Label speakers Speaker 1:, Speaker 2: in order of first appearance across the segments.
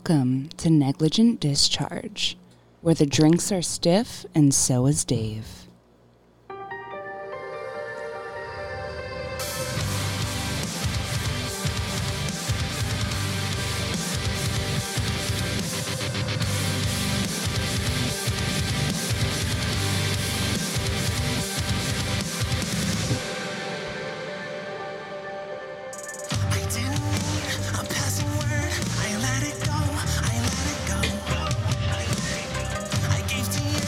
Speaker 1: Welcome to Negligent Discharge, where the drinks are stiff and so is Dave.
Speaker 2: I didn't need a passing word. I let it go. I let it go. I gave to you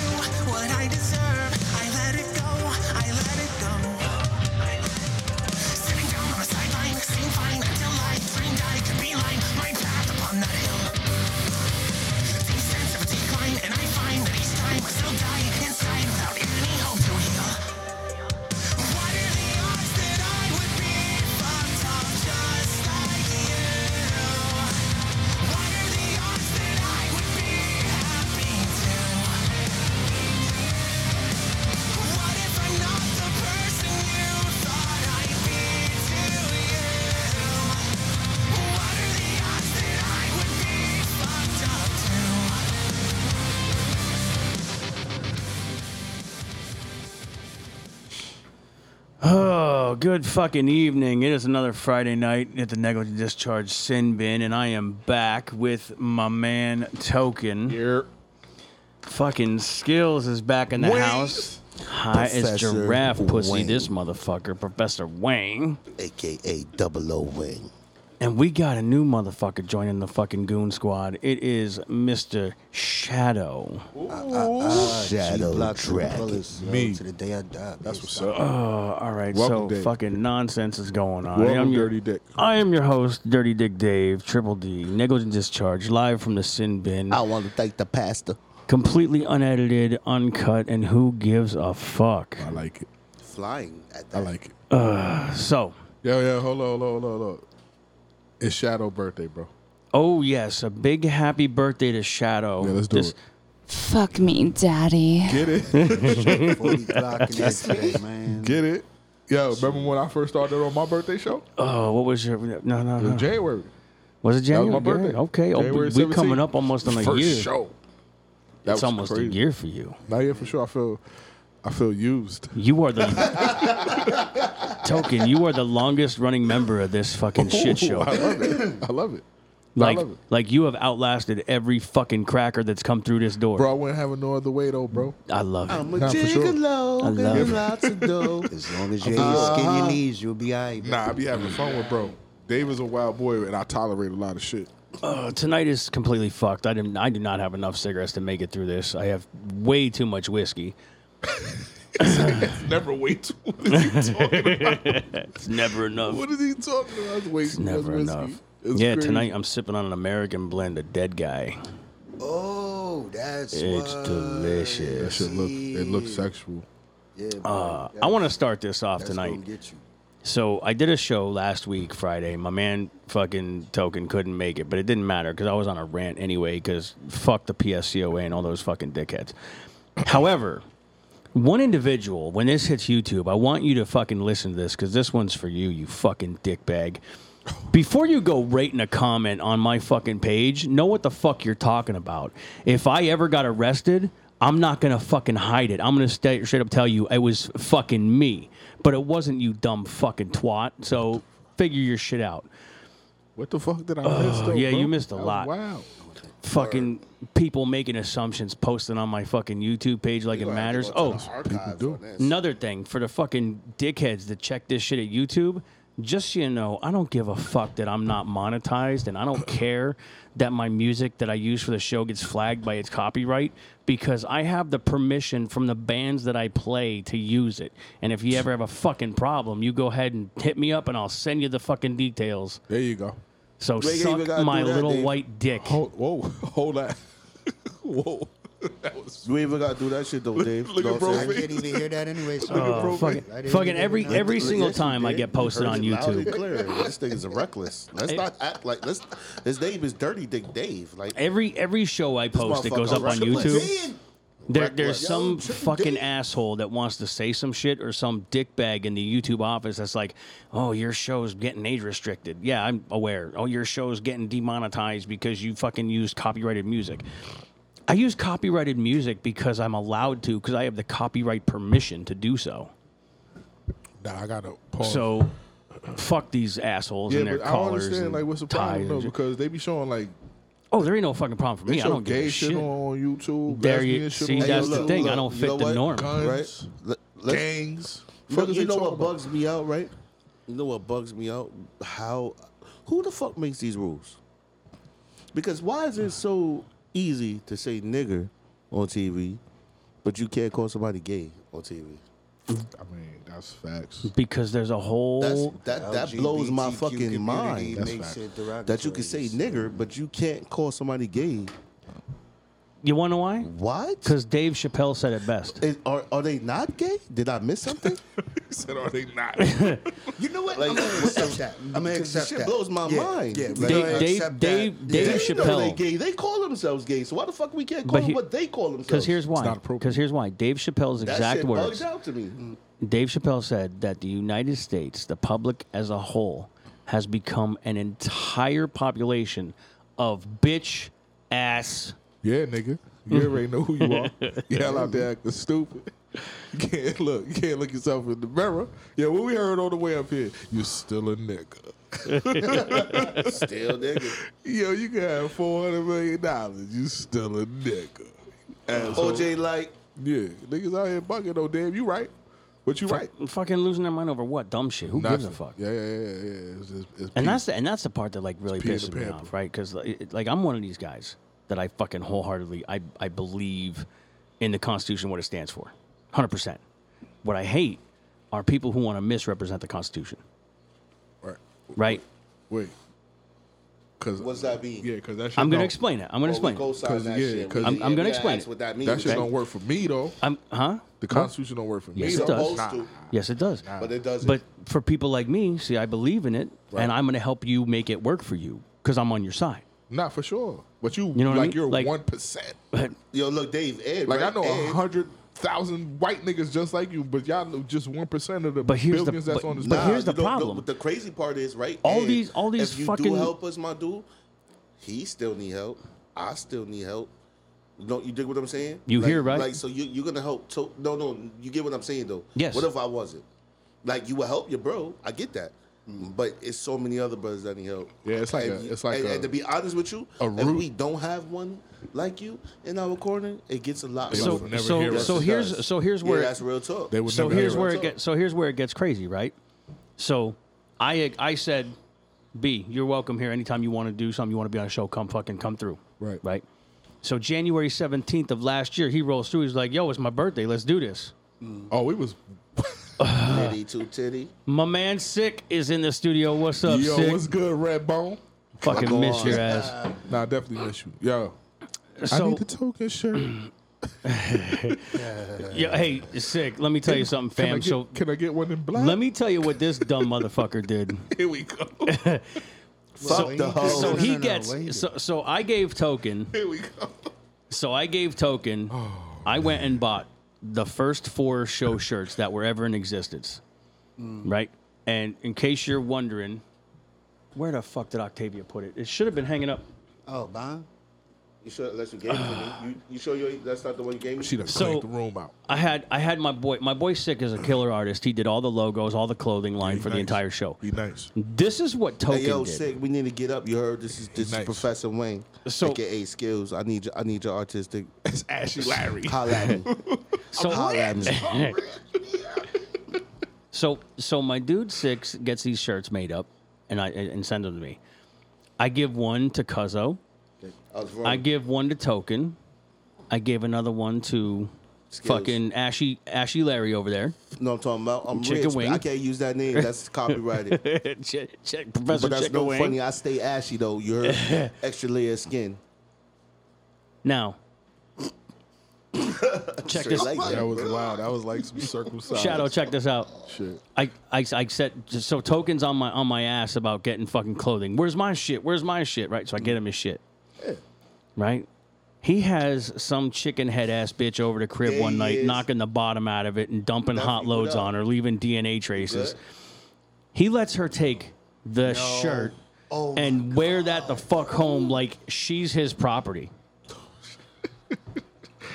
Speaker 2: what I deserve. I let it go. I let it go. Sitting down on the sideline, seem fine until I dreamed I could be lying. My path upon that hill. The sense of decline, and I find that each time I still die inside without any hope to heal. What are the odds that I would be fucked up just like you? What are the odds that I would be happy too? What if I'm not the person you thought I'd be to you? What are the odds that I would be fucked up too?
Speaker 3: Oh, good fucking evening. It is another Friday night at the Negligent Discharge Sin Bin, and I am back with my man Token.
Speaker 4: Here.
Speaker 3: Fucking Skills is back in the
Speaker 4: Wayne.
Speaker 3: house. Hi, it's
Speaker 5: Professor
Speaker 3: Giraffe Pussy,
Speaker 5: Wayne.
Speaker 3: this motherfucker, Professor Wang.
Speaker 5: aka Double O Wing.
Speaker 3: And we got a new motherfucker joining the fucking Goon Squad. It is Mr. Shadow.
Speaker 5: Shadow
Speaker 6: Block to the
Speaker 5: Dragon.
Speaker 6: fullest, yo,
Speaker 4: Me.
Speaker 6: to the day I die.
Speaker 4: That's what's
Speaker 6: bitch.
Speaker 4: up.
Speaker 3: Uh, all right,
Speaker 4: Welcome,
Speaker 3: so
Speaker 4: Dave.
Speaker 3: fucking nonsense is going on.
Speaker 4: Welcome,
Speaker 3: I'm your,
Speaker 4: Dirty Dick.
Speaker 3: I am your host, Dirty Dick Dave, Triple D, Negligent Discharge, live from the Sin Bin.
Speaker 5: I want to thank the pastor.
Speaker 3: completely unedited, uncut, and who gives a fuck?
Speaker 4: I like it.
Speaker 5: Flying at
Speaker 4: I
Speaker 5: that.
Speaker 4: like it.
Speaker 3: So,
Speaker 4: Yo, yo, hold on, hold on, hold on, hold on. It's Shadow birthday, bro.
Speaker 3: oh yes, a big happy birthday to Shadow.
Speaker 4: Yeah, let's do
Speaker 3: This-
Speaker 4: it.
Speaker 1: Fuck me, daddy.
Speaker 4: Get it,
Speaker 6: 40 Glock in there today, man.
Speaker 4: get it. Yo, remember when I first started on my birthday show?
Speaker 3: Oh, what was your no no no?
Speaker 4: January.
Speaker 3: Was it
Speaker 4: That
Speaker 3: January?
Speaker 4: was my birthday.
Speaker 3: Yeah, Okay, oh,
Speaker 4: January
Speaker 3: we
Speaker 4: 17th.
Speaker 3: coming up almost on a
Speaker 4: First
Speaker 3: year.
Speaker 4: show. That
Speaker 3: It's
Speaker 4: was
Speaker 3: almost
Speaker 4: crazy.
Speaker 3: a year for you.
Speaker 4: Now, yeah, for sure. I feel, I feel used.
Speaker 3: You are the token. You are the longest running member of this fucking shit
Speaker 4: Ooh,
Speaker 3: show.
Speaker 4: I love it. I love it.
Speaker 3: like,
Speaker 4: I love it.
Speaker 3: like you have outlasted every fucking cracker that's come through this door.
Speaker 4: Bro, I wouldn't have it no other way though, bro.
Speaker 3: I love it.
Speaker 5: a
Speaker 4: Nah, for sure.
Speaker 5: gigolo,
Speaker 3: I love it.
Speaker 5: lots of dough. Uh-huh.
Speaker 6: As long as you ain't skin your knees, you'll be all right.
Speaker 4: Nah, I be having fun with bro. Dave is a wild boy, and I tolerate a lot of shit.
Speaker 3: Uh, tonight is completely fucked. I didn't. I do not have enough cigarettes to make it through this. I have way too much whiskey.
Speaker 4: Never wait. too- What is he talking about?
Speaker 3: It's never enough.
Speaker 4: What is he talking about? It's way
Speaker 3: It's
Speaker 4: too much
Speaker 3: never
Speaker 4: whiskey.
Speaker 3: enough.
Speaker 4: It's
Speaker 3: yeah,
Speaker 4: crazy.
Speaker 3: tonight I'm sipping on an American blend of Dead Guy.
Speaker 6: Oh, that's
Speaker 3: It's uh,
Speaker 6: what-
Speaker 4: That
Speaker 3: delicious.
Speaker 4: shit look. It looks sexual.
Speaker 6: Yeah, bro,
Speaker 3: Uh, I want to start this off
Speaker 6: that's
Speaker 3: tonight.
Speaker 6: gonna get you.
Speaker 3: So I did a show last week, Friday. My man fucking Token couldn't make it, but it didn't matter because I was on a rant anyway because fuck the PSCOA and all those fucking dickheads. However, one individual, when this hits YouTube, I want you to fucking listen to this because this one's for you, you fucking dickbag. Before you go rating a comment on my fucking page, know what the fuck you're talking about. If I ever got arrested, I'm not gonna fucking hide it. I'm gonna sta straight up tell you it was fucking me, but it wasn't you dumb fucking twat. So figure your shit out.
Speaker 4: What the fuck did I miss? Though,
Speaker 3: yeah,
Speaker 4: bro?
Speaker 3: you missed a
Speaker 4: That was
Speaker 3: lot.
Speaker 4: Wild.
Speaker 3: Fucking people making assumptions, posting on my fucking YouTube page like it matters. Oh,
Speaker 5: people
Speaker 4: do.
Speaker 3: Another thing for the fucking dickheads that check this shit at YouTube, just so you know, I don't give a fuck that I'm not monetized and I don't care that my music that I use for the show gets flagged by its copyright because I have the permission from the bands that I play to use it. And if you ever have a fucking problem, you go ahead and hit me up and I'll send you the fucking details.
Speaker 4: There you go.
Speaker 3: So
Speaker 5: ain't even
Speaker 3: suck
Speaker 5: gotta
Speaker 3: my
Speaker 5: do that,
Speaker 3: little
Speaker 5: Dave.
Speaker 3: white dick.
Speaker 4: Hold, whoa, hold that. whoa, Oh, that was.
Speaker 5: You ain't even got to do that shit though, Dave.
Speaker 4: Look
Speaker 5: You know
Speaker 4: at
Speaker 5: what
Speaker 4: bro
Speaker 5: I'm
Speaker 6: I
Speaker 5: saying?
Speaker 4: Fit.
Speaker 6: can't even hear that anyway. So
Speaker 3: Oh, fucking,
Speaker 6: I didn't
Speaker 3: fucking
Speaker 6: even
Speaker 3: every
Speaker 6: hear
Speaker 3: every
Speaker 6: that.
Speaker 3: single
Speaker 5: Yes, you
Speaker 3: time I
Speaker 5: did.
Speaker 3: get
Speaker 5: You
Speaker 3: posted
Speaker 5: heard
Speaker 3: on
Speaker 5: it loud
Speaker 3: YouTube.
Speaker 5: and clear. This thing is reckless. Let's not act like let's. His name is Dirty Dick Dave. Like
Speaker 3: Every every show I post that goes
Speaker 5: motherfucker
Speaker 3: up on
Speaker 5: reckless.
Speaker 3: YouTube, There,
Speaker 5: Reckless.
Speaker 3: there's some
Speaker 5: Yo, Trick
Speaker 3: fucking
Speaker 5: D.
Speaker 3: asshole that wants to say some shit or some dickbag in the YouTube office that's like, oh, your show's getting age restricted. Yeah, I'm aware. Oh, your show's getting demonetized because you fucking used copyrighted music. I use copyrighted music because I'm allowed to because I have the copyright permission to do so.
Speaker 4: Nah, I gotta pause.
Speaker 3: So fuck these assholes
Speaker 4: yeah,
Speaker 3: and their
Speaker 4: but I don't
Speaker 3: collars and
Speaker 4: understand like what's the
Speaker 3: ties
Speaker 4: problem though
Speaker 3: and shit.
Speaker 4: because they be showing like
Speaker 3: oh, there ain't no fucking problem for
Speaker 4: they
Speaker 3: me. I
Speaker 4: show
Speaker 3: don't give
Speaker 4: gay
Speaker 3: a
Speaker 4: shit,
Speaker 3: shit.
Speaker 4: on YouTube.
Speaker 3: There you
Speaker 4: lesbian shit
Speaker 3: see.
Speaker 4: on
Speaker 3: That's
Speaker 4: YouTube,
Speaker 3: the thing. I don't
Speaker 5: you
Speaker 3: fit
Speaker 5: know
Speaker 3: the
Speaker 5: what?
Speaker 3: norm.
Speaker 4: Guns,
Speaker 5: right? Let, let's,
Speaker 4: gangs.
Speaker 5: You know-
Speaker 4: Fuck is
Speaker 5: you
Speaker 4: they
Speaker 5: know
Speaker 4: talking
Speaker 5: what
Speaker 4: about?
Speaker 5: bugs me out, right? You know what bugs me out? How? Who the fuck makes these rules? Because why is it so easy to say nigger on TV, but you can't call somebody gay on TV?
Speaker 4: I mean, that's facts.
Speaker 3: Because there's a whole
Speaker 5: That's that that blows my
Speaker 6: LGBTQ community
Speaker 5: fucking mind.
Speaker 4: That's
Speaker 6: makes
Speaker 4: fact.
Speaker 6: it derogatory.
Speaker 5: That you can say nigger, but you can't call somebody gay.
Speaker 3: You wanna know why?
Speaker 5: What?
Speaker 3: Because Dave Chappelle said it best.
Speaker 5: Is, are are they not gay? Did I miss something?
Speaker 4: He said, "Are they not?"
Speaker 6: You know what?
Speaker 5: Like,
Speaker 6: I'm gonna
Speaker 5: what's
Speaker 6: accept that.
Speaker 5: up?
Speaker 6: I'm gonna
Speaker 5: 'Cause this
Speaker 6: accept
Speaker 5: shit
Speaker 6: that.
Speaker 5: blows my
Speaker 6: yeah,
Speaker 5: mind.
Speaker 6: Yeah,
Speaker 5: Like,
Speaker 6: we
Speaker 3: Dave-
Speaker 6: gonna
Speaker 3: Dave-
Speaker 6: accept
Speaker 3: Dave- Dave
Speaker 6: that.
Speaker 5: they
Speaker 6: yeah.
Speaker 5: know they
Speaker 3: Chappelle.
Speaker 5: gay. They call themselves gay. So why the fuck we can't
Speaker 3: But
Speaker 5: call
Speaker 3: he-
Speaker 5: them what they call themselves?
Speaker 3: Because here's why.
Speaker 4: not appropriate.
Speaker 3: Because here's why. Dave Chappelle's
Speaker 5: that
Speaker 3: exact
Speaker 5: shit
Speaker 3: words.
Speaker 5: bugs out to me.
Speaker 3: Dave Chappelle said that the United States, the public as a whole, has become an entire population of bitch ass.
Speaker 4: Yeah, nigga. You already know who you are. You hell out there acting stupid. You can't look. You can't look yourself in the mirror. Yeah, what we heard on the way up here, you're still a nigga.
Speaker 5: Still nigga.
Speaker 4: Yo, you can have four hundred million dollars. You still a nigga. Asshole.
Speaker 5: OJ like
Speaker 4: Yeah, niggas out here bugging though. Damn, you right. But you right.
Speaker 3: Fucking losing their mind over what dumb shit? Who gives a
Speaker 4: Nothing.
Speaker 3: fuck?
Speaker 4: Yeah, yeah, yeah, yeah. It's, it's, it's
Speaker 3: And that's
Speaker 4: peace.
Speaker 3: the, and that's the part that like really
Speaker 4: Peter
Speaker 3: pisses me
Speaker 4: Pan.
Speaker 3: off, right? Because like I'm one of these guys that I fucking wholeheartedly I I believe in the Constitution what it stands for, hundred percent. What I hate are people who want to misrepresent the Constitution,
Speaker 4: right.
Speaker 3: right?
Speaker 4: Wait. Cause
Speaker 5: What's that mean?
Speaker 4: Yeah, cause that shit
Speaker 3: I'm gonna
Speaker 4: don't-
Speaker 3: explain it. I'm gonna explain.
Speaker 5: Well,
Speaker 3: It.
Speaker 5: we co-sign
Speaker 4: 'Cause,
Speaker 5: that
Speaker 4: yeah,
Speaker 5: shit.
Speaker 4: 'cause-
Speaker 5: We-
Speaker 4: I'm-
Speaker 3: I'm
Speaker 5: we
Speaker 3: gonna
Speaker 5: ask
Speaker 3: explain it.
Speaker 5: What that means?
Speaker 4: That shit
Speaker 5: Okay.
Speaker 4: don't work for me though.
Speaker 3: I'm huh?
Speaker 4: The Constitution don't work for me.
Speaker 3: Yes, it
Speaker 4: though.
Speaker 3: does.
Speaker 5: Supposed to.
Speaker 3: Yes, it does.
Speaker 5: But it doesn't.
Speaker 3: But for people like me, see, I believe in it, and I'm going to help you make it work for you because I'm on your side.
Speaker 4: Not for sure. But you,
Speaker 3: You know what I
Speaker 4: like
Speaker 3: mean?
Speaker 4: you're
Speaker 3: Like-
Speaker 4: one percent.
Speaker 5: yo, look, Dave, Ed.
Speaker 4: Like
Speaker 5: right?
Speaker 4: I know
Speaker 5: Ed,
Speaker 4: a hundred thousand white niggas just like you, but y'all know just one percent of the
Speaker 3: But here's the-
Speaker 4: billions that's
Speaker 3: but-
Speaker 4: on this.
Speaker 3: but
Speaker 5: nah,
Speaker 3: here's the
Speaker 5: you don't know-
Speaker 3: problem.
Speaker 5: but the crazy part is right.
Speaker 3: All
Speaker 5: Ed,
Speaker 3: these- all these
Speaker 5: If you
Speaker 3: fucking-
Speaker 5: do help us, my dude, he still need help. I still need help. Don't you dig what I'm saying?
Speaker 3: You
Speaker 5: like,
Speaker 3: hear, right?
Speaker 5: Like so, you you're gonna help. To, no, no, you get what I'm saying though.
Speaker 3: Yes.
Speaker 5: What if I wasn't? Like you will help your bro. I get that. But it's so many other brothers that need help.
Speaker 4: Hmm. Yeah, it's like
Speaker 5: and,
Speaker 4: a- it's like
Speaker 5: and,
Speaker 4: a-
Speaker 5: and to be honest with you,
Speaker 4: a
Speaker 5: if
Speaker 4: root.
Speaker 5: we don't have one like you in our corner, it gets a lot.
Speaker 4: They
Speaker 3: So,
Speaker 4: would
Speaker 5: rougher.
Speaker 4: never hear
Speaker 3: so,
Speaker 4: us.
Speaker 3: so
Speaker 5: Yes, it
Speaker 3: here's
Speaker 5: does.
Speaker 3: so here's
Speaker 5: Yeah,
Speaker 3: where
Speaker 5: that's real talk.
Speaker 4: They would
Speaker 3: so
Speaker 4: never
Speaker 3: here's
Speaker 4: hear
Speaker 3: where
Speaker 4: us.
Speaker 3: it gets so here's where it gets crazy, right? So, I I said, B, you're welcome here anytime you want to do something, you want to be on a show, come fucking come through,
Speaker 4: Right.
Speaker 3: Right. So January 17th of last year, he rolls through. He's like, "Yo, it's my birthday. Let's do this."
Speaker 4: Oh, we was
Speaker 5: Titty to titty.
Speaker 3: My man Sick is in the studio. What's up,
Speaker 4: yo,
Speaker 3: Sick?
Speaker 4: what's good, Red Bone?
Speaker 3: Fucking
Speaker 5: Go
Speaker 3: miss
Speaker 5: on.
Speaker 3: your ass.
Speaker 4: Nah, I definitely miss you, yo. I
Speaker 3: So-
Speaker 4: need the token shirt.
Speaker 3: Yeah, hey, sick. Let me tell you something,
Speaker 4: Can I
Speaker 3: fam.
Speaker 4: get,
Speaker 3: So
Speaker 4: can I get one in black?
Speaker 3: let me tell you what this dumb motherfucker did.
Speaker 4: Here we go.
Speaker 5: Fuck the hoe.
Speaker 3: So
Speaker 6: Oh, no,
Speaker 3: he
Speaker 6: no, no,
Speaker 3: gets.
Speaker 6: wait.
Speaker 3: So so I gave token.
Speaker 4: Here we go.
Speaker 3: So I gave token. I went and bought the first four show shirts that were ever in existence. Right. And in case you're wondering, where the fuck did Octavia put it? It should have been hanging up.
Speaker 6: Oh, Bon.
Speaker 5: You sure unless you gave it to me? You, you sure you that's not the one you gave me?
Speaker 4: She done
Speaker 3: So-
Speaker 4: cleaned the room out.
Speaker 3: I had I had my boy my boy sick is a killer artist. He did all the logos, all the clothing line for the
Speaker 4: Nice.
Speaker 3: entire show.
Speaker 4: Be nice.
Speaker 3: This is what token
Speaker 5: Hey yo,
Speaker 3: did.
Speaker 5: sick. We need to get up. You heard this is this
Speaker 4: Nice.
Speaker 5: is Professor Wayne,
Speaker 3: So-
Speaker 5: aka Skills. I need your, I need your artistic.
Speaker 4: It's Ashy Larry.
Speaker 5: Holla at me.
Speaker 3: So
Speaker 5: Holla at me.
Speaker 3: So so my dude six gets these shirts made up and I and send them to me. I give one to Cuzzo.
Speaker 5: I was wrong.
Speaker 3: I give one to Token. I gave another one to
Speaker 5: Skills.
Speaker 3: fucking Ashy Ashy Larry over there.
Speaker 5: know what I'm talking about. I'm
Speaker 3: Chicken
Speaker 5: rich. but
Speaker 3: wing.
Speaker 5: I can't use that name. That's copyrighted.
Speaker 3: check, check Professor
Speaker 5: but that's
Speaker 3: Check
Speaker 5: no
Speaker 3: Wing.
Speaker 5: funny. I stay ashy though. You heard? Extra layer of skin.
Speaker 3: Now check
Speaker 5: Straight
Speaker 3: this
Speaker 5: like
Speaker 4: That
Speaker 5: that.
Speaker 4: was wild. That was like some circumcised
Speaker 3: Shadow, check this out.
Speaker 4: shit.
Speaker 3: I, I, I said so tokens on my on my ass about getting fucking clothing. Where's my shit? Where's my shit? Right. So I get him his shit. Right. He has some chicken head ass bitch over the crib
Speaker 5: Yeah,
Speaker 3: one
Speaker 5: he
Speaker 3: night,
Speaker 5: is.
Speaker 3: knocking the bottom out of it and dumping
Speaker 5: Dumping
Speaker 3: hot
Speaker 5: it
Speaker 3: loads
Speaker 5: up.
Speaker 3: on her, leaving DNA traces.
Speaker 5: Good.
Speaker 3: He lets her take the shirt
Speaker 6: Oh
Speaker 3: and wear that the fuck home like she's his property.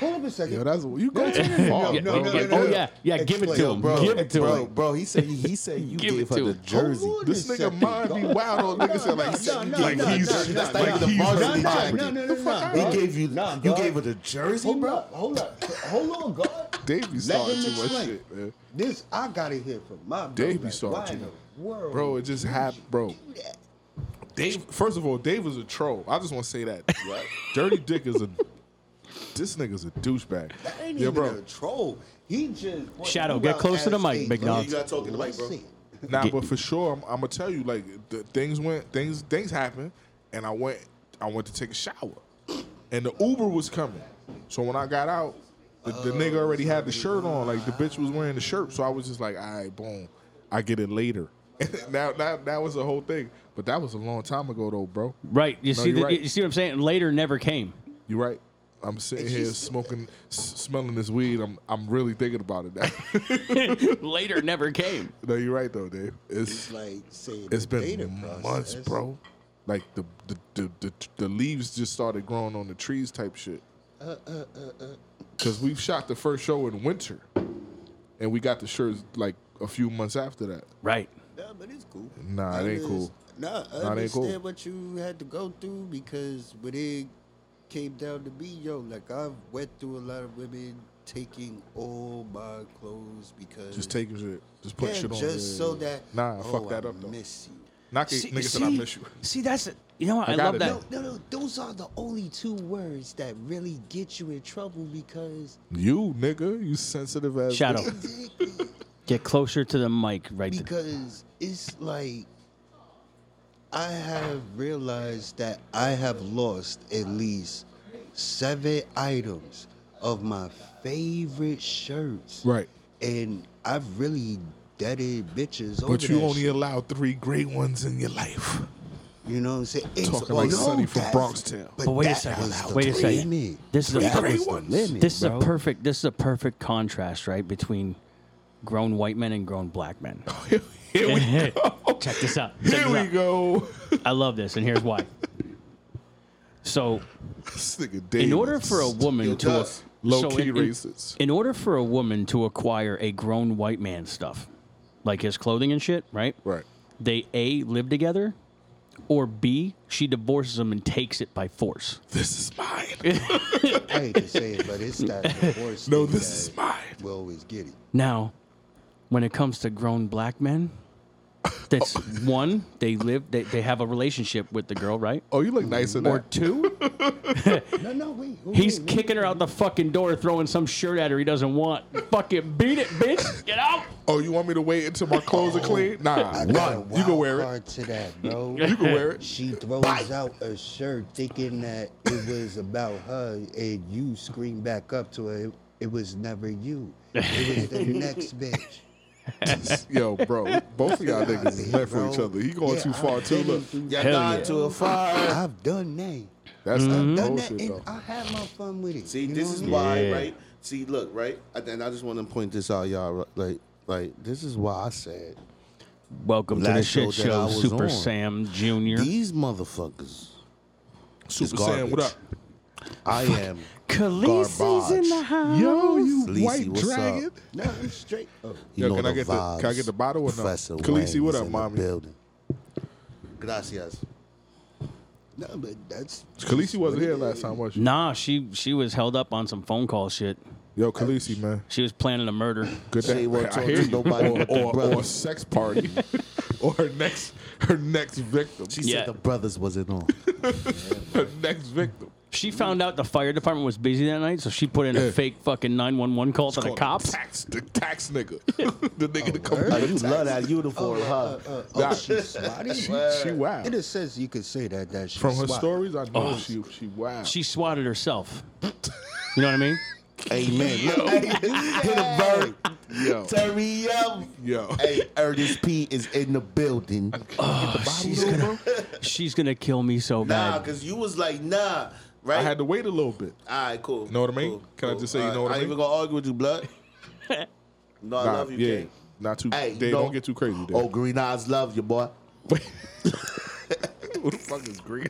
Speaker 6: Hold up a second.
Speaker 4: Yo, that's you go too far.
Speaker 3: Yeah,
Speaker 4: bro.
Speaker 3: no, no, no. Oh, yeah. Yeah, give it to
Speaker 6: Explain.
Speaker 3: him. Give it to
Speaker 6: bro,
Speaker 3: him.
Speaker 6: Bro, he said he said you
Speaker 3: Give
Speaker 6: gave
Speaker 3: it
Speaker 6: her
Speaker 3: to
Speaker 6: the
Speaker 3: him.
Speaker 6: jersey.
Speaker 4: Hold This nigga mind be wild on niggas that like,
Speaker 6: no, no,
Speaker 4: like
Speaker 6: no,
Speaker 4: he's
Speaker 6: no, no,
Speaker 4: like
Speaker 6: no,
Speaker 4: he's
Speaker 6: no,
Speaker 4: her
Speaker 6: no, no,
Speaker 4: property.
Speaker 6: no, no, no, no, no,
Speaker 5: He
Speaker 6: bro.
Speaker 5: gave you
Speaker 6: Nah,
Speaker 5: you
Speaker 6: God.
Speaker 5: gave her the jersey,
Speaker 6: Hold
Speaker 5: bro.
Speaker 6: up, hold up, hold on, God.
Speaker 4: They be
Speaker 6: Let
Speaker 4: starting
Speaker 6: him
Speaker 4: too much
Speaker 6: explain.
Speaker 4: shit, man.
Speaker 6: This I gotta hear from my bro.
Speaker 4: They be
Speaker 6: like,
Speaker 4: starting
Speaker 6: why
Speaker 4: too
Speaker 6: in
Speaker 4: much.
Speaker 6: the world?
Speaker 4: Bro, it just happened, bro. Dave, first of all, Dave is a troll. I just want to say that. Dirty Dick is a. This nigga's a douchebag.
Speaker 6: That ain't
Speaker 4: Yeah,
Speaker 6: even
Speaker 4: bro.
Speaker 6: a troll. He just
Speaker 3: Shadow,
Speaker 6: you
Speaker 3: get
Speaker 6: out
Speaker 3: close to the
Speaker 6: as
Speaker 3: mic,
Speaker 6: a
Speaker 3: big dog.
Speaker 5: You gotta talk in the mic, bro.
Speaker 6: listen.
Speaker 4: Nah, but for sure, I'm, I'm gonna tell you, like th- things went, things things happened, and I went, I went to take a shower, and the Uber was coming. So when I got out, the, the nigga already had the shirt on, like the bitch was wearing the shirt. So I was just like, all right, boom, I get it later. now, now that was the whole thing, but that was a long time ago, though, bro.
Speaker 3: Right. You
Speaker 4: No,
Speaker 3: see
Speaker 4: you're
Speaker 3: the,
Speaker 4: right.
Speaker 3: you see what I'm saying? Later never came.
Speaker 4: You right? I'm sitting here smoking, s- smelling this weed. I'm, I'm really thinking about it now.
Speaker 3: Later never came.
Speaker 4: no, you're right though, Dave. It's
Speaker 6: It's like saying
Speaker 4: It's
Speaker 6: the
Speaker 4: been
Speaker 6: data
Speaker 4: months,
Speaker 6: process.
Speaker 4: bro. Like the the, the the the leaves just started growing on the trees, type shit.
Speaker 6: Uh,
Speaker 4: Because we've shot the first show in winter, and we got the shirts like a few months after that.
Speaker 3: Right.
Speaker 6: Nah, but it's cool.
Speaker 4: Nah, it ain't cool.
Speaker 6: Nah, I
Speaker 4: Nah, it ain't cool.
Speaker 6: understand what you had to go through because when it came down to me, yo, like I've went through a lot of women taking all my clothes because
Speaker 4: Just taking shit, just
Speaker 6: yeah,
Speaker 4: putting shit on.
Speaker 6: just so that
Speaker 4: Nah,
Speaker 6: oh,
Speaker 4: fuck that
Speaker 6: I
Speaker 4: up though.
Speaker 6: Miss you.
Speaker 4: Knock it,
Speaker 3: See,
Speaker 4: nigga
Speaker 3: see,
Speaker 4: said I miss you.
Speaker 3: see, that's the- you know what?
Speaker 4: I
Speaker 3: I,
Speaker 4: got
Speaker 3: love
Speaker 4: it.
Speaker 3: that.
Speaker 4: No,
Speaker 6: No, no, those are the only two words that really get you in trouble because
Speaker 4: You nigga, you sensitive ass.
Speaker 3: Shadow,
Speaker 4: bitch.
Speaker 3: get closer to the mic. Right. th-
Speaker 6: because it's like I have realized that I have lost at least seven items of my favorite shirts.
Speaker 4: Right.
Speaker 6: And I've really deaded bitches over
Speaker 4: But you
Speaker 6: that
Speaker 4: only
Speaker 6: shit.
Speaker 4: allowed three great ones in your life.
Speaker 6: You know what I'm saying?
Speaker 4: Talking like Sonny from Bronxtown.
Speaker 6: But,
Speaker 3: But wait a
Speaker 6: that
Speaker 3: second.
Speaker 6: was the
Speaker 3: Wait a second.
Speaker 6: limit.
Speaker 3: This is a-
Speaker 6: that
Speaker 3: Three
Speaker 6: was the
Speaker 4: ones.
Speaker 6: limit,
Speaker 3: This is
Speaker 6: bro.
Speaker 3: a perfect. This is a perfect contrast, right, between grown white men and grown black men.
Speaker 4: Here we go.
Speaker 3: Check this out. Check
Speaker 4: Here
Speaker 3: this
Speaker 4: we
Speaker 3: out.
Speaker 4: go.
Speaker 3: I love this, and here's why. So,
Speaker 4: This nigga
Speaker 3: in
Speaker 4: Dave
Speaker 3: order
Speaker 4: is
Speaker 3: for a woman to
Speaker 5: does.
Speaker 4: low
Speaker 3: so
Speaker 4: key
Speaker 3: in- in-
Speaker 4: racist.
Speaker 3: in order for a woman to acquire a grown white man's stuff, like his clothing and shit, right?
Speaker 4: Right.
Speaker 3: They a live together, or b she divorces him and takes it by force.
Speaker 4: This is mine.
Speaker 6: I hate to say it, but it's that divorce.
Speaker 4: No,
Speaker 6: thing
Speaker 4: this is
Speaker 6: that
Speaker 4: mine.
Speaker 6: We always get it.
Speaker 3: Now, when it comes to grown black men, that's one they live they, they have a relationship with the girl, right?
Speaker 4: Oh, you look nice in
Speaker 3: Or
Speaker 4: that.
Speaker 3: two,
Speaker 6: No, no, wait. wait,
Speaker 3: he's
Speaker 6: wait, wait.
Speaker 3: kicking her out the fucking door, throwing some shirt at her he doesn't want. Fucking beat it, bitch! Get out!
Speaker 4: Oh, you want me to wait until my clothes are clean? Nah,
Speaker 6: I got a
Speaker 4: run. You can
Speaker 6: wild
Speaker 4: wear it.
Speaker 6: card to that, bro.
Speaker 4: You can wear it.
Speaker 6: She throws out a shirt thinking that it was about her, and you scream back up to her. It, it was never you. It was the next bitch.
Speaker 4: Yo, bro, both of y'all niggas is meant for
Speaker 6: Bro,
Speaker 4: each other. He going
Speaker 6: yeah,
Speaker 4: too far
Speaker 6: I've
Speaker 4: too.
Speaker 6: been
Speaker 4: Look,
Speaker 6: through-
Speaker 5: Y'all
Speaker 3: Hell
Speaker 5: died
Speaker 3: yeah.
Speaker 5: to a fire.
Speaker 6: I've done that.
Speaker 4: that's
Speaker 6: Done that,
Speaker 4: bullshit
Speaker 6: and
Speaker 4: though.
Speaker 6: I had my fun with it.
Speaker 5: See,
Speaker 6: you
Speaker 5: this
Speaker 6: know
Speaker 5: is
Speaker 6: what I mean?
Speaker 5: why,
Speaker 3: Mm-hmm. Yeah.
Speaker 5: right? See, look, right? I- And I just want to point this out, y'all. right? Like, like this is why I said
Speaker 3: Welcome to the
Speaker 5: Last
Speaker 3: shit
Speaker 5: show that I
Speaker 3: show,
Speaker 5: was
Speaker 3: Super
Speaker 5: on.
Speaker 3: Sam Junior.
Speaker 5: these motherfuckers.
Speaker 4: Super Saiyan, what
Speaker 5: garbage.
Speaker 4: up?
Speaker 5: I am
Speaker 3: Khaleesi's in the
Speaker 5: Garbage.
Speaker 3: house.
Speaker 4: Yo, you
Speaker 5: Khaleesi,
Speaker 4: white
Speaker 5: what's up?
Speaker 4: dragon.
Speaker 6: No, I'm straight. Oh,
Speaker 5: You
Speaker 4: Yo,
Speaker 5: know
Speaker 4: can I get the-
Speaker 5: vibes.
Speaker 4: can I get the bottle or no?
Speaker 5: Professor
Speaker 4: Khaleesi, what
Speaker 5: Wayne's
Speaker 4: up,
Speaker 5: in
Speaker 4: mommy?
Speaker 5: The building. Gracias.
Speaker 6: no, but that's.
Speaker 4: Khaleesi wasn't here last time, was she?
Speaker 3: Nah, she she was held up on some phone call shit.
Speaker 4: Yo, Khaleesi, man.
Speaker 3: She was planning a murder.
Speaker 4: Good
Speaker 5: She
Speaker 4: day.
Speaker 5: won't
Speaker 4: I
Speaker 5: talk
Speaker 4: hear
Speaker 5: to
Speaker 4: you.
Speaker 5: nobody
Speaker 4: or,
Speaker 5: but the
Speaker 4: or, or
Speaker 5: brothers.
Speaker 4: sex party, or her next her next victim.
Speaker 5: She
Speaker 3: Yeah.
Speaker 5: said the brothers wasn't on.
Speaker 4: her next victim.
Speaker 3: She found out the fire department was busy that night, so she put in
Speaker 4: Yeah.
Speaker 3: a fake fucking 911 call to the
Speaker 4: Called
Speaker 3: cops.
Speaker 4: Tax, the tax nigga. the nigga to come.
Speaker 6: word?
Speaker 5: Oh,
Speaker 4: back.
Speaker 5: you love that uniform, huh?
Speaker 6: Uh,
Speaker 4: Nah.
Speaker 6: oh, she's swatty.
Speaker 4: She, she wow.
Speaker 6: In a sense, you could say that that she's
Speaker 4: From her
Speaker 6: swatty.
Speaker 4: stories, I know she she wow.
Speaker 3: Oh. She swatted herself. You know what I mean?
Speaker 5: Amen. Hit a bird.
Speaker 4: Oh. yo
Speaker 5: Terry up.
Speaker 4: yo.
Speaker 5: Hey, Ernest P is in the building.
Speaker 4: Get the bottle
Speaker 3: she's
Speaker 4: though,
Speaker 3: gonna-
Speaker 4: bro.
Speaker 3: She's gonna kill me so
Speaker 5: Nah,
Speaker 3: bad.
Speaker 5: cause you was like, nah, Right?
Speaker 4: I had to wait a little bit.
Speaker 5: All right, cool.
Speaker 4: Know what I mean?
Speaker 5: cool,
Speaker 4: Can I
Speaker 5: cool.
Speaker 4: just say you
Speaker 5: All
Speaker 4: know what I
Speaker 5: I ain't
Speaker 4: mean?
Speaker 5: even gonna argue with you, blood. no, I
Speaker 4: Nah,
Speaker 5: love you,
Speaker 4: yeah,
Speaker 5: King.
Speaker 4: not too.
Speaker 5: Hey,
Speaker 4: Dave,
Speaker 5: no.
Speaker 4: don't get too crazy. Dave.
Speaker 5: Oh, green eyes love you, boy.
Speaker 4: what the fuck is green?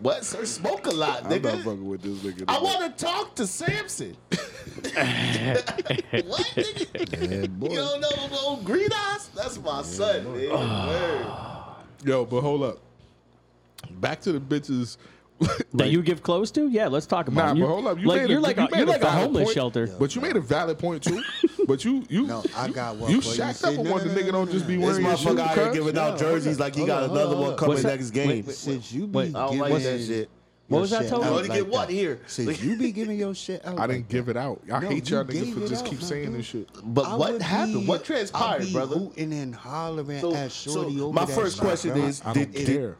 Speaker 5: What? Sir, smoke a lot,
Speaker 4: I'm not
Speaker 5: nigga.
Speaker 4: fucking with this nigga.
Speaker 5: I want to talk to Samson. what, nigga? You don't know about old green eyes? That's my son, nigga. Word.
Speaker 4: Yo, but hold up. Back to the bitches.
Speaker 3: that you give clothes to? Yeah, let's talk about.
Speaker 4: Nah,
Speaker 3: it.
Speaker 4: but hold up. You
Speaker 3: like
Speaker 4: made
Speaker 3: you're
Speaker 4: a,
Speaker 3: like
Speaker 4: you
Speaker 3: a,
Speaker 4: made
Speaker 3: you're like a
Speaker 4: valid
Speaker 3: homeless
Speaker 4: point,
Speaker 3: shelter.
Speaker 4: But you made a valid point too. but you you
Speaker 6: No, I got one
Speaker 4: you
Speaker 6: for you.
Speaker 4: shacked
Speaker 6: See,
Speaker 4: up with
Speaker 6: no,
Speaker 4: one.
Speaker 6: no,
Speaker 4: the
Speaker 6: no,
Speaker 4: nigga
Speaker 6: no,
Speaker 4: don't
Speaker 6: no,
Speaker 4: just be
Speaker 6: no.
Speaker 5: This
Speaker 4: wearing your
Speaker 5: motherfucker
Speaker 4: shit,
Speaker 5: out here
Speaker 4: cuz.
Speaker 5: giving out jerseys like he got
Speaker 6: hold on,
Speaker 5: another
Speaker 6: hold
Speaker 5: one
Speaker 6: on.
Speaker 5: coming
Speaker 3: What's that?
Speaker 5: next game.
Speaker 6: Since you be
Speaker 3: Wait, I
Speaker 5: don't
Speaker 6: giving
Speaker 5: like that shit.
Speaker 3: What
Speaker 6: your
Speaker 3: was I
Speaker 6: shit
Speaker 3: told?
Speaker 6: out
Speaker 3: I
Speaker 5: only get
Speaker 6: like
Speaker 5: one
Speaker 6: that.
Speaker 5: here.
Speaker 6: Since you be giving your shit out,
Speaker 4: I didn't
Speaker 6: like
Speaker 4: give
Speaker 6: that.
Speaker 4: it out. I
Speaker 6: No,
Speaker 4: hate
Speaker 6: you
Speaker 4: y'all niggas
Speaker 6: gave
Speaker 4: for
Speaker 6: it
Speaker 4: just
Speaker 6: out,
Speaker 4: keep
Speaker 6: my
Speaker 4: saying
Speaker 6: dude.
Speaker 4: this shit.
Speaker 5: But
Speaker 6: I
Speaker 5: what
Speaker 6: would
Speaker 5: happened?
Speaker 6: be-
Speaker 5: what transpired,
Speaker 6: I'd be
Speaker 5: brother?
Speaker 6: hooting and hollering
Speaker 5: So-
Speaker 6: at Shorty
Speaker 5: so
Speaker 6: over
Speaker 5: my
Speaker 6: that
Speaker 5: first
Speaker 6: shit,
Speaker 5: question
Speaker 6: bro.
Speaker 5: is,
Speaker 4: I don't
Speaker 5: did- did-
Speaker 4: care.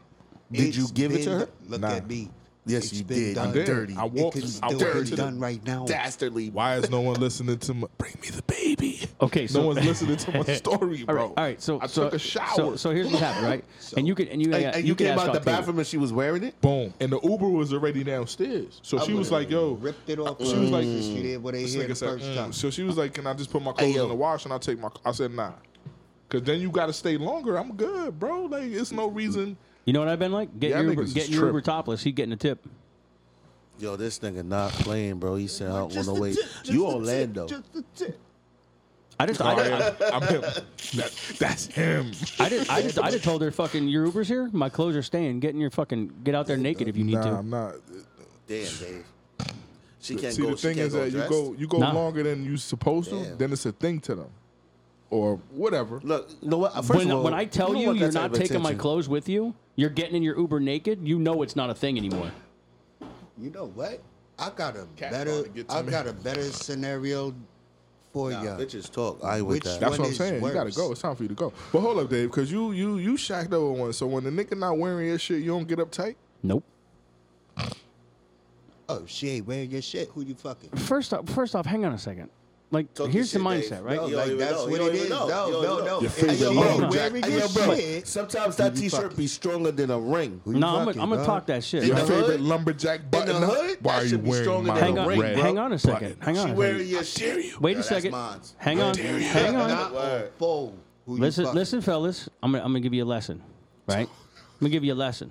Speaker 5: Did
Speaker 6: It's
Speaker 5: you give it to
Speaker 6: been-
Speaker 5: her?
Speaker 6: Look
Speaker 4: Nah.
Speaker 6: at me.
Speaker 5: Yes,
Speaker 6: It's
Speaker 5: you
Speaker 6: been
Speaker 5: did. I
Speaker 6: Done
Speaker 4: did.
Speaker 6: dirty.
Speaker 4: I walked-
Speaker 6: It can
Speaker 4: I
Speaker 6: still
Speaker 4: walked
Speaker 6: be
Speaker 4: to
Speaker 6: done
Speaker 4: the-
Speaker 6: right now.
Speaker 5: Dastardly.
Speaker 4: Why is no one listening to my bring me the baby?
Speaker 3: Okay, so
Speaker 4: no one's listening to my story,
Speaker 3: all
Speaker 4: bro.
Speaker 3: right, all right, so
Speaker 4: I
Speaker 3: so,
Speaker 4: took a shower.
Speaker 3: So, so here's what happened, right? and you could and you
Speaker 5: And,
Speaker 3: yeah,
Speaker 5: and you
Speaker 3: could
Speaker 5: came
Speaker 3: ask
Speaker 5: out the
Speaker 3: Octavia.
Speaker 5: bathroom and she was wearing it?
Speaker 4: Boom. And the Uber was already downstairs. So she was like, yo.
Speaker 6: ripped it off.
Speaker 4: She was like,
Speaker 6: she did what they
Speaker 4: this
Speaker 6: hear the
Speaker 4: nigga said,
Speaker 6: first
Speaker 4: mm.
Speaker 6: time.
Speaker 4: So she was like, can I just put my
Speaker 5: Hey,
Speaker 4: clothes
Speaker 5: yo.
Speaker 4: in the wash and I'll take my. I said, nah. Because then you got to stay longer. I'm good, bro. Like, it's no reason.
Speaker 3: You know what I've been like? Get
Speaker 4: Y'all
Speaker 3: your Uber,
Speaker 4: niggas is
Speaker 3: get your Uber
Speaker 4: tripping.
Speaker 3: topless. He getting a tip.
Speaker 5: Yo, this nigga not playing, bro. He said, I don't want
Speaker 6: Just
Speaker 5: to
Speaker 6: the
Speaker 5: wait.
Speaker 6: tip, just
Speaker 5: You
Speaker 6: the tip,
Speaker 5: Orlando.
Speaker 6: Just the tip.
Speaker 3: I just I,
Speaker 4: I
Speaker 3: I,
Speaker 4: am him. That- that's him.
Speaker 3: I just I just I just told her fucking your Uber's here. My clothes are staying. Get in your fucking get out there naked if you need
Speaker 4: nah,
Speaker 3: to.
Speaker 4: I'm not.
Speaker 5: Damn, Dave. She can't
Speaker 4: See,
Speaker 5: go.
Speaker 4: the
Speaker 5: she
Speaker 4: thing
Speaker 5: can't
Speaker 4: is
Speaker 5: go
Speaker 4: that you
Speaker 5: dressed.
Speaker 4: go, you go
Speaker 3: Nah.
Speaker 4: longer than you supposed to,
Speaker 5: Damn.
Speaker 4: then it's a thing to them. Or whatever.
Speaker 5: Look, you know what? First
Speaker 3: when,
Speaker 5: of all,
Speaker 3: when I tell
Speaker 5: don't
Speaker 3: you,
Speaker 5: want
Speaker 3: you are
Speaker 5: that
Speaker 3: not
Speaker 5: type of
Speaker 3: taking my
Speaker 5: attention.
Speaker 3: clothes with you, you're getting in your Uber naked, you know it's not a thing anymore.
Speaker 6: You know what? I got a
Speaker 4: Cat
Speaker 6: better.
Speaker 4: trying to get to
Speaker 6: I
Speaker 4: me.
Speaker 6: got a better scenario for
Speaker 5: Nah,
Speaker 6: y'all.
Speaker 5: bitches talk. I ain't with
Speaker 6: Which
Speaker 5: that.
Speaker 4: That's
Speaker 6: one
Speaker 4: what I'm
Speaker 6: is
Speaker 4: saying. You gotta
Speaker 6: worse?
Speaker 4: go. It's time for you to go. But hold up, Dave, because you you you shacked over one. So when the nigga not wearing your shit, you don't get uptight.
Speaker 3: Nope.
Speaker 6: Oh, she ain't wearing your shit. Who you fucking?
Speaker 3: First off, first off, hang on a second. Like
Speaker 5: Talk your
Speaker 3: here's the
Speaker 5: shit, Dave.
Speaker 3: mindset, right?
Speaker 5: No,
Speaker 6: Like,
Speaker 5: You don't even
Speaker 6: that's
Speaker 5: know. You
Speaker 6: what
Speaker 5: don't
Speaker 6: it
Speaker 5: even
Speaker 6: is.
Speaker 5: know.
Speaker 6: No,
Speaker 5: You don't
Speaker 6: no,
Speaker 5: even
Speaker 6: no.
Speaker 5: know.
Speaker 6: Your
Speaker 5: Hey,
Speaker 4: favorite
Speaker 5: yo,
Speaker 4: mom,
Speaker 5: bro,
Speaker 6: Jack.
Speaker 5: hey,
Speaker 6: Hey,
Speaker 5: yo,
Speaker 6: yo,
Speaker 5: bro,
Speaker 6: shit.
Speaker 5: Sometimes that t-shirt be stronger than a ring.
Speaker 6: Who you
Speaker 3: No, I'm
Speaker 6: fucking,
Speaker 3: gonna I'm gonna
Speaker 6: dog?
Speaker 3: talk that shit.
Speaker 5: In
Speaker 4: Your
Speaker 5: the
Speaker 4: favorite
Speaker 5: hood?
Speaker 4: lumberjack
Speaker 5: the
Speaker 4: button up.
Speaker 5: hood?
Speaker 4: Why
Speaker 5: That
Speaker 4: are you
Speaker 5: should be
Speaker 4: wearing
Speaker 5: stronger
Speaker 4: my
Speaker 5: than
Speaker 3: hang on,
Speaker 5: Ring,
Speaker 4: red?
Speaker 3: hang on a second.
Speaker 4: button?
Speaker 3: Hang on.
Speaker 5: She
Speaker 3: a
Speaker 5: wearing
Speaker 3: second.
Speaker 5: your shit.
Speaker 3: Wait
Speaker 5: Yo,
Speaker 3: a
Speaker 5: that's
Speaker 3: second.
Speaker 5: mine's.
Speaker 3: Hang
Speaker 5: How
Speaker 3: on.
Speaker 5: dare you.
Speaker 3: Hang on.
Speaker 6: Not on
Speaker 5: Word.
Speaker 6: foe. Who you
Speaker 3: Listen,
Speaker 6: fucking?
Speaker 3: listen, fellas. I'm gonna, I'm gonna give you a lesson, right? I'm gonna give you a lesson.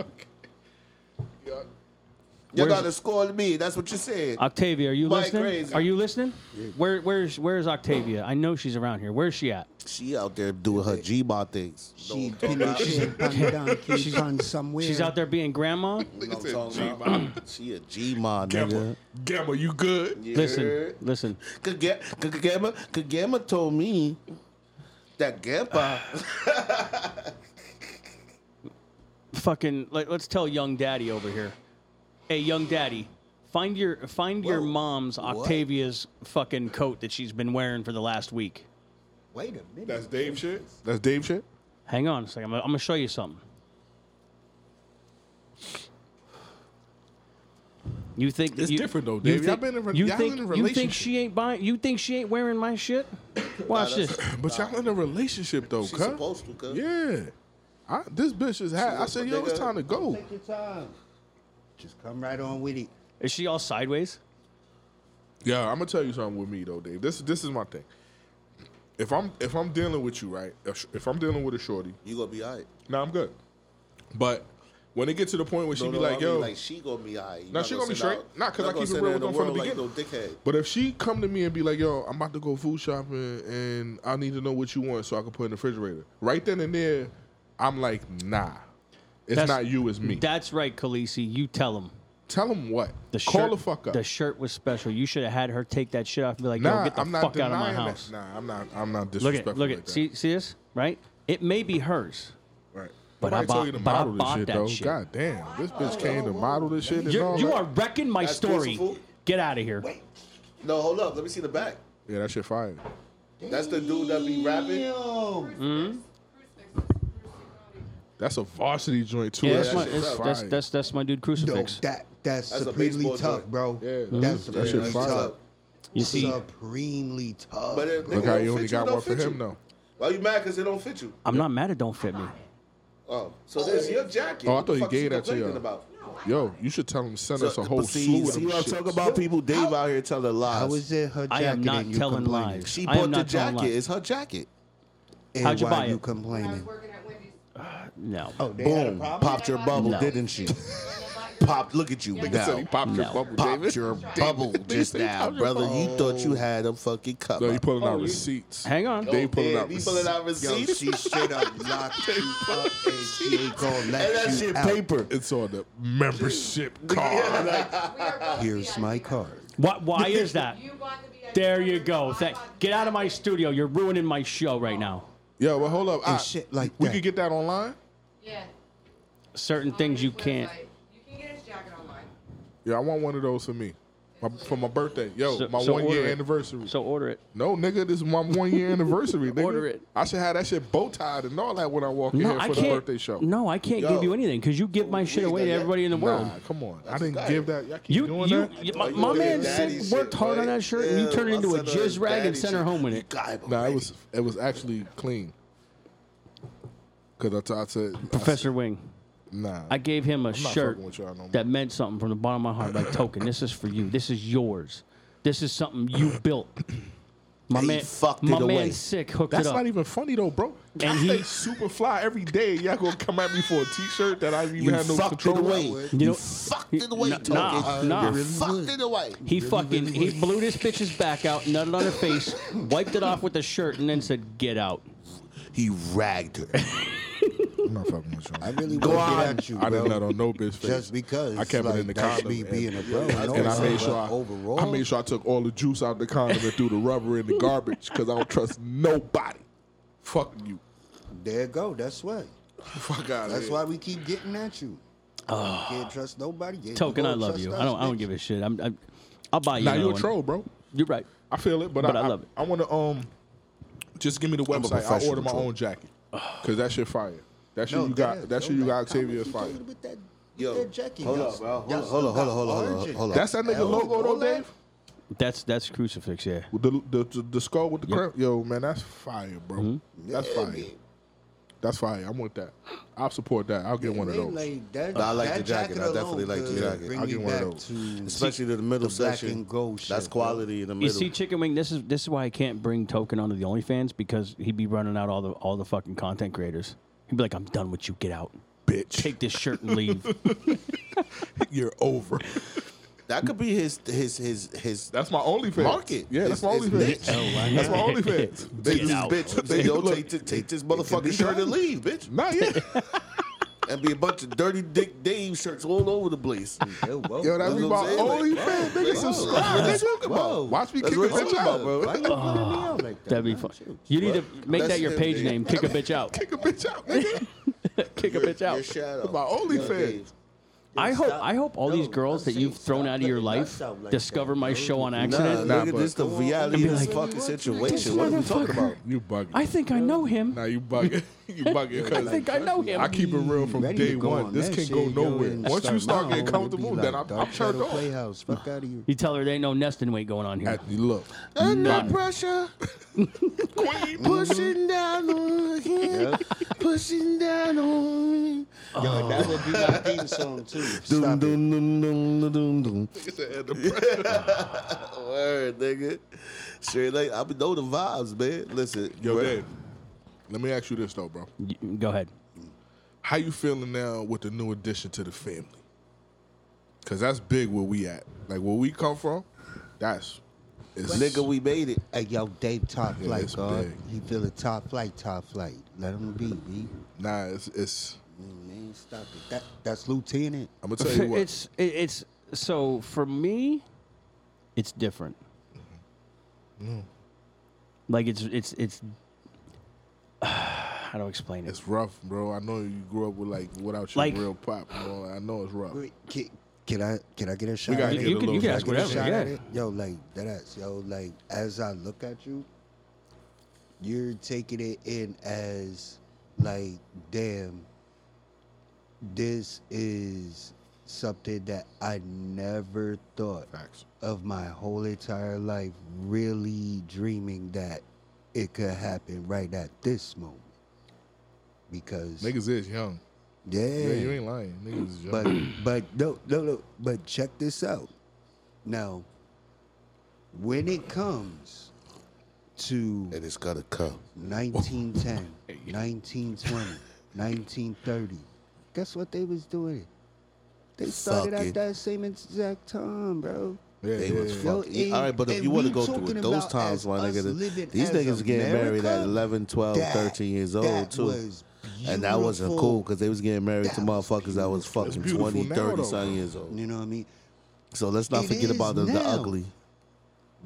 Speaker 5: You
Speaker 3: Where's-
Speaker 5: gotta score me. That's what you said.
Speaker 3: Octavia, are you
Speaker 5: Mike
Speaker 3: listening?
Speaker 5: crazy.
Speaker 3: Are you listening? Where where's where's Octavia? I know she's around here. Where's she at?
Speaker 5: She out there doing her G-bot things.
Speaker 6: She pinning shit, pun down, keep on somewhere.
Speaker 3: She's out there being grandma.
Speaker 5: You know what I'm
Speaker 4: Nigga said
Speaker 5: talking about? She a G-ma,
Speaker 4: Gamma,
Speaker 5: nigga.
Speaker 4: Gamma, you good?
Speaker 5: You
Speaker 3: Listen,
Speaker 5: heard?
Speaker 3: listen.
Speaker 5: Kage- Kagema Kagema told me that Gampa
Speaker 3: Fucking like, let's tell young daddy over here. Hey, young daddy, find your find your
Speaker 6: Whoa.
Speaker 3: mom's
Speaker 6: What?
Speaker 3: Octavia's fucking coat that she's been wearing for the last week.
Speaker 6: Wait a minute.
Speaker 4: That's Dave shit. That's Dave shit.
Speaker 3: Hang on a second. I'm, gonna- I'm gonna show you something. You think
Speaker 4: It's
Speaker 3: you-
Speaker 4: different, though,
Speaker 3: you
Speaker 4: Dave. Y'all
Speaker 3: think-
Speaker 4: been in re-
Speaker 3: you
Speaker 4: y'all
Speaker 3: think,
Speaker 4: in a
Speaker 3: You think
Speaker 4: relationship.
Speaker 3: she ain't buying? You think she ain't wearing my shit? Watch this.
Speaker 4: But y'all in a relationship though,
Speaker 5: She
Speaker 4: cuz.
Speaker 5: supposed to, cuz.
Speaker 4: Yeah. I, this bitch is had. I said, yo, it's time to go.
Speaker 6: Take your time. Just come right on with it.
Speaker 3: Is she all sideways?
Speaker 4: Yeah, I'm gonna tell you something with me though, Dave. This this is my thing. If I'm if I'm dealing with you, right? If if I'm dealing with a shorty,
Speaker 5: you gonna be alright.
Speaker 4: now I'm good. But when it gets to the point where she
Speaker 5: No,
Speaker 4: be
Speaker 5: no,
Speaker 4: like,
Speaker 5: I mean,
Speaker 4: yo,
Speaker 5: like she gonna be alright. You
Speaker 4: Nah,
Speaker 5: not
Speaker 4: she gonna be
Speaker 5: send
Speaker 4: straight.
Speaker 5: out-
Speaker 4: Nah, 'cause
Speaker 5: not
Speaker 4: I
Speaker 5: gonna
Speaker 4: keep it
Speaker 5: send
Speaker 4: real
Speaker 5: out
Speaker 4: with
Speaker 5: in
Speaker 4: them from the
Speaker 5: world like no dickhead.
Speaker 4: But if she come to me and be like, "Yo, I'm about to go food shopping and I need to know what you want so I can put in the refrigerator," right then and there, I'm like, "Nah, it's
Speaker 3: That's-
Speaker 4: not you, it's me."
Speaker 3: That's right, Khaleesi. You tell him.
Speaker 4: Tell them what.
Speaker 3: The
Speaker 4: Call
Speaker 3: shirt,
Speaker 4: the fuck up.
Speaker 3: The shirt was special. You should have had her take that shit off and be like, "Yo,
Speaker 4: nah,
Speaker 3: get the
Speaker 4: I'm not
Speaker 3: fuck out
Speaker 4: denying
Speaker 3: of my house."
Speaker 4: That. Nah, I'm not. I'm not
Speaker 3: Look
Speaker 4: disrespectful.
Speaker 3: at, look
Speaker 4: like
Speaker 3: at.
Speaker 4: that.
Speaker 3: See, see this? Right? It may be hers.
Speaker 4: Right.
Speaker 3: But I
Speaker 4: Nobody
Speaker 3: bought-
Speaker 4: told you to
Speaker 3: but I
Speaker 4: model this
Speaker 3: bought
Speaker 4: shit
Speaker 3: that
Speaker 4: though.
Speaker 3: shit.
Speaker 4: God damn, this bitch came to model this shit and
Speaker 3: You're,
Speaker 4: all
Speaker 3: you
Speaker 4: that.
Speaker 3: are wrecking my
Speaker 5: That's
Speaker 3: story.
Speaker 5: forceful.
Speaker 3: Get out of here.
Speaker 5: Wait. No, hold up. Let me see the back.
Speaker 4: Yeah, that shit fire.
Speaker 5: That's the dude that be rapping.
Speaker 6: Damn.
Speaker 4: That's a varsity joint too.
Speaker 3: Yeah,
Speaker 4: that
Speaker 3: that's, my,
Speaker 4: shit is
Speaker 3: that's,
Speaker 4: fire.
Speaker 3: that's, that's, that's my dude
Speaker 6: No,
Speaker 3: crucifix.
Speaker 6: that that's,
Speaker 5: That's a
Speaker 6: supremely
Speaker 5: baseball
Speaker 6: tough,
Speaker 5: joint.
Speaker 6: bro.
Speaker 4: Yeah.
Speaker 3: Mm-hmm.
Speaker 6: That's
Speaker 4: That shit
Speaker 6: supremely
Speaker 4: fire.
Speaker 6: tough.
Speaker 3: you see,
Speaker 6: Supremely tough.
Speaker 5: But if
Speaker 4: Look
Speaker 5: nigga
Speaker 4: how
Speaker 5: don't
Speaker 4: you only
Speaker 5: fit you,
Speaker 4: got
Speaker 5: don't
Speaker 4: one for
Speaker 5: fit
Speaker 4: him
Speaker 5: you.
Speaker 4: though.
Speaker 5: Why you mad? Cause it don't fit you.
Speaker 3: I'm not mad at don't fit me.
Speaker 5: Oh, so there's your jacket.
Speaker 4: Oh, I
Speaker 5: What the
Speaker 4: thought he
Speaker 5: fuck she
Speaker 4: gave that to
Speaker 5: complaining
Speaker 4: y'all.
Speaker 5: about?
Speaker 4: Yo, you should tell him to send us a
Speaker 5: but
Speaker 4: whole
Speaker 5: see,
Speaker 4: slew of
Speaker 5: see
Speaker 4: them
Speaker 5: what I'm
Speaker 4: shits.
Speaker 5: talking about? People, Dave out here telling lies.
Speaker 6: How is it her
Speaker 3: I
Speaker 6: jacket?
Speaker 3: am not
Speaker 6: and you
Speaker 3: telling
Speaker 6: complaining?
Speaker 3: lies.
Speaker 5: She
Speaker 3: I am
Speaker 5: bought the
Speaker 3: not telling
Speaker 5: jacket.
Speaker 3: lies.
Speaker 5: It's her jacket.
Speaker 6: And
Speaker 3: How'd you
Speaker 6: why
Speaker 3: buy
Speaker 6: you
Speaker 3: it?
Speaker 7: I was
Speaker 6: complaining?
Speaker 7: working at Wendy's.
Speaker 3: No.
Speaker 6: Oh, they had a
Speaker 5: Boom.
Speaker 6: problem?
Speaker 5: Popped your bubble,
Speaker 3: No.
Speaker 5: didn't she?
Speaker 7: and I bought your-
Speaker 5: Popped. Look at you
Speaker 7: Yeah.
Speaker 4: He said he
Speaker 5: now.
Speaker 4: popped your
Speaker 3: No.
Speaker 4: bubble, David.
Speaker 5: Popped your bubble just
Speaker 4: said he
Speaker 5: now,
Speaker 4: popped your
Speaker 5: brother. You
Speaker 4: bubble.
Speaker 5: thought you had a fucking cup.
Speaker 4: No, he
Speaker 5: up.
Speaker 4: pulling out receipts.
Speaker 3: Hang on.
Speaker 4: They pulling
Speaker 5: Damn,
Speaker 4: out
Speaker 5: he pulling
Speaker 4: receipts.
Speaker 5: out
Speaker 6: Yo,
Speaker 5: receipts.
Speaker 6: she straight up locked you up and she ain't gonna let
Speaker 5: And that
Speaker 6: you
Speaker 5: shit
Speaker 6: out.
Speaker 5: paper.
Speaker 4: It's on the membership card.
Speaker 7: We are both
Speaker 6: Here's
Speaker 7: VIP.
Speaker 6: my card.
Speaker 3: Why, why is that?
Speaker 7: You bought the VIP.
Speaker 3: There you
Speaker 7: membership,
Speaker 3: go.
Speaker 7: I
Speaker 3: Thank,
Speaker 7: bought the
Speaker 3: get out of my
Speaker 7: VIP.
Speaker 3: studio. You're ruining my show right now.
Speaker 4: Yo, but hold up.
Speaker 6: And
Speaker 4: I-
Speaker 6: shit like
Speaker 4: we
Speaker 6: that.
Speaker 4: could get that online.
Speaker 7: Yeah.
Speaker 3: Certain things you can't.
Speaker 7: You can get his jacket online.
Speaker 4: Yeah, I want one of those for me, my, for my birthday. Yo,
Speaker 3: So-
Speaker 4: Oh, my
Speaker 3: so
Speaker 4: one
Speaker 3: order
Speaker 4: year
Speaker 3: it.
Speaker 4: anniversary.
Speaker 3: So order it.
Speaker 4: no, nigga, this is my one year anniversary. Nigga.
Speaker 3: Order it.
Speaker 4: I should have that shit bow tied and all that when I walk in
Speaker 3: No,
Speaker 4: here for
Speaker 3: I
Speaker 4: the
Speaker 3: can't.
Speaker 4: birthday show.
Speaker 3: No, I can't
Speaker 5: Yo.
Speaker 3: give you anything because you give my shit
Speaker 5: we
Speaker 3: away to
Speaker 5: got-
Speaker 3: everybody in the
Speaker 4: nah,
Speaker 3: world.
Speaker 4: come on. I didn't
Speaker 5: tight.
Speaker 4: give that. Y'all keep
Speaker 3: You,
Speaker 4: doing
Speaker 3: you,
Speaker 4: that.
Speaker 3: you- my, my man
Speaker 5: Daddy
Speaker 3: said, worked
Speaker 5: shit,
Speaker 3: hard on
Speaker 5: like,
Speaker 3: that shirt, and
Speaker 5: ew,
Speaker 3: you turned it
Speaker 5: I
Speaker 3: into a
Speaker 5: said, uh,
Speaker 3: jizz rag and
Speaker 5: daddy
Speaker 3: sent her
Speaker 5: shit.
Speaker 3: home with it.
Speaker 5: Guy, bro.
Speaker 6: Oh,
Speaker 4: Nah, it was it was actually clean. Cause I, t- I said, I
Speaker 3: Professor Wing,
Speaker 4: said, nah,
Speaker 3: I gave him a
Speaker 4: not
Speaker 3: shirt
Speaker 4: fucking with y'all no more.
Speaker 3: that meant something from the bottom of my heart. Like token, this is for you. This is yours. This is something you built. My
Speaker 5: He
Speaker 3: man,
Speaker 5: fucked
Speaker 3: my
Speaker 5: it
Speaker 3: man,
Speaker 5: away.
Speaker 3: sick hooked
Speaker 4: That's
Speaker 3: it up.
Speaker 4: not even funny though, bro. I
Speaker 3: And
Speaker 4: stay
Speaker 3: he-
Speaker 4: super fly every day. Y'all gonna come at me for a T-shirt that I even
Speaker 5: You
Speaker 4: had no
Speaker 5: fucked it
Speaker 4: control
Speaker 5: away.
Speaker 4: over.
Speaker 5: You,
Speaker 3: know-
Speaker 5: fucked it away,
Speaker 3: Nah,
Speaker 5: Token.
Speaker 3: nah, nah.
Speaker 5: You fucked it away.
Speaker 3: He fucking he blew this bitch's back out, nutted on her face, wiped it off with the shirt, and then said, "Get out."
Speaker 5: He ragged her.
Speaker 4: I'm not fucking with
Speaker 6: I
Speaker 4: y'all.
Speaker 6: really want to get at you,
Speaker 4: I
Speaker 6: bro.
Speaker 4: didn't let on no bitch face.
Speaker 6: just because
Speaker 4: I kept
Speaker 6: like,
Speaker 4: it in the
Speaker 6: that's
Speaker 4: condom.
Speaker 6: me
Speaker 4: and-
Speaker 6: being a bro.
Speaker 4: and, I made sure I,
Speaker 6: overall,
Speaker 4: I made sure I took all the juice out of the condom and threw the rubber in the garbage because I don't trust nobody. Fuck you.
Speaker 6: there you go. That's what.
Speaker 4: Fuck out.
Speaker 6: That's why we keep getting at you. can't trust nobody. Yeah, you
Speaker 3: Oh. Token, I
Speaker 6: gonna
Speaker 3: love
Speaker 6: trust
Speaker 3: you.
Speaker 6: us,
Speaker 3: I don't I don't
Speaker 6: bitch.
Speaker 3: give a shit. I'm, I'm I'll buy you.
Speaker 4: Now
Speaker 3: another
Speaker 4: you a
Speaker 3: one.
Speaker 4: troll, bro.
Speaker 3: You're right.
Speaker 4: I feel it, but
Speaker 3: But
Speaker 4: I,
Speaker 3: I love it.
Speaker 4: I, want to um, just give me the
Speaker 5: a
Speaker 4: website. I
Speaker 5: professional
Speaker 4: order my
Speaker 5: troll.
Speaker 4: own jacket because that shit fire. That shit
Speaker 6: No,
Speaker 4: you
Speaker 6: yeah,
Speaker 4: got. That shit you
Speaker 6: don't
Speaker 4: got.
Speaker 6: like comments.
Speaker 4: Octavia is
Speaker 6: You
Speaker 4: fire.
Speaker 6: told it with that- with
Speaker 5: Yo,
Speaker 6: that jacket.
Speaker 5: hold
Speaker 6: Y'all-
Speaker 5: up, bro. Hold
Speaker 6: y'all
Speaker 5: up, hold up,
Speaker 6: still
Speaker 5: hold
Speaker 6: got
Speaker 5: up, hold up,
Speaker 6: origin.
Speaker 5: hold up.
Speaker 4: That's that nigga
Speaker 6: L,
Speaker 4: logo though,
Speaker 6: all that?
Speaker 4: Dave.
Speaker 3: That's that's crucifix. Yeah.
Speaker 4: The, the, the, the skull with the crimp. Yo, man, that's fire, bro.
Speaker 3: Mm-hmm.
Speaker 4: That's
Speaker 6: Yeah,
Speaker 4: fire.
Speaker 6: man.
Speaker 4: That's fire. I'm with that. I'll support that. I'll get one of
Speaker 6: They
Speaker 4: those.
Speaker 6: like that,
Speaker 5: I like
Speaker 6: that
Speaker 5: the jacket. I definitely
Speaker 6: alone
Speaker 5: like the
Speaker 6: could
Speaker 5: jacket.
Speaker 6: bring
Speaker 4: I'll
Speaker 6: me
Speaker 4: get one of
Speaker 6: back
Speaker 4: those.
Speaker 6: to-
Speaker 5: Especially the middle
Speaker 6: The black
Speaker 5: section.
Speaker 6: and gold
Speaker 5: That's
Speaker 6: shit, bro.
Speaker 5: quality in the middle.
Speaker 3: You see, Chicken Wing. This is this is why I can't bring Token onto the OnlyFans because he'd be running out all the all the fucking content creators. He'd be like, "I'm done with you. Get out.
Speaker 4: Bitch,
Speaker 3: Take this shirt and leave."
Speaker 4: you're over.
Speaker 5: that could be his his his his.
Speaker 4: That's my OnlyFans.
Speaker 5: Market.
Speaker 4: Yeah, that's
Speaker 5: It's-
Speaker 4: my
Speaker 5: it's
Speaker 4: OnlyFans.
Speaker 5: niche. Oh,
Speaker 4: That's my OnlyFans.
Speaker 5: Take
Speaker 4: They
Speaker 3: Get
Speaker 5: this
Speaker 3: out.
Speaker 5: bitch. They yo, take, th- take this motherfucking shirt and leave, bitch.
Speaker 4: Not yet.
Speaker 5: And be a bunch of dirty Dick Dave shirts all over the place.
Speaker 6: Yo, whoa,
Speaker 4: Yo, that
Speaker 5: That's
Speaker 4: be
Speaker 5: what
Speaker 4: my
Speaker 5: I'm saying, like,
Speaker 4: OnlyFans. Nigga,
Speaker 5: Bro,
Speaker 4: subscribe. What you talking
Speaker 6: Whoa.
Speaker 4: about? Watch me
Speaker 5: That's
Speaker 4: kick a
Speaker 5: what I'm talking
Speaker 4: bitch
Speaker 5: about,
Speaker 4: out.
Speaker 5: bro.
Speaker 6: Why you putting me out like that?
Speaker 3: That'd be
Speaker 6: man?
Speaker 3: fun.
Speaker 6: Shoot.
Speaker 3: You need to make
Speaker 5: That's
Speaker 3: that your
Speaker 5: him,
Speaker 3: page
Speaker 5: dude.
Speaker 3: name. Kick a bitch out.
Speaker 4: Kick a bitch out, nigga.
Speaker 3: Kick a bitch
Speaker 5: Your
Speaker 3: out.
Speaker 5: shadow.
Speaker 4: My OnlyFans.
Speaker 3: I hope
Speaker 6: Stop.
Speaker 3: I hope all these
Speaker 6: No,
Speaker 3: girls
Speaker 6: I'm
Speaker 3: that
Speaker 6: saying
Speaker 3: you've thrown
Speaker 6: stop
Speaker 3: out of your
Speaker 6: letting
Speaker 3: life
Speaker 6: us out like
Speaker 3: discover
Speaker 6: that,
Speaker 3: my
Speaker 6: bro.
Speaker 3: show on
Speaker 5: Nah,
Speaker 3: accident.
Speaker 4: Nah,
Speaker 5: look at
Speaker 4: but-
Speaker 5: this the reality
Speaker 3: be
Speaker 5: of this
Speaker 3: like,
Speaker 5: fucking
Speaker 3: This
Speaker 5: situation. What are we talking about?
Speaker 4: You bugging.
Speaker 3: I think I know him.
Speaker 4: Now you bugging. You bugging.
Speaker 3: I
Speaker 4: 'cause
Speaker 3: think I know him.
Speaker 4: I keep it real from
Speaker 6: Ready
Speaker 4: day
Speaker 6: to go
Speaker 4: one.
Speaker 6: on
Speaker 4: This
Speaker 6: that
Speaker 4: can
Speaker 6: shit,
Speaker 4: go
Speaker 6: yo,
Speaker 4: nowhere.
Speaker 6: and
Speaker 4: Once you start
Speaker 6: now, it'll
Speaker 4: getting
Speaker 6: be
Speaker 4: comfortable,
Speaker 6: like
Speaker 4: then I'm,
Speaker 6: Dark
Speaker 4: I'm turned
Speaker 6: Shadow
Speaker 4: off.
Speaker 6: Playhouse, fuck out of here.
Speaker 3: you tell her there ain't no nesting weight going on here.
Speaker 4: At- Look,
Speaker 5: Under pressure,
Speaker 4: Queen,
Speaker 5: pushing down on him, pushing down on him.
Speaker 6: Yo, that would be my theme song too.
Speaker 5: Dum,
Speaker 6: Stop it.
Speaker 5: dum, dum, dum, dum, dum, dum.
Speaker 4: it's the end of pressure.
Speaker 5: Word, nigga. Straight like I be know the vibes, man. Listen,
Speaker 4: Yo,
Speaker 5: bruh.
Speaker 4: Dave, let me ask you this though, bro.
Speaker 3: Y- Go ahead.
Speaker 4: How you feeling now with the new addition to the family? Cause that's big where we at. Like where we come from, that's it's
Speaker 5: nigga, we made it.
Speaker 6: Hey, yo, Dave, top
Speaker 4: Yeah,
Speaker 6: flight,
Speaker 4: it's
Speaker 6: God.
Speaker 4: big.
Speaker 6: He feel the top flight, top flight. Let him be, B.
Speaker 4: nah. It's, it's
Speaker 6: Man, stop it. That, that's Lieutenant.
Speaker 4: I'm gonna tell you what.
Speaker 3: It's it- it's so for me, it's different.
Speaker 4: Mm-hmm.
Speaker 3: Like it's it's it's. How do I explain it?
Speaker 4: It's rough, bro. I know you grew up with like without your
Speaker 3: Like-
Speaker 4: real pop. Bro. I know it's rough.
Speaker 6: Wait, Can, can I can I get a shot?
Speaker 4: gotta
Speaker 6: at
Speaker 4: get
Speaker 6: it?
Speaker 4: a
Speaker 3: You can you
Speaker 4: little-
Speaker 3: can
Speaker 6: I
Speaker 3: ask
Speaker 6: get a
Speaker 3: whatever.
Speaker 6: shot at
Speaker 3: Yeah.
Speaker 6: it? Yo, like that ass. Yo, like as I look at you, you're taking it in as like, damn, this is something that I never thought
Speaker 4: Facts.
Speaker 6: of my whole entire life really dreaming that it could happen right at this moment. Because
Speaker 4: Niggas is young.
Speaker 6: Yeah.
Speaker 4: Yeah, you ain't lying. Niggas is
Speaker 6: But
Speaker 4: joking.
Speaker 6: but no no no. But check this out. Now, when it comes to
Speaker 5: And it's gotta come.
Speaker 6: 1910, 1920, 1930, guess what they was doing? They started
Speaker 5: Fucking.
Speaker 6: at that same exact time, bro.
Speaker 4: yeah,
Speaker 5: They
Speaker 4: yeah,
Speaker 5: was
Speaker 4: yeah.
Speaker 6: Yo,
Speaker 5: fucking. yeah,
Speaker 6: and-
Speaker 5: All right, but if
Speaker 6: and
Speaker 5: you want to
Speaker 6: we
Speaker 5: go through
Speaker 6: talking
Speaker 5: it, those
Speaker 6: about
Speaker 5: times,
Speaker 6: as
Speaker 5: my
Speaker 6: us
Speaker 5: nigga,
Speaker 6: living
Speaker 5: th- these
Speaker 6: as
Speaker 5: niggas getting married
Speaker 6: America,
Speaker 5: at 11, 12,
Speaker 6: that-
Speaker 5: 13 years old,
Speaker 6: that
Speaker 5: too.
Speaker 6: was
Speaker 5: and that wasn't
Speaker 6: beautiful.
Speaker 5: cool because they was getting married to
Speaker 6: That was
Speaker 5: motherfuckers that was
Speaker 6: beautiful.
Speaker 5: fucking
Speaker 4: It's beautiful
Speaker 5: 20,
Speaker 4: now,
Speaker 5: 30
Speaker 4: though,
Speaker 5: something
Speaker 4: bro.
Speaker 5: years old.
Speaker 6: You know what I mean?
Speaker 5: So let's not
Speaker 6: It
Speaker 5: forget about the,
Speaker 6: is
Speaker 5: the
Speaker 6: now.
Speaker 5: ugly.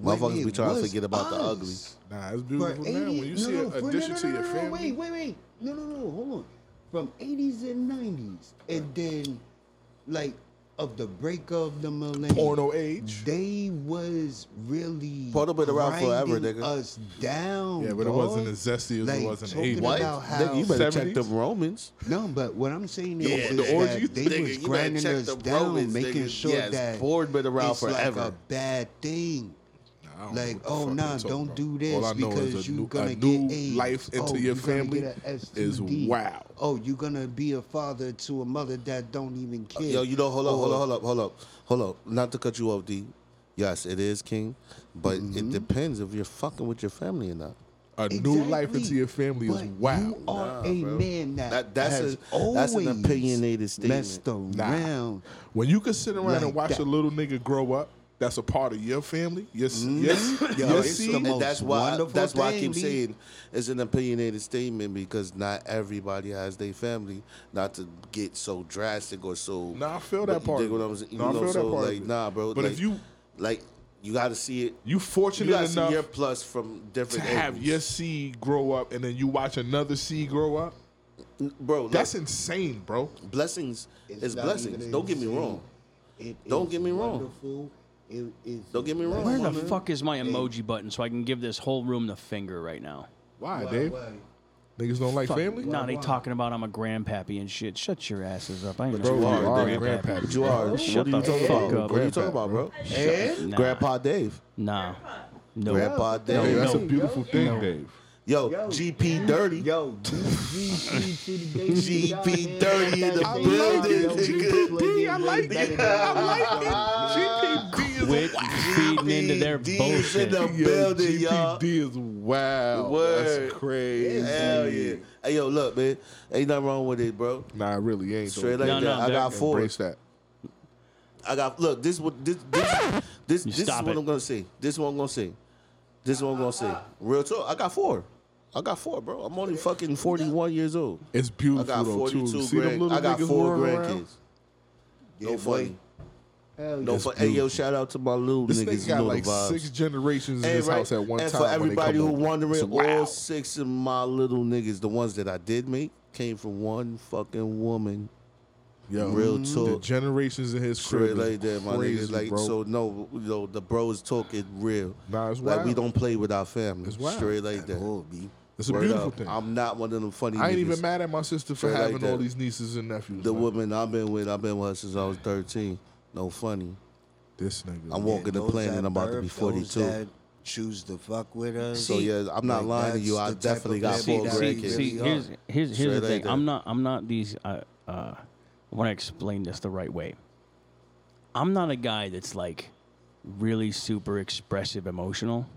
Speaker 6: When
Speaker 5: Motherfuckers
Speaker 6: it
Speaker 5: be trying to
Speaker 6: was
Speaker 5: forget about the ugly.
Speaker 6: us.
Speaker 4: Nah, it's
Speaker 6: For
Speaker 4: beautiful now.
Speaker 6: 80
Speaker 4: When you
Speaker 6: no,
Speaker 4: see
Speaker 6: no,
Speaker 4: an
Speaker 6: for- no,
Speaker 4: addition
Speaker 6: no,
Speaker 4: to
Speaker 6: no,
Speaker 4: your
Speaker 6: no, no,
Speaker 4: family,
Speaker 6: Wait, wait, wait. No, no, no. Hold on. From 80s and 90s, and then like of the break of the millennium,
Speaker 4: porno age.
Speaker 6: they was really
Speaker 5: Porno been around forever,
Speaker 6: grinding
Speaker 5: nigga.
Speaker 6: Us down.
Speaker 4: Yeah, but it
Speaker 6: dog.
Speaker 4: wasn't as zesty as it
Speaker 6: Like,
Speaker 4: was in the
Speaker 6: talking
Speaker 4: 80s.
Speaker 5: What?
Speaker 6: about how
Speaker 5: Nigga, you better check
Speaker 4: 70s?
Speaker 5: them Romans.
Speaker 6: No, but what I'm saying is,
Speaker 5: Yeah,
Speaker 6: is
Speaker 5: the orgies,
Speaker 6: that they
Speaker 5: nigga,
Speaker 6: was
Speaker 5: you better
Speaker 6: grinding
Speaker 5: check
Speaker 6: us
Speaker 5: the
Speaker 6: down,
Speaker 5: Romans,
Speaker 6: making
Speaker 5: nigga.
Speaker 6: sure
Speaker 5: Yes,
Speaker 6: that
Speaker 5: board been around
Speaker 6: it's like
Speaker 5: forever.
Speaker 6: a bad thing.
Speaker 4: I don't know
Speaker 6: Like,
Speaker 4: what the
Speaker 6: oh,
Speaker 4: fuck you
Speaker 6: nah,
Speaker 4: talking
Speaker 6: don't
Speaker 4: about.
Speaker 6: do this
Speaker 4: All I know is
Speaker 6: because
Speaker 4: a
Speaker 6: you
Speaker 4: new,
Speaker 6: gonna
Speaker 4: a
Speaker 6: get
Speaker 4: new
Speaker 6: AIDS.
Speaker 4: life into
Speaker 6: Oh,
Speaker 4: your
Speaker 6: you gonna
Speaker 4: family
Speaker 6: get a
Speaker 4: is
Speaker 6: STD.
Speaker 4: wow.
Speaker 6: Oh, you're gonna be a father to a mother that don't even
Speaker 4: Uh,
Speaker 6: care.
Speaker 5: Yo, you know, hold up, hold
Speaker 6: Or-
Speaker 5: up, hold up, hold up, hold up. Not to cut you off, D. Yes, it is king, but
Speaker 4: Mm-hmm.
Speaker 5: it depends if you're fucking with your family or not.
Speaker 4: A new life into
Speaker 6: Exactly.
Speaker 4: your family is
Speaker 6: But
Speaker 4: wow.
Speaker 6: You are a man that,
Speaker 5: That- that's
Speaker 6: has
Speaker 5: a-
Speaker 6: always
Speaker 5: that's an opinionated
Speaker 6: messed
Speaker 5: statement.
Speaker 4: Nah.
Speaker 6: around.
Speaker 4: When you can sit around
Speaker 6: Like
Speaker 4: and watch
Speaker 6: that.
Speaker 4: a little nigga grow up, that's a part of your family. Yes,
Speaker 6: Mm-hmm.
Speaker 4: yes,
Speaker 5: Yo,
Speaker 4: your
Speaker 5: it's the
Speaker 4: seed.
Speaker 5: most that's why
Speaker 6: wonderful
Speaker 5: that's why I
Speaker 6: thing,
Speaker 5: keep
Speaker 6: B.
Speaker 5: saying it's an opinionated statement because not everybody has their family. Not to get so drastic or so.
Speaker 4: Nah, I feel that
Speaker 5: but
Speaker 4: part
Speaker 5: You dig
Speaker 4: of
Speaker 5: what
Speaker 4: it.
Speaker 5: I'm saying? You
Speaker 4: Nah, I
Speaker 5: know,
Speaker 4: feel that
Speaker 5: so,
Speaker 4: part of
Speaker 5: like,
Speaker 4: it.
Speaker 5: Nah, bro.
Speaker 4: But if
Speaker 5: like-
Speaker 4: you-
Speaker 5: like, you got to see it.
Speaker 4: You
Speaker 5: You
Speaker 4: fortunate
Speaker 5: got to see
Speaker 4: enough
Speaker 5: your plus
Speaker 4: to
Speaker 5: from different
Speaker 4: have
Speaker 5: angles.
Speaker 4: your seed grow up, and then you watch another seed grow up.
Speaker 5: bro. Like,
Speaker 4: That's insane, bro.
Speaker 5: blessings
Speaker 6: It's
Speaker 5: is
Speaker 6: not
Speaker 5: blessings.
Speaker 6: even
Speaker 5: Don't get me
Speaker 6: insane.
Speaker 5: wrong.
Speaker 6: It
Speaker 5: Don't
Speaker 6: is
Speaker 5: get me wrong.
Speaker 6: wonderful. It is
Speaker 5: Don't get me wrong.
Speaker 3: Where
Speaker 5: Come
Speaker 3: the
Speaker 5: on, man.
Speaker 3: fuck is my emoji button so I can give this whole room the finger right now?
Speaker 4: Why,
Speaker 6: Why-
Speaker 4: Dave?
Speaker 6: why?
Speaker 4: Niggas don't like
Speaker 3: Fuck,
Speaker 4: family.
Speaker 3: Nah, they talking about I'm a grandpappy and shit. Shut your asses up. I ain't
Speaker 5: Bro,
Speaker 3: no
Speaker 5: you
Speaker 3: fucking
Speaker 5: are a
Speaker 4: grandpappy.
Speaker 5: But you are. What
Speaker 3: Shut
Speaker 5: are
Speaker 3: the
Speaker 5: you talking
Speaker 3: fuck
Speaker 5: about?
Speaker 3: up.
Speaker 5: What are you talking about, bro?
Speaker 3: Nah.
Speaker 5: Grandpa Dave.
Speaker 3: Nah. No.
Speaker 4: Hey,
Speaker 5: Grandpa Dave.
Speaker 4: that's
Speaker 3: no.
Speaker 4: a beautiful thing, Dave.
Speaker 5: Yo,
Speaker 6: Yo.
Speaker 5: GP Dirty.
Speaker 6: Yo, GP to the day
Speaker 5: GP
Speaker 6: we die, man.
Speaker 5: dirty in the
Speaker 6: I like
Speaker 5: building,
Speaker 6: it,
Speaker 5: nigga.
Speaker 6: GP, I like it.
Speaker 4: I like it. GPD
Speaker 3: Quit feeding into their
Speaker 5: GPD is
Speaker 3: bullshit.
Speaker 5: in the building, y'all.
Speaker 4: GPD is wow.
Speaker 5: Word.
Speaker 4: That's crazy.
Speaker 5: Hell yeah. Hey, yo, look, man. Ain't nothing wrong with it, bro.
Speaker 4: Nah, it really ain't.
Speaker 5: Straight
Speaker 4: though.
Speaker 5: like
Speaker 3: No,
Speaker 5: that.
Speaker 3: no,
Speaker 5: I got
Speaker 3: that-
Speaker 5: four.
Speaker 4: Embrace that.
Speaker 5: I got look. This what this this this, this is
Speaker 3: stop
Speaker 5: what
Speaker 3: it.
Speaker 5: I'm gonna say. This is what I'm gonna say. This is what I'm gonna say. Real talk. I got four. I got four, bro. I'm only fucking 41 years old.
Speaker 4: It's
Speaker 5: I
Speaker 4: beautiful
Speaker 5: got
Speaker 4: though too.
Speaker 5: 42
Speaker 4: See them
Speaker 5: grand.
Speaker 4: little
Speaker 5: I got
Speaker 4: niggas
Speaker 5: four
Speaker 4: running
Speaker 5: grandkids.
Speaker 4: around?
Speaker 5: No funny.
Speaker 6: Hell
Speaker 5: No
Speaker 6: yeah.
Speaker 5: funny. Hey yo, shout out to my little
Speaker 4: This
Speaker 5: niggas.
Speaker 4: nigga
Speaker 5: you
Speaker 4: got
Speaker 5: know
Speaker 4: like
Speaker 5: the vibes.
Speaker 4: six generations in
Speaker 5: Hey,
Speaker 4: his
Speaker 5: right.
Speaker 4: house at one
Speaker 5: and
Speaker 4: time.
Speaker 5: for
Speaker 4: when they
Speaker 5: everybody
Speaker 4: come
Speaker 5: who
Speaker 4: over.
Speaker 5: wondering,
Speaker 4: So, wow.
Speaker 5: all six of my little niggas, the ones that I did make, came from one fucking woman.
Speaker 4: Yo,
Speaker 5: real
Speaker 4: Mm-hmm. the
Speaker 5: talk.
Speaker 4: generations in his
Speaker 5: Straight
Speaker 4: crib
Speaker 5: like that, my
Speaker 4: crazy,
Speaker 5: niggas. Like
Speaker 4: bro.
Speaker 5: so, no, you know, the bros talk is real.
Speaker 4: Nah, it's
Speaker 5: like we
Speaker 4: wild.
Speaker 5: don't play with our family.
Speaker 4: It's wild.
Speaker 5: Straight like that.
Speaker 4: it's a
Speaker 5: Word
Speaker 4: beautiful
Speaker 5: up.
Speaker 4: thing. I'm,
Speaker 5: I'm not one of them funny.
Speaker 4: I ain't
Speaker 5: niggas.
Speaker 4: even mad at my sister for
Speaker 5: Straight like
Speaker 4: having all
Speaker 5: that.
Speaker 4: these nieces and nephews.
Speaker 5: The
Speaker 4: man.
Speaker 5: woman I've been with, I've been with her since I was 13. No funny.
Speaker 4: this nigga,
Speaker 5: I'm walking the
Speaker 6: those
Speaker 5: plane
Speaker 6: that
Speaker 5: and I'm about to
Speaker 6: burp,
Speaker 5: be
Speaker 6: Those
Speaker 5: 42.
Speaker 6: that choose to fuck with us.
Speaker 5: So yeah, I'm not
Speaker 6: Like,
Speaker 5: lying to
Speaker 6: that's
Speaker 5: you. I
Speaker 6: the type of
Speaker 5: definitely got
Speaker 6: family
Speaker 5: four
Speaker 6: that we
Speaker 5: grandkids.
Speaker 3: see, see,
Speaker 6: really
Speaker 3: here's,
Speaker 6: are.
Speaker 3: here's, here's
Speaker 5: Straight
Speaker 3: the
Speaker 5: like
Speaker 3: thing.
Speaker 5: that.
Speaker 3: I'm not. I'm not these. Uh, uh, I want to explain this the right way. I'm not a guy that's like really super expressive, emotional.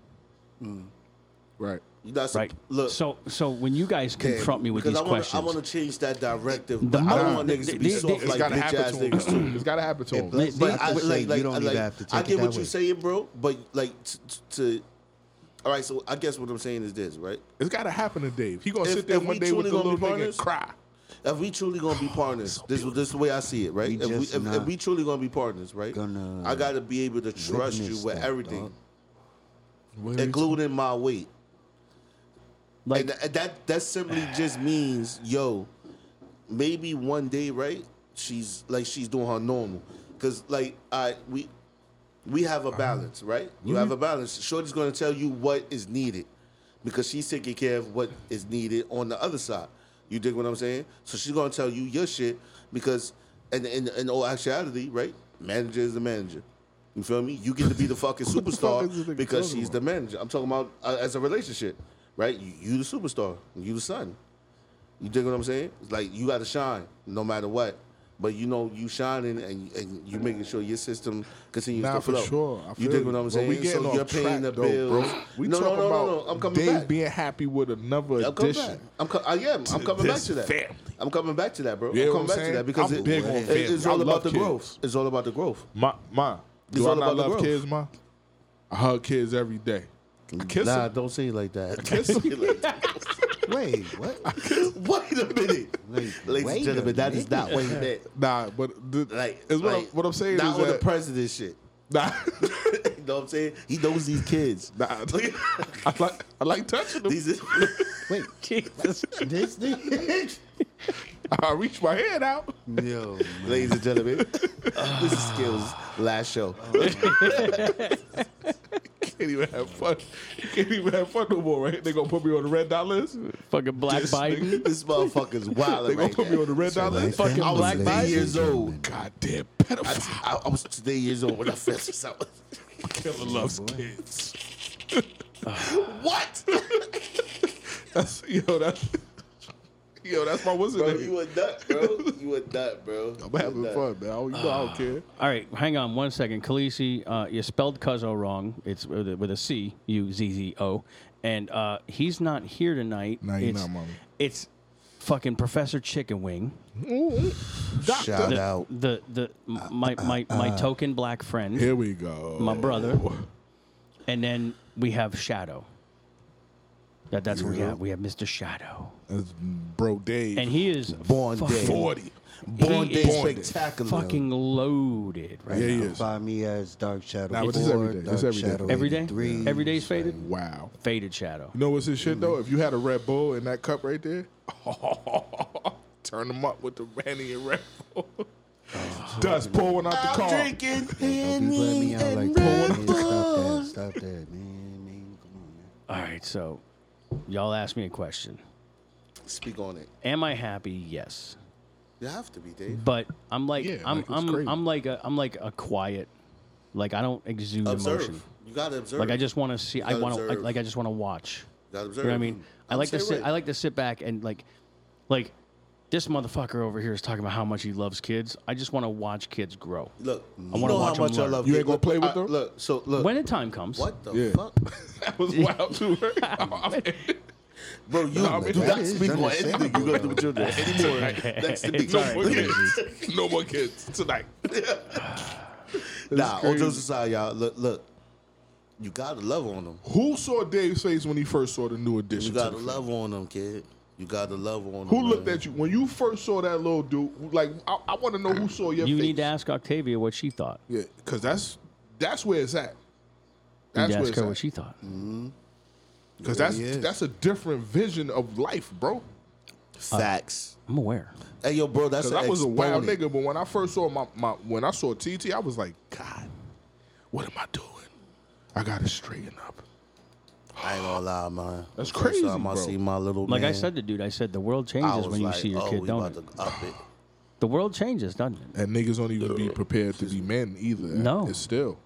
Speaker 4: right?
Speaker 5: You not sup-
Speaker 3: Right.
Speaker 5: Look,
Speaker 3: so so when you guys confront me with
Speaker 5: because
Speaker 3: these
Speaker 5: I wanna,
Speaker 3: questions,
Speaker 5: I want to change that directive.
Speaker 3: The
Speaker 5: but I don't
Speaker 3: moment-
Speaker 5: want niggas to be
Speaker 3: They- they-
Speaker 5: soft
Speaker 3: it's
Speaker 5: like
Speaker 4: gotta
Speaker 5: bitch ass
Speaker 4: happen to
Speaker 5: niggas too.
Speaker 4: him. it's gotta happen to him.
Speaker 6: Bless
Speaker 5: But
Speaker 6: me
Speaker 5: I,
Speaker 6: to say
Speaker 5: like, like,
Speaker 6: you don't
Speaker 5: like,
Speaker 6: even have to take
Speaker 5: I
Speaker 6: it
Speaker 5: get
Speaker 6: that
Speaker 5: what
Speaker 6: way.
Speaker 5: you're saying, bro. But like, t- t- to all right. So I guess what I'm saying is this, right?
Speaker 4: It's gotta happen to Dave. He gonna
Speaker 5: If-
Speaker 4: sit there
Speaker 5: if we
Speaker 4: one day with
Speaker 5: truly
Speaker 4: the
Speaker 5: gonna
Speaker 4: little
Speaker 5: be
Speaker 4: nigga
Speaker 5: partners-
Speaker 4: and cry.
Speaker 5: If we truly gonna be partners, this is this is the way I see it, right?
Speaker 6: We
Speaker 5: if, we,
Speaker 6: just
Speaker 5: if, if
Speaker 6: not
Speaker 5: we truly gonna be partners, right?
Speaker 6: gonna
Speaker 5: I gotta be able to trust you
Speaker 6: witness
Speaker 5: with
Speaker 6: that,
Speaker 5: everything,
Speaker 6: dog.
Speaker 4: What is-
Speaker 5: including my weight.
Speaker 3: like
Speaker 5: and, th- that that simply just means yo maybe one day right she's like she's doing her normal because like i we we have
Speaker 4: Uh-huh.
Speaker 5: a balance right you
Speaker 4: Mm-hmm.
Speaker 5: have a balance shorty's going to tell you what is needed because she's taking care of what is needed on the other side you dig what i'm saying so she's going to tell you your shit because and in, in all actuality right manager is the manager you feel me? You get to be the fucking
Speaker 4: is this
Speaker 5: superstar
Speaker 4: nigga
Speaker 5: because
Speaker 4: talking
Speaker 5: she's
Speaker 4: about?
Speaker 5: the manager. I'm talking about uh, as a relationship, right? You, you the superstar, you the son. You dig what I'm saying? It's like you got to shine no matter what. But you know you shining and, and you making sure your system continues
Speaker 4: Nah,
Speaker 5: to
Speaker 4: for
Speaker 5: flow.
Speaker 4: sure. I
Speaker 5: you
Speaker 4: feel
Speaker 5: dig
Speaker 4: you.
Speaker 5: what I'm
Speaker 4: But
Speaker 5: saying?
Speaker 4: We getting
Speaker 5: so
Speaker 4: off
Speaker 5: you're paying
Speaker 4: track,
Speaker 5: the
Speaker 4: though,
Speaker 5: bills.
Speaker 4: Bro. We
Speaker 5: no, no,
Speaker 4: talking
Speaker 5: no,
Speaker 4: about
Speaker 5: no, no. I'm coming
Speaker 4: Dave
Speaker 5: back.
Speaker 4: being happy with another
Speaker 5: I'm coming back.
Speaker 4: edition.
Speaker 5: I'm co- I am. I'm coming back
Speaker 4: this
Speaker 5: to that.
Speaker 4: family.
Speaker 5: I'm coming back to that,
Speaker 4: You
Speaker 5: bro.
Speaker 4: hear
Speaker 5: I'm
Speaker 4: what
Speaker 5: coming
Speaker 4: I'm
Speaker 5: back
Speaker 4: saying?
Speaker 5: to that because
Speaker 4: I'm
Speaker 5: it-
Speaker 4: big on
Speaker 5: it-
Speaker 4: family.
Speaker 5: it's
Speaker 4: I
Speaker 5: all
Speaker 4: love
Speaker 5: about the
Speaker 4: kids.
Speaker 5: growth. It's all about the growth.
Speaker 4: My, my.
Speaker 5: It's
Speaker 4: Do I
Speaker 5: all
Speaker 4: not
Speaker 5: about the
Speaker 4: love
Speaker 5: growth.
Speaker 4: kids, ma? I hug kids every day. I kiss
Speaker 5: nah,
Speaker 4: them.
Speaker 5: don't say it like that. Don't say it like that.
Speaker 6: Wait, what?
Speaker 5: Wait a minute.
Speaker 6: Like,
Speaker 5: Ladies
Speaker 6: wait
Speaker 5: and
Speaker 6: a
Speaker 5: gentlemen, that is
Speaker 6: minute.
Speaker 5: not what he meant.
Speaker 4: Nah, but the,
Speaker 5: Like,
Speaker 4: is what,
Speaker 5: like,
Speaker 4: I'm, what I'm saying
Speaker 5: Not
Speaker 4: is
Speaker 5: with the
Speaker 4: that,
Speaker 5: president shit.
Speaker 4: nah,
Speaker 5: you know what I'm saying? He knows these kids.
Speaker 4: nah, I like I like touching them.
Speaker 5: These is-
Speaker 6: Wait,
Speaker 3: Jesus.
Speaker 6: this thing?
Speaker 4: I reach my hand out.
Speaker 6: Yo, man.
Speaker 5: ladies and gentlemen, this is Skills last show.
Speaker 4: Oh, Can't even have fun. Can't even have fun no more. Right? They gonna put me on the red dot list.
Speaker 3: Fucking Black Biden.
Speaker 5: this motherfucker's wild.
Speaker 4: They gonna
Speaker 5: right
Speaker 4: put
Speaker 5: now.
Speaker 4: me on the red dot
Speaker 6: like
Speaker 4: list.
Speaker 6: that.
Speaker 3: Fucking
Speaker 5: I was
Speaker 3: Black
Speaker 5: three
Speaker 3: Biden.
Speaker 5: years old.
Speaker 4: Goddamn
Speaker 5: I,
Speaker 4: pedophile
Speaker 5: I, I was three years old when I found this out.
Speaker 4: killer loves kids.
Speaker 5: What?
Speaker 4: That's yo. That's yo. That's my what's
Speaker 5: bro,
Speaker 4: it name?
Speaker 5: you a nut, bro. You a nut, bro.
Speaker 4: I'm
Speaker 5: You a
Speaker 4: having
Speaker 5: nut.
Speaker 4: fun, man. I don't, you know I
Speaker 3: Ah.
Speaker 4: don't care.
Speaker 3: All right, hang on one second. Khaleesi, uh, you spelled Cuzzo wrong. It's with a, with a C, U Z Z O. And uh, he's not here tonight.
Speaker 4: Nah, he
Speaker 3: it's,
Speaker 4: not, mama.
Speaker 3: It's fucking Professor Chicken Wing.
Speaker 5: Shout
Speaker 3: The,
Speaker 5: out.
Speaker 3: the, the, my, my, my token black friend.
Speaker 4: Here we go.
Speaker 3: My brother. And then we have Shadow. That, that's what we have. We have Mr. Shadow.
Speaker 4: That's bro Dave.
Speaker 3: And he is
Speaker 5: Born
Speaker 3: fucking-
Speaker 5: dead.
Speaker 4: forty.
Speaker 5: Born
Speaker 3: He
Speaker 5: day
Speaker 3: is
Speaker 5: spectacular.
Speaker 3: Fucking loaded right
Speaker 4: yeah,
Speaker 3: now.
Speaker 4: he is.
Speaker 6: Find me as Dark Shadow.
Speaker 4: Nah, but this
Speaker 6: 4,
Speaker 4: every day. This
Speaker 6: Dark
Speaker 4: every day.
Speaker 6: Shadow
Speaker 3: Every day?
Speaker 6: 83.
Speaker 3: Every day's faded?
Speaker 4: Wow.
Speaker 3: Faded Shadow.
Speaker 4: You know what's his shit
Speaker 5: Mm-hmm.
Speaker 4: though? If you had a Red Bull in that cup right there, turn them up with the Randy and Red Bull.
Speaker 5: Uh-huh.
Speaker 4: Dust pouring out the car.
Speaker 6: Don't be letting me out like that. Man, stop that. Stop that, man. man. Come on, man.
Speaker 3: All right, so y'all asked me a question.
Speaker 5: Speak on it.
Speaker 3: Am I happy? Yes.
Speaker 5: You have to be, Dave.
Speaker 3: But I'm like
Speaker 4: Yeah,
Speaker 3: I'm
Speaker 4: like, it's
Speaker 3: I'm
Speaker 4: crazy.
Speaker 3: I'm like a I'm like a quiet like I don't exude
Speaker 5: Observe.
Speaker 3: emotion.
Speaker 5: You gotta observe.
Speaker 3: Like I just want to see I
Speaker 5: gotta
Speaker 3: want to
Speaker 5: observe.
Speaker 3: like I just want to watch.
Speaker 5: gotta
Speaker 3: You
Speaker 5: observe.
Speaker 3: know what I mean? I
Speaker 5: I'm
Speaker 3: like to
Speaker 5: straight
Speaker 3: sit
Speaker 5: with
Speaker 3: I
Speaker 5: it.
Speaker 3: like to sit back and like like this motherfucker over here is talking about how much he loves kids. I just want to watch kids grow.
Speaker 5: Look,
Speaker 3: I
Speaker 5: you
Speaker 3: wanna
Speaker 5: know
Speaker 3: watch
Speaker 5: how
Speaker 3: 'em
Speaker 5: much I
Speaker 3: learn.
Speaker 5: love.
Speaker 4: You
Speaker 5: kids.
Speaker 4: ain't gonna
Speaker 5: Look,
Speaker 4: play with
Speaker 5: I-
Speaker 4: them?
Speaker 5: Look, so look.
Speaker 3: When the time comes.
Speaker 5: what the
Speaker 4: Yeah.
Speaker 5: fuck,
Speaker 4: That was wild too. right?
Speaker 5: bro? You
Speaker 4: I mean,
Speaker 5: do
Speaker 4: that
Speaker 5: not
Speaker 6: is
Speaker 5: speak on anything you
Speaker 6: understandable,
Speaker 5: gonna do with your dad anymore. That's the big
Speaker 3: It's all
Speaker 4: no,
Speaker 3: right.
Speaker 4: more
Speaker 5: thing.
Speaker 4: kids. no more kids tonight.
Speaker 5: Nah, all
Speaker 4: crazy.
Speaker 5: jokes aside, y'all. Look, look. You gotta love on them.
Speaker 4: Who saw Dave's face when he first saw the new edition?
Speaker 5: You
Speaker 4: to
Speaker 5: gotta
Speaker 4: the
Speaker 5: love on them, kid. You gotta love on them.
Speaker 4: Who looked at you when you first saw that little dude? who- Like, I, I want to know who saw your
Speaker 3: You
Speaker 4: face.
Speaker 3: need to ask Octavia what she thought.
Speaker 4: Yeah, because that's that's where it's at.
Speaker 3: You need
Speaker 4: That's
Speaker 3: to ask her
Speaker 4: where
Speaker 3: what
Speaker 4: it's
Speaker 3: she
Speaker 4: at.
Speaker 3: thought.
Speaker 4: Because that's
Speaker 5: Yeah, yeah.
Speaker 4: that's a different vision of life, bro.
Speaker 5: Facts.
Speaker 3: I'm aware.
Speaker 5: Hey, yo, bro. That's
Speaker 4: Because
Speaker 5: an
Speaker 4: I was a wild
Speaker 5: exponent.
Speaker 4: nigga, but when I first saw my, my when I saw TT, I was like, God, what am I doing? I gotta straighten up.
Speaker 5: I ain't gonna lie, man.
Speaker 4: That's
Speaker 5: The first
Speaker 4: crazy,
Speaker 5: Time I
Speaker 4: bro.
Speaker 5: see my little
Speaker 3: Like I
Speaker 5: man,
Speaker 3: said to dude, I said the world
Speaker 5: I
Speaker 3: changes
Speaker 5: was
Speaker 3: when you
Speaker 5: like,
Speaker 3: see your
Speaker 5: oh,
Speaker 3: kid,
Speaker 5: we
Speaker 3: don't
Speaker 5: about
Speaker 3: it?
Speaker 5: to up it.
Speaker 3: The world changes, doesn't it?
Speaker 4: And niggas don't even be prepared to be men either.
Speaker 3: No.
Speaker 4: it's still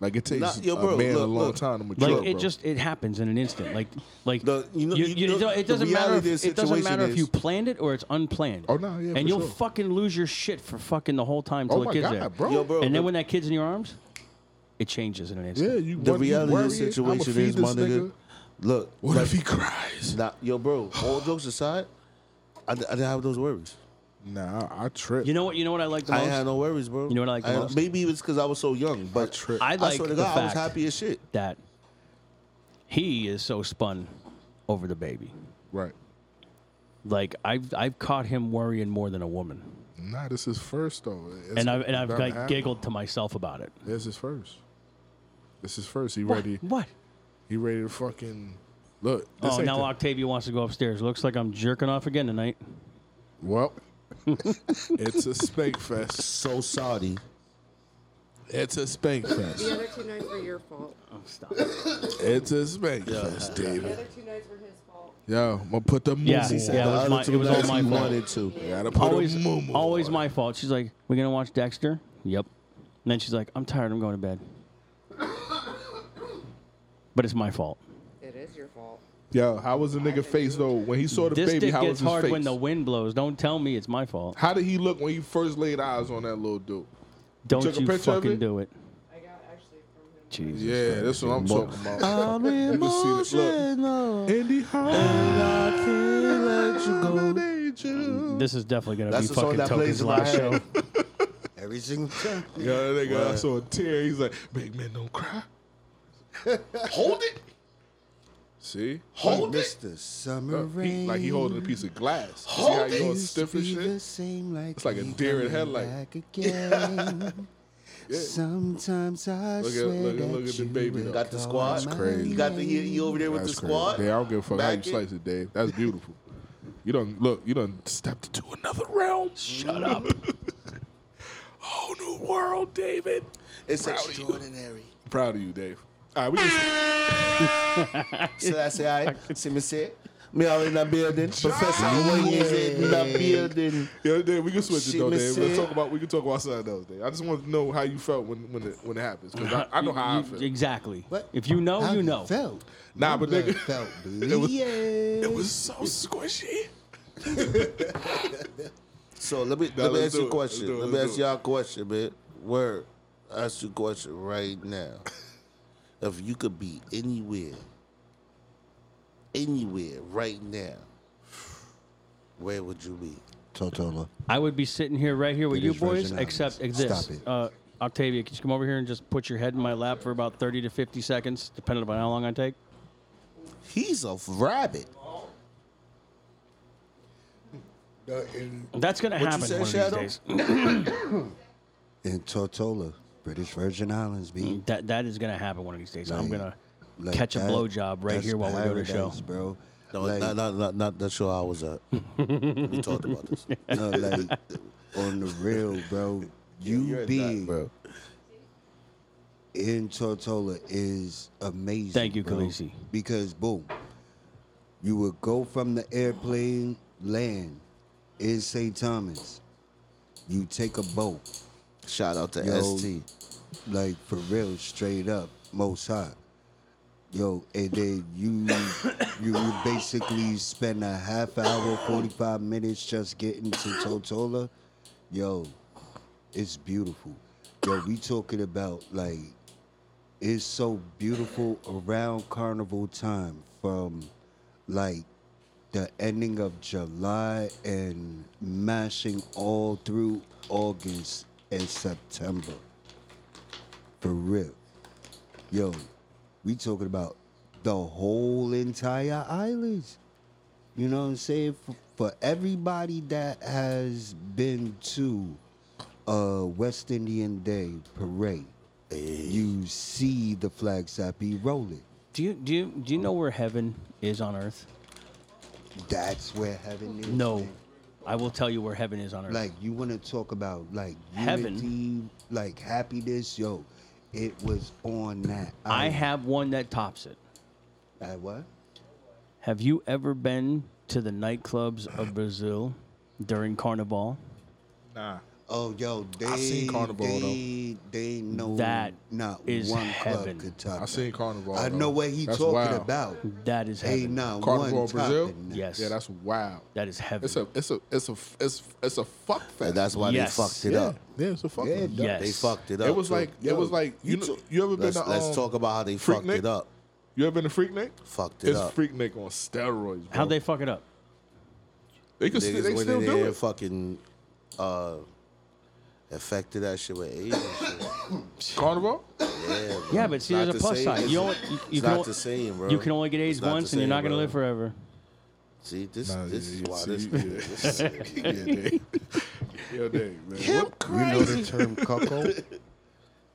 Speaker 4: like it takes
Speaker 5: Nah, yo,
Speaker 4: a
Speaker 5: bro,
Speaker 4: man a
Speaker 5: look,
Speaker 4: long
Speaker 5: look.
Speaker 4: time to mature.
Speaker 3: Like it
Speaker 4: bro.
Speaker 3: just it happens in an instant. Like like
Speaker 5: The- you know- you know-
Speaker 3: it
Speaker 5: the
Speaker 3: doesn't matter. If,
Speaker 5: reality of the
Speaker 3: it doesn't
Speaker 5: situation
Speaker 3: matter if
Speaker 5: is-
Speaker 3: you planned it or it's unplanned.
Speaker 4: Oh, no, yeah,
Speaker 3: And
Speaker 4: for
Speaker 3: you'll
Speaker 4: sure.
Speaker 3: fucking lose your shit for fucking the whole time till
Speaker 4: oh
Speaker 3: the
Speaker 4: my
Speaker 3: kid's
Speaker 4: god,
Speaker 3: there.
Speaker 4: bro.
Speaker 5: Yo, bro.
Speaker 3: and
Speaker 5: the-
Speaker 3: then when that kid's in your arms, it changes in an
Speaker 4: Yeah,
Speaker 3: instant.
Speaker 4: you.
Speaker 5: the
Speaker 4: worry- you
Speaker 5: reality
Speaker 4: worry
Speaker 5: of the
Speaker 4: it, I'ma
Speaker 5: situation
Speaker 4: feed
Speaker 5: is, my
Speaker 4: this
Speaker 5: nigga. Look,
Speaker 4: What
Speaker 5: like,
Speaker 4: if he cries?
Speaker 5: nah, yo, bro. All jokes aside, I, di- I didn't have those worries.
Speaker 4: Nah, I trip.
Speaker 3: You know what? You know what I like the
Speaker 5: I
Speaker 3: most.
Speaker 5: ain't had no worries, bro.
Speaker 3: You know what I like the
Speaker 5: I-
Speaker 3: most?
Speaker 5: Maybe it's because I was so young, but
Speaker 4: trip.
Speaker 3: I like
Speaker 5: swear to
Speaker 3: the
Speaker 5: God, I was
Speaker 3: fact-
Speaker 5: happy as shit.
Speaker 3: that he is so spun over the baby.
Speaker 4: right.
Speaker 3: Like I've I've caught him worrying more than a woman,
Speaker 4: Nah, this is first though. It's
Speaker 3: and I've and I've
Speaker 4: about to
Speaker 3: like
Speaker 4: happen.
Speaker 3: giggled to myself about it.
Speaker 4: This is first. This is first. He
Speaker 3: What?
Speaker 4: ready.
Speaker 3: What?
Speaker 4: He ready to fucking look. This
Speaker 3: Oh,
Speaker 4: ain't
Speaker 3: now
Speaker 4: the-
Speaker 3: Octavia wants to go upstairs. Looks like I'm jerking off again tonight.
Speaker 4: well, it's a spank fest.
Speaker 5: So sorry.
Speaker 4: It's a spank
Speaker 7: The
Speaker 4: fest.
Speaker 7: other two nights were your fault.
Speaker 4: It's a spank fest,
Speaker 7: The
Speaker 4: David.
Speaker 7: other two nights were his fault.
Speaker 4: Yo, I'm gonna put the moo
Speaker 3: Yeah,
Speaker 4: moo on.
Speaker 3: yeah, it was
Speaker 5: The
Speaker 3: my-
Speaker 5: other
Speaker 3: it
Speaker 5: two
Speaker 3: was all
Speaker 5: nights
Speaker 3: my
Speaker 5: he
Speaker 3: fault.
Speaker 5: wanted to.
Speaker 4: Gotta put
Speaker 3: always,
Speaker 4: a moo moo.
Speaker 3: always
Speaker 4: on.
Speaker 3: my fault. She's like, "We're gonna watch Dexter." Yep. And then she's like, "I'm tired. I'm going to bed." But it's my fault.
Speaker 7: It is your fault.
Speaker 4: Yo, how was the nigga face though when he saw the
Speaker 3: This
Speaker 4: baby?
Speaker 3: dick
Speaker 4: How was
Speaker 3: gets
Speaker 4: his
Speaker 3: hard
Speaker 4: face?
Speaker 3: when the wind blows. Don't tell me it's my fault.
Speaker 4: how did he look when he first laid eyes on that little dude?
Speaker 3: Don't
Speaker 4: took a
Speaker 3: you
Speaker 4: picture of
Speaker 3: fucking
Speaker 4: it?
Speaker 3: do it.
Speaker 7: I got actually from him.
Speaker 3: Jesus.
Speaker 4: Yeah, that's what I'm talking about.
Speaker 5: I'm
Speaker 4: can see the
Speaker 5: emotional.
Speaker 4: Andy Hall,
Speaker 5: I can't let you go.
Speaker 4: angel.
Speaker 3: This is definitely gonna
Speaker 6: That's
Speaker 3: be
Speaker 6: the song
Speaker 3: fucking
Speaker 6: that plays
Speaker 3: Token's
Speaker 6: in my
Speaker 3: last show.
Speaker 6: head every single time.
Speaker 4: Yo, that nigga, I saw a tear. He's like, big men don't cry.
Speaker 5: Hold it.
Speaker 4: See?
Speaker 5: Hold it.
Speaker 6: Mr. Summer
Speaker 4: Look, Uh, he-
Speaker 6: Rain.
Speaker 4: like he holding a piece of glass. See
Speaker 5: Hold
Speaker 4: how you
Speaker 5: it.
Speaker 4: all
Speaker 6: Used to
Speaker 4: stiff and
Speaker 6: be the
Speaker 4: shit?
Speaker 6: same, like
Speaker 4: It's like a
Speaker 6: ain't
Speaker 4: deer in
Speaker 6: coming
Speaker 4: headlight.
Speaker 6: Back again. Sometimes I
Speaker 4: Look at-
Speaker 6: swear
Speaker 4: look at-
Speaker 6: that
Speaker 4: look at the
Speaker 6: you
Speaker 4: baby
Speaker 6: will
Speaker 4: though.
Speaker 5: Got the
Speaker 6: call
Speaker 5: squad.
Speaker 6: my
Speaker 4: crazy.
Speaker 5: You got the he, he over there with
Speaker 4: Oh, That's
Speaker 5: the
Speaker 4: crazy.
Speaker 5: squad.
Speaker 4: Dave, I don't give a fuck how
Speaker 5: Back
Speaker 4: you
Speaker 5: it.
Speaker 4: slice it, Dave. That's beautiful. You don't look. You don't stepped into another realm. Shut up. Whole new world, David.
Speaker 5: It's
Speaker 4: Proud of you.
Speaker 5: extraordinary.
Speaker 4: Proud of you, Dave. All right, we can
Speaker 5: So that's it. I see me say. Me all in the building. Professor
Speaker 4: Johnny.
Speaker 5: Wayne is in the building.
Speaker 4: yeah, Dave. We can switch it
Speaker 5: She
Speaker 4: though,
Speaker 5: miss
Speaker 4: Dave. Let's
Speaker 5: it.
Speaker 4: talk about. We can talk about something else, Dave. I just want to know how you felt when when it when it happens because I, I know how I
Speaker 3: You-
Speaker 4: feel.
Speaker 3: Exactly.
Speaker 6: What?
Speaker 3: If you know,
Speaker 6: How
Speaker 3: you know.
Speaker 6: Felt.
Speaker 4: Nah,
Speaker 6: My
Speaker 4: but
Speaker 6: blood
Speaker 4: nigga,
Speaker 6: felt
Speaker 4: it was-
Speaker 6: bleeding.
Speaker 4: It was so squishy.
Speaker 5: So let me
Speaker 4: Nah,
Speaker 5: let me
Speaker 4: let's
Speaker 5: ask
Speaker 4: do
Speaker 5: you a
Speaker 4: it.
Speaker 5: question.
Speaker 4: Let's do it.
Speaker 5: let me
Speaker 4: Let's
Speaker 5: ask
Speaker 4: do it.
Speaker 5: y'all a question, man. Word. Ask you a question right now. if you could be anywhere, anywhere right now, where would you be?
Speaker 6: Totola.
Speaker 3: I would be sitting here right here with
Speaker 6: It
Speaker 3: you
Speaker 6: is Virgin
Speaker 3: boys,
Speaker 6: Islands.
Speaker 3: except
Speaker 6: Stop
Speaker 3: this.
Speaker 6: it.
Speaker 3: Uh, Octavia, can you come over here and just put your head in my lap for about 30 to 50 seconds, depending upon how long I take?
Speaker 5: He's a rabbit.
Speaker 6: In,
Speaker 3: That's going to
Speaker 5: What you
Speaker 3: happen
Speaker 5: said,
Speaker 3: one of
Speaker 5: Shadow?
Speaker 3: these days.
Speaker 6: in Totola, British Virgin Islands, B.
Speaker 3: That, that is going to happen one of these days. I'm
Speaker 6: Like-
Speaker 3: going to
Speaker 6: Like
Speaker 3: Mm. catch a
Speaker 6: that-
Speaker 3: blowjob right
Speaker 6: that's
Speaker 3: here while we go to show.
Speaker 6: paradise, bro.
Speaker 5: No,
Speaker 6: Like-
Speaker 5: not, not, not, not the show I was at. we talked about this.
Speaker 6: No, like on the real, bro. You being
Speaker 5: Bro.
Speaker 6: in Tortola is amazing.
Speaker 3: Thank you,
Speaker 6: bro.
Speaker 3: Khaleesi.
Speaker 6: Because boom, you would go from the airplane land in St. Thomas. You take a boat,
Speaker 5: Shout out to
Speaker 6: yo,
Speaker 5: ST.
Speaker 6: like for real, straight up, most high. Yo, and then you you you basically spend a half hour, forty five minutes just getting to Totola. Yo, it's beautiful. Yo, we talking about like it's so beautiful around carnival time from like the ending of July and mashing all through August and September. For real. Yo, we talking about the whole entire island. You know what I'm saying? For, for everybody that has been to uh, West Indian Day parade, you see the flag sappy rolling.
Speaker 3: Do you, do, you, do you know where heaven is on earth?
Speaker 6: That's where heaven is.
Speaker 3: No.
Speaker 6: man.
Speaker 3: I will tell you where heaven is on earth.
Speaker 6: Like you want to talk about like
Speaker 3: Heaven.
Speaker 6: unity, like happiness, yo. It was on that.
Speaker 3: I
Speaker 6: island.
Speaker 3: have one that tops it.
Speaker 6: At what?
Speaker 3: Have you ever been to the nightclubs of Brazil during Carnival?
Speaker 4: Nah.
Speaker 6: Oh, yo, they
Speaker 4: seen Carnival, though.
Speaker 6: they, they know
Speaker 3: That
Speaker 6: not
Speaker 3: is
Speaker 6: one
Speaker 3: heaven.
Speaker 6: club could top.
Speaker 4: I seen
Speaker 6: that.
Speaker 4: Carnival.
Speaker 6: I
Speaker 4: though.
Speaker 6: know what he
Speaker 4: That's
Speaker 6: talking
Speaker 4: wild.
Speaker 6: about.
Speaker 3: That is heaven.
Speaker 6: Ain't not
Speaker 4: Carnival
Speaker 6: one
Speaker 4: Brazil.
Speaker 6: topping that.
Speaker 3: Yes.
Speaker 4: Yeah, that's wild.
Speaker 3: That is heaven.
Speaker 4: It's a it's a it's a it's it's a fuck fest.
Speaker 5: And that's why
Speaker 3: Yes.
Speaker 5: they fucked it
Speaker 4: yeah.
Speaker 5: up.
Speaker 4: Yeah, it's a fuck
Speaker 6: Yeah,
Speaker 4: fest.
Speaker 6: dog.
Speaker 3: yes.
Speaker 5: They fucked it up.
Speaker 4: It was
Speaker 5: too.
Speaker 4: like it was like you know,
Speaker 5: t-
Speaker 4: you ever been
Speaker 5: let's,
Speaker 4: to
Speaker 5: let's
Speaker 4: um,
Speaker 5: talk about how they
Speaker 4: Freak
Speaker 5: fucked
Speaker 4: Nick?
Speaker 5: it up.
Speaker 4: You ever been to Freak Nick?
Speaker 5: Fucked it
Speaker 4: It's
Speaker 5: up.
Speaker 4: Freak Nick on steroids. Bro.
Speaker 3: How'd they fuck it up?
Speaker 4: They could still,
Speaker 5: Niggas
Speaker 4: they
Speaker 5: went
Speaker 4: still
Speaker 5: in there
Speaker 4: do
Speaker 5: and
Speaker 4: it.
Speaker 5: fucking uh, affected that shit with AIDS. and shit.
Speaker 4: Carnival.
Speaker 5: Yeah, bro.
Speaker 3: Yeah, but see,
Speaker 5: It's
Speaker 3: there's a
Speaker 5: not the
Speaker 3: plus
Speaker 5: same.
Speaker 3: side. You
Speaker 5: It's-
Speaker 3: don't- you- you
Speaker 5: it's
Speaker 3: can
Speaker 5: not
Speaker 3: o-
Speaker 5: the same, bro.
Speaker 3: You can only get
Speaker 5: It's
Speaker 3: AIDS
Speaker 5: not the
Speaker 3: once, and you're
Speaker 5: same,
Speaker 3: not going to
Speaker 5: bro.
Speaker 3: live forever.
Speaker 5: See, this,
Speaker 4: Nah,
Speaker 5: this is
Speaker 4: yeah,
Speaker 5: why
Speaker 4: see,
Speaker 5: this.
Speaker 4: yeah. yeah, Dave. Yeah, Dave, man. What-
Speaker 6: You know the term cuckold?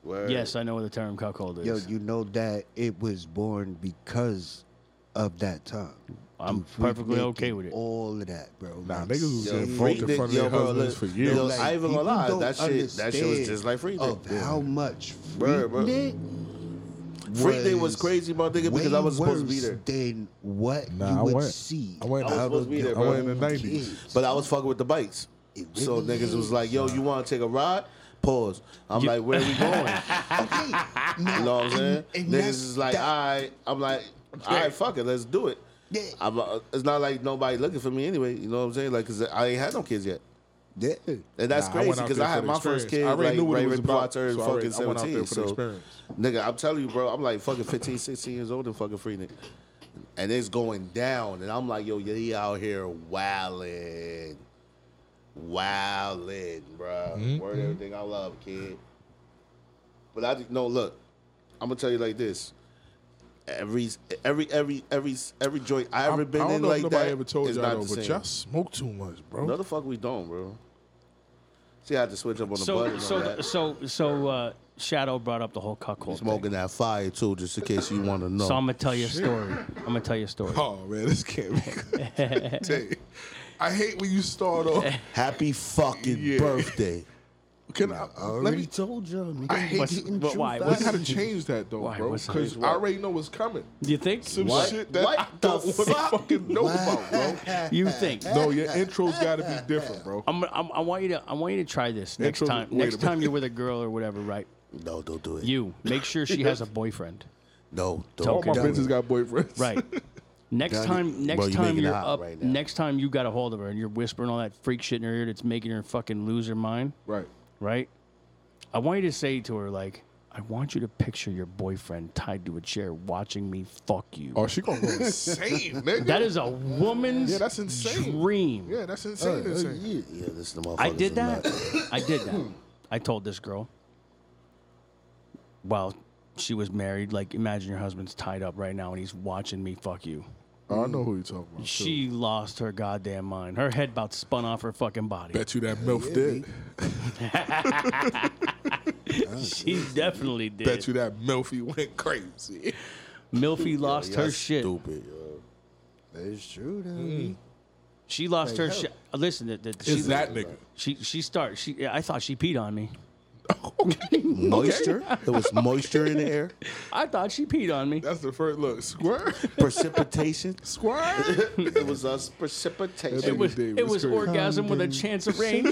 Speaker 5: Word.
Speaker 3: Yes, I know what the term cuckold is.
Speaker 6: Yo, you know that it was born because of that time.
Speaker 3: I'm
Speaker 6: Dude, Freak
Speaker 3: perfectly
Speaker 6: Nick
Speaker 3: okay
Speaker 6: and
Speaker 3: with it.
Speaker 6: All of that, bro.
Speaker 4: Nah,
Speaker 6: Like,
Speaker 4: niggas was
Speaker 5: Yo,
Speaker 4: in
Speaker 5: Freak
Speaker 4: front of
Speaker 5: Nick-
Speaker 4: their
Speaker 5: yo, bro,
Speaker 4: husbands
Speaker 5: look,
Speaker 4: for
Speaker 5: yo,
Speaker 4: years.
Speaker 5: I ain't even gonna
Speaker 6: people
Speaker 5: lie,
Speaker 6: don't
Speaker 5: that shit- that shit was
Speaker 6: understand
Speaker 5: just like Freak Nick,
Speaker 6: Of
Speaker 5: yeah.
Speaker 6: how much
Speaker 5: Word,
Speaker 6: Freak
Speaker 5: bro.
Speaker 6: Nick
Speaker 5: Freak Day was crazy, my nigga, because
Speaker 6: way
Speaker 5: I was supposed to be
Speaker 6: worse
Speaker 5: there.
Speaker 6: Than what
Speaker 4: Nah, I
Speaker 6: you would
Speaker 4: went.
Speaker 6: see.
Speaker 4: I went.
Speaker 5: I was
Speaker 6: out
Speaker 5: supposed
Speaker 6: of
Speaker 5: to be there,
Speaker 6: your
Speaker 5: bro.
Speaker 4: I went in the
Speaker 6: own
Speaker 4: 90s.
Speaker 6: kids.
Speaker 5: But I was fucking with the bikes.
Speaker 6: It
Speaker 5: So
Speaker 6: really
Speaker 5: niggas was
Speaker 6: is.
Speaker 5: like, yo, you want to take a ride? Pause. I'm like, where we going?
Speaker 6: okay, now,
Speaker 5: You know what I'm saying?
Speaker 6: and- and
Speaker 5: Niggas
Speaker 6: that's-
Speaker 5: is like,
Speaker 6: that-
Speaker 5: all right. I'm like, all right, fuck it, let's do it.
Speaker 6: Yeah.
Speaker 5: I'm, uh, it's not like nobody looking for me anyway. You know what I'm saying? Like, cause I ain't had no kids yet,
Speaker 6: Yeah.
Speaker 5: and that's
Speaker 4: Nah, I went out
Speaker 5: crazy 'cause crazy because
Speaker 4: there
Speaker 5: I,
Speaker 4: for
Speaker 5: had
Speaker 4: the
Speaker 5: my first
Speaker 4: experience.
Speaker 5: kid
Speaker 4: I
Speaker 5: like,
Speaker 4: already knew what
Speaker 5: right
Speaker 4: it was
Speaker 5: before I
Speaker 4: about,
Speaker 5: turned
Speaker 4: so I
Speaker 5: fucking
Speaker 4: already- I went out there
Speaker 5: 17.
Speaker 4: for the
Speaker 5: so,
Speaker 4: experience.
Speaker 5: nigga, I'm telling you, bro, I'm like fucking 15, 16 years old and fucking free nigga, and it's going down, and I'm like, yo, yeah, he out here wilding, wilding, bro.
Speaker 4: Mm-hmm.
Speaker 5: Word everything I love, kid. But I just- no look. I'm gonna tell you like this. Every every every every every joint I ever
Speaker 4: I
Speaker 5: been
Speaker 4: don't
Speaker 5: in
Speaker 4: know
Speaker 5: like
Speaker 4: if nobody
Speaker 5: that
Speaker 4: ever told
Speaker 5: is
Speaker 4: y'all
Speaker 5: not
Speaker 4: though,
Speaker 5: the
Speaker 4: but
Speaker 5: same.
Speaker 4: y'all smoke too much, bro.
Speaker 5: No, the fuck we don't, bro. See, I had to switch up on the bud
Speaker 3: So
Speaker 5: and all
Speaker 3: so
Speaker 5: that.
Speaker 3: so so uh, Shadow brought up the whole cuckold
Speaker 5: Smoking
Speaker 3: thing.
Speaker 5: that fire too, just in case you want to know.
Speaker 3: So I'm gonna tell you a story. I'm gonna tell you a story.
Speaker 4: Oh man, this can't be good. Tell you, I hate when you start off.
Speaker 5: Happy fucking
Speaker 4: Yeah.
Speaker 5: birthday.
Speaker 4: Can I,
Speaker 6: I
Speaker 4: let
Speaker 6: already
Speaker 4: me?
Speaker 6: told you. nigga.
Speaker 4: I hate.
Speaker 3: What's-
Speaker 4: getting
Speaker 3: but
Speaker 4: too
Speaker 3: why?
Speaker 4: fast.
Speaker 3: What's-
Speaker 4: I gotta change that though,
Speaker 3: Why?
Speaker 4: bro.
Speaker 3: What's-
Speaker 4: Because I already know what's coming.
Speaker 3: Do you think?
Speaker 4: Some
Speaker 5: What?
Speaker 4: shit that
Speaker 5: What
Speaker 4: I
Speaker 5: the
Speaker 4: don't want to
Speaker 5: fuck?
Speaker 4: fucking know about, bro.
Speaker 3: You think?
Speaker 4: No, your intro's got to be different, bro.
Speaker 3: I'm, I'm, I want you to I want you to try this next
Speaker 4: Intro-
Speaker 3: time.
Speaker 4: wait a
Speaker 3: Next time
Speaker 4: minute.
Speaker 3: you're with a girl or whatever, right?
Speaker 5: No, don't do it.
Speaker 3: You make sure she has a boyfriend,
Speaker 5: no, don't.
Speaker 4: All my
Speaker 5: do
Speaker 4: bitches
Speaker 5: it.
Speaker 4: got boyfriends.
Speaker 3: right? Next
Speaker 5: Donnie,
Speaker 3: time, next
Speaker 5: bro, you
Speaker 3: time
Speaker 5: making it
Speaker 3: you're
Speaker 5: hot
Speaker 3: up,
Speaker 5: right now.
Speaker 3: next time you got a hold of her and you're whispering all that freak shit in her ear that's making her fucking lose her mind,
Speaker 4: right.
Speaker 3: right? I want you to say to her like, "I want you to picture your boyfriend tied to a chair watching me fuck you."
Speaker 4: Oh, she gonna go insane, nigga.
Speaker 3: That is a woman's
Speaker 4: Yeah, that's insane.
Speaker 3: dream.
Speaker 4: yeah, that's insane. insane.
Speaker 5: yeah, yeah, this is the motherfucker.
Speaker 3: I did that. I did that. I told this girl while she was married, like imagine your husband's tied up right now and he's watching me fuck you.
Speaker 4: Oh, I know who you talking about. too.
Speaker 3: She lost her goddamn mind. Her head about spun off her fucking body.
Speaker 4: bet you that milf did.
Speaker 3: She definitely did.
Speaker 4: Bet you that milfy went crazy.
Speaker 3: Milfy lost her shit.
Speaker 5: Stupid. yo.
Speaker 6: That's true, though.
Speaker 3: She lost her shit. Uh, Listen, the, the, she,
Speaker 4: Is that nigga?
Speaker 3: she she start she I thought she peed on me.
Speaker 5: Moisture. There was moisture in the air.
Speaker 3: I thought she peed on me.
Speaker 4: That's the first look. Square,
Speaker 5: Precipitation.
Speaker 4: square.
Speaker 5: it was us precipitation.
Speaker 3: It was
Speaker 4: David,
Speaker 3: it
Speaker 4: it's
Speaker 3: was
Speaker 4: crazy.
Speaker 3: orgasm with a chance of rain.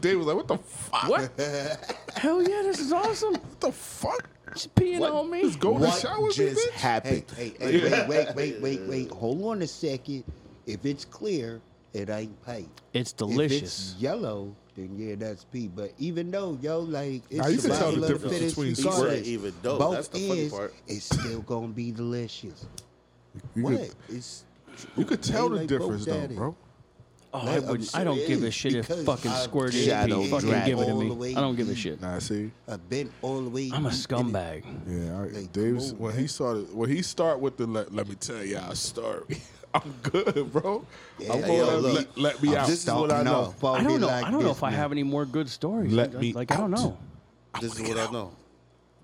Speaker 4: Dave was like, "What the fuck?
Speaker 3: What? Hell yeah, this is awesome.
Speaker 4: What the fuck?
Speaker 3: She's peeing
Speaker 5: What?
Speaker 3: on me.
Speaker 4: Go in the
Speaker 5: What
Speaker 4: shower, with me,
Speaker 5: just
Speaker 4: bitch."
Speaker 5: happened?
Speaker 6: Hey, hey, hey, wait, wait, wait, wait, wait. Hold on a second. If it's clear, it ain't pee.
Speaker 3: It's
Speaker 6: If
Speaker 3: delicious.
Speaker 6: it's yellow, then yeah, that's pee. But even though, yo, like, it's
Speaker 4: Now, you can
Speaker 6: survival
Speaker 4: tell the
Speaker 6: of
Speaker 4: difference
Speaker 6: fittest
Speaker 4: between
Speaker 5: He said
Speaker 6: regardless.
Speaker 5: even though.
Speaker 6: Both
Speaker 5: That's the funny
Speaker 6: is,
Speaker 5: part.
Speaker 6: It's still gonna be delicious.
Speaker 4: You
Speaker 6: what?
Speaker 4: could-
Speaker 6: It's
Speaker 4: You could tell the
Speaker 6: like
Speaker 4: difference
Speaker 6: broke
Speaker 4: though,
Speaker 6: daddy.
Speaker 4: bro.
Speaker 3: oh, I
Speaker 6: I'm
Speaker 3: wouldn't. I don't
Speaker 6: serious,
Speaker 3: give a shit if
Speaker 6: because
Speaker 3: fucking
Speaker 6: I've
Speaker 3: squirt is
Speaker 5: shadow
Speaker 3: pee. Fucking
Speaker 5: dragged
Speaker 3: give it to
Speaker 6: all the
Speaker 3: me.
Speaker 6: way
Speaker 3: I don't give a
Speaker 6: deep.
Speaker 3: shit.
Speaker 4: Nah, see,
Speaker 6: I've been all the way.
Speaker 3: I'm a
Speaker 6: deep in it.
Speaker 3: scumbag.
Speaker 4: yeah, I,
Speaker 6: Like,
Speaker 4: Dave's
Speaker 6: come on,
Speaker 4: when
Speaker 6: man.
Speaker 4: he started when he start with the let, let me tell y'all a story. I'm good, bro. I'm
Speaker 6: Yeah,
Speaker 4: going
Speaker 5: yo,
Speaker 4: to
Speaker 5: look.
Speaker 4: let, let me
Speaker 5: I'm
Speaker 4: out.
Speaker 5: just- This is what I
Speaker 6: Starting
Speaker 5: know.
Speaker 6: off funky
Speaker 3: I don't know.
Speaker 6: like
Speaker 3: I don't know
Speaker 6: this,
Speaker 3: if I
Speaker 6: man.
Speaker 3: have any more good stories.
Speaker 4: Let
Speaker 3: I-
Speaker 4: me
Speaker 3: like I don't
Speaker 4: out.
Speaker 3: know.
Speaker 5: This is what I know.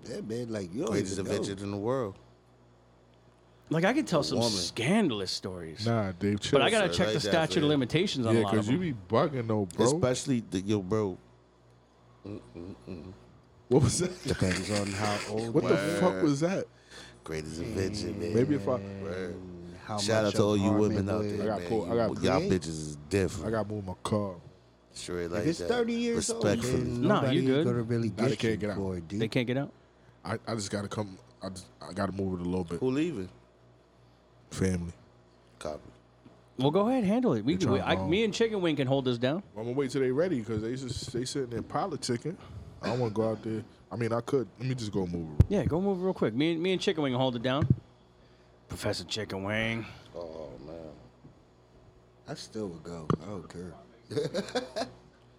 Speaker 6: Yeah, man, like you don't
Speaker 5: Greatest
Speaker 6: even know.
Speaker 5: invention in the world.
Speaker 3: Like I could tell some
Speaker 5: woman.
Speaker 3: scandalous stories,
Speaker 4: nah, Dave, chill.
Speaker 3: but I gotta
Speaker 5: sir,
Speaker 3: check
Speaker 5: right
Speaker 3: the
Speaker 5: there,
Speaker 3: statute of
Speaker 5: man.
Speaker 3: limitations on a
Speaker 4: yeah,
Speaker 3: lot of
Speaker 4: because you
Speaker 3: them.
Speaker 4: be bugging though, bro.
Speaker 5: Especially the yo, bro.
Speaker 4: what was that?
Speaker 6: Depends on how old.
Speaker 4: What the fuck was that?
Speaker 5: Greatest invention, man.
Speaker 4: Mm. Maybe if I,
Speaker 6: and how
Speaker 5: Shout
Speaker 6: much
Speaker 5: out to all you
Speaker 6: apartment
Speaker 5: women out
Speaker 6: was.
Speaker 5: there.
Speaker 4: I got
Speaker 5: man.
Speaker 4: pulled- I
Speaker 5: You-
Speaker 4: got
Speaker 5: Y'all
Speaker 6: creative.
Speaker 5: bitches is
Speaker 4: I
Speaker 5: different.
Speaker 4: gotta move my car.
Speaker 5: Straight like
Speaker 6: If it's
Speaker 5: that.
Speaker 6: 30 years
Speaker 5: Respectfully.
Speaker 6: old, then
Speaker 3: Nah,
Speaker 6: nobody
Speaker 3: you
Speaker 6: ain't
Speaker 3: good.
Speaker 6: gonna really
Speaker 4: Nah, they
Speaker 6: get
Speaker 4: can't
Speaker 6: you
Speaker 4: get out.
Speaker 6: for it, dude.
Speaker 3: They can't get out.
Speaker 4: I, I just gotta come. I just I gotta move it a little bit.
Speaker 5: Who leaving?
Speaker 4: Family.
Speaker 5: Copy.
Speaker 3: Well, go ahead, handle it. We,
Speaker 4: They're
Speaker 3: we
Speaker 4: trying
Speaker 3: I,
Speaker 4: to-
Speaker 3: me and Chicken Wing can hold this down.
Speaker 4: I'm gonna wait till they ready because they just they sitting there politicking. I don't want to go out there. I mean, I could. Let me just go move it.
Speaker 3: Yeah, go move real quick. Me and me and Chicken Wing can hold it down. Professor Chicken Wing.
Speaker 5: Oh man.
Speaker 6: I still would go. I don't care.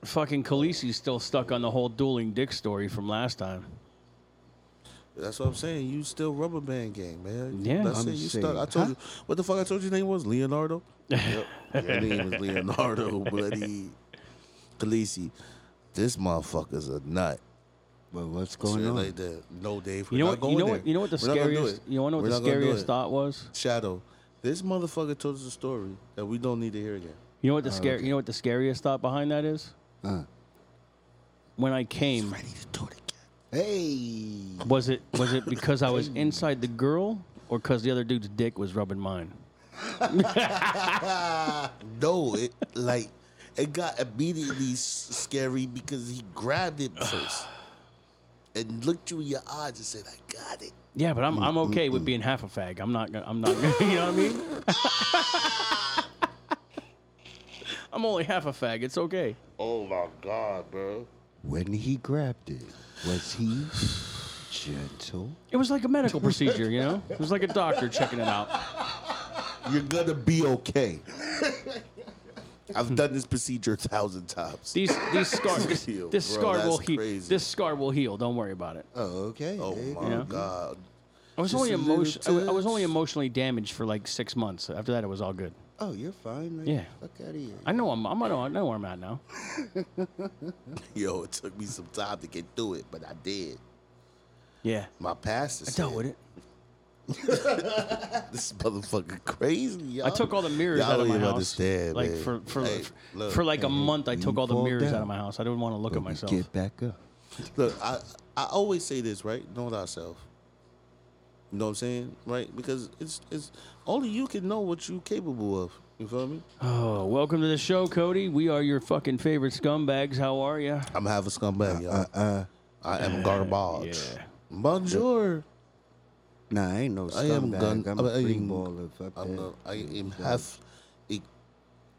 Speaker 3: Fucking Khaleesi's still stuck on the whole dueling dick story from last time.
Speaker 5: That's what I'm saying. You still rubber band gang, man.
Speaker 3: Yeah.
Speaker 5: That's
Speaker 6: I'm
Speaker 5: it. You
Speaker 6: saying,
Speaker 5: stuck. I told
Speaker 6: huh?
Speaker 5: you. What the fuck I told you your name was? Leonardo? yep. Your name was Leonardo, bloody Khaleesi. This motherfucker's a nut.
Speaker 6: But what's
Speaker 5: Straight
Speaker 6: going on?
Speaker 5: like that. No, Dave.
Speaker 3: You
Speaker 5: we're
Speaker 3: know
Speaker 5: not
Speaker 3: what? You
Speaker 5: going
Speaker 3: know
Speaker 5: there.
Speaker 3: what? You know what the
Speaker 5: We're not gonna do
Speaker 3: scariest.
Speaker 5: it.
Speaker 3: You know what
Speaker 5: We're
Speaker 3: the
Speaker 5: not gonna do
Speaker 3: scariest
Speaker 5: it.
Speaker 3: thought was.
Speaker 5: Shadow. This motherfucker told us a story that we don't need to hear again.
Speaker 3: You know what the scare. You know what the scariest thought behind that is.
Speaker 6: Uh.
Speaker 3: When I came,
Speaker 5: Ready to do it again.
Speaker 6: Hey,
Speaker 3: was it was it because I was inside the girl or because the other dude's dick was rubbing mine?
Speaker 5: No, it like it got immediately s- scary because he grabbed it first. and looked you in your eyes and said, "I got it."
Speaker 3: Yeah, but I'm I'm okay with being half a fag. I'm not gonna I'm not gonna you know what I mean? I'm only half a fag. It's okay.
Speaker 5: Oh my God, bro!
Speaker 6: When he grabbed it, was he gentle?
Speaker 3: It was like a medical procedure, you know? It was like a doctor checking it out.
Speaker 5: You're gonna be okay. I've done this procedure a thousand times.
Speaker 3: These these scars
Speaker 5: Yo,
Speaker 3: this
Speaker 5: bro,
Speaker 3: scar
Speaker 5: that's
Speaker 3: will heal.
Speaker 5: crazy.
Speaker 3: This scar will heal. Don't worry about it.
Speaker 6: Oh, okay.
Speaker 5: oh
Speaker 6: there you
Speaker 5: my
Speaker 3: Yeah.
Speaker 5: God!
Speaker 3: I was
Speaker 5: Just
Speaker 3: only
Speaker 5: a little
Speaker 3: emotion. I, wa- I was only
Speaker 5: touch.
Speaker 3: emotionally damaged for like six months. After that, it was all good.
Speaker 6: Oh, you're fine, man.
Speaker 3: Yeah.
Speaker 6: Fuck out of here.
Speaker 3: I know I'm. I'm I know, I know where I'm at now.
Speaker 5: Yo, it took me some time to get through it, but I did.
Speaker 3: Yeah,
Speaker 5: My past is
Speaker 3: I dealt with it.
Speaker 5: This motherfucker crazy. Y'all.
Speaker 3: I took all the mirrors
Speaker 5: y'all
Speaker 3: out of
Speaker 5: don't
Speaker 3: my
Speaker 5: even
Speaker 3: house.
Speaker 5: understand,
Speaker 3: like
Speaker 5: man.
Speaker 3: for for
Speaker 5: Hey,
Speaker 3: for,
Speaker 5: look,
Speaker 3: for like a month, I
Speaker 6: you
Speaker 3: took all the
Speaker 6: fall
Speaker 3: mirrors out
Speaker 6: down,
Speaker 3: of my house. I didn't want to look at
Speaker 6: We
Speaker 3: myself.
Speaker 6: Get back up.
Speaker 5: Look, I I always say this, right? Know thyself. You know what I'm saying, right? Because it's it's only you can know what you capable of. You feel me?
Speaker 3: Oh, welcome to the show, Cody. We are your fucking favorite scumbags. How are you?
Speaker 5: I'm half a scumbag, y'all.
Speaker 6: Uh,
Speaker 5: I am garbage.
Speaker 3: yeah.
Speaker 5: Bonjour.
Speaker 6: nah, I ain't no
Speaker 5: I am
Speaker 6: scumbag.
Speaker 5: gun-
Speaker 6: I'm a
Speaker 5: I am-
Speaker 6: free baller. Fuck
Speaker 5: I'm
Speaker 6: that.
Speaker 5: a, I am half. A,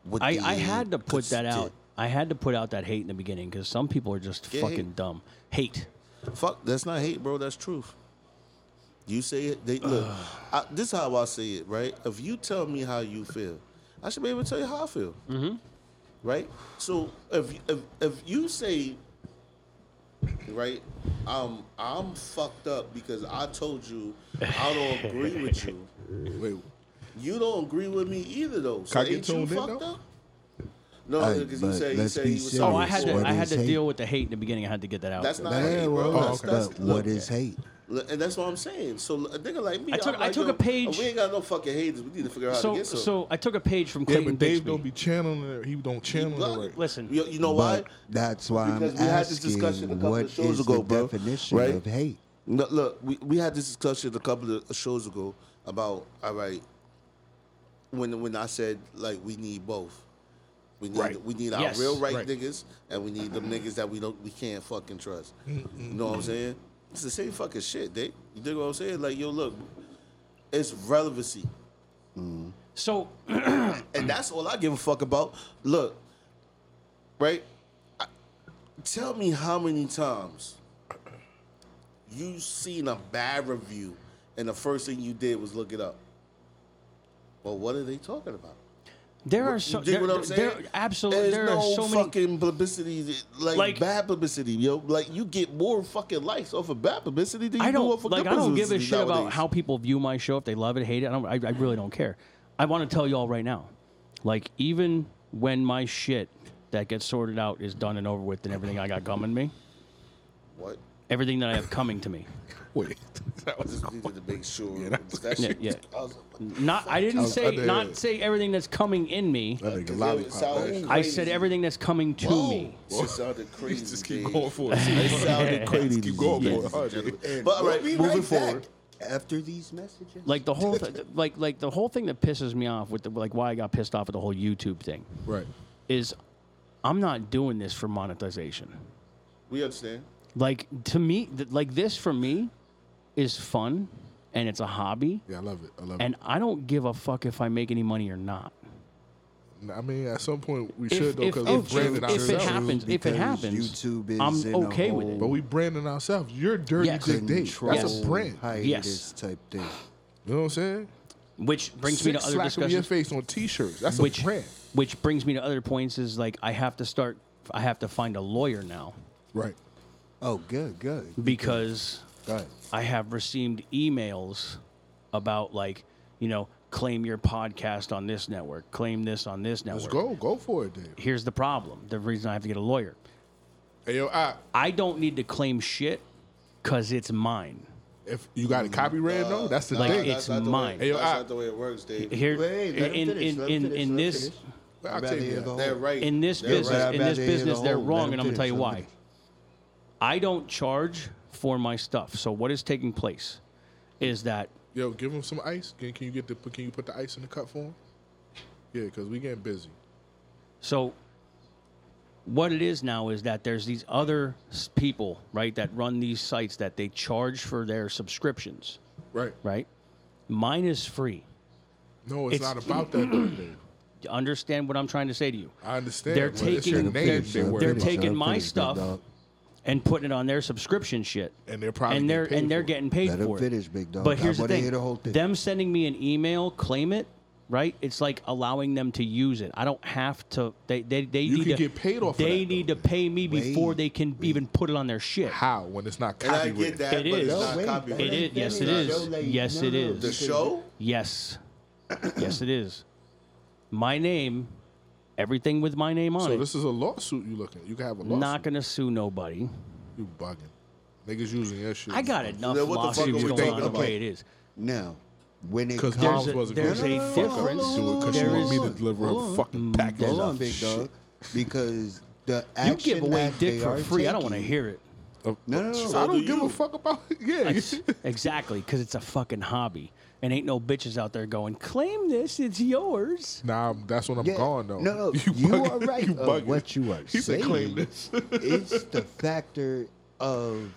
Speaker 5: what
Speaker 3: I,
Speaker 5: the-
Speaker 3: I had to put that out.
Speaker 5: consistent-
Speaker 3: I had to put out that hate in the beginning because some people are just
Speaker 5: Get
Speaker 3: fucking
Speaker 5: hate.
Speaker 3: dumb. Hate.
Speaker 5: Fuck, that's not hate, bro. That's truth. You say it. They look. I, this is how I say it, right? If you tell me how you feel, I should be able to tell you how I feel. Mm-hmm. Right. So if if if you say, right, um, I'm fucked up because I told you I don't agree with you.
Speaker 4: Wait,
Speaker 5: You don't agree with me either, though. So
Speaker 4: Can I get
Speaker 5: ain't you
Speaker 4: tuned in,
Speaker 5: fucked
Speaker 4: though?
Speaker 5: up? No,
Speaker 6: Hey,
Speaker 5: because he
Speaker 6: but
Speaker 5: said he
Speaker 6: let's
Speaker 5: said
Speaker 6: be
Speaker 5: he was.
Speaker 6: serious.
Speaker 3: Oh, I had
Speaker 6: What
Speaker 3: to. I had
Speaker 6: is
Speaker 3: to
Speaker 6: hate?
Speaker 3: deal with the hate in the beginning. I had to get that out.
Speaker 5: That's not
Speaker 4: That
Speaker 5: hate,
Speaker 4: ain't
Speaker 5: bro.
Speaker 4: wrong.
Speaker 5: That's,
Speaker 4: Okay.
Speaker 5: that's,
Speaker 6: But what
Speaker 5: look,
Speaker 6: is hate?
Speaker 5: Look, And that's what I'm saying. So a nigga like me,
Speaker 3: I took-
Speaker 5: I'm
Speaker 3: I
Speaker 5: like,
Speaker 3: took a
Speaker 5: yo,
Speaker 3: page-
Speaker 5: We ain't got no fucking haters. We need to figure out how
Speaker 3: so
Speaker 5: to get some.
Speaker 3: so. I took a page from
Speaker 4: yeah,
Speaker 3: Clayton
Speaker 4: but Dave
Speaker 3: Bixby.
Speaker 4: don't be channeling it. He don't channel
Speaker 5: Look,
Speaker 4: it right.
Speaker 3: Listen,
Speaker 5: you, you know why?
Speaker 6: But that's why
Speaker 5: Because
Speaker 6: I'm
Speaker 5: we
Speaker 6: asking
Speaker 5: had this discussion a couple
Speaker 6: what
Speaker 5: of shows
Speaker 6: is
Speaker 5: ago,
Speaker 6: the
Speaker 5: bro,
Speaker 6: definition
Speaker 5: right?
Speaker 6: of hate?
Speaker 5: No, look, we, we had this discussion a couple of shows ago about all right. When when I said like we need both, we need
Speaker 4: Right.
Speaker 5: we need our
Speaker 3: Yes.
Speaker 5: real right,
Speaker 4: Right.
Speaker 5: niggas, and we need them niggas that we don't we can't fucking trust. You know what I'm saying? It's the same fucking shit, they. You dig what I'm saying? Like yo, look, it's relevancy,
Speaker 3: so Mm.
Speaker 5: and that's all I give a fuck about. Look, right? I- tell me how many times you seen a bad review and the first thing you did was look it up. Well, what are they talking about?
Speaker 3: there are so
Speaker 5: you dig
Speaker 3: there,
Speaker 5: what I'm
Speaker 3: there,
Speaker 5: saying?
Speaker 3: absolutely
Speaker 5: There's
Speaker 3: there
Speaker 5: no
Speaker 3: are so many.
Speaker 5: fucking publicity, that- like,
Speaker 3: Like-
Speaker 5: bad publicity, yo. Like you get more fucking likes off of bad publicity than you
Speaker 3: I
Speaker 5: do
Speaker 3: don't
Speaker 5: off of
Speaker 3: like.
Speaker 5: good
Speaker 3: I don't give a
Speaker 5: publicity
Speaker 3: shit about
Speaker 5: nowadays.
Speaker 3: how people view my show. If they love it, hate it, I don't. I, I really don't care. I want to tell y'all right now, like even when my shit that gets sorted out is done and over with, and everything I got coming to me,
Speaker 5: What?
Speaker 3: everything that I have coming to me,
Speaker 4: Wait, that
Speaker 5: I
Speaker 4: was
Speaker 5: just needed to make sure.
Speaker 4: Yeah, that was-
Speaker 5: that shit
Speaker 3: Yeah,
Speaker 5: was- I was like,
Speaker 3: not. I didn't
Speaker 4: was- I
Speaker 3: say
Speaker 4: did.
Speaker 3: not say everything that's coming in me.
Speaker 4: that nigga
Speaker 5: it
Speaker 4: lollipop.
Speaker 5: sounded
Speaker 4: man.
Speaker 3: I said everything that's coming to
Speaker 5: Whoa.
Speaker 3: me.
Speaker 5: It sounded crazy.
Speaker 4: Just keep
Speaker 5: Dave.
Speaker 4: going for it.
Speaker 5: It sounded crazy.
Speaker 4: Just keep going
Speaker 5: Dave.
Speaker 4: for it. huh,
Speaker 5: But all
Speaker 6: We'll
Speaker 5: right,
Speaker 6: be
Speaker 5: moving
Speaker 6: right
Speaker 5: forward.
Speaker 6: back After these messages,
Speaker 3: like the whole th- like like the whole thing that pisses me off with the, like why I got pissed off at the whole YouTube thing
Speaker 4: Right.
Speaker 3: is I'm not doing this for monetization.
Speaker 5: We understand.
Speaker 3: Like to me, th- like this for me is fun and it's a hobby,
Speaker 4: Yeah, I love it. I love
Speaker 3: and I don't give a fuck if I make any money or not.
Speaker 4: it. I mean, at some point we should though,
Speaker 3: if-
Speaker 4: because
Speaker 3: oh,
Speaker 4: we branded
Speaker 3: true. If it
Speaker 4: ourselves.
Speaker 3: happens- if it
Speaker 6: because
Speaker 3: happens,
Speaker 6: YouTube is
Speaker 3: I'm
Speaker 6: in a
Speaker 3: okay with it.
Speaker 4: But
Speaker 6: whole
Speaker 4: we branding ourselves. You're dirty
Speaker 3: Yes.
Speaker 4: dick Dave. That's
Speaker 3: Yes.
Speaker 4: a brand.
Speaker 6: hiatus
Speaker 3: Yes.
Speaker 6: type thing.
Speaker 4: You know what I'm saying?
Speaker 3: Which brings me
Speaker 4: Six
Speaker 3: to other
Speaker 4: slapping your
Speaker 3: discussions.
Speaker 4: face on t-shirts. That's
Speaker 3: Which
Speaker 4: a brand.
Speaker 3: which brings me to other points is like I have to start. I have to find a lawyer now
Speaker 4: Right.
Speaker 6: Oh, good, good.
Speaker 3: because
Speaker 6: Right.
Speaker 3: I have received emails about like, you know, claim your podcast on this network, claim this on this network.
Speaker 4: Let's go. Go for it, Dave.
Speaker 3: Here's the problem. The reason I have to get a lawyer.
Speaker 4: Hey, yo, I,
Speaker 3: I don't need to claim shit cuz it's mine.
Speaker 4: if you
Speaker 5: Mm.
Speaker 4: got it copyrighted, no, that's the
Speaker 3: Like,
Speaker 4: thing.
Speaker 3: it's
Speaker 5: That's not the way-
Speaker 3: mine.
Speaker 4: Hey, yo,
Speaker 5: That's
Speaker 4: I-
Speaker 5: not the way it works, Dave.
Speaker 3: Here
Speaker 6: Wait, let him
Speaker 3: in in
Speaker 6: finish, let him
Speaker 3: in,
Speaker 6: finish,
Speaker 3: in
Speaker 6: let him
Speaker 3: this
Speaker 6: finish.
Speaker 4: I'll
Speaker 6: Rather
Speaker 4: tell you
Speaker 6: hear
Speaker 4: that.
Speaker 6: the whole-
Speaker 5: They're right.
Speaker 3: in this
Speaker 5: They're
Speaker 3: business
Speaker 5: right.
Speaker 3: in
Speaker 6: about
Speaker 3: this
Speaker 6: to hit the
Speaker 3: business they're
Speaker 6: hole.
Speaker 3: wrong
Speaker 6: Let
Speaker 3: and
Speaker 6: him
Speaker 3: I'm going to tell you
Speaker 6: finish, let
Speaker 3: why.
Speaker 6: him
Speaker 3: I don't charge for my stuff. So what is taking place is that
Speaker 4: Yo, give him some ice. Can, can you get the? Can you put the ice in the cup for him? Yeah, because we getting busy.
Speaker 3: So what it is now is that there's these other s- people, right, that run these sites that they charge for their subscriptions,
Speaker 4: Right.
Speaker 3: right? Mine is free.
Speaker 4: No, it's,
Speaker 3: It's-
Speaker 4: not about that. though, Dave.
Speaker 3: You understand what I'm trying to say to you?
Speaker 4: I understand.
Speaker 3: They're
Speaker 4: but it's your
Speaker 3: taking-
Speaker 4: name
Speaker 3: they're-
Speaker 4: they worry
Speaker 3: they're
Speaker 4: about.
Speaker 3: taking my stuff And putting it on their subscription shit.
Speaker 4: And they're probably
Speaker 3: and
Speaker 4: getting
Speaker 3: they're
Speaker 4: paid
Speaker 3: and they're
Speaker 4: for it.
Speaker 3: getting paid
Speaker 6: Let 'em
Speaker 3: for
Speaker 6: finish,
Speaker 3: it.
Speaker 6: big dog.
Speaker 3: But
Speaker 6: I
Speaker 3: here's the
Speaker 6: wanna
Speaker 3: thing:
Speaker 6: hear the whole thing.
Speaker 3: them sending me an email, claim it, right? It's like allowing them to use it. I don't have to. They they, they
Speaker 4: You
Speaker 3: need
Speaker 4: can
Speaker 3: to
Speaker 4: get paid off of
Speaker 3: They
Speaker 4: that,
Speaker 3: need
Speaker 4: though.
Speaker 3: to pay me before
Speaker 6: Wait,
Speaker 3: they can even put it on their shit.
Speaker 4: how when it's not
Speaker 5: And I
Speaker 4: copyrighted.
Speaker 5: get that,
Speaker 3: It
Speaker 5: but
Speaker 3: is.
Speaker 5: it's
Speaker 3: No,
Speaker 5: not
Speaker 6: wait,
Speaker 5: copyrighted.
Speaker 3: It is.
Speaker 6: Let
Speaker 3: Yes, it
Speaker 6: him finish.
Speaker 3: is.
Speaker 6: Don't let-
Speaker 3: Yes,
Speaker 6: no,
Speaker 3: it
Speaker 6: no,
Speaker 3: is.
Speaker 5: The show?
Speaker 3: Yes. yes, it is. My name, everything with my name on
Speaker 4: So
Speaker 3: it.
Speaker 4: this is a lawsuit you looking. You can have a lawsuit.
Speaker 3: Not going to sue nobody.
Speaker 4: you bugging. Niggas using your shit.
Speaker 3: I got enough
Speaker 5: Then what the fuck are
Speaker 3: lawsuits
Speaker 5: we
Speaker 3: going
Speaker 5: thinking
Speaker 3: on the
Speaker 5: about?
Speaker 3: way it is.
Speaker 6: Now, when it
Speaker 4: Because
Speaker 6: comes,
Speaker 4: Mom's
Speaker 3: a-
Speaker 4: wasn't
Speaker 3: there's
Speaker 4: gonna
Speaker 3: a
Speaker 4: fuck up and
Speaker 3: difference.
Speaker 4: do it because she
Speaker 3: There
Speaker 4: want me
Speaker 3: is-
Speaker 4: to deliver
Speaker 6: hold
Speaker 4: her
Speaker 6: on.
Speaker 4: fucking package.
Speaker 6: hold on,
Speaker 4: of
Speaker 6: big
Speaker 4: shit.
Speaker 6: dog, because the
Speaker 3: You
Speaker 6: action
Speaker 3: give away
Speaker 6: that
Speaker 3: dick
Speaker 6: they
Speaker 3: for
Speaker 6: are
Speaker 3: free. I don't
Speaker 6: taking-
Speaker 3: want to hear it.
Speaker 6: No, no, no.
Speaker 4: I
Speaker 5: So
Speaker 4: don't
Speaker 5: do
Speaker 4: give a
Speaker 5: you.
Speaker 4: fuck about. Yeah,
Speaker 3: Ex- exactly, because it's a fucking hobby, and ain't no bitches out there going claim this. It's yours.
Speaker 4: Nah, that's when I'm
Speaker 6: Yeah.
Speaker 4: gone though.
Speaker 6: No, no, you, are right
Speaker 4: You
Speaker 6: of
Speaker 4: bugging.
Speaker 6: what you are
Speaker 4: He said
Speaker 6: saying.
Speaker 4: claim this.
Speaker 6: it's the factor of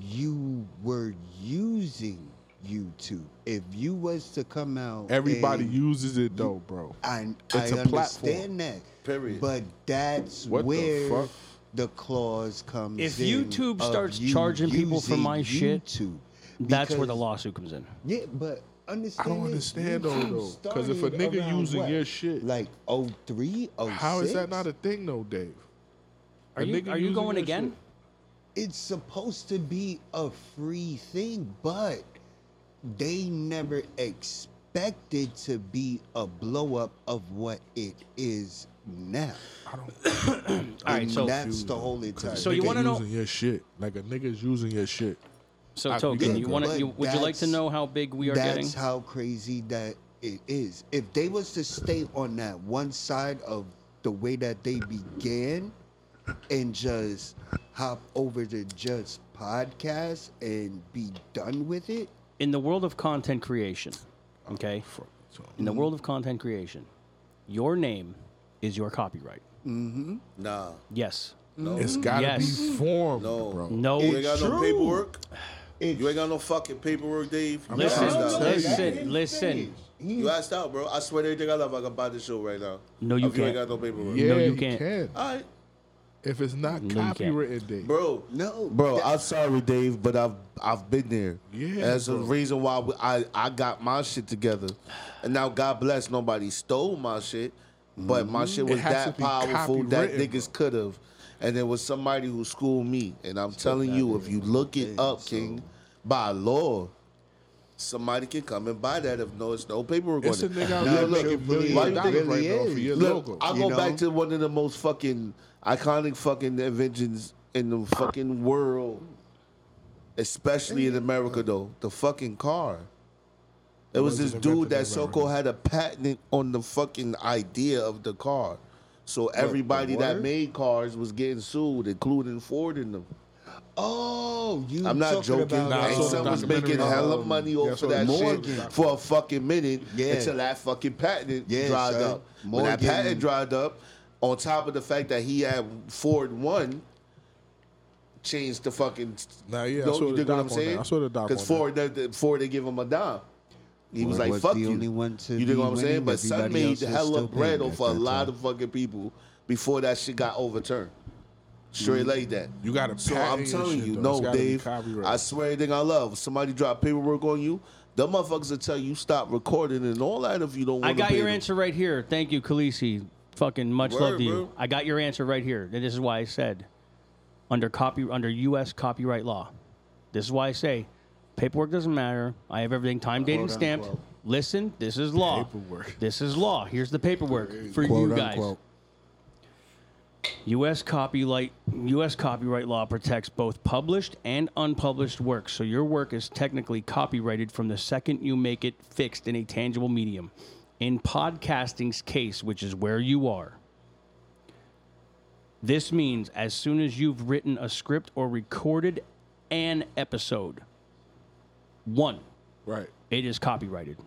Speaker 6: you were using YouTube. If you was to come out,
Speaker 4: Everybody
Speaker 6: and-
Speaker 4: uses it though, bro.
Speaker 6: I,
Speaker 4: It's
Speaker 6: I
Speaker 4: a
Speaker 6: understand
Speaker 4: platform.
Speaker 6: that.
Speaker 5: Period.
Speaker 6: But that's
Speaker 4: What the
Speaker 6: where the,
Speaker 4: fuck?
Speaker 6: clause comes
Speaker 3: If
Speaker 6: in
Speaker 3: YouTube
Speaker 6: of
Speaker 3: starts
Speaker 6: you
Speaker 3: charging people for
Speaker 6: using
Speaker 3: my shit,
Speaker 6: YouTube.
Speaker 3: That's where the
Speaker 6: Because-
Speaker 3: lawsuit comes in.
Speaker 6: Yeah, but
Speaker 4: I
Speaker 6: understand.
Speaker 4: don't
Speaker 6: this,
Speaker 4: understand though,
Speaker 6: YouTube
Speaker 4: though, 'cause if a
Speaker 6: started
Speaker 4: nigga
Speaker 6: around
Speaker 4: using
Speaker 6: what?
Speaker 4: your shit-
Speaker 6: like 03, 06?
Speaker 4: How is that not a thing though, Dave?
Speaker 3: Are
Speaker 4: A
Speaker 3: you
Speaker 4: nigga
Speaker 3: are you
Speaker 4: using
Speaker 3: going
Speaker 4: your
Speaker 3: again?
Speaker 4: shit.
Speaker 6: it's supposed to be a free thing, but they never expected to be a blow up of what it is now.
Speaker 3: All right,
Speaker 6: And
Speaker 3: so
Speaker 6: that's the whole entire.
Speaker 3: So you
Speaker 4: Nigga
Speaker 3: wanna know-
Speaker 4: using your shit like a nigga's using your shit.
Speaker 3: so
Speaker 4: I-
Speaker 3: token,
Speaker 4: yeah,
Speaker 3: you want
Speaker 6: but
Speaker 3: to? Would you like to
Speaker 6: that's-
Speaker 3: know how big we are
Speaker 6: that's
Speaker 3: getting?
Speaker 6: how crazy that it is. If they was to stay on that one side of the way that they began, and just hop over to just podcast and be done with it,
Speaker 3: in the world of content creation, okay? In the world of content creation, your name is your copyright.
Speaker 5: Nah.
Speaker 3: Yes.
Speaker 4: It's gotta
Speaker 3: Yes.
Speaker 4: be formed,
Speaker 5: No.
Speaker 4: bro.
Speaker 3: No.
Speaker 5: You ain't got no
Speaker 6: true.
Speaker 5: paperwork.
Speaker 6: it's
Speaker 5: You ain't got no fucking paperwork, Dave. You
Speaker 3: Listen,
Speaker 5: asked out.
Speaker 6: no,
Speaker 3: listen,
Speaker 6: let him
Speaker 3: listen.
Speaker 5: You asked out, bro. I swear to everything I love, I can buy this show right now.
Speaker 3: No, you
Speaker 5: If You ain't
Speaker 3: can't.
Speaker 5: got no paperwork.
Speaker 4: Yeah,
Speaker 3: No, you
Speaker 4: you
Speaker 3: can't.
Speaker 4: can.
Speaker 5: All right.
Speaker 4: If it's not
Speaker 3: No, you can't.
Speaker 4: copyrighted, Dave.
Speaker 5: Bro,
Speaker 6: No,
Speaker 5: bro.
Speaker 6: that-
Speaker 5: I'm sorry, Dave, but I've I've been there.
Speaker 4: Yeah,
Speaker 5: that's the
Speaker 4: bro.
Speaker 5: reason why we- I I got my shit together, and now God bless nobody stole my shit, but my shit was
Speaker 4: has
Speaker 5: that
Speaker 4: Mm-hmm. to be
Speaker 5: powerful that
Speaker 4: copywritten,
Speaker 5: niggas could have, and there was somebody who schooled me, and I'm telling you, if you look it up, King, by law. Somebody can come and buy that if no, it's no paperwork
Speaker 4: It's a
Speaker 5: on it.
Speaker 4: nigga out
Speaker 5: Now,
Speaker 4: there
Speaker 5: look,
Speaker 4: making
Speaker 6: truthfully,
Speaker 5: why
Speaker 4: millions of
Speaker 5: you think-
Speaker 4: dollars right
Speaker 6: really
Speaker 4: now for
Speaker 6: is.
Speaker 4: your
Speaker 5: Look,
Speaker 4: logo.
Speaker 5: I
Speaker 6: you
Speaker 5: go
Speaker 6: know?
Speaker 5: back to one of the most fucking iconic fucking inventions in the fucking world, especially in America though. The fucking car. It was
Speaker 4: wasn't
Speaker 5: this dude
Speaker 4: invented in
Speaker 5: that so called had a patent on the fucking idea of the car. So everybody that
Speaker 6: word?
Speaker 5: made cars was getting sued, including Ford in them.
Speaker 6: Oh, you.
Speaker 5: I'm not
Speaker 6: talking
Speaker 5: joking.
Speaker 6: About
Speaker 4: Nah, I
Speaker 5: and
Speaker 4: saw the
Speaker 5: son was
Speaker 4: documentary
Speaker 5: making
Speaker 4: on,
Speaker 5: hella
Speaker 4: um,
Speaker 5: money
Speaker 4: yeah, I
Speaker 5: off
Speaker 4: saw
Speaker 5: of that
Speaker 4: the
Speaker 5: shit
Speaker 6: Morgan.
Speaker 5: for a fucking minute
Speaker 6: Yeah.
Speaker 5: until that fucking patent
Speaker 6: Yeah,
Speaker 5: dried
Speaker 6: son.
Speaker 5: up. When that
Speaker 6: Morgan-
Speaker 5: patent dried up, on top of the fact that he had Ford One, changed the fucking.
Speaker 4: Nah, yeah, I
Speaker 5: Don't-
Speaker 4: saw
Speaker 5: you
Speaker 4: the
Speaker 5: dig
Speaker 4: doc
Speaker 5: what I'm
Speaker 4: on that.
Speaker 5: saying?
Speaker 4: I saw the doc on that.
Speaker 5: Ford, that. That, Ford, they give him a dime. He was
Speaker 6: Ford
Speaker 5: like,
Speaker 6: was
Speaker 5: "Fuck
Speaker 6: the
Speaker 5: you."
Speaker 6: only one to
Speaker 5: you
Speaker 6: be
Speaker 5: dig what I'm saying?
Speaker 6: winning.
Speaker 5: But Sun
Speaker 6: Everybody
Speaker 5: made
Speaker 6: else was
Speaker 5: hella
Speaker 6: still
Speaker 5: bread
Speaker 6: paying
Speaker 5: off
Speaker 6: at
Speaker 5: a
Speaker 6: that
Speaker 5: lot
Speaker 6: time.
Speaker 5: of fucking people before that shit got overturned. Straight like that.
Speaker 4: You gotta
Speaker 5: So
Speaker 4: patent
Speaker 5: I'm
Speaker 4: your
Speaker 5: telling
Speaker 4: shit,
Speaker 5: you,
Speaker 4: though. It's
Speaker 5: no,
Speaker 4: gotta be
Speaker 5: Dave.
Speaker 4: copyrighted.
Speaker 5: I swear anything I love. Somebody drop paperwork on you, the motherfuckers will tell you stop recording and all that if you don't want to.
Speaker 3: I got your answer right here. Thank you, Khaleesi. Fucking much
Speaker 5: Word,
Speaker 3: love to you.
Speaker 5: bro.
Speaker 3: I got your answer right here. And this is why I said under copy under US copyright law. This is why I say paperwork doesn't matter. I have everything time dated and stamped.
Speaker 6: unquote.
Speaker 3: Listen, this is law.
Speaker 4: Paperwork.
Speaker 3: This is law. Here's the paperwork for you guys. U.S. copyright U.S. copyright law protects both published and unpublished works, so your work is technically copyrighted from the second you make it fixed in a tangible medium. In podcasting's case, which is where you are, this means as soon as you've written a script or recorded an episode, one,
Speaker 4: Right.
Speaker 3: it is copyrighted.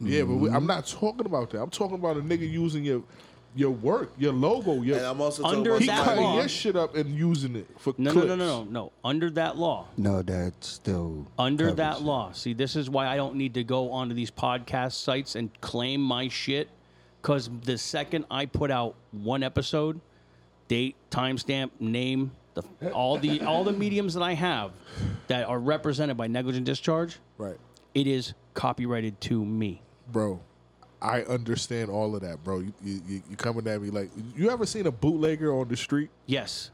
Speaker 4: Yeah, but we, I'm not talking about that. I'm talking about a nigga using your your work, your logo, your
Speaker 5: And I'm also
Speaker 3: Under
Speaker 5: talking
Speaker 4: he
Speaker 3: that
Speaker 5: about somebody-
Speaker 4: cutting
Speaker 3: law-
Speaker 4: your shit up and using it for
Speaker 3: No, no,
Speaker 4: clips.
Speaker 3: no, no, no, no. Under that law,
Speaker 6: No, that's still
Speaker 3: under
Speaker 6: covers
Speaker 3: that
Speaker 6: it.
Speaker 3: law. See, this is why I don't need to go onto these podcast sites and claim my shit. Because the second I put out one episode, date, timestamp, name, the, all the all the mediums that I have that are represented by negligent discharge,
Speaker 4: Right,
Speaker 3: it is copyrighted to me.
Speaker 4: bro. I understand all of that, bro. You, you, you you coming at me like you ever seen a bootlegger on the street?
Speaker 3: Yes,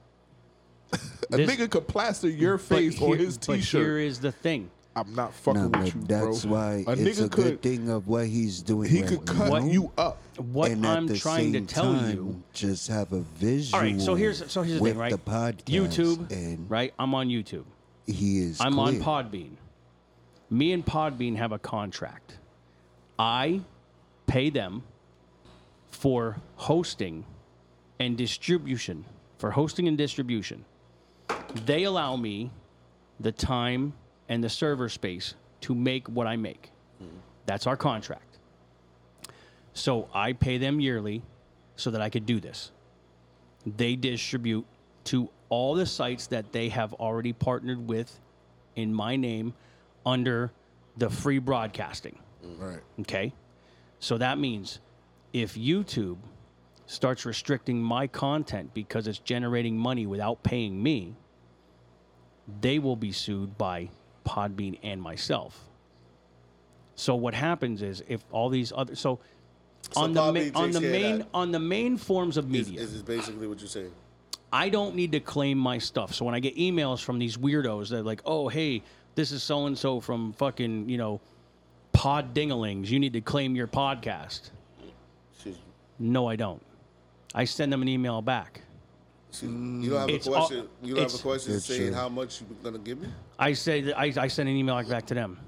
Speaker 4: A
Speaker 3: This-
Speaker 4: nigga could plaster your face
Speaker 3: but
Speaker 4: on
Speaker 3: here-
Speaker 4: his
Speaker 3: But here
Speaker 4: t-shirt.
Speaker 3: is the thing.
Speaker 4: I'm not
Speaker 6: No,
Speaker 4: fucking
Speaker 6: but
Speaker 4: with you,
Speaker 6: that's
Speaker 4: bro.
Speaker 6: why
Speaker 4: a
Speaker 6: it's
Speaker 4: nigga
Speaker 6: a
Speaker 4: could
Speaker 6: good thing of what he's doing.
Speaker 4: he
Speaker 6: right
Speaker 4: could
Speaker 6: now.
Speaker 4: cut you up.
Speaker 3: What
Speaker 6: and
Speaker 3: I'm
Speaker 6: at the
Speaker 3: trying to
Speaker 6: same
Speaker 3: tell
Speaker 6: time,
Speaker 3: you
Speaker 6: just have a visual.
Speaker 3: All right, so here's so here's the
Speaker 6: with
Speaker 3: thing, right?
Speaker 6: The podcast,
Speaker 3: YouTube,
Speaker 6: and
Speaker 3: right? I'm on YouTube.
Speaker 6: he is.
Speaker 3: I'm on
Speaker 6: clear.
Speaker 3: Podbean. Me and Podbean have a contract. I pay them for hosting and distribution, for hosting and distribution. They allow me the time and the server space to make what I make. That's our contract. So I pay them yearly so that I could do this. They distribute to all the sites that they have already partnered with in my name under the free broadcasting.
Speaker 4: Right.
Speaker 3: Okay. So that means if YouTube starts restricting my content because it's generating money without paying me, they will be sued by Podbean and myself. So what happens is if all these other so,
Speaker 5: So
Speaker 3: on the ma-
Speaker 5: Podbean
Speaker 3: on the
Speaker 5: takes care of
Speaker 3: main
Speaker 5: that.
Speaker 3: on the main forms of
Speaker 5: Is,
Speaker 3: media
Speaker 5: is is basically what you're saying.
Speaker 3: I don't need to claim my stuff. So when I get emails from these weirdos, they're like, "Oh, hey, this is so and so from fucking you know, Pod Dingalings. You need to claim your podcast."
Speaker 5: Excuse me.
Speaker 3: No, I don't. I send them an email back.
Speaker 5: Excuse me. You don't have
Speaker 3: It's
Speaker 5: a
Speaker 3: all-
Speaker 5: question. you don't have
Speaker 3: it's-
Speaker 5: a question
Speaker 6: It's
Speaker 5: saying
Speaker 6: true.
Speaker 5: how much you're gonna give me.
Speaker 3: I say that I, I send an email back to them.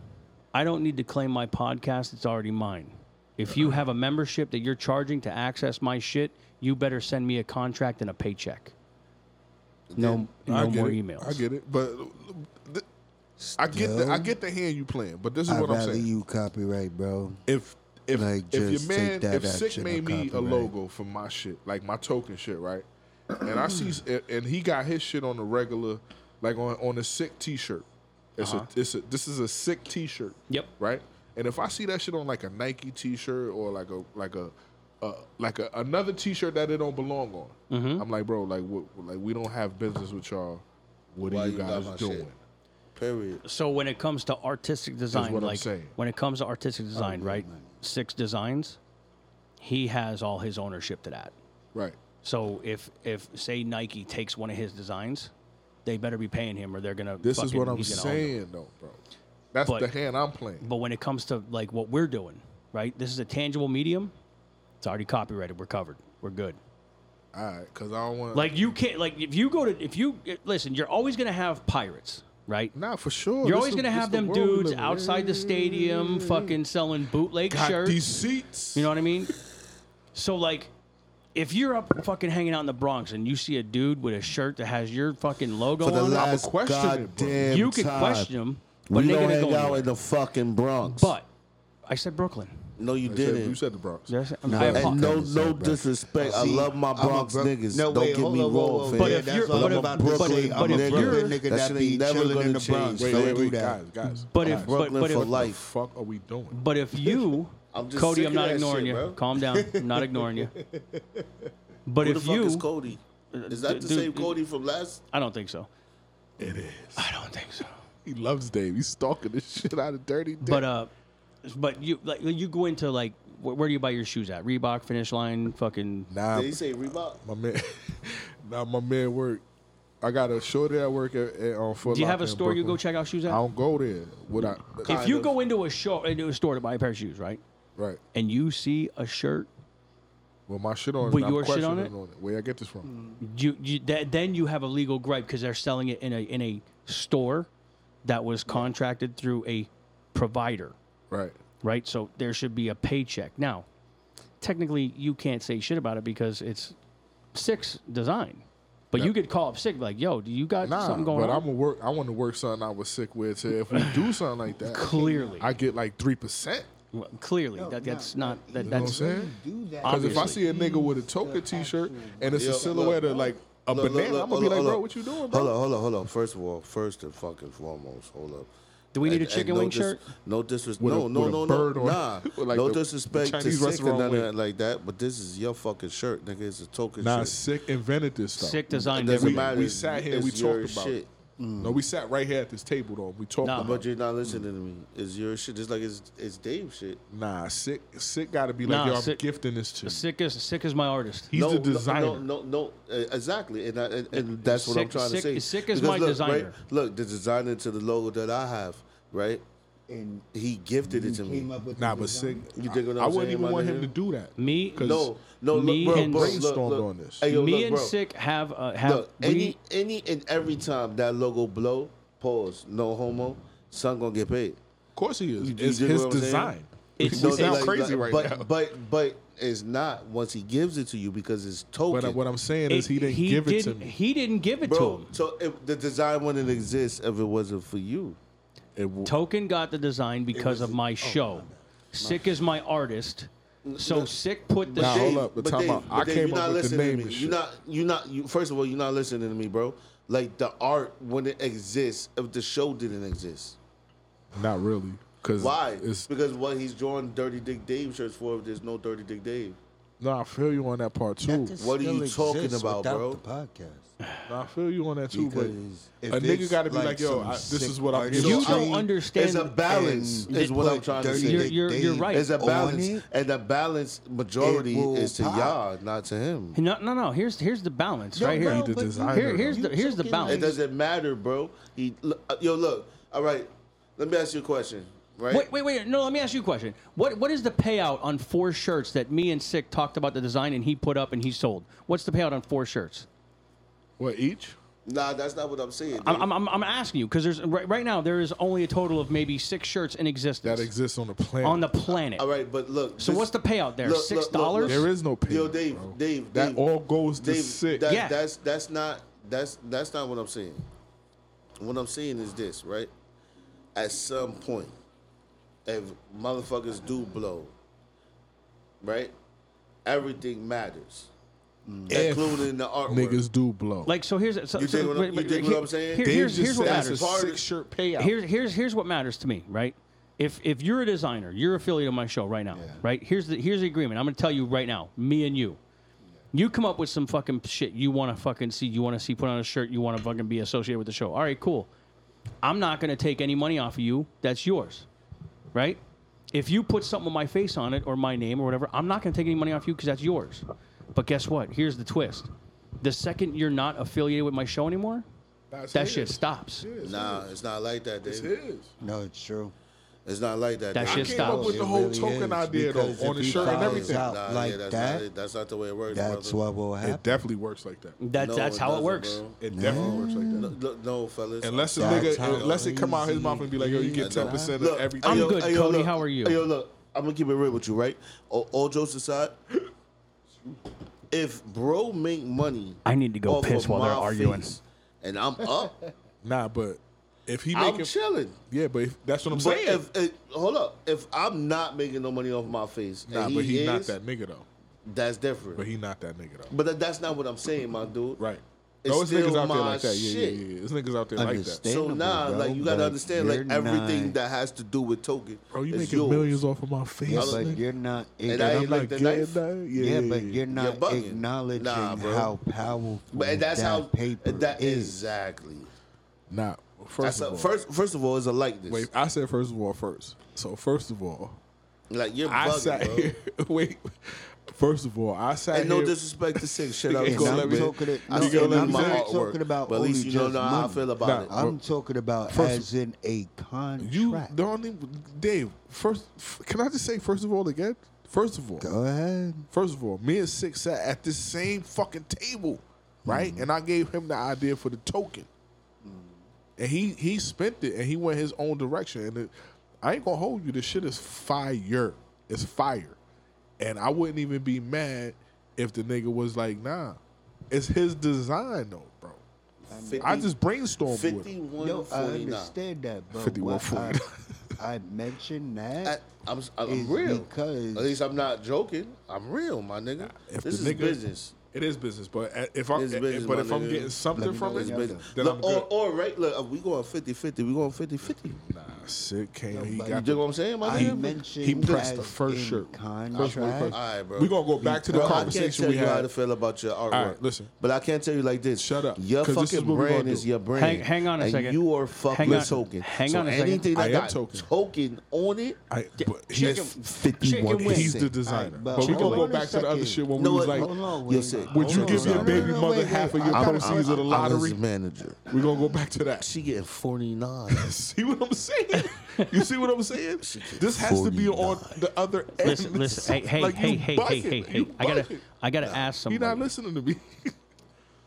Speaker 3: I don't need to claim my podcast. It's already mine. If you have a membership that you're charging to access my shit, you better send me a contract and a paycheck. No,
Speaker 4: I
Speaker 3: no
Speaker 4: get
Speaker 3: more
Speaker 4: it.
Speaker 3: emails.
Speaker 4: I get it, but th- I get the, I
Speaker 6: Still,
Speaker 4: get the hand you playing. But this is
Speaker 6: I
Speaker 4: what I'm
Speaker 6: value
Speaker 4: saying.
Speaker 6: you copyright, bro.
Speaker 4: if if
Speaker 6: Like,
Speaker 4: if
Speaker 6: just
Speaker 4: your
Speaker 6: take
Speaker 4: man
Speaker 6: that
Speaker 4: if sick
Speaker 6: action
Speaker 4: made
Speaker 6: or
Speaker 4: me a
Speaker 6: copyright.
Speaker 4: logo for my shit like my token shit right and i see and he got his shit on a regular like on on a sick t-shirt it's a it's a this is a sick t-shirt
Speaker 3: Yep.
Speaker 4: right and if i see that shit on like a nike t-shirt or like a like a uh, like a, another T-shirt that it don't belong on. I'm like, bro, like, what, like we don't have business with y'all. What
Speaker 5: Why
Speaker 4: are you
Speaker 5: you got
Speaker 4: guys
Speaker 5: my shit?
Speaker 4: doing?
Speaker 5: Period.
Speaker 3: So when it comes to artistic design,
Speaker 4: what I'm
Speaker 3: like
Speaker 4: saying.
Speaker 3: when it comes to artistic design, right? Six designs, he has all his ownership to that.
Speaker 4: Right,
Speaker 3: So if if say Nike takes one of his designs, they better be paying him, or they're gonna.
Speaker 4: this is
Speaker 3: fucking-
Speaker 4: what I'm
Speaker 3: he's gonna own them.
Speaker 4: saying, though, bro. That's
Speaker 3: But-
Speaker 4: the hand I'm playing.
Speaker 3: But when it comes to like what we're doing, right? This is a tangible medium. It's already copyrighted. We're covered. We're good.
Speaker 4: All right, because I don't want
Speaker 3: Like you can't. Like if you go to if you listen, you're always gonna have pirates, right?
Speaker 4: Nah, for sure.
Speaker 5: Oh,
Speaker 3: You're
Speaker 4: This
Speaker 3: always
Speaker 4: the-
Speaker 3: gonna
Speaker 4: this
Speaker 3: have
Speaker 4: the
Speaker 3: them
Speaker 4: world we
Speaker 3: dudes
Speaker 4: live in.
Speaker 3: outside the stadium, fucking selling bootleg
Speaker 4: Got
Speaker 3: shirts.
Speaker 4: these seats.
Speaker 3: You know what I mean? So like, if you're up fucking hanging out in the Bronx and you see a dude with a shirt that has your fucking logo
Speaker 5: For the
Speaker 3: on,
Speaker 5: last
Speaker 4: question it, bro.
Speaker 5: goddamn
Speaker 3: you can
Speaker 5: time.
Speaker 3: question him, but
Speaker 5: We
Speaker 3: they're
Speaker 5: don't
Speaker 3: gonna
Speaker 5: hang
Speaker 3: go.
Speaker 5: out in
Speaker 3: anywhere.
Speaker 5: the fucking Bronx.
Speaker 3: But I said Brooklyn.
Speaker 5: no, you
Speaker 4: I said-
Speaker 5: didn't.
Speaker 4: you said the Bronx.
Speaker 3: Did I say-
Speaker 6: No,
Speaker 3: I
Speaker 6: and
Speaker 3: apo-
Speaker 5: and no,
Speaker 6: Understand,
Speaker 5: no
Speaker 6: bro.
Speaker 5: disrespect. I
Speaker 6: See,
Speaker 5: love my
Speaker 6: I'm a
Speaker 5: Bronx
Speaker 6: Bro-
Speaker 5: niggas.
Speaker 6: No,
Speaker 5: don't
Speaker 6: wait,
Speaker 5: get
Speaker 6: hold
Speaker 5: me
Speaker 6: on, whoa, whoa,
Speaker 5: wrong, fam.
Speaker 3: But
Speaker 6: yeah,
Speaker 3: if
Speaker 6: that's
Speaker 3: you're-
Speaker 6: what
Speaker 3: but
Speaker 6: I'm
Speaker 3: if-
Speaker 6: about to
Speaker 3: but-
Speaker 6: say.
Speaker 3: but
Speaker 6: I'm a
Speaker 3: if
Speaker 6: Brooklyn
Speaker 3: you're-
Speaker 6: nigga
Speaker 5: That
Speaker 6: that
Speaker 5: shit
Speaker 6: be
Speaker 5: ain't never
Speaker 6: chilling in
Speaker 5: gonna
Speaker 6: the
Speaker 5: change.
Speaker 6: Bronx.
Speaker 4: Wait,
Speaker 6: Don't
Speaker 4: wait,
Speaker 6: do
Speaker 4: wait,
Speaker 6: that.
Speaker 4: guys, guys.
Speaker 3: But
Speaker 4: guys,
Speaker 3: if-
Speaker 4: what
Speaker 5: Brooklyn
Speaker 3: but
Speaker 5: for
Speaker 3: if-
Speaker 4: the
Speaker 5: life.
Speaker 4: fuck are we doing?
Speaker 3: But if you,
Speaker 5: I'm just
Speaker 3: Cody,
Speaker 5: sick
Speaker 3: I'm
Speaker 5: of
Speaker 3: not
Speaker 5: that
Speaker 3: ignoring
Speaker 5: shit,
Speaker 3: you.
Speaker 5: bro.
Speaker 3: Calm down. I'm not ignoring you. But
Speaker 5: Who the
Speaker 3: if
Speaker 5: fuck
Speaker 3: you,
Speaker 5: is Cody? Is that the
Speaker 3: dude,
Speaker 5: same Cody from last?
Speaker 3: I don't think so.
Speaker 4: It is.
Speaker 3: I don't think so.
Speaker 4: He loves Dave. He's stalking the shit out of Dirty Dick.
Speaker 3: But uh, but you like you go into like where, where do you buy your shoes at? Reebok, Finish Line, fucking.
Speaker 4: nah,
Speaker 5: Did he say Reebok?
Speaker 4: my man. nah, my man work. I got a shorty at work at, at on Foot
Speaker 3: Do you
Speaker 4: Locker
Speaker 3: have a
Speaker 4: in
Speaker 3: store you go
Speaker 4: Brooklyn.
Speaker 3: check out shoes at?
Speaker 4: I don't go there. What I
Speaker 3: if
Speaker 5: kind
Speaker 3: you
Speaker 5: of.
Speaker 3: go into a shop into a store to buy a pair of shoes, right,
Speaker 4: right.
Speaker 3: and you see a shirt,
Speaker 4: Well, my shit on. it,
Speaker 3: With
Speaker 4: I'm
Speaker 3: your shit on
Speaker 4: questioning Where I get this from?
Speaker 3: you, you that, then you have a legal gripe because they're selling it in a in a store that was contracted through a provider,
Speaker 4: Right.
Speaker 3: right? So there should be a paycheck. Now, technically, you can't say shit about it because it's six design. But you could call up sick like, "Yo, do you got
Speaker 4: Nah,
Speaker 3: something going
Speaker 4: but
Speaker 3: on?"
Speaker 4: I'm a work. I want to work something I was sick with. So if we do something like that,
Speaker 3: Clearly,
Speaker 4: I get like three percent.
Speaker 3: Well, clearly,
Speaker 6: No,
Speaker 3: that,
Speaker 6: no,
Speaker 3: that's
Speaker 6: no,
Speaker 3: not that,
Speaker 4: You know what I'm
Speaker 3: that's
Speaker 4: saying?
Speaker 6: Do that.
Speaker 3: Uh,
Speaker 4: Because if I
Speaker 3: Obviously.
Speaker 4: see a nigga with a Toka T-shirt and it's a
Speaker 5: Yo, look,
Speaker 4: silhouette of like a
Speaker 5: Look, look,
Speaker 4: banana,
Speaker 5: look,
Speaker 4: I'm gonna
Speaker 5: hold
Speaker 4: be
Speaker 5: up,
Speaker 4: like,
Speaker 5: hold
Speaker 4: bro,
Speaker 5: up.
Speaker 4: what you doing, bro?
Speaker 5: Hold up, hold up, hold up. First of all, first and fucking foremost, hold up.
Speaker 3: Do we need a
Speaker 5: And-
Speaker 3: chicken
Speaker 5: and no
Speaker 3: wing
Speaker 5: dis-
Speaker 3: shirt?
Speaker 5: No disrespect.
Speaker 4: With a-
Speaker 5: No, no,
Speaker 4: with a
Speaker 5: no,
Speaker 4: bird
Speaker 5: no.
Speaker 4: on-
Speaker 5: Nah,
Speaker 4: with like
Speaker 5: no
Speaker 4: the- the
Speaker 5: disrespect to
Speaker 4: Chinese
Speaker 5: sick and
Speaker 4: restaurant
Speaker 5: none of
Speaker 4: wing.
Speaker 5: that like that. But this is your fucking shirt, nigga. It's a token
Speaker 4: Nah,
Speaker 5: shirt.
Speaker 4: sick invented this stuff.
Speaker 3: sick design.
Speaker 5: doesn't
Speaker 3: everything.
Speaker 5: matter.
Speaker 4: We sat here and we
Speaker 5: It's your
Speaker 4: talked about
Speaker 5: shit.
Speaker 4: it. No, we sat right here at this table though. We talked
Speaker 3: Nah.
Speaker 4: about
Speaker 5: But you're not listening to me. It's your shit. Just like it's it's Dave shit.
Speaker 4: Nah, sick, sick got to be like,
Speaker 3: Nah,
Speaker 4: yo, I'm
Speaker 3: Sick-
Speaker 4: gifting this to you.
Speaker 3: Sick as sick as my artist.
Speaker 4: He's the designer.
Speaker 5: No, no, no, uh, exactly, and, I, and, and that's what I'm
Speaker 3: Sick-
Speaker 5: trying
Speaker 3: sick-
Speaker 5: to say.
Speaker 3: sick is
Speaker 5: Because
Speaker 3: my
Speaker 5: look,
Speaker 3: designer.
Speaker 5: Right, look, the designer to the logo that I have, right?
Speaker 6: And
Speaker 5: He gifted it
Speaker 6: you
Speaker 5: to
Speaker 6: came
Speaker 5: me.
Speaker 6: up with
Speaker 4: nah,
Speaker 6: the
Speaker 4: but sick.
Speaker 6: design.
Speaker 5: You dig what
Speaker 4: I,
Speaker 5: I'm
Speaker 4: wouldn't
Speaker 5: saying,
Speaker 4: even
Speaker 5: my
Speaker 4: want
Speaker 5: nigga?
Speaker 4: him to do that.
Speaker 3: Me,
Speaker 4: 'Cause
Speaker 5: No, no,
Speaker 3: me
Speaker 5: look, bro,
Speaker 3: and
Speaker 5: bro,
Speaker 3: Sick-
Speaker 5: look,
Speaker 4: brainstormed
Speaker 5: look.
Speaker 4: on this.
Speaker 5: Hey, yo,
Speaker 3: me
Speaker 5: look,
Speaker 3: and
Speaker 5: bro.
Speaker 3: sick have uh, have
Speaker 5: Look,
Speaker 3: we,
Speaker 5: any, any, and every time that logo blow, pause, no homo, son gonna get paid.
Speaker 4: Of course he is.
Speaker 5: You- you
Speaker 4: it's
Speaker 5: dig
Speaker 4: his
Speaker 5: what I'm saying?
Speaker 4: design.
Speaker 3: It's-
Speaker 4: we
Speaker 3: it's-
Speaker 4: sound
Speaker 3: like-
Speaker 4: crazy right
Speaker 5: but,
Speaker 4: now.
Speaker 5: But, but it's not once he gives it to you because it's token.
Speaker 4: But uh, what I'm saying is he didn't give it to
Speaker 3: didn't-
Speaker 4: me.
Speaker 3: He didn't give it to
Speaker 5: Bro,
Speaker 3: him.
Speaker 5: so if the design wouldn't exist if it wasn't for you.
Speaker 4: It w-
Speaker 3: Token got the design because of
Speaker 5: Oh,
Speaker 3: my show. Sick is my artist. So sick put the
Speaker 4: Nah,
Speaker 3: shit.
Speaker 4: hold up, but time out. I came
Speaker 5: you're
Speaker 4: up
Speaker 5: not
Speaker 4: with the
Speaker 5: listening
Speaker 4: name
Speaker 5: to
Speaker 4: and
Speaker 5: me.
Speaker 4: shit.
Speaker 5: You're not, you're not, you, first of all, you're not listening to me, bro. Like, the art wouldn't exist if the show didn't exist.
Speaker 4: Not really. Cause
Speaker 5: Why?
Speaker 4: It's,
Speaker 5: because what he's drawing Dirty Dick Dave shirts for if there's no Dirty Dick Dave.
Speaker 4: no, I feel you on that part too.
Speaker 6: That
Speaker 5: What are you
Speaker 6: still
Speaker 5: talking
Speaker 6: exists
Speaker 5: about,
Speaker 6: without
Speaker 5: bro?
Speaker 6: The podcast.
Speaker 4: No, I feel you on that too. But
Speaker 6: Because
Speaker 4: a
Speaker 6: if
Speaker 4: nigga
Speaker 6: it's
Speaker 4: got to be
Speaker 6: like
Speaker 4: like, yo,
Speaker 6: some
Speaker 4: I, this
Speaker 6: sick
Speaker 4: is what I'm.
Speaker 6: artist-
Speaker 4: giving
Speaker 3: You
Speaker 4: you.
Speaker 5: So, I
Speaker 3: don't
Speaker 5: mean,
Speaker 3: understand.
Speaker 5: It's a balance,
Speaker 6: And
Speaker 5: is what I'm
Speaker 6: put
Speaker 5: trying to
Speaker 6: Dirty
Speaker 5: say.
Speaker 3: You're-
Speaker 6: Dick
Speaker 3: you're- you're
Speaker 6: Dave
Speaker 3: right.
Speaker 5: It's a
Speaker 6: on
Speaker 5: balance,
Speaker 6: it.
Speaker 5: and the balance majority
Speaker 6: It will
Speaker 5: is to
Speaker 6: pop.
Speaker 5: y'all, not to him.
Speaker 3: No, no, no. Here's here's the balance right here.
Speaker 4: no, the
Speaker 6: but you-
Speaker 4: designer,
Speaker 3: Here- here's
Speaker 6: you
Speaker 3: the here's the
Speaker 6: talking
Speaker 5: It
Speaker 3: balance.
Speaker 5: doesn't matter, bro. He, look, uh, yo, look. All right, let me ask you a question. Right?
Speaker 3: Wait, wait, wait. No, let me ask you a question. What what is the payout on four shirts that me and Sick talked about the design and he put up and he sold? What's the payout on four shirts?
Speaker 4: What each?
Speaker 5: Nah, that's not what I'm saying. dude.
Speaker 3: I'm, I'm, I'm asking you because there's right, right now there is only a total of maybe six shirts in existence
Speaker 4: That exists on the planet.
Speaker 3: on the planet.
Speaker 5: All right, but look.
Speaker 3: So
Speaker 5: this-
Speaker 3: what's the payout there?
Speaker 5: look, look,
Speaker 3: Six
Speaker 5: look,
Speaker 3: dollars?
Speaker 5: look.
Speaker 4: There is no
Speaker 5: Yo,
Speaker 4: payout,
Speaker 5: Dave,
Speaker 4: bro.
Speaker 5: Dave,
Speaker 4: That
Speaker 5: Dave,
Speaker 4: all goes to
Speaker 5: Dave,
Speaker 4: sick.
Speaker 5: That,
Speaker 3: Yeah.
Speaker 5: That's that's not that's that's not what I'm saying. What I'm saying is this, right? At some point, if motherfuckers do blow, right? Everything matters,
Speaker 4: Mm. If
Speaker 5: including the artwork.
Speaker 4: Niggas do blow.
Speaker 3: Like so here's so,
Speaker 5: You
Speaker 3: so-
Speaker 5: dig what I'm-
Speaker 3: wait,
Speaker 5: you
Speaker 3: wait,
Speaker 5: dig what I'm saying?
Speaker 3: Here,
Speaker 5: Dave
Speaker 3: here's
Speaker 4: just
Speaker 3: here's what
Speaker 4: said
Speaker 5: that's
Speaker 3: matters.
Speaker 4: it's a
Speaker 5: Part of-
Speaker 4: six shirt payout.
Speaker 3: Here's here's here's what matters to me, right? If if you're a designer, you're affiliate of my show right now, right? Here's the here's the agreement. I'm gonna tell you right now, me and you. You come up with some fucking shit you want to fucking see. You want to see put on a shirt. You want to fucking be associated with the show. All right, cool. I'm not gonna take any money off of you. That's yours, right? If you put something with my face on it or my name or whatever, I'm not gonna take any money off you because that's yours. But guess what? Here's the twist: the second you're not affiliated with my show anymore,
Speaker 4: That's
Speaker 3: that
Speaker 4: his.
Speaker 3: shit stops.
Speaker 5: Nah, it's not like that,
Speaker 4: It's
Speaker 5: Dave.
Speaker 4: his.
Speaker 6: No, it's true.
Speaker 5: It's not like that.
Speaker 3: That shit
Speaker 5: Dave.
Speaker 4: I came up
Speaker 3: stops.
Speaker 4: with the
Speaker 6: It
Speaker 4: whole
Speaker 6: really
Speaker 4: token
Speaker 6: is,
Speaker 4: idea
Speaker 6: because
Speaker 4: though on
Speaker 6: if
Speaker 4: the
Speaker 6: he
Speaker 4: shirt and
Speaker 6: follows
Speaker 4: everything.
Speaker 6: out
Speaker 5: Nah,
Speaker 6: like
Speaker 5: yeah, that's
Speaker 6: that,
Speaker 5: Not, it. that's not the way it works.
Speaker 6: That's
Speaker 5: brother.
Speaker 6: what will happen.
Speaker 4: It definitely works like that.
Speaker 3: That,
Speaker 5: No,
Speaker 3: that's how it
Speaker 5: doesn't,
Speaker 3: works.
Speaker 5: bro.
Speaker 4: It definitely works like that.
Speaker 5: No, no, fellas.
Speaker 4: Unless a
Speaker 6: That's how
Speaker 4: nigga, unless it come out his mouth and be like, yo, you get
Speaker 5: Nah.
Speaker 4: ten percent of
Speaker 5: Look,
Speaker 4: everything.
Speaker 3: I'm
Speaker 5: ayo,
Speaker 3: good,
Speaker 5: ayo,
Speaker 3: Cody.
Speaker 5: look,
Speaker 3: How are you?
Speaker 5: ayo, look, I'm gonna keep it real with you, right? All, all jokes aside, if bro make money,
Speaker 3: I need to go
Speaker 5: off
Speaker 3: piss
Speaker 5: of
Speaker 3: while they're
Speaker 5: my
Speaker 3: arguing.
Speaker 5: face and I'm up,
Speaker 4: Nah, but if he
Speaker 5: I'm
Speaker 4: making,
Speaker 5: chilling.
Speaker 4: yeah, but if, that's what I'm
Speaker 5: But
Speaker 4: saying.
Speaker 5: if it, hold up, if I'm not making no money off my face,
Speaker 4: nah,
Speaker 5: and
Speaker 4: but he
Speaker 5: is,
Speaker 4: not that nigga though.
Speaker 5: That's different.
Speaker 4: But
Speaker 5: But,
Speaker 4: he not that nigga though.
Speaker 5: that, that's not what I'm saying, my dude.
Speaker 4: Right.
Speaker 5: It's
Speaker 4: no, it's
Speaker 5: still
Speaker 4: niggas out there
Speaker 5: my
Speaker 4: like that. Yeah, yeah,
Speaker 5: shit.
Speaker 4: yeah, yeah. It's niggas out there like that.
Speaker 6: Understand-
Speaker 5: So now,
Speaker 6: Bro,
Speaker 5: like you gotta
Speaker 6: like,
Speaker 5: understand, like
Speaker 6: you're
Speaker 5: everything
Speaker 6: not-
Speaker 5: that has to do with token.
Speaker 4: Bro, you
Speaker 5: is
Speaker 4: making
Speaker 5: yours.
Speaker 4: millions off of my face.
Speaker 6: Yeah,
Speaker 4: nigga.
Speaker 6: but you're not.
Speaker 5: And I
Speaker 4: I'm not
Speaker 5: ain't like the
Speaker 4: getting
Speaker 5: knife.
Speaker 4: that. Yeah,
Speaker 6: yeah, but
Speaker 4: yeah.
Speaker 6: you're not
Speaker 5: bugging.
Speaker 6: acknowledging
Speaker 5: Nah, bro.
Speaker 6: how powerful
Speaker 5: But and that's
Speaker 6: that
Speaker 5: how
Speaker 6: paper
Speaker 5: that
Speaker 6: is.
Speaker 5: exactly.
Speaker 4: Nah,
Speaker 5: That's
Speaker 4: first of
Speaker 5: a,
Speaker 4: all,
Speaker 5: first first of all, it's a likeness.
Speaker 4: wait. I said first of all first. So first of all,
Speaker 5: like you're
Speaker 4: I
Speaker 5: bugging,
Speaker 4: sat
Speaker 5: bro.
Speaker 4: here. Wait. First of all, I sat
Speaker 5: And no
Speaker 4: here.
Speaker 5: disrespect to six shit. I
Speaker 4: Nigga,
Speaker 5: was
Speaker 4: you
Speaker 5: gonna
Speaker 4: gonna
Speaker 5: let
Speaker 4: let me-
Speaker 5: me. I
Speaker 4: you
Speaker 5: still
Speaker 4: gonna let
Speaker 5: love
Speaker 4: me
Speaker 5: my
Speaker 4: say-
Speaker 5: artwork.
Speaker 6: talking about
Speaker 5: but at least
Speaker 6: only
Speaker 5: you know
Speaker 6: just
Speaker 5: now how I
Speaker 6: money.
Speaker 5: feel about
Speaker 4: Nah,
Speaker 5: it.
Speaker 6: I'm talking about
Speaker 4: First-
Speaker 6: as in a contract.
Speaker 4: You don't even Dave. First, f- can I just say first of all again? First of all,
Speaker 6: Go ahead.
Speaker 4: first of all, me and Six sat at the same fucking table, right?
Speaker 5: Mm-hmm.
Speaker 4: And I gave him the idea for the token, and he he spent it and he went his own direction. And it, I ain't gonna hold you. This shit is fire. It's fire, and I wouldn't even be mad if the nigga was like, nah. It's his design though, bro.
Speaker 5: 50,
Speaker 4: I just brainstormed with him.
Speaker 5: fifty-one
Speaker 6: Yo, I
Speaker 5: forty-nine.
Speaker 6: understand that, but
Speaker 4: 51,
Speaker 6: what I,
Speaker 4: 49.
Speaker 6: I mention that,
Speaker 5: I, I'm, s- I'm
Speaker 6: It's
Speaker 5: real.
Speaker 6: because-
Speaker 5: At least I'm not joking. I'm real, my nigga.
Speaker 4: If
Speaker 5: this is
Speaker 4: the nigga-
Speaker 5: business.
Speaker 4: It is business, but uh, if I'm
Speaker 5: It's business,
Speaker 4: but
Speaker 5: my
Speaker 4: if I'm
Speaker 5: nigga.
Speaker 4: getting something
Speaker 6: me
Speaker 4: from
Speaker 6: know
Speaker 4: it,
Speaker 5: It's
Speaker 6: Yeah.
Speaker 5: business.
Speaker 4: then
Speaker 5: Look, oh,
Speaker 4: I'm
Speaker 5: or,
Speaker 4: good.
Speaker 5: or right, look, if we going 50-50, we going 50-50.
Speaker 4: nah, sick came. He
Speaker 6: but-
Speaker 5: You
Speaker 4: got
Speaker 5: dig what I'm saying, my
Speaker 6: I
Speaker 5: nigga?
Speaker 6: mentioned
Speaker 4: he pressed the
Speaker 6: as
Speaker 4: first
Speaker 6: in
Speaker 4: shirt.
Speaker 6: Contract.
Speaker 4: First one he pressed.
Speaker 5: All right, bro.
Speaker 4: We gonna go back to the
Speaker 5: Bro, I can't
Speaker 4: conversation
Speaker 5: tell
Speaker 4: we
Speaker 5: you how
Speaker 4: had.
Speaker 5: to feel about your artwork.
Speaker 4: All right, listen.
Speaker 5: But I can't tell you like this.
Speaker 4: Shut up,
Speaker 5: Your
Speaker 4: 'cause this is
Speaker 5: fucking
Speaker 4: what we
Speaker 5: brand
Speaker 4: gonna
Speaker 5: is
Speaker 4: do.
Speaker 5: your brand.
Speaker 3: Hang- hang on a
Speaker 5: and
Speaker 3: second.
Speaker 5: You are fucking
Speaker 3: Hang on-
Speaker 5: token.
Speaker 3: hang
Speaker 5: so
Speaker 3: on a second.
Speaker 5: anything
Speaker 4: I
Speaker 5: that
Speaker 4: am
Speaker 5: got
Speaker 4: token.
Speaker 5: token on it,
Speaker 4: I, but
Speaker 3: Chicken-
Speaker 4: he's,
Speaker 3: chicken
Speaker 5: 51
Speaker 3: wing.
Speaker 4: he's the designer.
Speaker 6: Alright,
Speaker 4: but
Speaker 6: but
Speaker 4: we
Speaker 5: hold
Speaker 4: gonna go
Speaker 6: on a
Speaker 4: back to the other
Speaker 6: second.
Speaker 4: shit when
Speaker 5: No,
Speaker 4: we was
Speaker 5: what-
Speaker 4: like,
Speaker 5: hold
Speaker 6: on,
Speaker 5: You'll
Speaker 6: wait,
Speaker 5: see.
Speaker 6: hold
Speaker 4: would you
Speaker 5: on
Speaker 4: give
Speaker 5: a
Speaker 4: your
Speaker 5: second.
Speaker 4: baby
Speaker 6: No, no, no,
Speaker 4: mother
Speaker 6: wait,
Speaker 4: half of
Speaker 6: wait,
Speaker 4: your
Speaker 6: I-
Speaker 4: proceeds of the
Speaker 5: I was
Speaker 4: lottery?
Speaker 5: his manager.
Speaker 4: We gonna go back to that.
Speaker 5: She getting 49.
Speaker 4: See what I'm saying? You see what I'm saying? This has to be on
Speaker 5: 49.
Speaker 4: the other end.
Speaker 3: Listen, listen. Hey, hey,
Speaker 4: Like,
Speaker 3: hey,
Speaker 4: you
Speaker 3: hey, hey,
Speaker 4: bugging.
Speaker 3: hey, hey.
Speaker 4: You
Speaker 3: I gotta,
Speaker 4: bugging.
Speaker 3: I gotta ask
Speaker 4: He not
Speaker 3: somebody.
Speaker 4: listening to me.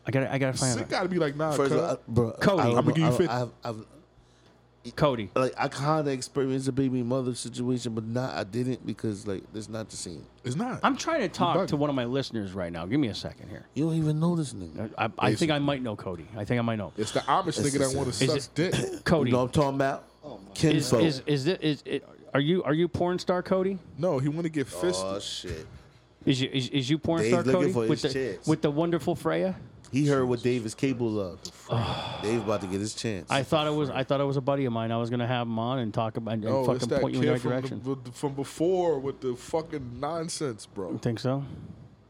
Speaker 3: I gotta, I gotta find
Speaker 4: Sick
Speaker 3: out.
Speaker 4: gotta be like, nah,
Speaker 5: First of
Speaker 4: cuz.
Speaker 5: all, I- bro,
Speaker 3: Cody.
Speaker 5: I don't
Speaker 3: I'ma
Speaker 5: know.
Speaker 4: give you
Speaker 5: I don't-
Speaker 4: 50.
Speaker 5: I've, I've,
Speaker 3: Cody.
Speaker 5: like I kind of experienced a baby mother situation, but not I didn't because like it's not the same.
Speaker 4: it's not.
Speaker 3: I'm trying to
Speaker 4: bugging.
Speaker 3: talk to one of my listeners right now. Give me a second here.
Speaker 5: You don't even know this nigga.
Speaker 3: I, I think I might know Cody. I think I might know.
Speaker 4: it's the Amish
Speaker 5: It's
Speaker 4: nigga that
Speaker 5: the
Speaker 4: want to
Speaker 5: same.
Speaker 4: suck
Speaker 3: Is
Speaker 4: dick.
Speaker 3: Cody.
Speaker 5: You know what I'm talking about? Oh,
Speaker 3: Is
Speaker 5: Kinfolk.
Speaker 3: is is, thi- is it? Are you are you porn star Cody?
Speaker 4: No, he want to get
Speaker 5: oh
Speaker 4: fisted.
Speaker 5: shit!
Speaker 3: Is you is, is you porn
Speaker 5: Dave's
Speaker 3: star Cody
Speaker 5: looking for his
Speaker 3: with the
Speaker 5: chance.
Speaker 3: with the wonderful Freya?
Speaker 5: He heard what Dave is capable of. Dave about to get his chance.
Speaker 3: I thought it was I thought it was a buddy of mine. I was gonna have him on and talk about and
Speaker 4: No, it's
Speaker 3: fucking
Speaker 4: that
Speaker 3: point you in
Speaker 4: kid
Speaker 3: the right
Speaker 4: from,
Speaker 3: direction.
Speaker 4: the- b- from before with the fucking nonsense, bro.
Speaker 3: Think so?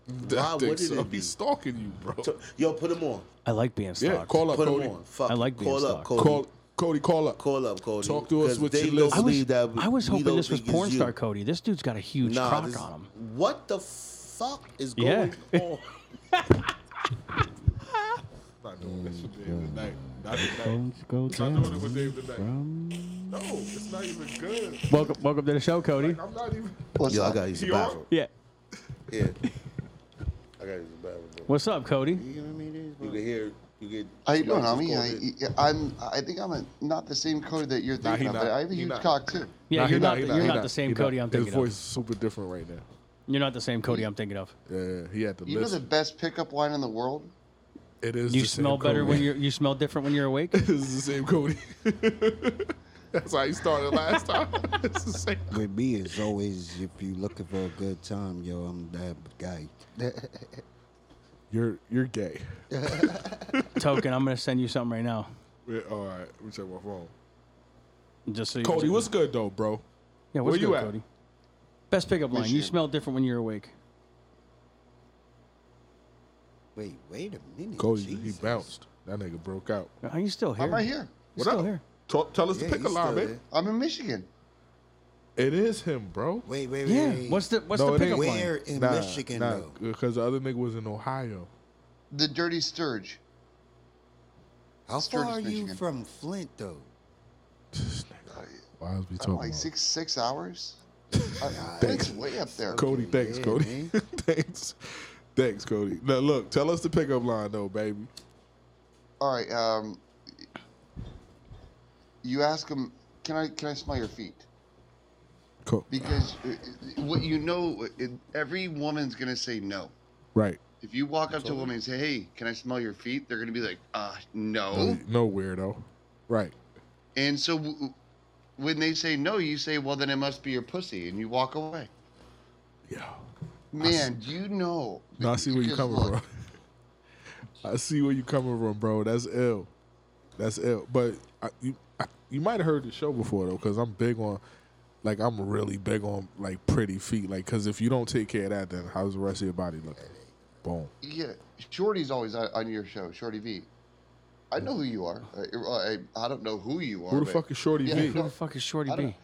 Speaker 4: I think
Speaker 5: would it
Speaker 4: so.
Speaker 5: be?
Speaker 4: He's stalking you, bro.
Speaker 5: So- yo, put him on.
Speaker 3: I like being
Speaker 4: Yeah,
Speaker 3: stalked.
Speaker 4: call up
Speaker 5: Put
Speaker 4: Cody.
Speaker 5: him on. Fuck.
Speaker 3: I
Speaker 5: it.
Speaker 3: like being
Speaker 5: call up,
Speaker 3: stalked.
Speaker 5: Cody.
Speaker 4: Call Cody. Call up.
Speaker 5: Call up, Cody.
Speaker 4: Talk to us
Speaker 5: 'Cause
Speaker 4: with
Speaker 5: Dave
Speaker 4: your
Speaker 5: don't
Speaker 4: list. I
Speaker 3: I was,
Speaker 5: believe that we-
Speaker 3: I was
Speaker 5: we
Speaker 3: hoping
Speaker 5: don't
Speaker 3: this was
Speaker 5: think it's
Speaker 3: porn
Speaker 5: you.
Speaker 3: star Cody. This dude's got a huge
Speaker 5: Nah,
Speaker 3: crock
Speaker 5: this-
Speaker 3: on him.
Speaker 5: what the fuck is
Speaker 3: Yeah.
Speaker 5: going on?
Speaker 4: I'm not doing this with Dave tonight. Not tonight. I'm not doing it with Dave tonight. No, it's not even good.
Speaker 3: Welcome, welcome to the show, Cody.
Speaker 4: I'm not even.
Speaker 5: Yo, I gotta use the
Speaker 4: You are?
Speaker 5: bathroom.
Speaker 3: Yeah.
Speaker 5: Yeah. I gotta use the bathroom. bro.
Speaker 3: What's up, Cody?
Speaker 6: You know what I mean? It is,
Speaker 5: You
Speaker 6: bro.
Speaker 5: can hear. You can.
Speaker 8: How you doing,
Speaker 5: somebody
Speaker 8: homie?
Speaker 5: just
Speaker 8: I,
Speaker 5: called in.
Speaker 8: yeah, I'm. I think I'm a, not the same Cody that you're
Speaker 4: Nah, he
Speaker 8: thinking of.
Speaker 4: not.
Speaker 8: But I have a
Speaker 4: He
Speaker 8: huge
Speaker 4: not.
Speaker 8: cock too.
Speaker 3: Yeah,
Speaker 4: Nah, he
Speaker 3: you're not,
Speaker 4: he
Speaker 3: you're
Speaker 4: he
Speaker 3: not, the same
Speaker 4: He
Speaker 3: Cody
Speaker 4: not.
Speaker 3: I'm thinking
Speaker 4: His voice is
Speaker 3: of.
Speaker 4: super different right now.
Speaker 3: You're not the same Cody I'm thinking of.
Speaker 4: Yeah, he had to
Speaker 8: You know the
Speaker 4: listen.
Speaker 8: best pickup line in the world?
Speaker 4: It is.
Speaker 3: You
Speaker 4: the same
Speaker 3: smell better
Speaker 4: Cody.
Speaker 3: when you're you smell different when you're awake.
Speaker 4: this is the same Cody. That's how he started last time. it's the same.
Speaker 6: With me, it's always if you looking for a good time, yo, I'm that guy.
Speaker 4: You're you're gay.
Speaker 3: Token, I'm gonna send you something right now.
Speaker 4: Yeah, all right, let me check my phone.
Speaker 3: Just so you
Speaker 4: Cody, what's good though, bro?
Speaker 3: yeah, what's
Speaker 4: where you
Speaker 3: good,
Speaker 4: at?
Speaker 3: Cody? Best pickup line. You
Speaker 8: Michigan.
Speaker 3: smell different when you're awake.
Speaker 6: Wait, wait a minute.
Speaker 4: Cody,
Speaker 6: Jesus.
Speaker 4: he bounced. That nigga broke out.
Speaker 3: Are you still here?
Speaker 8: I'm right here.
Speaker 3: You're
Speaker 4: What
Speaker 3: still
Speaker 4: up?
Speaker 3: here.
Speaker 4: Talk, tell us
Speaker 6: Yeah,
Speaker 4: to pick a
Speaker 6: he's
Speaker 4: line,
Speaker 6: still
Speaker 4: man.
Speaker 8: I'm in Michigan.
Speaker 4: It is him, bro.
Speaker 6: Wait, wait, wait.
Speaker 3: Yeah.
Speaker 6: wait.
Speaker 3: What's the what's
Speaker 4: No,
Speaker 3: the
Speaker 4: it
Speaker 3: pickup
Speaker 4: ain't.
Speaker 3: line?
Speaker 6: where in Michigan though?
Speaker 4: because the other nigga was in Ohio.
Speaker 8: The Dirty Sturge.
Speaker 6: How far
Speaker 8: Sturgis,
Speaker 6: are you
Speaker 8: Michigan.
Speaker 6: from Flint though?
Speaker 4: Why is we talking
Speaker 8: Like
Speaker 4: about
Speaker 8: six six hours. I, that's way up there.
Speaker 4: Cody? Thanks,
Speaker 6: Yeah,
Speaker 4: Cody.
Speaker 6: man.
Speaker 4: thanks, thanks, Cody. Now look, tell us the pickup line though, baby.
Speaker 8: All right. Um, you ask him, "Can I can I smell your feet?"
Speaker 4: Co-
Speaker 8: Because uh, uh, what you know, uh, every woman's gonna say no.
Speaker 4: right?
Speaker 8: If you walk up to a woman and say, "Hey, can I smell your feet?" They're gonna be like, "Uh, no."
Speaker 4: No weirdo. Right.
Speaker 8: And so, w- w- when they say no, you say, "Well, then it must be your pussy," and you walk away.
Speaker 4: Yeah.
Speaker 8: Man, do you know?
Speaker 4: No, I see where you
Speaker 8: Because
Speaker 4: coming
Speaker 8: look,
Speaker 4: from. I see where you coming from, bro. That's ill. That's ill. But I, you, I, you might have heard the show before though, because I'm big on, like, I'm really big on like pretty feet. Like, because if you don't take care of that, then how's the rest of your body look? Boom.
Speaker 8: Yeah, Shorty's always on, on your show, Shorty V. I know who you are. I, I, I don't know who you are.
Speaker 4: Who the
Speaker 8: but-
Speaker 4: fuck is Shorty
Speaker 8: Yeah,
Speaker 4: V?
Speaker 3: Who the fuck is Shorty
Speaker 8: I don't-
Speaker 3: B?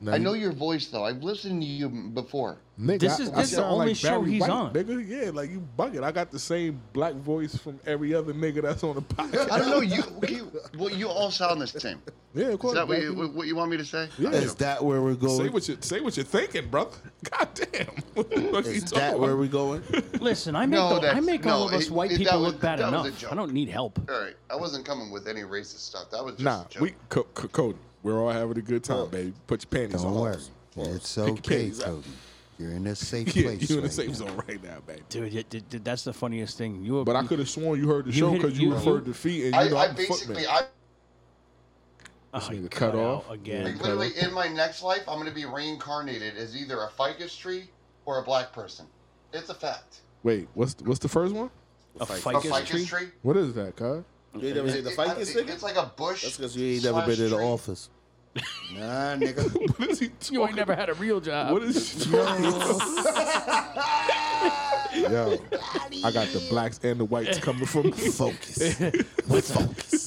Speaker 4: Now
Speaker 8: I
Speaker 4: you-
Speaker 8: know your voice though. I've listened to you before.
Speaker 4: Nigga,
Speaker 3: This is- this is the
Speaker 4: sound
Speaker 3: only show
Speaker 4: Barry
Speaker 3: he's
Speaker 4: White,
Speaker 3: on.
Speaker 4: Nigga, yeah, like you bugging. I got the same black voice from every other nigga that's on the podcast.
Speaker 8: I don't know you. you well, you all sound the same.
Speaker 4: yeah, of
Speaker 8: Is
Speaker 4: course.
Speaker 8: that what
Speaker 4: black
Speaker 8: you,
Speaker 4: people-
Speaker 8: what you want me to say?
Speaker 5: Is that where we're
Speaker 4: say
Speaker 5: going?
Speaker 4: what you say what you're thinking, brother. God damn. What the fuck you
Speaker 5: Is
Speaker 4: talking
Speaker 5: that
Speaker 4: about?
Speaker 5: where we're going?
Speaker 3: Listen, I make
Speaker 8: No,
Speaker 3: the, I
Speaker 8: that's-
Speaker 3: make
Speaker 8: no,
Speaker 3: all of us
Speaker 8: it-
Speaker 3: white
Speaker 8: it- that
Speaker 3: people
Speaker 8: was-
Speaker 3: look bad
Speaker 8: that was a
Speaker 3: enough.
Speaker 8: joke.
Speaker 3: I don't need help.
Speaker 8: All right, I wasn't coming with any racist stuff. That was just
Speaker 4: Nah,
Speaker 8: a joke.
Speaker 4: we co- co- Cody. We're all having a good time, baby. Put your panties
Speaker 6: Don't
Speaker 4: on.
Speaker 6: worry. It's okay,
Speaker 4: panties out.
Speaker 6: Cody. You're in a safe
Speaker 4: Yeah,
Speaker 6: place.
Speaker 4: you in the
Speaker 6: right
Speaker 4: safe
Speaker 6: now.
Speaker 4: zone right now, baby.
Speaker 3: Dude, yeah, dude, dude, that's the funniest thing. You
Speaker 4: But I could have sworn you heard the
Speaker 3: You
Speaker 4: show
Speaker 3: hit it-
Speaker 4: because you,
Speaker 3: you-
Speaker 4: referred to feet and you
Speaker 8: I,
Speaker 4: know
Speaker 8: I
Speaker 4: I'm a
Speaker 8: basically
Speaker 4: footman.
Speaker 8: I
Speaker 3: Oh,
Speaker 4: nigga
Speaker 3: you
Speaker 4: cut off.
Speaker 3: out again.
Speaker 8: Like literally, in my next life, I'm gonna be reincarnated as either a ficus tree or a black person. It's a fact.
Speaker 4: Wait, what's what's the first one?
Speaker 3: A
Speaker 8: A
Speaker 3: ficus,
Speaker 8: ficus tree.
Speaker 3: tree?
Speaker 4: What is that, cuz?
Speaker 5: You ain't never seen the
Speaker 8: It- I-
Speaker 5: ficus,
Speaker 8: it-
Speaker 5: nigga?
Speaker 8: It's like a bush.
Speaker 5: That's because you ain't never been in the office.
Speaker 6: Nah, nigga.
Speaker 4: What is he talking?
Speaker 3: You ain't never had a real job.
Speaker 4: What is he talking? Yo, I got the blacks and the whites coming from me.
Speaker 5: Focus.
Speaker 3: What's a,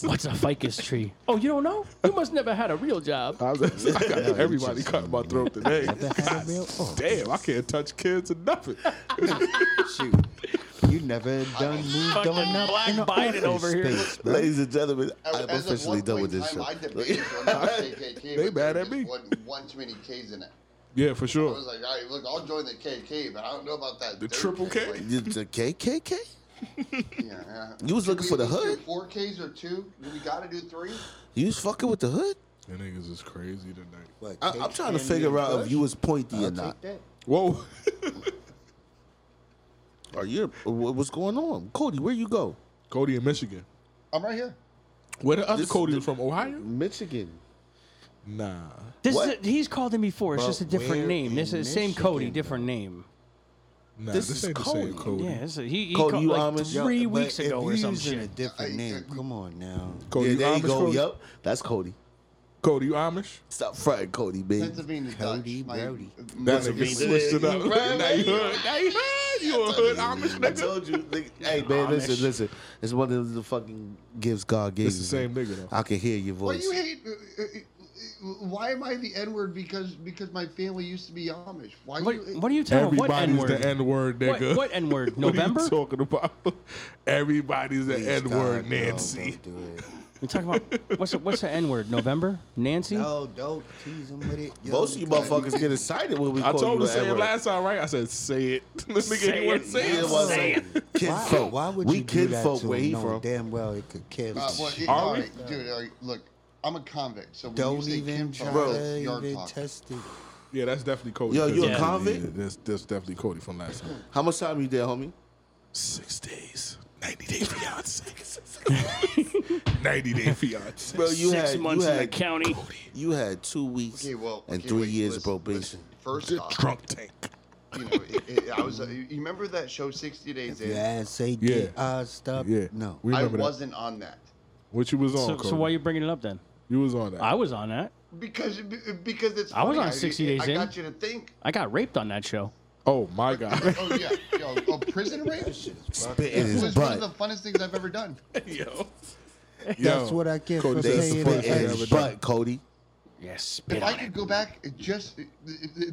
Speaker 3: what's a ficus tree? Oh, you don't know? You must never had a real job.
Speaker 5: Uh,
Speaker 4: I, was, I got everybody cutting my throat today.
Speaker 6: Had a real- oh,
Speaker 4: Damn, I can't touch kids or nothing.
Speaker 6: shoot. You never done moved on up
Speaker 3: Black
Speaker 6: in the
Speaker 3: Biden
Speaker 6: office
Speaker 3: over here.
Speaker 6: space, bro.
Speaker 5: Ladies and gentlemen, I'm
Speaker 8: As of
Speaker 5: officially
Speaker 8: one
Speaker 5: done
Speaker 8: point
Speaker 5: with
Speaker 8: in
Speaker 5: this
Speaker 8: time,
Speaker 5: show.
Speaker 8: I debated on the KKK,
Speaker 4: They
Speaker 8: but
Speaker 4: mad at
Speaker 8: there just
Speaker 4: me.
Speaker 8: wasn't One too many K's in it.
Speaker 4: Yeah, for
Speaker 8: I
Speaker 4: sure.
Speaker 8: was like, all right, look, I'll join the KK, but I don't know about that.
Speaker 4: The
Speaker 8: third
Speaker 4: triple
Speaker 8: thing,
Speaker 4: K?
Speaker 8: like,
Speaker 5: You- The KKK?
Speaker 8: yeah, yeah.
Speaker 5: You was looking
Speaker 8: we
Speaker 5: for the
Speaker 8: at least do
Speaker 5: hood?
Speaker 8: Four Ks or two? Do We gotta do three.
Speaker 5: You was fucking with the hood?
Speaker 4: The niggas is crazy tonight.
Speaker 6: What,
Speaker 5: I, I'm
Speaker 6: cake
Speaker 5: trying to
Speaker 6: and
Speaker 5: figure
Speaker 6: Nigga
Speaker 5: out if
Speaker 6: Kush?
Speaker 5: you was pointy or
Speaker 6: I'll
Speaker 5: not.
Speaker 6: take that.
Speaker 4: Whoa.
Speaker 5: Are you? what- What's going on, Cody? Where you go?
Speaker 4: Cody in Michigan.
Speaker 8: I'm right here.
Speaker 4: Where the other
Speaker 5: This-
Speaker 4: Cody was from? Ohio?
Speaker 5: Michigan.
Speaker 4: Nah.
Speaker 3: This is
Speaker 5: What?
Speaker 3: he's called him before. It's
Speaker 6: But
Speaker 3: just a different
Speaker 6: where
Speaker 3: name. This
Speaker 6: in
Speaker 3: is same Cody,
Speaker 6: Michigan,
Speaker 3: different name.
Speaker 4: Nah,
Speaker 5: This
Speaker 4: this,
Speaker 5: is
Speaker 4: ain't the same
Speaker 5: Cody.
Speaker 4: Cody.
Speaker 3: Yeah, this is, he, he
Speaker 5: Cody,
Speaker 3: called
Speaker 5: you
Speaker 3: like
Speaker 5: Amish? Yo,
Speaker 3: three
Speaker 6: But
Speaker 3: weeks
Speaker 6: if
Speaker 3: ago
Speaker 6: you
Speaker 3: or some
Speaker 6: using a
Speaker 3: shit.
Speaker 6: different
Speaker 8: I-
Speaker 6: name. Come on now.
Speaker 4: Cody,
Speaker 5: yeah, there
Speaker 4: you
Speaker 5: you
Speaker 4: Amish?
Speaker 5: go.
Speaker 4: Cody?
Speaker 5: Yep, that's Cody.
Speaker 4: Cody, you Amish?
Speaker 5: Stop frying Cody, man.
Speaker 8: Pennsylvania
Speaker 6: Cody
Speaker 8: Dutch. my-
Speaker 6: Brody.
Speaker 4: That
Speaker 8: my-
Speaker 4: nigga switched it up. now you hood. Now you hood. You a hood Amish
Speaker 5: I
Speaker 4: nigga.
Speaker 5: told you. nigga. Hey, man,
Speaker 3: Amish.
Speaker 5: listen, listen. It's one of the fucking gifts God gave
Speaker 4: It's the
Speaker 5: you,
Speaker 4: same
Speaker 5: man.
Speaker 4: nigga, though.
Speaker 5: I can hear your
Speaker 8: Why
Speaker 5: voice.
Speaker 8: you hate? uh, uh, uh, Why am I the N word? Because because my family used to be Amish. Why
Speaker 3: What,
Speaker 8: you?
Speaker 3: what are you talking? What N
Speaker 4: Everybody's
Speaker 3: word?
Speaker 4: the N word,
Speaker 3: What-
Speaker 4: nigga.
Speaker 3: What N word?
Speaker 4: What are
Speaker 3: November?
Speaker 4: you talking about? Everybody's the
Speaker 6: Please,
Speaker 4: N word,
Speaker 6: God, no,
Speaker 4: Nancy.
Speaker 6: don't do it.
Speaker 3: You're talking about what's the, what's the N word? November? Nancy?
Speaker 6: No, don't tease him with it. yo,
Speaker 5: Most of you
Speaker 6: because-
Speaker 5: motherfuckers get excited when we
Speaker 4: I
Speaker 5: call
Speaker 4: told him to
Speaker 5: you
Speaker 4: say it
Speaker 5: Edward.
Speaker 4: last time, right? I said, say it. This nigga ain't want to say
Speaker 5: It
Speaker 4: it.
Speaker 5: was
Speaker 6: Say Why,
Speaker 5: kinfolk.
Speaker 6: why would
Speaker 5: we
Speaker 6: you do that
Speaker 5: kinfolk
Speaker 6: to
Speaker 5: where
Speaker 6: him
Speaker 5: he
Speaker 6: knowing
Speaker 5: from.
Speaker 6: Damn well, it could kill.
Speaker 8: Uh, well, it-
Speaker 4: Are
Speaker 8: all
Speaker 4: we?
Speaker 8: right, dude. all right, look, I'm a convict, so when you
Speaker 6: Don't
Speaker 8: say
Speaker 6: even
Speaker 8: kinfolk,
Speaker 6: try
Speaker 5: Bro.
Speaker 6: to
Speaker 8: it's yard
Speaker 6: even
Speaker 8: talk.
Speaker 6: test it.
Speaker 4: Yeah, that's definitely Cody.
Speaker 5: Yo, you a
Speaker 4: Yeah.
Speaker 5: convict?
Speaker 4: Yeah, that's, that's definitely Cody from last time.
Speaker 5: How much time you there, homie?
Speaker 4: Six days. 90 day fiance. 90 day fiance.
Speaker 5: Bro, you
Speaker 3: Six
Speaker 5: had
Speaker 3: months
Speaker 5: you
Speaker 3: in
Speaker 5: had
Speaker 3: the county.
Speaker 5: you had two weeks
Speaker 8: Okay, well,
Speaker 5: and
Speaker 8: okay,
Speaker 5: three
Speaker 8: wait,
Speaker 5: years of
Speaker 8: listen,
Speaker 5: probation.
Speaker 8: listen. First
Speaker 4: The
Speaker 8: off,
Speaker 4: drunk tank.
Speaker 8: you know, it, it, I was. uh, You you remember that show, 60 Days In?
Speaker 6: Your ass say
Speaker 4: Yeah.
Speaker 6: get I stop.
Speaker 4: Yeah.
Speaker 6: No.
Speaker 4: We
Speaker 8: I
Speaker 4: remember that.
Speaker 8: wasn't on that
Speaker 4: What you was on,
Speaker 3: So,
Speaker 4: Cody?
Speaker 3: so why are you bringing it up then?
Speaker 4: You was on that.
Speaker 3: I was on that.
Speaker 8: because because it's.
Speaker 3: I was
Speaker 8: funny,
Speaker 3: on 60 Days
Speaker 8: I
Speaker 3: In.
Speaker 8: got you to think.
Speaker 3: I got raped on that show.
Speaker 4: oh, my God.
Speaker 8: Oh yeah, yo, a prison rape.
Speaker 5: Spit
Speaker 8: It
Speaker 5: in his
Speaker 8: was one
Speaker 5: butt.
Speaker 8: of the funnest things I've ever done.
Speaker 4: Yo.
Speaker 6: That's what I get
Speaker 4: Cody
Speaker 6: for
Speaker 4: said
Speaker 5: They
Speaker 6: saying
Speaker 5: spit
Speaker 4: fuck
Speaker 5: in
Speaker 6: that.
Speaker 5: his
Speaker 4: Everything.
Speaker 5: butt, Cody.
Speaker 3: Yes.
Speaker 8: If I could go back, it just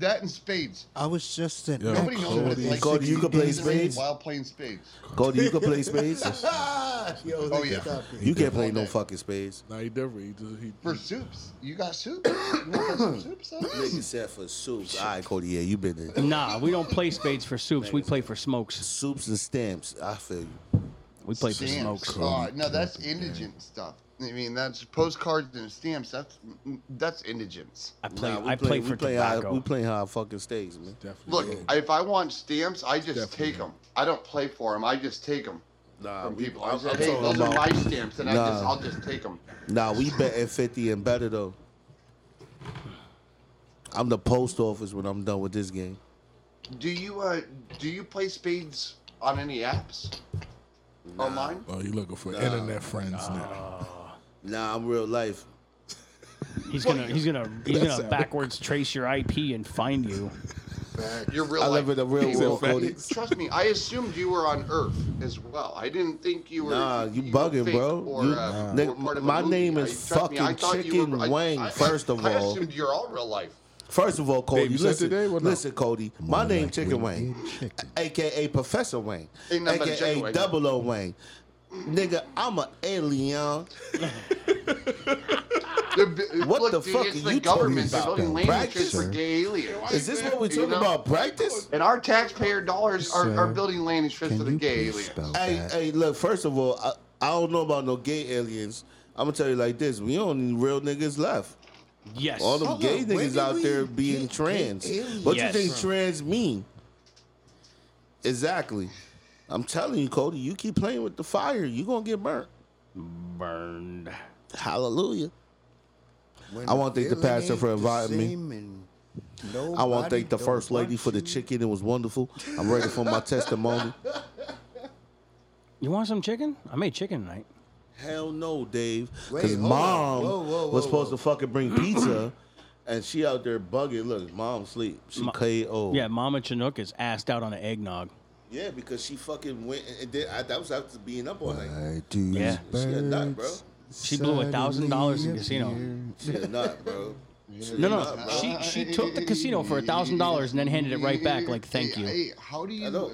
Speaker 8: that in spades.
Speaker 6: I was just an
Speaker 4: Yo,
Speaker 8: Nobody knows what
Speaker 6: extra
Speaker 8: it's
Speaker 6: in
Speaker 8: like.
Speaker 5: Cody,
Speaker 8: to
Speaker 5: you
Speaker 8: be
Speaker 5: can play
Speaker 8: in prison
Speaker 5: spades?
Speaker 8: while playing spades.
Speaker 5: Cody, you can play spades.
Speaker 6: Yo,
Speaker 8: Oh, yeah.
Speaker 6: stop it.
Speaker 5: You can't play no
Speaker 8: Okay.
Speaker 5: fucking spades.
Speaker 4: Nah, he different. He just, he,
Speaker 8: For soups, you got soup. You want to put some soups on?
Speaker 5: Nigga said for soups. All right, Cody, yeah, you been there.
Speaker 3: Nah, we don't play spades for soups. We play for smokes.
Speaker 5: Soups and stamps. I feel you.
Speaker 3: We play for
Speaker 8: Stamps.
Speaker 3: smokes.
Speaker 8: Oh, no, that's indigent stuff. I mean, that's postcards and stamps. That's that's indigence.
Speaker 3: I play.
Speaker 5: Nah, we
Speaker 3: I play,
Speaker 5: we
Speaker 3: for
Speaker 5: play how-
Speaker 3: tobacco.
Speaker 5: we play how I fucking stays, man.
Speaker 8: Look,
Speaker 4: definitely.
Speaker 8: if I want stamps, I just
Speaker 4: Definitely.
Speaker 8: take them. I don't play for them. I just take them
Speaker 4: Uh,
Speaker 5: Nah,
Speaker 8: from
Speaker 5: we,
Speaker 8: people.
Speaker 5: I'm-
Speaker 8: I say,
Speaker 5: I'm
Speaker 8: hey,
Speaker 5: talking
Speaker 8: those are
Speaker 5: about-
Speaker 8: my stamps, and I just
Speaker 5: Nah.
Speaker 8: I'll just take them.
Speaker 5: Nah, we betting fifty and better though. I'm the post office when I'm done with this game.
Speaker 8: Do you uh do you play spades on any apps? Online?
Speaker 4: Oh, you looking for internet friends now.
Speaker 5: Nah, I'm real life.
Speaker 3: He's gonna. He's gonna. He's
Speaker 4: That's
Speaker 3: gonna
Speaker 4: how-
Speaker 3: backwards trace your IP and find you.
Speaker 8: You're real.
Speaker 5: I
Speaker 8: life.
Speaker 5: live in the real world, Cody.
Speaker 8: Trust me, I assumed you were on Earth as well. I didn't think you were.
Speaker 5: Nah, you
Speaker 8: were
Speaker 5: bugging,
Speaker 8: fake
Speaker 5: bro.
Speaker 8: Or,
Speaker 5: You-
Speaker 8: uh,
Speaker 5: Nah.
Speaker 8: were part of a
Speaker 5: My
Speaker 8: movie.
Speaker 5: name
Speaker 8: I-
Speaker 5: is
Speaker 8: trust me, I
Speaker 5: fucking
Speaker 8: thought you
Speaker 5: Chicken
Speaker 8: I-
Speaker 5: Wang,
Speaker 8: I-
Speaker 5: first of
Speaker 8: I
Speaker 5: all.
Speaker 8: assumed you're all real life.
Speaker 5: First of all, Cody,
Speaker 4: you said
Speaker 5: listen,
Speaker 4: today or no?
Speaker 5: listen, Cody. My name Chicken Wayne,
Speaker 6: did chicken.
Speaker 5: aka Professor Wayne,
Speaker 8: Ain't nothing but a chicken
Speaker 5: aka
Speaker 8: wing.
Speaker 5: Double O Wayne. Nigga, I'm an alien.
Speaker 8: They're bi-
Speaker 5: What
Speaker 8: look,
Speaker 5: the
Speaker 8: dude,
Speaker 5: fuck
Speaker 8: it's
Speaker 5: are
Speaker 8: the
Speaker 5: you talking
Speaker 8: government. They're
Speaker 5: about?
Speaker 8: building landing
Speaker 5: Practice,
Speaker 8: strips for
Speaker 6: sir?
Speaker 8: gay aliens.
Speaker 5: Is this what we're
Speaker 8: You
Speaker 5: talking
Speaker 8: know?
Speaker 5: about? Practice?
Speaker 8: And our taxpayer dollars are,
Speaker 6: Sir,
Speaker 8: are building landing strips for
Speaker 6: Can
Speaker 8: the
Speaker 6: you
Speaker 8: gay
Speaker 6: please
Speaker 8: aliens.
Speaker 6: spell
Speaker 5: Hey,
Speaker 6: that?
Speaker 5: hey, look. First of all, I, I don't know about no gay aliens. I'm gonna tell you like this: we only real niggas left.
Speaker 3: Yes.
Speaker 5: All them
Speaker 6: Hold
Speaker 5: gay
Speaker 6: on, where
Speaker 5: niggas
Speaker 6: did
Speaker 5: out
Speaker 6: we
Speaker 5: there
Speaker 6: get
Speaker 5: being
Speaker 6: gay
Speaker 5: trans.
Speaker 6: aliens
Speaker 5: What
Speaker 3: Yes.
Speaker 5: you think trans mean? Exactly. I'm telling you, Cody. You keep playing with the fire, you gonna get burnt.
Speaker 3: Burned.
Speaker 5: Hallelujah.
Speaker 6: When
Speaker 5: I want to thank the
Speaker 6: feeling
Speaker 5: pastor
Speaker 6: ain't
Speaker 5: for
Speaker 6: the
Speaker 5: inviting me.
Speaker 6: same and
Speaker 5: I want
Speaker 6: nobody
Speaker 5: to thank the
Speaker 6: don't
Speaker 5: first lady
Speaker 6: want
Speaker 5: for the
Speaker 6: you.
Speaker 5: chicken. It was wonderful. I'm ready for my testimony.
Speaker 3: You want some chicken? I made chicken tonight.
Speaker 5: Hell no, Dave.
Speaker 6: Wait,
Speaker 5: Because
Speaker 6: hold on.
Speaker 5: mom
Speaker 6: Whoa, whoa,
Speaker 5: was
Speaker 6: whoa,
Speaker 5: supposed
Speaker 6: whoa.
Speaker 5: to fucking bring pizza, and she out there bugging. Look, mom sleep. She KO.
Speaker 3: Yeah, Mama Chinook is assed out on an eggnog.
Speaker 5: yeah, because she fucking went and- and did. I, that was after being up all night.
Speaker 6: I do.
Speaker 3: Yeah.
Speaker 5: She a nut, bro.
Speaker 3: She blew a thousand dollars in casino.
Speaker 6: suddenly appear.
Speaker 5: She a nut, bro. She a
Speaker 3: No,
Speaker 5: nut,
Speaker 3: no,
Speaker 5: bro.
Speaker 3: she she took the casino for a thousand dollars and then handed it right back like thank
Speaker 8: Hey,
Speaker 3: you.
Speaker 8: Hey, how do you
Speaker 5: Hello.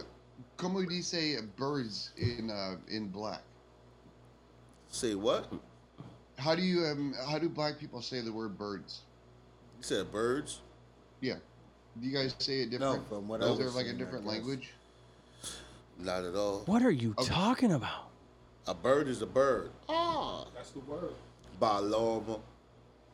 Speaker 8: como dice birds in uh, in black?
Speaker 5: Say what? You
Speaker 8: How do you um, how do black people say the word birds?
Speaker 5: said birds.
Speaker 8: Yeah. Do you guys say it different?
Speaker 6: from what I
Speaker 8: Is there
Speaker 6: was
Speaker 8: like a
Speaker 6: saying, I
Speaker 8: different
Speaker 6: guess.
Speaker 8: language?
Speaker 5: Not at all.
Speaker 3: What are you talking about?
Speaker 5: A bird is a bird. Ah.
Speaker 4: That's the word.
Speaker 5: Paloma.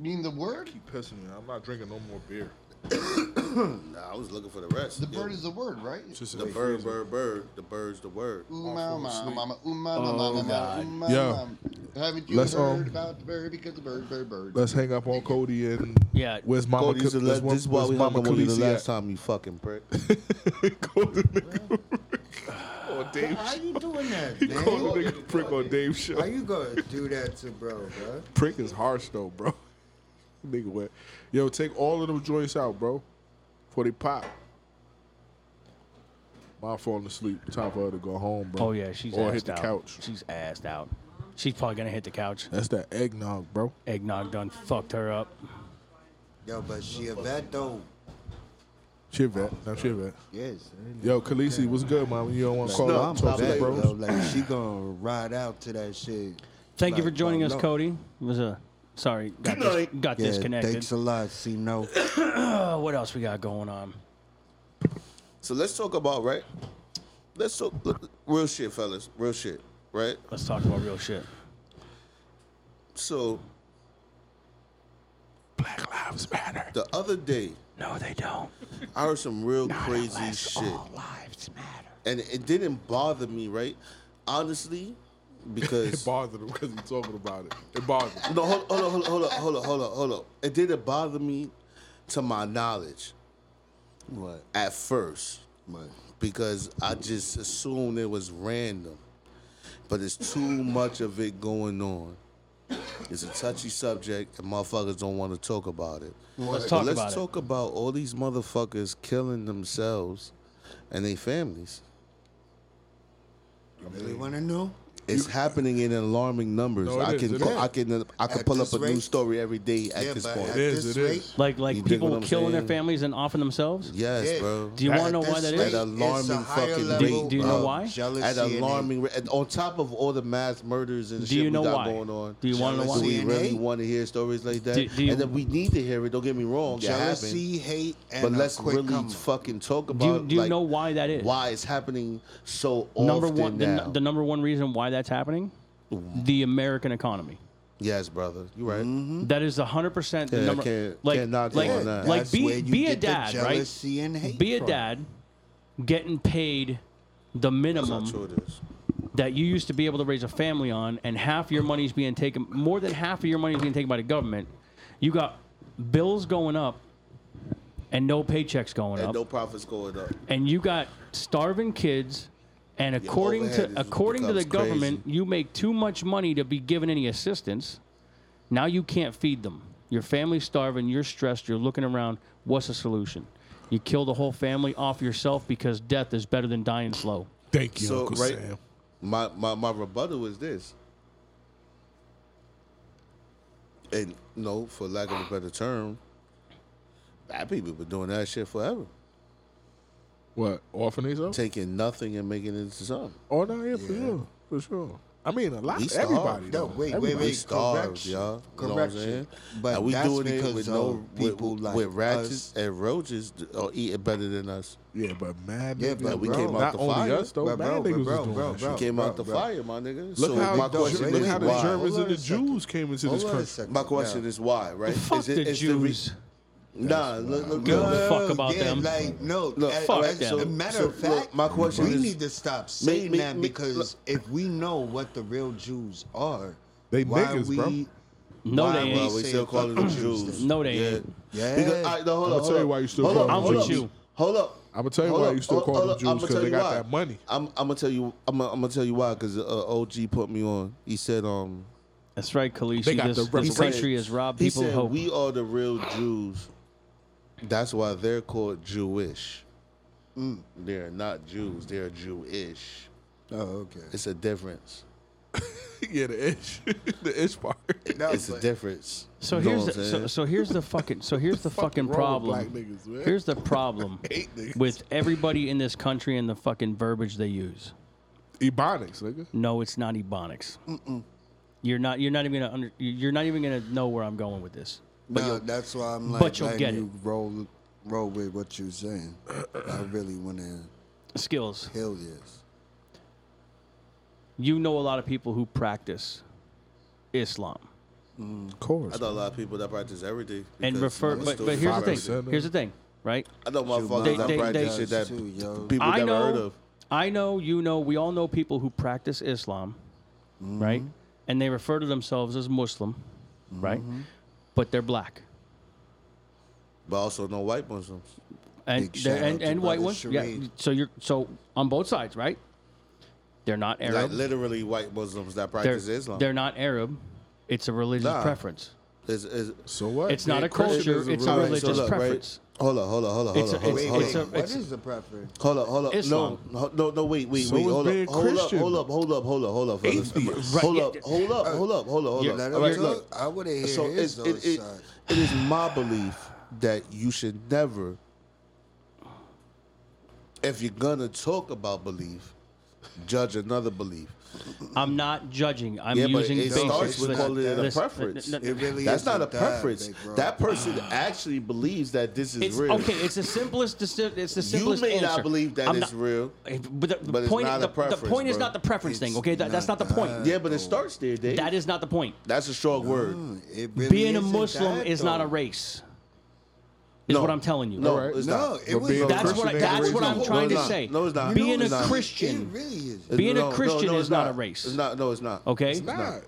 Speaker 8: Mean the word?
Speaker 4: Keep pissing me. I'm not drinking no more beer.
Speaker 5: Nah, I was looking for the rest.
Speaker 8: The
Speaker 5: Yo,
Speaker 8: bird is the word, right?
Speaker 4: It's just
Speaker 5: the
Speaker 4: in
Speaker 5: bird,
Speaker 4: freezer.
Speaker 5: bird, bird. The bird's the word.
Speaker 8: Uma, mama, mama, uma,
Speaker 3: Oh,
Speaker 8: mama, mama,
Speaker 3: God.
Speaker 8: uma,
Speaker 4: Yeah.
Speaker 8: mama. Haven't you
Speaker 4: Let's,
Speaker 8: heard
Speaker 4: um,
Speaker 8: about the bird? Because the bird, bird, bird.
Speaker 4: Let's hang up on Cody and
Speaker 3: Yeah.
Speaker 4: Where's Mama?
Speaker 5: Cody, this,
Speaker 4: Ca-
Speaker 5: is the last-
Speaker 4: where's-
Speaker 5: this is why
Speaker 4: where's
Speaker 5: we hung
Speaker 4: Mama
Speaker 5: up on you the
Speaker 4: Khaleesi
Speaker 5: last
Speaker 4: at?
Speaker 5: time, you fucking prick.
Speaker 4: Cody, nigga. on Dave.
Speaker 6: How you doing that,
Speaker 4: Cody,
Speaker 6: man?
Speaker 4: nigga, prick on Dave's show.
Speaker 6: How you gonna do that to bro, bro?
Speaker 4: Prick is harsh though, bro. Nigga, what? Yo, take all of them joints out, bro. Before they pop. My falling asleep. Time for her to go home, bro.
Speaker 3: Oh yeah, she's
Speaker 4: or
Speaker 3: assed
Speaker 4: hit the
Speaker 3: out.
Speaker 4: couch.
Speaker 3: She's assed out. She's probably gonna hit the couch.
Speaker 4: That's that eggnog, bro.
Speaker 3: Eggnog done fucked her up.
Speaker 6: Yo, but she a vet though.
Speaker 4: She a vet. No, she a vet.
Speaker 6: Yes.
Speaker 4: Yo, Khaleesi, what's good, mama? You don't want to call
Speaker 5: no,
Speaker 4: up
Speaker 5: I'm
Speaker 4: and talk to the
Speaker 5: back,
Speaker 6: Vet,
Speaker 4: bros?
Speaker 6: though, like she gonna ride out to that shit.
Speaker 3: Thank you for
Speaker 6: Like,
Speaker 3: joining us,
Speaker 6: no.
Speaker 3: Cody. It was a sorry, got, dis- got
Speaker 6: Yeah,
Speaker 3: disconnected.
Speaker 6: thanks a lot, C no.
Speaker 3: Oh, what else we got going on?
Speaker 5: So let's talk about right. Let's talk look, real shit, fellas. Real shit, right?
Speaker 3: Let's talk about real shit.
Speaker 5: So
Speaker 4: Black Lives Matter.
Speaker 5: the other day,
Speaker 3: No, they don't.
Speaker 5: I heard some real crazy
Speaker 3: Unless
Speaker 5: shit,
Speaker 3: All lives matter.
Speaker 5: and it didn't bother me, right? Honestly,
Speaker 4: It
Speaker 5: because
Speaker 4: bothered him because he's talking about it. It bothered him.
Speaker 5: No, hold, hold up, hold up, hold up, hold up, hold up, hold up. It didn't bother me, to my knowledge,
Speaker 6: What?
Speaker 5: at first,
Speaker 6: What?
Speaker 5: because I just assumed it was random. But it's too much of it going on. It's a touchy subject, and motherfuckers don't want to talk about it.
Speaker 3: Let's
Speaker 5: But
Speaker 3: talk
Speaker 5: let's
Speaker 3: about it.
Speaker 5: talk about all these motherfuckers killing themselves and their families.
Speaker 6: You really wanna know?
Speaker 5: It's happening in alarming numbers.
Speaker 4: No, it
Speaker 5: I
Speaker 4: is,
Speaker 5: can,
Speaker 4: it
Speaker 5: go-
Speaker 4: is.
Speaker 5: I can, I can
Speaker 6: At
Speaker 5: pull up
Speaker 6: this
Speaker 5: a new
Speaker 6: rate?
Speaker 5: story every day at
Speaker 6: yeah,
Speaker 5: this
Speaker 6: but
Speaker 5: point.
Speaker 6: at
Speaker 4: It is,
Speaker 6: this
Speaker 4: it
Speaker 6: rate,
Speaker 4: is.
Speaker 3: Like
Speaker 5: You
Speaker 3: like
Speaker 5: dig what
Speaker 3: people
Speaker 5: I'm
Speaker 3: killing their
Speaker 5: saying?
Speaker 3: families and offing themselves.
Speaker 5: Yes,
Speaker 6: Yeah.
Speaker 5: bro.
Speaker 3: Do you
Speaker 6: at
Speaker 3: want to know
Speaker 6: this
Speaker 3: why that
Speaker 6: rate,
Speaker 5: At
Speaker 3: is?
Speaker 5: a- alarming
Speaker 6: it's a higher
Speaker 5: fucking
Speaker 6: level
Speaker 3: rate, Do you know
Speaker 6: of
Speaker 3: why?
Speaker 6: jealousy
Speaker 5: at
Speaker 6: and hate.
Speaker 5: alarming rate. and On top of all the mass murders and
Speaker 3: Do
Speaker 5: shit
Speaker 3: you know
Speaker 5: we got
Speaker 3: why?
Speaker 5: going on.
Speaker 3: Do you want to know why?
Speaker 5: do we
Speaker 6: Jealousy and
Speaker 5: really
Speaker 6: hate?
Speaker 5: want to hear stories like that?
Speaker 3: Do- do you-
Speaker 5: and then we need to hear it. Don't get me wrong. it happened.
Speaker 6: jealousy, hate, and
Speaker 5: But
Speaker 6: a
Speaker 5: let's
Speaker 6: quick
Speaker 5: really
Speaker 6: come.
Speaker 5: fucking talk
Speaker 3: Do you,
Speaker 5: about.
Speaker 3: do you
Speaker 5: like,
Speaker 3: know why that is?
Speaker 5: Why it's happening so often
Speaker 3: number one, the,
Speaker 5: now?
Speaker 3: n- the number one reason why that's happening, the American economy.
Speaker 5: yes, brother, you right.
Speaker 3: That is hundred percent the
Speaker 5: Yeah,
Speaker 3: number.
Speaker 5: can't-
Speaker 3: like,
Speaker 5: can't knock
Speaker 3: like,
Speaker 5: it on that.
Speaker 3: like
Speaker 6: That's
Speaker 3: be
Speaker 6: where you
Speaker 3: be a
Speaker 6: get the
Speaker 3: dad, right?
Speaker 6: jealousy and hate
Speaker 3: Be a
Speaker 6: from.
Speaker 3: dad, getting paid the
Speaker 5: That's how true
Speaker 3: minimum
Speaker 5: it is.
Speaker 3: that you used to be able to raise a family on, and half your money's being taken. More than half of your money's being taken by the government. You got bills going up, and no paychecks going
Speaker 5: And
Speaker 3: up,
Speaker 5: no profits going up.
Speaker 3: and you got starving kids. And according
Speaker 5: overhead
Speaker 3: to
Speaker 5: is-
Speaker 3: according to the
Speaker 5: becomes crazy.
Speaker 3: government, you make too much money to be given any assistance. Now you can't feed them. Your family's starving. You're stressed. You're looking around. What's the solution? You kill the whole family off yourself because death is better than dying slow.
Speaker 4: Thank you,
Speaker 5: so
Speaker 4: Uncle
Speaker 5: right,
Speaker 4: Sam.
Speaker 5: my my my rebuttal is this, and no, for lack of a better term, black people been doing that shit forever,
Speaker 4: What? Offering these up?
Speaker 5: taking nothing and making it into something.
Speaker 4: Oh, no, yeah, for sure. For sure. I mean, a lot.
Speaker 5: We starved.
Speaker 4: Everybody.
Speaker 6: No,
Speaker 4: though.
Speaker 6: wait, wait,
Speaker 4: Everybody.
Speaker 5: We
Speaker 6: wait.
Speaker 5: starved,
Speaker 6: correction.
Speaker 5: y'all. You know what I'm
Speaker 6: Correction.
Speaker 5: saying?
Speaker 6: But
Speaker 5: and we
Speaker 6: that's
Speaker 5: doing it
Speaker 6: because
Speaker 5: with
Speaker 6: of
Speaker 5: no people
Speaker 6: people
Speaker 5: with,
Speaker 6: like
Speaker 5: with ratchets
Speaker 6: us.
Speaker 5: and roaches are eating better than us.
Speaker 4: Yeah, but mad.
Speaker 6: Yeah,
Speaker 4: niggas-
Speaker 6: but
Speaker 5: we
Speaker 6: bro,
Speaker 5: came out
Speaker 4: Not
Speaker 5: the
Speaker 4: only
Speaker 5: fire.
Speaker 4: us though,
Speaker 6: But
Speaker 4: bad
Speaker 6: bro, but
Speaker 4: niggas was
Speaker 6: bro,
Speaker 4: doing
Speaker 6: bro,
Speaker 4: that
Speaker 6: bro.
Speaker 4: shit.
Speaker 5: Came out the
Speaker 6: bro.
Speaker 5: fire, my nigga.
Speaker 4: Look
Speaker 5: so
Speaker 4: how
Speaker 5: my
Speaker 4: the
Speaker 5: question
Speaker 4: Ger-
Speaker 6: wait,
Speaker 5: is
Speaker 4: look
Speaker 6: wait,
Speaker 4: how the
Speaker 5: why?
Speaker 6: wait.
Speaker 4: Germans
Speaker 6: Hold
Speaker 4: and
Speaker 6: on
Speaker 4: the
Speaker 6: a second.
Speaker 4: Jews came into this
Speaker 6: Hold on a
Speaker 4: country.
Speaker 6: second.
Speaker 5: My question
Speaker 6: Now,
Speaker 5: is why, right?
Speaker 3: Fuck
Speaker 5: is it,
Speaker 3: the
Speaker 5: is
Speaker 3: Jews.
Speaker 5: The re- nah, look, look,
Speaker 3: Give a
Speaker 5: look.
Speaker 3: fuck about
Speaker 6: yeah,
Speaker 3: them.
Speaker 6: Like no,
Speaker 5: Look,
Speaker 6: as,
Speaker 3: fuck
Speaker 6: as
Speaker 3: them.
Speaker 6: a matter
Speaker 5: So,
Speaker 6: of fact,
Speaker 5: look, my question
Speaker 6: we
Speaker 5: is-
Speaker 6: need to stop saying
Speaker 5: me-
Speaker 6: that
Speaker 5: me-
Speaker 6: because
Speaker 5: look.
Speaker 6: if we know what the real Jews are,
Speaker 4: They
Speaker 6: why
Speaker 4: niggas,
Speaker 6: we,
Speaker 4: bro.
Speaker 3: No,
Speaker 6: Why
Speaker 3: they
Speaker 6: we
Speaker 3: ain't.
Speaker 5: Well, we
Speaker 6: say
Speaker 5: still
Speaker 6: it
Speaker 5: call it the
Speaker 6: fucking
Speaker 5: Jews.
Speaker 6: Tuesday.
Speaker 3: No, they
Speaker 5: yeah.
Speaker 3: ain't.
Speaker 6: Yeah.
Speaker 5: Because, I, no, hold
Speaker 4: I'ma tell
Speaker 5: up, hold
Speaker 4: you
Speaker 5: up,
Speaker 4: why you still
Speaker 5: hold
Speaker 4: call
Speaker 5: up,
Speaker 4: them
Speaker 5: hold
Speaker 3: Jews.
Speaker 5: up,
Speaker 3: You-
Speaker 5: Hold up.
Speaker 4: I'ma tell you
Speaker 5: Hold
Speaker 4: why
Speaker 5: up,
Speaker 4: you still
Speaker 5: hold-
Speaker 4: call
Speaker 5: hold
Speaker 4: them
Speaker 5: up,
Speaker 4: Jews,
Speaker 5: I'ma
Speaker 4: 'cause
Speaker 5: tell
Speaker 4: they
Speaker 5: you
Speaker 4: got
Speaker 5: why.
Speaker 4: that money.
Speaker 5: I'm, I'm gonna tell you. I'm, I'm gonna tell you why. Because uh, OG put me on. He said, um,
Speaker 3: That's right, Khaleesi.
Speaker 4: They got
Speaker 3: this,
Speaker 4: the
Speaker 3: this
Speaker 5: said-
Speaker 3: country has robbed
Speaker 5: he
Speaker 3: people
Speaker 5: said,
Speaker 3: of hope.
Speaker 5: We are the real Jews. That's why they're called Jewish.
Speaker 4: Mm.
Speaker 5: They're not Jews. They're Jewish.
Speaker 6: Oh, okay.
Speaker 5: It's a difference.
Speaker 4: yeah, the ish, the ish part.
Speaker 5: it's a difference.
Speaker 3: So
Speaker 5: You know
Speaker 3: here's
Speaker 5: what I'm
Speaker 3: the, so,
Speaker 5: saying?
Speaker 3: so here's the fucking so here's the, fucking
Speaker 4: wrong with
Speaker 3: problem.
Speaker 4: black niggas, man?
Speaker 3: here's the problem
Speaker 4: Hate niggas.
Speaker 3: with everybody in this country and the fucking verbiage they use.
Speaker 4: Ebonics, nigga.
Speaker 3: No, it's not ebonics. You're not you're not even gonna under, you're not even gonna know where I'm going with this.
Speaker 6: No, that's why I'm like
Speaker 3: but you'll
Speaker 6: letting
Speaker 3: get
Speaker 6: you roll roll with what you're saying. I really want to
Speaker 3: Skills.
Speaker 6: heal this.
Speaker 3: You know a lot of people who practice Islam
Speaker 4: Of course.
Speaker 5: I know a lot of people that practice everything.
Speaker 3: and refer. But, but here's the thing.
Speaker 4: Violence.
Speaker 3: Here's the thing. Right.
Speaker 5: I know
Speaker 3: They-
Speaker 5: motherfuckers
Speaker 3: they-
Speaker 5: that practice
Speaker 3: they-
Speaker 5: shit that
Speaker 6: too, yo.
Speaker 5: people
Speaker 3: I
Speaker 5: never
Speaker 3: know.
Speaker 5: heard of.
Speaker 3: I know. You know. We all know people who practice Islam,
Speaker 5: Mm-hmm.
Speaker 3: right? And they refer to themselves as Muslim, right?
Speaker 5: Mm-hmm.
Speaker 3: But they're black.
Speaker 5: But also no white Muslims.
Speaker 3: and
Speaker 6: Big
Speaker 3: they're-
Speaker 6: shout out
Speaker 3: and,
Speaker 6: to
Speaker 3: and white
Speaker 6: Brother
Speaker 3: ones. Yeah.
Speaker 6: Shereen.
Speaker 3: So you're so on both sides, right? They're not
Speaker 5: Like
Speaker 3: Arab.
Speaker 5: literally white Muslims that
Speaker 3: they're,
Speaker 5: practice Islam.
Speaker 3: they're not Arab. It's a religious
Speaker 5: Nah.
Speaker 3: preference.
Speaker 5: It's- it's-
Speaker 4: So what?
Speaker 3: It's not a culture. It's a
Speaker 5: All right, so
Speaker 3: religious
Speaker 5: look, right?
Speaker 3: preference.
Speaker 5: Hold up, hold up, hold up,
Speaker 3: It's
Speaker 5: hold
Speaker 3: a-
Speaker 5: up, hold
Speaker 3: it's-
Speaker 5: up, hold
Speaker 3: it's
Speaker 5: up.
Speaker 3: a-
Speaker 6: what is the preference?
Speaker 5: Hold up, hold up.
Speaker 3: Islam.
Speaker 5: No, ho- no, no, wait, wait,
Speaker 4: So
Speaker 5: wait.
Speaker 4: is
Speaker 5: Hold
Speaker 4: being
Speaker 5: up, hold up,
Speaker 4: Christian.
Speaker 5: hold up, hold up, hold up, hold up, fellas.
Speaker 4: Atheist.
Speaker 5: Hold
Speaker 3: Right.
Speaker 5: up, hold up, hold up, hold up, hold
Speaker 3: You're-
Speaker 5: up.
Speaker 6: Let
Speaker 5: All right,
Speaker 6: him
Speaker 5: look.
Speaker 6: look. I want to hear
Speaker 5: So
Speaker 6: his
Speaker 5: it's,
Speaker 6: other
Speaker 5: it, it,
Speaker 6: side.
Speaker 5: it is my belief that you should never, if you're gonna talk about belief, judge another belief.
Speaker 3: I'm not judging. I'm
Speaker 5: Yeah, but
Speaker 3: using
Speaker 5: it
Speaker 3: basics.
Speaker 5: starts with
Speaker 3: Listen,
Speaker 5: calling it a
Speaker 3: listen,
Speaker 5: preference.
Speaker 3: n- n-
Speaker 6: It really
Speaker 5: That's
Speaker 6: is
Speaker 5: not a
Speaker 6: that,
Speaker 5: preference.
Speaker 6: big bro.
Speaker 5: That person actually believes that this is
Speaker 3: Ah. It's,
Speaker 5: real.
Speaker 3: okay, it's the simplest. deci- It's the
Speaker 5: you
Speaker 3: simplest
Speaker 5: may
Speaker 3: answer.
Speaker 5: not believe that
Speaker 3: I'm
Speaker 5: it's
Speaker 3: not-
Speaker 5: real.
Speaker 3: Eh, But the, the
Speaker 5: but it's
Speaker 3: point,
Speaker 5: not a
Speaker 3: the, the
Speaker 5: preference,
Speaker 3: point is
Speaker 5: bro.
Speaker 3: not the preference thing.
Speaker 6: It's
Speaker 3: Okay, that, that's not
Speaker 6: not
Speaker 3: the point.
Speaker 6: that.
Speaker 5: Yeah, but it starts there, Dave.
Speaker 3: Uh, That is not the point.
Speaker 5: That's a strong word.
Speaker 6: Mm, It really
Speaker 3: Being a
Speaker 6: isn't
Speaker 3: Muslim
Speaker 6: that,
Speaker 3: is not
Speaker 6: though.
Speaker 3: a race. Is
Speaker 5: No.
Speaker 3: what I'm telling you.
Speaker 5: No,
Speaker 4: Alright.
Speaker 5: it's
Speaker 6: No,
Speaker 5: not.
Speaker 6: it
Speaker 4: But
Speaker 6: was.
Speaker 4: being a
Speaker 3: That's
Speaker 4: Christian
Speaker 3: what I,
Speaker 4: ain't
Speaker 3: that's what
Speaker 4: racist.
Speaker 3: I'm
Speaker 5: No,
Speaker 3: trying
Speaker 5: it's
Speaker 3: to
Speaker 5: not.
Speaker 3: say.
Speaker 5: No, it's not.
Speaker 3: Being
Speaker 5: No,
Speaker 3: a
Speaker 5: it's not.
Speaker 6: It
Speaker 3: Christian,
Speaker 6: really is.
Speaker 3: being
Speaker 5: No,
Speaker 3: a
Speaker 5: no,
Speaker 3: Christian
Speaker 5: no,
Speaker 3: is
Speaker 5: it's
Speaker 3: not, a race.
Speaker 5: It's not. No, it's not.
Speaker 3: okay,
Speaker 4: It's not.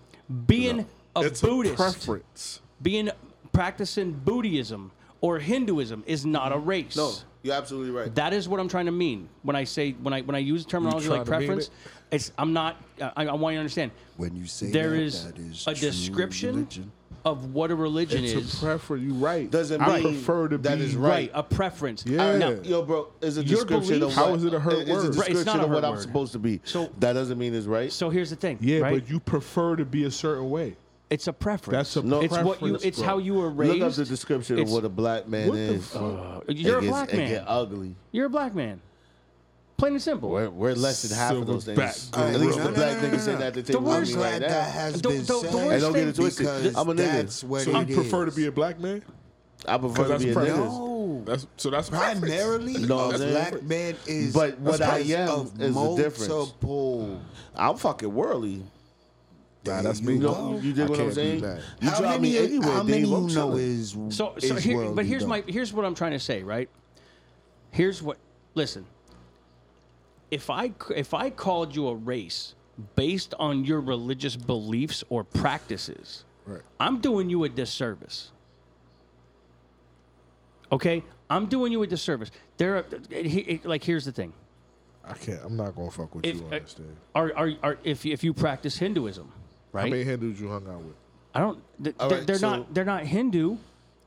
Speaker 3: being a
Speaker 4: It's a
Speaker 3: Buddhist,
Speaker 4: preference.
Speaker 3: being practicing Buddhism or Hinduism is not a race.
Speaker 5: No, you're absolutely right.
Speaker 3: That is what I'm trying to mean when I say when I when I use terminology
Speaker 4: trying
Speaker 3: like
Speaker 4: to mean
Speaker 3: preference.
Speaker 4: it?
Speaker 3: It's I'm not. I, I want you to understand.
Speaker 6: When you say
Speaker 3: There
Speaker 6: that,
Speaker 3: is
Speaker 6: that is
Speaker 3: a
Speaker 6: true
Speaker 3: description
Speaker 6: religion.
Speaker 3: of what a religion
Speaker 4: It's
Speaker 3: is.
Speaker 4: a preference. You right.
Speaker 5: Doesn't
Speaker 4: I
Speaker 5: mean
Speaker 4: prefer to
Speaker 5: that
Speaker 4: be
Speaker 5: is right.
Speaker 3: right, a preference.
Speaker 4: Yeah.
Speaker 3: Now,
Speaker 5: Yo, bro, is a
Speaker 3: Your
Speaker 5: description
Speaker 3: beliefs-
Speaker 5: of what,
Speaker 4: How is it a hurt
Speaker 5: it's
Speaker 4: word? Right,
Speaker 5: A
Speaker 4: it's
Speaker 5: description
Speaker 3: not a
Speaker 5: of
Speaker 3: hurt
Speaker 5: what I'm
Speaker 3: word.
Speaker 5: supposed to be.
Speaker 3: So-
Speaker 5: that doesn't mean it's right.
Speaker 3: so here's the thing.
Speaker 4: Yeah,
Speaker 3: right?
Speaker 4: but you prefer to be a certain way.
Speaker 3: it's a preference.
Speaker 4: That's a
Speaker 5: No.
Speaker 3: it's what you.
Speaker 4: preference,
Speaker 3: It's
Speaker 4: bro.
Speaker 3: how you were raised.
Speaker 5: Look up the description of
Speaker 3: It's-
Speaker 5: what a black man
Speaker 4: What the
Speaker 5: is.
Speaker 4: fuck?
Speaker 3: Uh, you're
Speaker 5: It
Speaker 3: a
Speaker 5: gets-
Speaker 3: black
Speaker 5: It
Speaker 3: man.
Speaker 5: get ugly.
Speaker 3: You're a black man. Plain and simple.
Speaker 5: We're, we're less than half of those things.
Speaker 4: Silverback
Speaker 5: At least
Speaker 6: gorilla.
Speaker 5: the black
Speaker 6: No, no, no,
Speaker 5: niggas say
Speaker 6: no.
Speaker 5: that to
Speaker 3: The
Speaker 5: take
Speaker 6: I'm
Speaker 3: worst-
Speaker 5: me like
Speaker 6: glad that
Speaker 5: that.
Speaker 6: has
Speaker 3: The-
Speaker 6: been
Speaker 3: the- the worst
Speaker 6: said.
Speaker 3: And don't get it thing-
Speaker 5: twisted.
Speaker 6: because
Speaker 5: I'm a nigga.
Speaker 6: That's what
Speaker 4: So you
Speaker 6: it
Speaker 4: prefer to
Speaker 6: is.
Speaker 4: be a black man?
Speaker 5: I prefer
Speaker 4: Because
Speaker 5: to
Speaker 4: that's
Speaker 5: be a
Speaker 4: preference.
Speaker 5: nigga.
Speaker 4: That's so that's preference.
Speaker 6: Primarily,
Speaker 5: No,
Speaker 6: a
Speaker 5: man.
Speaker 6: black man is.
Speaker 5: But what I
Speaker 6: because
Speaker 5: am
Speaker 6: of
Speaker 5: is the difference.
Speaker 6: multiple.
Speaker 5: I'm fucking worldly.
Speaker 4: Nah,
Speaker 6: There
Speaker 4: that's
Speaker 6: you
Speaker 4: me.
Speaker 6: go.
Speaker 5: No, you dig
Speaker 4: I
Speaker 5: what I'm
Speaker 4: can't do
Speaker 5: saying?
Speaker 4: that.
Speaker 5: You
Speaker 6: how
Speaker 5: drop
Speaker 6: many,
Speaker 5: me anywhere,
Speaker 6: how
Speaker 5: Dave.
Speaker 6: many
Speaker 5: I'm
Speaker 6: you know
Speaker 5: chilling.
Speaker 6: is
Speaker 3: So,
Speaker 6: is
Speaker 3: so here,
Speaker 6: worldly,
Speaker 3: but here's
Speaker 6: though.
Speaker 3: my here's what I'm trying to say, right? Here's what. Listen, if I c- if I called you a race based on your religious beliefs or practices,
Speaker 4: Right.
Speaker 3: I'm doing you a disservice. Okay, I'm doing you a disservice. There, are, he- he- like here's the thing.
Speaker 4: I can't. I'm not gonna fuck with
Speaker 3: If
Speaker 4: you on
Speaker 3: uh,
Speaker 4: this thing.
Speaker 3: are, are, are if if you practice Hinduism,
Speaker 4: How
Speaker 3: right?
Speaker 4: many Hindus you hung out with?
Speaker 3: I don't. Th-
Speaker 5: All
Speaker 3: they're
Speaker 5: right,
Speaker 3: they're
Speaker 5: so-
Speaker 3: not. They're not Hindu.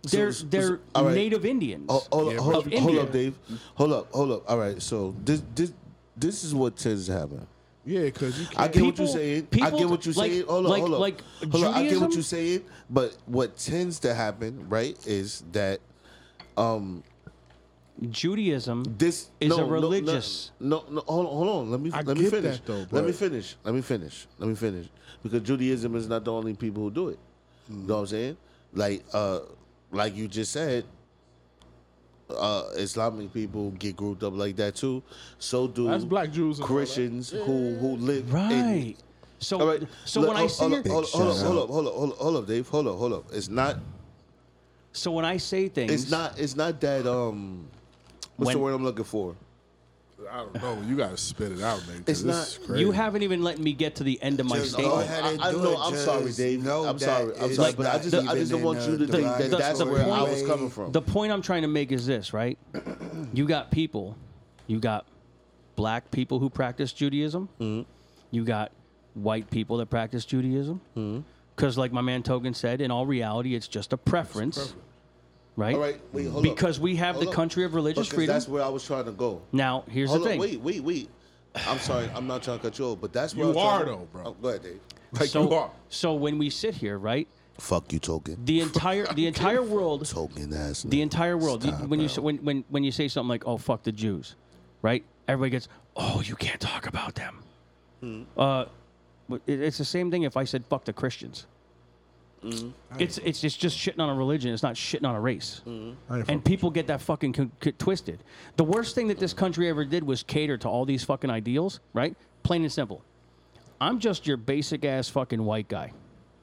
Speaker 3: They're
Speaker 5: so-
Speaker 3: they're
Speaker 5: all right.
Speaker 3: native Indians.
Speaker 5: Oh, hold,
Speaker 4: Yeah,
Speaker 5: up, hold,
Speaker 3: but-
Speaker 5: hold
Speaker 3: India.
Speaker 5: up, Dave. Hold up, hold up. All right, so this this this is what tends to happen.
Speaker 4: Yeah, because you can't.
Speaker 5: I get what you're saying. I
Speaker 3: people-
Speaker 5: get what you're
Speaker 3: like-
Speaker 5: saying. Hold up,
Speaker 3: like-
Speaker 5: hold up.
Speaker 3: like
Speaker 5: hold up. I get
Speaker 3: Judaism?
Speaker 5: what you're saying, but what tends to happen, right, is that um
Speaker 3: Judaism.
Speaker 5: this
Speaker 3: Is
Speaker 5: no,
Speaker 3: a
Speaker 5: no, no,
Speaker 3: religious-
Speaker 5: No, no, hold on, hold on. Let me
Speaker 4: I
Speaker 5: let me
Speaker 4: get
Speaker 5: finish.
Speaker 4: that, though,
Speaker 5: let me
Speaker 4: but-
Speaker 5: finish. Let me finish. Let me finish. Because Judaism is not the only people who do it. You know what I'm saying? Like uh like you just said, uh Islamic people get grouped up like that too. So do
Speaker 4: That's black Jews and all that.
Speaker 5: Christians who who live in-
Speaker 3: right. So
Speaker 5: all right.
Speaker 3: so
Speaker 5: Look,
Speaker 3: when I
Speaker 5: hold-
Speaker 3: say
Speaker 5: hold, up,
Speaker 3: your-
Speaker 5: hold, up, hold, up,
Speaker 6: Big
Speaker 5: hold up, hold up, hold up, hold up, Dave. Hold up, hold up. It's not.
Speaker 3: so when I say things,
Speaker 5: It's not. It's not that. Um, what's
Speaker 3: When-
Speaker 5: the word I'm looking for?
Speaker 4: I don't know. You gotta spit it out, man. 'cause
Speaker 5: It's
Speaker 4: this
Speaker 5: not-
Speaker 4: is crazy.
Speaker 3: You haven't even let me get to the end of my
Speaker 6: Just
Speaker 3: statement.
Speaker 6: go ahead and
Speaker 5: Oh, I, I
Speaker 6: do
Speaker 5: know.
Speaker 6: it,
Speaker 5: I'm
Speaker 6: just
Speaker 5: sorry, Dave.
Speaker 6: know
Speaker 5: I'm
Speaker 6: that
Speaker 5: sorry. I'm
Speaker 6: it's
Speaker 5: sorry, but I
Speaker 6: not
Speaker 5: just, I just don't
Speaker 6: even
Speaker 5: want
Speaker 6: in
Speaker 5: you to
Speaker 6: a
Speaker 5: think that that's
Speaker 6: derogatory
Speaker 5: where I was
Speaker 6: way.
Speaker 5: coming from.
Speaker 3: The point I'm trying to make is this, right? You got people, you got black people who practice Judaism, you got white people that practice Judaism. Because, like my man Togan said, in all reality, it's just a preference, right?
Speaker 5: All right, wait, hold up.
Speaker 3: because we have
Speaker 5: Hold
Speaker 3: the
Speaker 5: up.
Speaker 3: country of religious
Speaker 5: Because
Speaker 3: freedom.
Speaker 5: That's where I was trying to go.
Speaker 3: Now, here's
Speaker 5: Hold
Speaker 3: the
Speaker 5: up,
Speaker 3: thing.
Speaker 5: wait, wait, wait. I'm sorry, I'm not trying to cut you off, but that's where
Speaker 4: You
Speaker 5: I was trying
Speaker 4: are,
Speaker 5: to-
Speaker 4: though, bro.
Speaker 5: Oh, go ahead, Dave.
Speaker 4: like
Speaker 3: so,
Speaker 4: you are.
Speaker 3: so when we sit here, right,
Speaker 5: Fuck you, token.
Speaker 3: the entire the entire world
Speaker 5: token ass.
Speaker 3: the entire world. You-
Speaker 5: Stop,
Speaker 3: when you
Speaker 5: bro.
Speaker 3: s- when, when when you say something like "oh fuck the Jews," right? Everybody gets "oh you can't talk about them." Uh, but it- it's the same thing if I said "fuck the Christians." It's it's it's just shitting on a religion. It's not shitting on a race. And people get that fucking co- co- twisted. The worst thing that this country ever did was cater to all these fucking ideals, right? Plain and simple. I'm just your basic ass fucking white guy.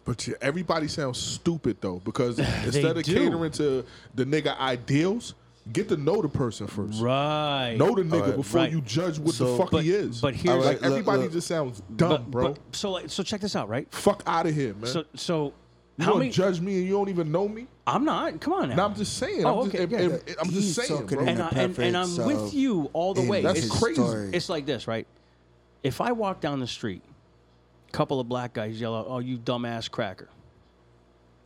Speaker 4: But you- everybody sounds stupid though, because instead of
Speaker 3: do.
Speaker 4: catering to the nigga ideals, get to know the person first.
Speaker 3: Right.
Speaker 4: Know the nigga
Speaker 5: Alright,
Speaker 4: before
Speaker 3: right.
Speaker 4: you judge what
Speaker 5: So-
Speaker 4: the fuck
Speaker 3: But-
Speaker 4: he is.
Speaker 3: but here's-
Speaker 4: like
Speaker 5: Alright, look,
Speaker 4: everybody
Speaker 5: look.
Speaker 4: just sounds dumb, bro.
Speaker 3: so like so check this out, right?
Speaker 4: fuck out of here, man.
Speaker 3: So so
Speaker 4: you
Speaker 3: how
Speaker 4: gonna
Speaker 3: many?
Speaker 4: judge me and you don't even know me?
Speaker 3: I'm not. Come on now.
Speaker 4: No, I'm just saying.
Speaker 3: Oh,
Speaker 4: I'm, just,
Speaker 3: okay,
Speaker 4: if-
Speaker 3: yeah.
Speaker 4: if- I'm just
Speaker 6: He's
Speaker 4: saying,
Speaker 6: talking
Speaker 4: bro.
Speaker 6: in
Speaker 3: and, I, and, and I'm
Speaker 6: preference
Speaker 3: with
Speaker 6: of
Speaker 3: you all the
Speaker 6: in
Speaker 3: way.
Speaker 6: That's
Speaker 3: it's
Speaker 4: crazy.
Speaker 6: story.
Speaker 3: It's like this, right? If I walk down the street, a couple of black guys yell out, "Oh, you dumbass cracker!"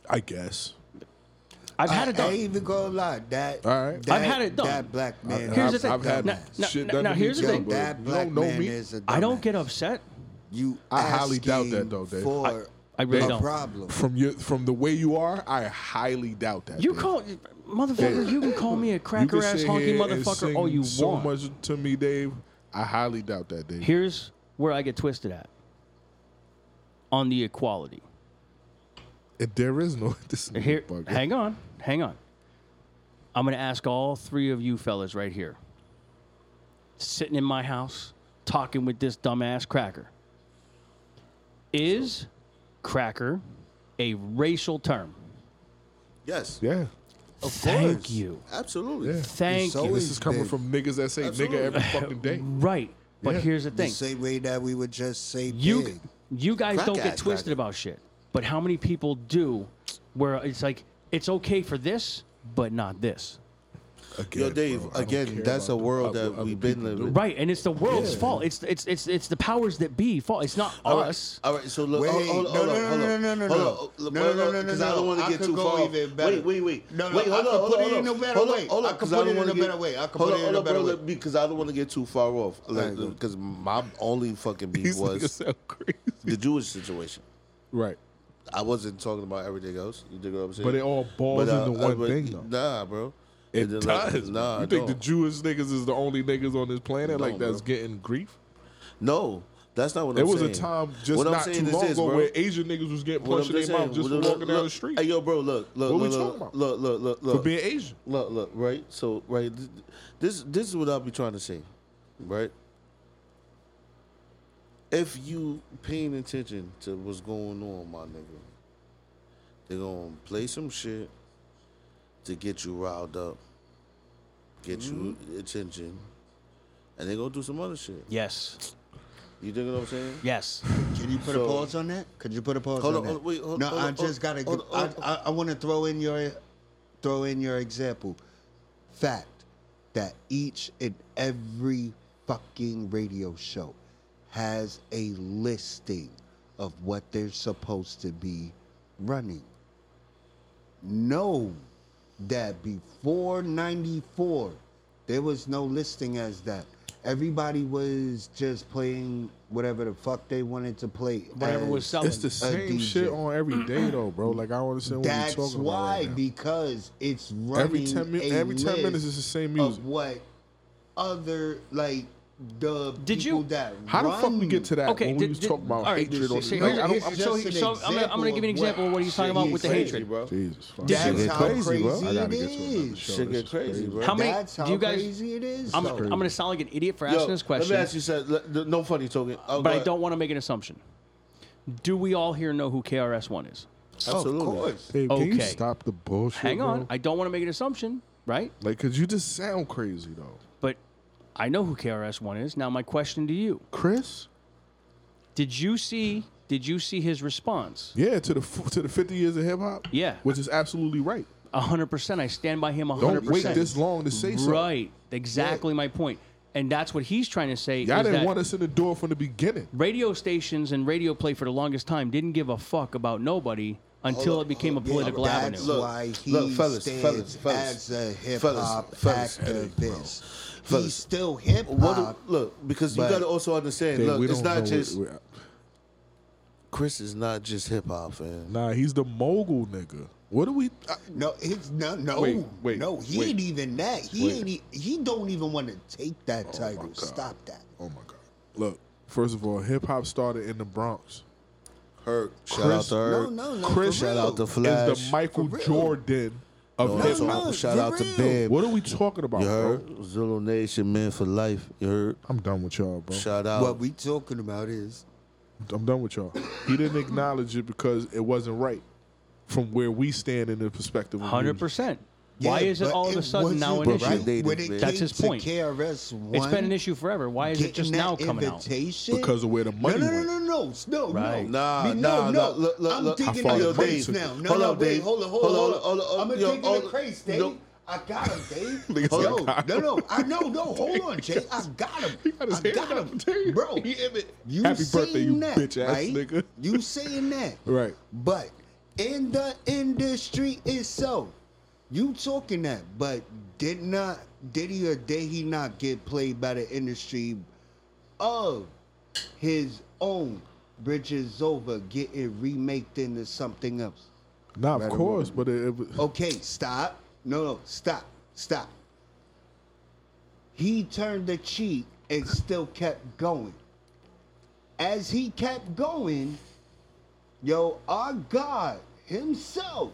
Speaker 4: I guess.
Speaker 3: I've had
Speaker 6: I
Speaker 3: it done.
Speaker 6: ain't even gonna lie. That,
Speaker 4: All right. I've
Speaker 6: that-
Speaker 3: had it done.
Speaker 6: That black man.
Speaker 4: I've-
Speaker 3: Here's the
Speaker 4: I've,
Speaker 3: thing.
Speaker 4: I've had
Speaker 3: Now- now-
Speaker 4: shit
Speaker 3: now-
Speaker 4: done to
Speaker 3: now
Speaker 4: me
Speaker 3: here's the
Speaker 4: too,
Speaker 3: thing.
Speaker 4: but
Speaker 6: that
Speaker 4: you
Speaker 6: black
Speaker 4: don't know
Speaker 6: man
Speaker 4: me.
Speaker 6: is a
Speaker 3: I don't
Speaker 6: dumbass.
Speaker 3: get upset.
Speaker 6: You
Speaker 4: I highly doubt
Speaker 6: asking
Speaker 4: that, though, Dave.
Speaker 6: For
Speaker 3: I really
Speaker 6: a
Speaker 3: don't.
Speaker 6: problem.
Speaker 4: from your from the way you are, I highly doubt that.
Speaker 3: You
Speaker 4: dude.
Speaker 3: call, motherfucker. You can call me a
Speaker 4: You can
Speaker 3: cracker ass
Speaker 4: sit
Speaker 3: honky
Speaker 4: here and
Speaker 3: motherfucker
Speaker 4: sing
Speaker 3: all you
Speaker 4: so
Speaker 3: want.
Speaker 4: much to me, Dave. I highly doubt that, Dave.
Speaker 3: Here's where I get twisted at. On the equality.
Speaker 4: If there is no this is
Speaker 3: Here,
Speaker 4: bugging.
Speaker 3: hang on, hang on. I'm gonna ask all three of you fellas right here, sitting in my house, talking with this dumbass cracker. Is cracker a racial term?
Speaker 5: Yes.
Speaker 4: Yeah.
Speaker 5: Of
Speaker 3: Thank
Speaker 5: course.
Speaker 3: you.
Speaker 5: Absolutely.
Speaker 4: Yeah.
Speaker 3: Thank
Speaker 6: So
Speaker 3: you.
Speaker 4: This is coming
Speaker 6: been-
Speaker 4: from niggas that say nigga every fucking day.
Speaker 3: Right, but
Speaker 4: Yeah.
Speaker 3: here's the
Speaker 6: The
Speaker 3: thing:
Speaker 6: same way that we would just say
Speaker 3: you
Speaker 6: pig.
Speaker 3: you guys
Speaker 5: Crack
Speaker 3: don't get
Speaker 5: ass
Speaker 3: twisted
Speaker 5: cracker.
Speaker 3: about shit, but how many people do? Where it's like it's okay for this, but not this.
Speaker 4: Again,
Speaker 5: Yo, Dave.
Speaker 4: bro, I don't
Speaker 5: Again,
Speaker 4: care
Speaker 5: that's a
Speaker 4: about
Speaker 5: world
Speaker 4: what
Speaker 5: that
Speaker 4: other
Speaker 5: we've been
Speaker 4: people do.
Speaker 5: living.
Speaker 3: Right, and it's the world's fault. It's it's it's it's the powers that be fault. It's not
Speaker 5: All right,
Speaker 3: us.
Speaker 5: All right, so look,
Speaker 6: Wait,
Speaker 5: hold, hold,
Speaker 6: no,
Speaker 5: hold
Speaker 6: no,
Speaker 5: up,
Speaker 6: no,
Speaker 5: hold
Speaker 6: no,
Speaker 5: up,
Speaker 6: no, no,
Speaker 5: hold
Speaker 6: no.
Speaker 5: up,
Speaker 6: No,
Speaker 5: look,
Speaker 6: no,
Speaker 5: hold
Speaker 6: no,
Speaker 5: up,
Speaker 6: no, no,
Speaker 5: 'cause
Speaker 6: no,
Speaker 5: I don't want
Speaker 6: no.
Speaker 5: to
Speaker 6: I
Speaker 5: get
Speaker 6: could
Speaker 5: too
Speaker 6: go
Speaker 5: far.
Speaker 6: even better.
Speaker 5: Wait, wait, wait.
Speaker 6: No, no,
Speaker 5: wait,
Speaker 6: no,
Speaker 5: hold
Speaker 6: I
Speaker 5: up,
Speaker 6: could
Speaker 5: hold
Speaker 6: put
Speaker 5: up,
Speaker 6: it
Speaker 5: hold
Speaker 6: in
Speaker 5: up.
Speaker 6: a better
Speaker 5: Hold up,
Speaker 6: way.
Speaker 5: hold up,
Speaker 6: I could
Speaker 5: 'cause
Speaker 6: put
Speaker 5: don't
Speaker 6: it in
Speaker 5: wanna
Speaker 6: a better
Speaker 5: get-
Speaker 6: way. I could
Speaker 5: hold
Speaker 6: put
Speaker 5: up,
Speaker 6: it in
Speaker 5: hold
Speaker 6: a
Speaker 5: up,
Speaker 6: better
Speaker 5: hold
Speaker 6: way.
Speaker 5: up, Because I don't want to get too far off.
Speaker 6: Alright, go.
Speaker 5: Because my only fucking beef
Speaker 4: These niggas
Speaker 5: was
Speaker 4: sound crazy.
Speaker 5: the Jewish situation.
Speaker 4: Right.
Speaker 5: I wasn't talking about everything else. You dig what I'm saying?
Speaker 4: But it all balls
Speaker 5: But, uh,
Speaker 4: into
Speaker 5: uh,
Speaker 4: one
Speaker 5: but-
Speaker 4: thing, though.
Speaker 5: Nah, bro.
Speaker 4: It
Speaker 5: And then,
Speaker 4: does.
Speaker 5: like, nah,
Speaker 4: you
Speaker 5: I
Speaker 4: think the
Speaker 5: don't.
Speaker 4: Jewish niggas is the only niggas on this planet like
Speaker 5: No,
Speaker 4: that's
Speaker 5: bro.
Speaker 4: getting grief?
Speaker 5: No, that's not what
Speaker 4: There
Speaker 5: I'm
Speaker 4: was
Speaker 5: saying.
Speaker 4: a time just
Speaker 5: What I'm
Speaker 4: not too
Speaker 5: saying is
Speaker 4: long
Speaker 5: this,
Speaker 4: ago
Speaker 5: bro.
Speaker 4: where Asian niggas was getting
Speaker 5: What
Speaker 4: punched
Speaker 5: I'm
Speaker 4: in their
Speaker 5: saying,
Speaker 4: mouth just
Speaker 5: what-
Speaker 4: for
Speaker 5: look-
Speaker 4: walking down the
Speaker 5: look-
Speaker 4: street
Speaker 5: Hey, yo, bro, look, look,
Speaker 4: What we
Speaker 5: look,
Speaker 4: talking
Speaker 5: look,
Speaker 4: about?
Speaker 5: look, look, look,
Speaker 4: for
Speaker 5: look.
Speaker 4: being Asian.
Speaker 5: Look, look, right? So, right, th- this this is what I'll be trying to say, right? If you paying attention to what's going on, my nigga, they're gonna play some shit to get you riled up, get
Speaker 4: Mm-hmm.
Speaker 5: you attention, and they gonna do some other shit.
Speaker 3: Yes.
Speaker 5: You dig what I'm saying?
Speaker 3: Yes.
Speaker 6: Can you put
Speaker 5: So-
Speaker 6: a pause on that? Could you put a pause
Speaker 5: Hold
Speaker 6: on
Speaker 5: on,
Speaker 6: that?
Speaker 5: hold- wait, hold-
Speaker 6: no,
Speaker 5: hold-
Speaker 6: I
Speaker 5: hold-
Speaker 6: just gotta.
Speaker 5: hold-
Speaker 6: give-
Speaker 5: hold-
Speaker 6: I, I, I want to throw in your, throw in your example, fact that each and every fucking radio show has a listing of what they're supposed to be running. Know that before '94, there was no listing as that. Everybody was just playing whatever the fuck they wanted to play.
Speaker 3: Whatever
Speaker 6: as-
Speaker 3: was selling.
Speaker 4: It's the same
Speaker 6: DJ.
Speaker 4: shit on every day though, bro. Like I don't understand what you're
Speaker 6: That's
Speaker 4: talking about.
Speaker 6: why,
Speaker 4: right now.
Speaker 6: because it's running
Speaker 4: Every ten minutes,
Speaker 6: a
Speaker 4: every ten
Speaker 6: list
Speaker 4: minutes is the same
Speaker 6: Of
Speaker 4: music.
Speaker 6: what other like the
Speaker 3: Did
Speaker 6: people
Speaker 3: you-
Speaker 6: that
Speaker 4: How the
Speaker 6: run,
Speaker 4: fuck we get to that
Speaker 3: Okay,
Speaker 4: when
Speaker 3: did-
Speaker 4: we was
Speaker 3: did-
Speaker 4: talking about
Speaker 3: all right,
Speaker 4: hatred
Speaker 3: see-
Speaker 4: on
Speaker 3: see,
Speaker 4: the
Speaker 3: here's-
Speaker 4: I don't-
Speaker 3: here's-
Speaker 4: I'm-
Speaker 6: just
Speaker 3: so-
Speaker 6: an
Speaker 3: so I'm gonna- I'm gonna give you an
Speaker 6: example
Speaker 3: example of what he's talking about
Speaker 6: shit
Speaker 3: with the
Speaker 6: is
Speaker 3: hatred.
Speaker 5: Crazy, bro.
Speaker 4: Jesus, fuck.
Speaker 6: That's
Speaker 5: Shit get
Speaker 6: how
Speaker 5: crazy,
Speaker 6: crazy,
Speaker 5: bro.
Speaker 4: I gotta get
Speaker 6: it
Speaker 4: to another
Speaker 6: is.
Speaker 4: show.
Speaker 5: Shit
Speaker 4: This
Speaker 5: get
Speaker 4: is
Speaker 5: crazy, bro.
Speaker 3: How many-
Speaker 6: That's
Speaker 3: do
Speaker 6: how
Speaker 3: you guys-
Speaker 6: crazy it is.
Speaker 3: I'm,
Speaker 6: though.
Speaker 3: I'm going to sound like an idiot for
Speaker 5: Yo,
Speaker 3: asking this question,
Speaker 5: Let me ask you, said, no funny token. Oh,
Speaker 3: but
Speaker 5: go
Speaker 3: I
Speaker 5: ahead.
Speaker 3: don't want to make an assumption. Do we all here know who KRS-One is?
Speaker 6: Of
Speaker 5: Absolutely.
Speaker 6: course.
Speaker 4: Hey, can you
Speaker 3: Okay.
Speaker 4: stop the bullshit?
Speaker 3: Hang on,
Speaker 4: bro?
Speaker 3: I don't want to make an assumption, right?
Speaker 4: Like, cause you just sound crazy though.
Speaker 3: But I know who KRS One is. Now my question to you:
Speaker 4: Chris?
Speaker 3: Did you see? Did you see his response?
Speaker 4: Yeah, to the f- to the 50 years of hip hop.
Speaker 3: Yeah.
Speaker 4: which is absolutely right.
Speaker 3: hundred percent. I stand by him
Speaker 4: Don't
Speaker 3: hundred
Speaker 4: wait
Speaker 3: percent.
Speaker 4: this long to say something.
Speaker 3: Right. Exactly my point. And that's what he's trying to say.
Speaker 4: Y'all
Speaker 3: is
Speaker 4: didn't
Speaker 3: that
Speaker 4: want us in the door from the beginning.
Speaker 3: radio stations and radio play for the longest time didn't give a fuck about nobody until it became a
Speaker 6: Yeah,
Speaker 3: political
Speaker 6: that's
Speaker 3: avenue.
Speaker 5: Look,
Speaker 6: why he
Speaker 5: look, fellas,
Speaker 6: stands
Speaker 5: fellas, fellas,
Speaker 6: as a hip hop
Speaker 5: fellas, fellas,
Speaker 6: activist.
Speaker 5: fellas.
Speaker 6: He's still hip
Speaker 5: What do-
Speaker 6: hop.
Speaker 5: look, because you
Speaker 6: but-
Speaker 5: got to also understand.
Speaker 4: They-
Speaker 5: look, it's
Speaker 4: don't
Speaker 5: not
Speaker 4: know
Speaker 5: just
Speaker 4: what- uh, what-
Speaker 5: Chris is not just hip hop, man.
Speaker 4: nah, he's the mogul nigga. What do we? uh, I,
Speaker 6: No, it's no, no,
Speaker 4: Wait, wait,
Speaker 6: no. He
Speaker 4: wait.
Speaker 6: ain't even that. He
Speaker 4: Wait.
Speaker 6: ain't. e- He don't even want to take that title.
Speaker 4: God.
Speaker 6: Stop that.
Speaker 4: oh my god! Look, first of all, hip hop started in the Bronx.
Speaker 5: Herc, shout out
Speaker 4: Chris-
Speaker 5: to Herc.
Speaker 6: No, no, no.
Speaker 4: Chris
Speaker 6: for
Speaker 5: shout
Speaker 6: real.
Speaker 5: out to Flash.
Speaker 4: Is the Michael
Speaker 6: For real.
Speaker 4: Jordan of
Speaker 5: No,
Speaker 4: hip
Speaker 5: so
Speaker 4: hop?
Speaker 6: no,
Speaker 5: shout
Speaker 6: for
Speaker 5: out to
Speaker 6: real.
Speaker 5: Ben.
Speaker 4: What are we talking about,
Speaker 5: You
Speaker 4: bro?
Speaker 5: heard? Zulu Nation, man for life. You heard?
Speaker 4: I'm done with y'all, bro.
Speaker 5: Shout out.
Speaker 6: What we talking about is
Speaker 4: I'm done with y'all. He didn't acknowledge it because it wasn't right from where we stand in the perspective. of
Speaker 3: Hundred
Speaker 4: music.
Speaker 3: percent. Why
Speaker 6: Yeah,
Speaker 3: is it
Speaker 6: but
Speaker 3: all of a sudden now an
Speaker 6: wasn't
Speaker 3: issue?
Speaker 5: right. They-
Speaker 6: When it
Speaker 5: That's
Speaker 6: came
Speaker 3: his
Speaker 6: to
Speaker 3: point.
Speaker 6: KRS One,
Speaker 3: It's been an issue forever. Why is it just now coming out?
Speaker 6: invitation?
Speaker 4: Because of where the money
Speaker 6: No, no,
Speaker 4: went.
Speaker 6: no, no, no, no,
Speaker 3: Right.
Speaker 6: no.
Speaker 5: Nah,
Speaker 6: Me- no, no.
Speaker 5: nah, nah. Look, look,
Speaker 6: I'm
Speaker 5: look.
Speaker 6: thinking
Speaker 4: I
Speaker 6: of the
Speaker 4: follow
Speaker 6: craze
Speaker 4: Dave.
Speaker 6: now. No,
Speaker 5: Hold
Speaker 6: no,
Speaker 5: up,
Speaker 6: wait,
Speaker 5: Dave.
Speaker 6: hold on, hold on,
Speaker 5: Hold
Speaker 6: hold
Speaker 5: on,
Speaker 6: on.
Speaker 5: hold on,
Speaker 6: I'm
Speaker 5: yo,
Speaker 6: thinking
Speaker 5: hold
Speaker 6: of
Speaker 5: on.
Speaker 6: craze, Dave.
Speaker 5: No.
Speaker 6: I got him, Dave.
Speaker 4: Nigga said,
Speaker 6: Yo,
Speaker 4: "I got
Speaker 6: no,
Speaker 4: him."
Speaker 6: no, I know, no, hold on, Jay. I got him.
Speaker 4: He got his
Speaker 6: I
Speaker 4: hand
Speaker 6: got
Speaker 4: up.
Speaker 6: him, bro.
Speaker 4: He in it.
Speaker 6: You
Speaker 4: Happy
Speaker 6: saying
Speaker 4: birthday, you
Speaker 6: that,
Speaker 4: bitch-ass
Speaker 6: right?
Speaker 4: nigga.
Speaker 6: You saying that,
Speaker 4: Right.
Speaker 6: But in the industry itself, you talking that, but did not did he or did he not get played by the industry of his own Bridges over getting remaked into something else?
Speaker 4: Nah, of course, but it, it was-
Speaker 6: Okay, stop. No, no, stop, stop. He turned the cheek and still kept going. As he kept going, yo, our God himself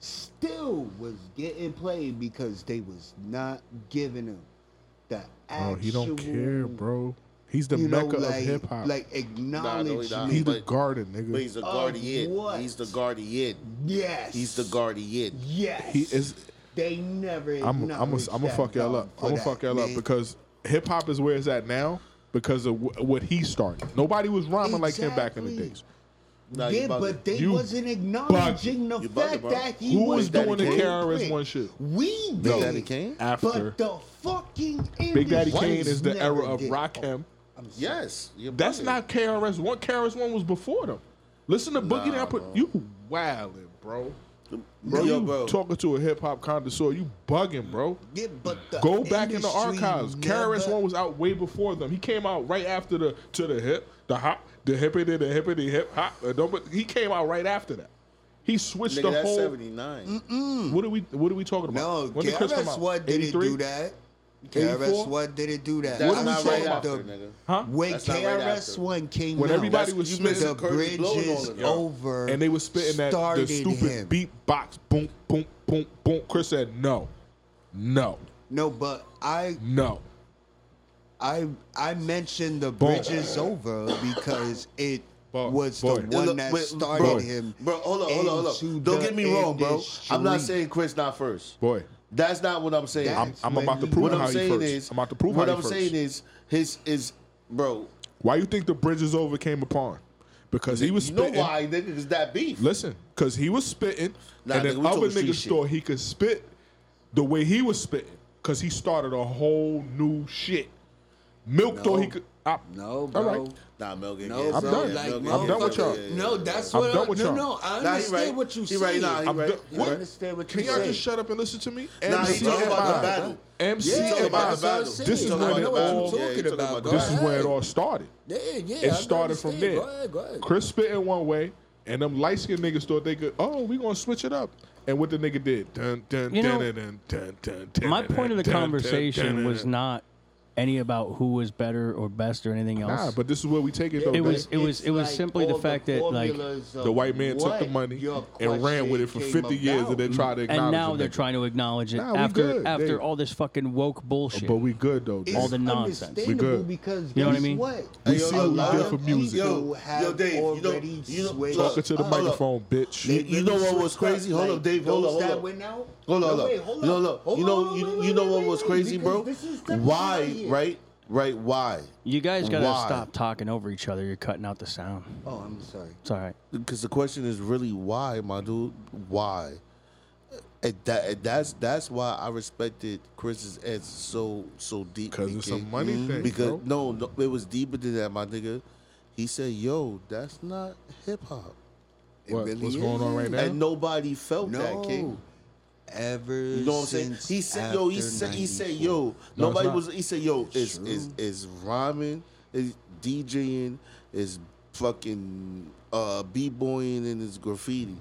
Speaker 6: still was getting played because they was not giving him the
Speaker 4: bro,
Speaker 6: actual.
Speaker 4: Oh, he don't care, bro. He's the
Speaker 6: you know,
Speaker 4: mecca
Speaker 6: like,
Speaker 4: of hip hop.
Speaker 6: Like
Speaker 5: Nah, no, he
Speaker 6: acknowledgement.
Speaker 5: not.
Speaker 4: he's the
Speaker 5: but-
Speaker 4: garden, nigga.
Speaker 5: But he's the guardian.
Speaker 6: what?
Speaker 5: He's the guardian.
Speaker 6: yes.
Speaker 5: He's the guardian.
Speaker 6: Yes.
Speaker 4: he is.
Speaker 6: They never.
Speaker 4: I'm. I'm. A, I'm gonna fuck y'all up. I'm gonna fuck y'all up because hip hop is where it's at now because of wh- what he started. Nobody was rhyming like him back in the
Speaker 6: Exactly.
Speaker 4: days.
Speaker 5: Nah, you
Speaker 6: yeah,
Speaker 5: bugging.
Speaker 6: but they
Speaker 4: You
Speaker 6: wasn't acknowledging the
Speaker 5: You bugging,
Speaker 6: fact
Speaker 5: bro.
Speaker 6: that he
Speaker 4: Who
Speaker 6: was
Speaker 4: was doing the
Speaker 6: doing
Speaker 4: KRS
Speaker 6: it.
Speaker 4: One shit?
Speaker 6: We did.
Speaker 5: Daddy Kane?
Speaker 4: After.
Speaker 6: But the fucking
Speaker 4: Big Daddy
Speaker 6: industry
Speaker 4: Kane is the
Speaker 6: never
Speaker 4: era of
Speaker 6: did.
Speaker 4: Rakim.
Speaker 5: yes, you're
Speaker 4: That's
Speaker 5: bugging.
Speaker 4: not KRS One. KRS One was before them. Listen to Boogie
Speaker 5: Nah,
Speaker 4: Down. Put
Speaker 5: bro.
Speaker 4: you wildin', bro. Bro,
Speaker 5: Yo,
Speaker 4: you
Speaker 5: bro.
Speaker 4: talking to a hip hop connoisseur? You bugging, bro?
Speaker 6: Yeah, but the
Speaker 4: Go back in the
Speaker 6: industry
Speaker 4: archives. KRS
Speaker 6: never-
Speaker 4: One was out way before them. He came out right after the to the hip, the hop, the hippity, the hippity hip hop. Uh, don't- but he came out right after that. He switched
Speaker 5: Nigga,
Speaker 4: the
Speaker 5: that's
Speaker 4: whole.
Speaker 5: 79.
Speaker 4: What are we? What are we talking
Speaker 6: No,
Speaker 4: about? did Chris come
Speaker 6: KRS
Speaker 4: out?
Speaker 6: One didn't
Speaker 4: 83?
Speaker 6: do that. KRS One didn't do that.
Speaker 5: That's
Speaker 4: are we
Speaker 5: not right
Speaker 4: talking
Speaker 6: about?
Speaker 5: after,
Speaker 6: The-
Speaker 5: nigga.
Speaker 4: Huh?
Speaker 6: When
Speaker 5: That's not right
Speaker 6: KRS
Speaker 5: after.
Speaker 6: One came
Speaker 4: When
Speaker 6: out,
Speaker 4: everybody
Speaker 5: That's-
Speaker 4: was
Speaker 5: you
Speaker 4: spitting-
Speaker 6: the
Speaker 5: missing Curtis Blow and all
Speaker 6: bridges
Speaker 5: of that.
Speaker 6: over,
Speaker 4: and they was spitting that the
Speaker 6: started
Speaker 4: stupid
Speaker 6: him.
Speaker 4: beatbox, boom, boom, boom, boom. Chris said no, no,
Speaker 6: No, but I
Speaker 4: no.
Speaker 6: I I mentioned the
Speaker 4: Boom.
Speaker 6: bridges over because it
Speaker 4: Boom.
Speaker 6: was
Speaker 4: Boom.
Speaker 6: the
Speaker 5: Look,
Speaker 6: one that
Speaker 5: wait,
Speaker 6: started
Speaker 5: bro,
Speaker 6: him.
Speaker 5: Bro, hold on, hold on, hold
Speaker 6: into
Speaker 5: on. Don't
Speaker 6: the
Speaker 5: get me wrong, bro. I'm not
Speaker 6: industry.
Speaker 5: saying Chris not first.
Speaker 4: Boy,
Speaker 5: That's not what I'm saying.
Speaker 6: That's-
Speaker 4: I'm
Speaker 6: When
Speaker 4: about to
Speaker 6: you-
Speaker 4: prove
Speaker 5: what
Speaker 4: how
Speaker 5: I'm
Speaker 4: he
Speaker 5: saying
Speaker 4: first.
Speaker 5: is,
Speaker 4: I'm about to prove
Speaker 5: what
Speaker 4: how he
Speaker 5: I'm
Speaker 4: first.
Speaker 5: saying is, his is, bro.
Speaker 4: Why you think the bridges over came upon? Because he was
Speaker 5: you know
Speaker 4: spitting.
Speaker 5: why, nigga? Because that beef.
Speaker 4: Listen, because he was spitting,
Speaker 5: Nah,
Speaker 4: and
Speaker 5: nigga,
Speaker 4: then
Speaker 5: we
Speaker 4: other
Speaker 5: talking street
Speaker 4: niggas
Speaker 5: shit.
Speaker 4: thought he could spit the way he was spitting, because he started a whole new shit. Milk thought he could. I,
Speaker 6: No,
Speaker 4: All
Speaker 6: bro.
Speaker 4: right.
Speaker 5: Nah, Mel Gibson.
Speaker 6: No,
Speaker 5: yeah,
Speaker 6: bro.
Speaker 4: done.
Speaker 6: Like,
Speaker 5: Mel
Speaker 4: no, I'm done with
Speaker 5: yeah,
Speaker 4: y'all.
Speaker 5: yeah, yeah,
Speaker 6: No,
Speaker 5: yeah.
Speaker 6: that's
Speaker 4: I'm
Speaker 6: what.
Speaker 4: done with
Speaker 6: no,
Speaker 4: y'all.
Speaker 6: no, I
Speaker 5: Nah, he
Speaker 6: understand
Speaker 5: right.
Speaker 6: what you
Speaker 5: He
Speaker 6: say.
Speaker 5: right, nah, he
Speaker 6: I
Speaker 4: I'm
Speaker 5: right.
Speaker 4: done-
Speaker 5: He
Speaker 4: what?
Speaker 5: right.
Speaker 6: understand what
Speaker 4: Can
Speaker 6: you
Speaker 4: y'all
Speaker 6: say.
Speaker 4: just shut up and listen to me?
Speaker 5: Nah, he
Speaker 4: MC
Speaker 5: talking about the
Speaker 4: Empire.
Speaker 5: battle.
Speaker 4: MC
Speaker 5: He
Speaker 6: yeah,
Speaker 5: talking about
Speaker 4: Empire.
Speaker 5: the
Speaker 6: that's what I'm
Speaker 5: battle.
Speaker 6: saying.
Speaker 4: This is
Speaker 5: He
Speaker 4: when
Speaker 5: talking
Speaker 4: it
Speaker 5: about the
Speaker 4: all-
Speaker 5: battle. Yeah, he
Speaker 6: talking
Speaker 5: talking
Speaker 6: about.
Speaker 5: about the
Speaker 4: This is
Speaker 5: battle.
Speaker 4: where it all started.
Speaker 6: Yeah, yeah. I
Speaker 4: It started from
Speaker 6: understand.
Speaker 4: there.
Speaker 6: Go ahead, go ahead.
Speaker 4: Chris spitting one way, and them light skinned niggas thought they could, oh, we gonna switch it up. And what the nigga did. Dun, dun,
Speaker 3: You
Speaker 4: dun,
Speaker 3: know,
Speaker 4: dun, dun, dun, dun, dun,
Speaker 3: My
Speaker 4: dun,
Speaker 3: point of the
Speaker 4: dun, dun,
Speaker 3: conversation
Speaker 4: dun,
Speaker 3: was
Speaker 4: dun.
Speaker 3: not any about who was better or best or anything else.
Speaker 4: Nah, but this is where we take it though.
Speaker 3: It
Speaker 4: man.
Speaker 3: was- it was- it was simply the fact that, like,
Speaker 4: the white man took the money and ran with it for 50 years and then tried to acknowledge
Speaker 3: and now
Speaker 4: the
Speaker 3: they're
Speaker 4: nigga.
Speaker 3: trying to acknowledge it
Speaker 4: Nah, we
Speaker 3: after
Speaker 4: good.
Speaker 3: after
Speaker 4: They-
Speaker 3: all this fucking woke bullshit.
Speaker 4: But we good though.
Speaker 6: It's
Speaker 3: all the nonsense.
Speaker 6: understandable
Speaker 4: We good.
Speaker 6: Because
Speaker 3: You know what I
Speaker 6: guess
Speaker 3: mean?
Speaker 4: We see what we
Speaker 5: yo,
Speaker 4: did for music.
Speaker 5: Yo,
Speaker 6: Have
Speaker 5: yo, Dave, you know,
Speaker 6: already
Speaker 5: you know,
Speaker 6: switched.
Speaker 4: Talking to the
Speaker 5: hold up.
Speaker 4: microphone, bitch.
Speaker 5: uh, You- you know what was crazy? Hold up, Dave, hold
Speaker 6: those
Speaker 5: up, hold
Speaker 6: that
Speaker 5: up.
Speaker 6: went out?
Speaker 5: Hold on,
Speaker 6: No,
Speaker 5: hold
Speaker 6: wait,
Speaker 5: on. You know, look, you know,
Speaker 6: hold on,
Speaker 5: you,
Speaker 6: wait,
Speaker 5: you
Speaker 6: wait,
Speaker 5: know
Speaker 6: wait,
Speaker 5: what
Speaker 6: wait,
Speaker 5: was
Speaker 6: wait,
Speaker 5: crazy,
Speaker 6: because
Speaker 5: bro?
Speaker 6: this is the-
Speaker 5: Why Right? Right? Why?
Speaker 3: You guys gotta
Speaker 5: Why?
Speaker 3: stop talking over each other. You're cutting out the sound.
Speaker 6: Oh, I'm sorry.
Speaker 3: It's all right.
Speaker 5: Because the question is really why, my dude? Why? And that, and that's that's why I respected Chris's answer so so deep.
Speaker 4: Because it's a
Speaker 5: BK.
Speaker 4: money thing.
Speaker 5: Because
Speaker 4: bro.
Speaker 5: no, no, it was deeper than that, my nigga. He said, "Yo, that's not hip hop,"
Speaker 6: It
Speaker 4: What-
Speaker 6: really
Speaker 4: what's going on right
Speaker 6: is.
Speaker 4: now?
Speaker 5: and nobody felt that.
Speaker 6: No.
Speaker 5: King.
Speaker 6: Ever
Speaker 5: You know what I'm saying?
Speaker 6: since
Speaker 5: He said, "Yo, he
Speaker 6: after
Speaker 5: said, he said,
Speaker 6: 94.
Speaker 5: yo,
Speaker 3: No, it's
Speaker 5: nobody
Speaker 3: not.
Speaker 5: was." He said, "Yo, it's
Speaker 6: true.
Speaker 5: is is rhyming, is DJing, is fucking uh, b-boying, and is graffiti.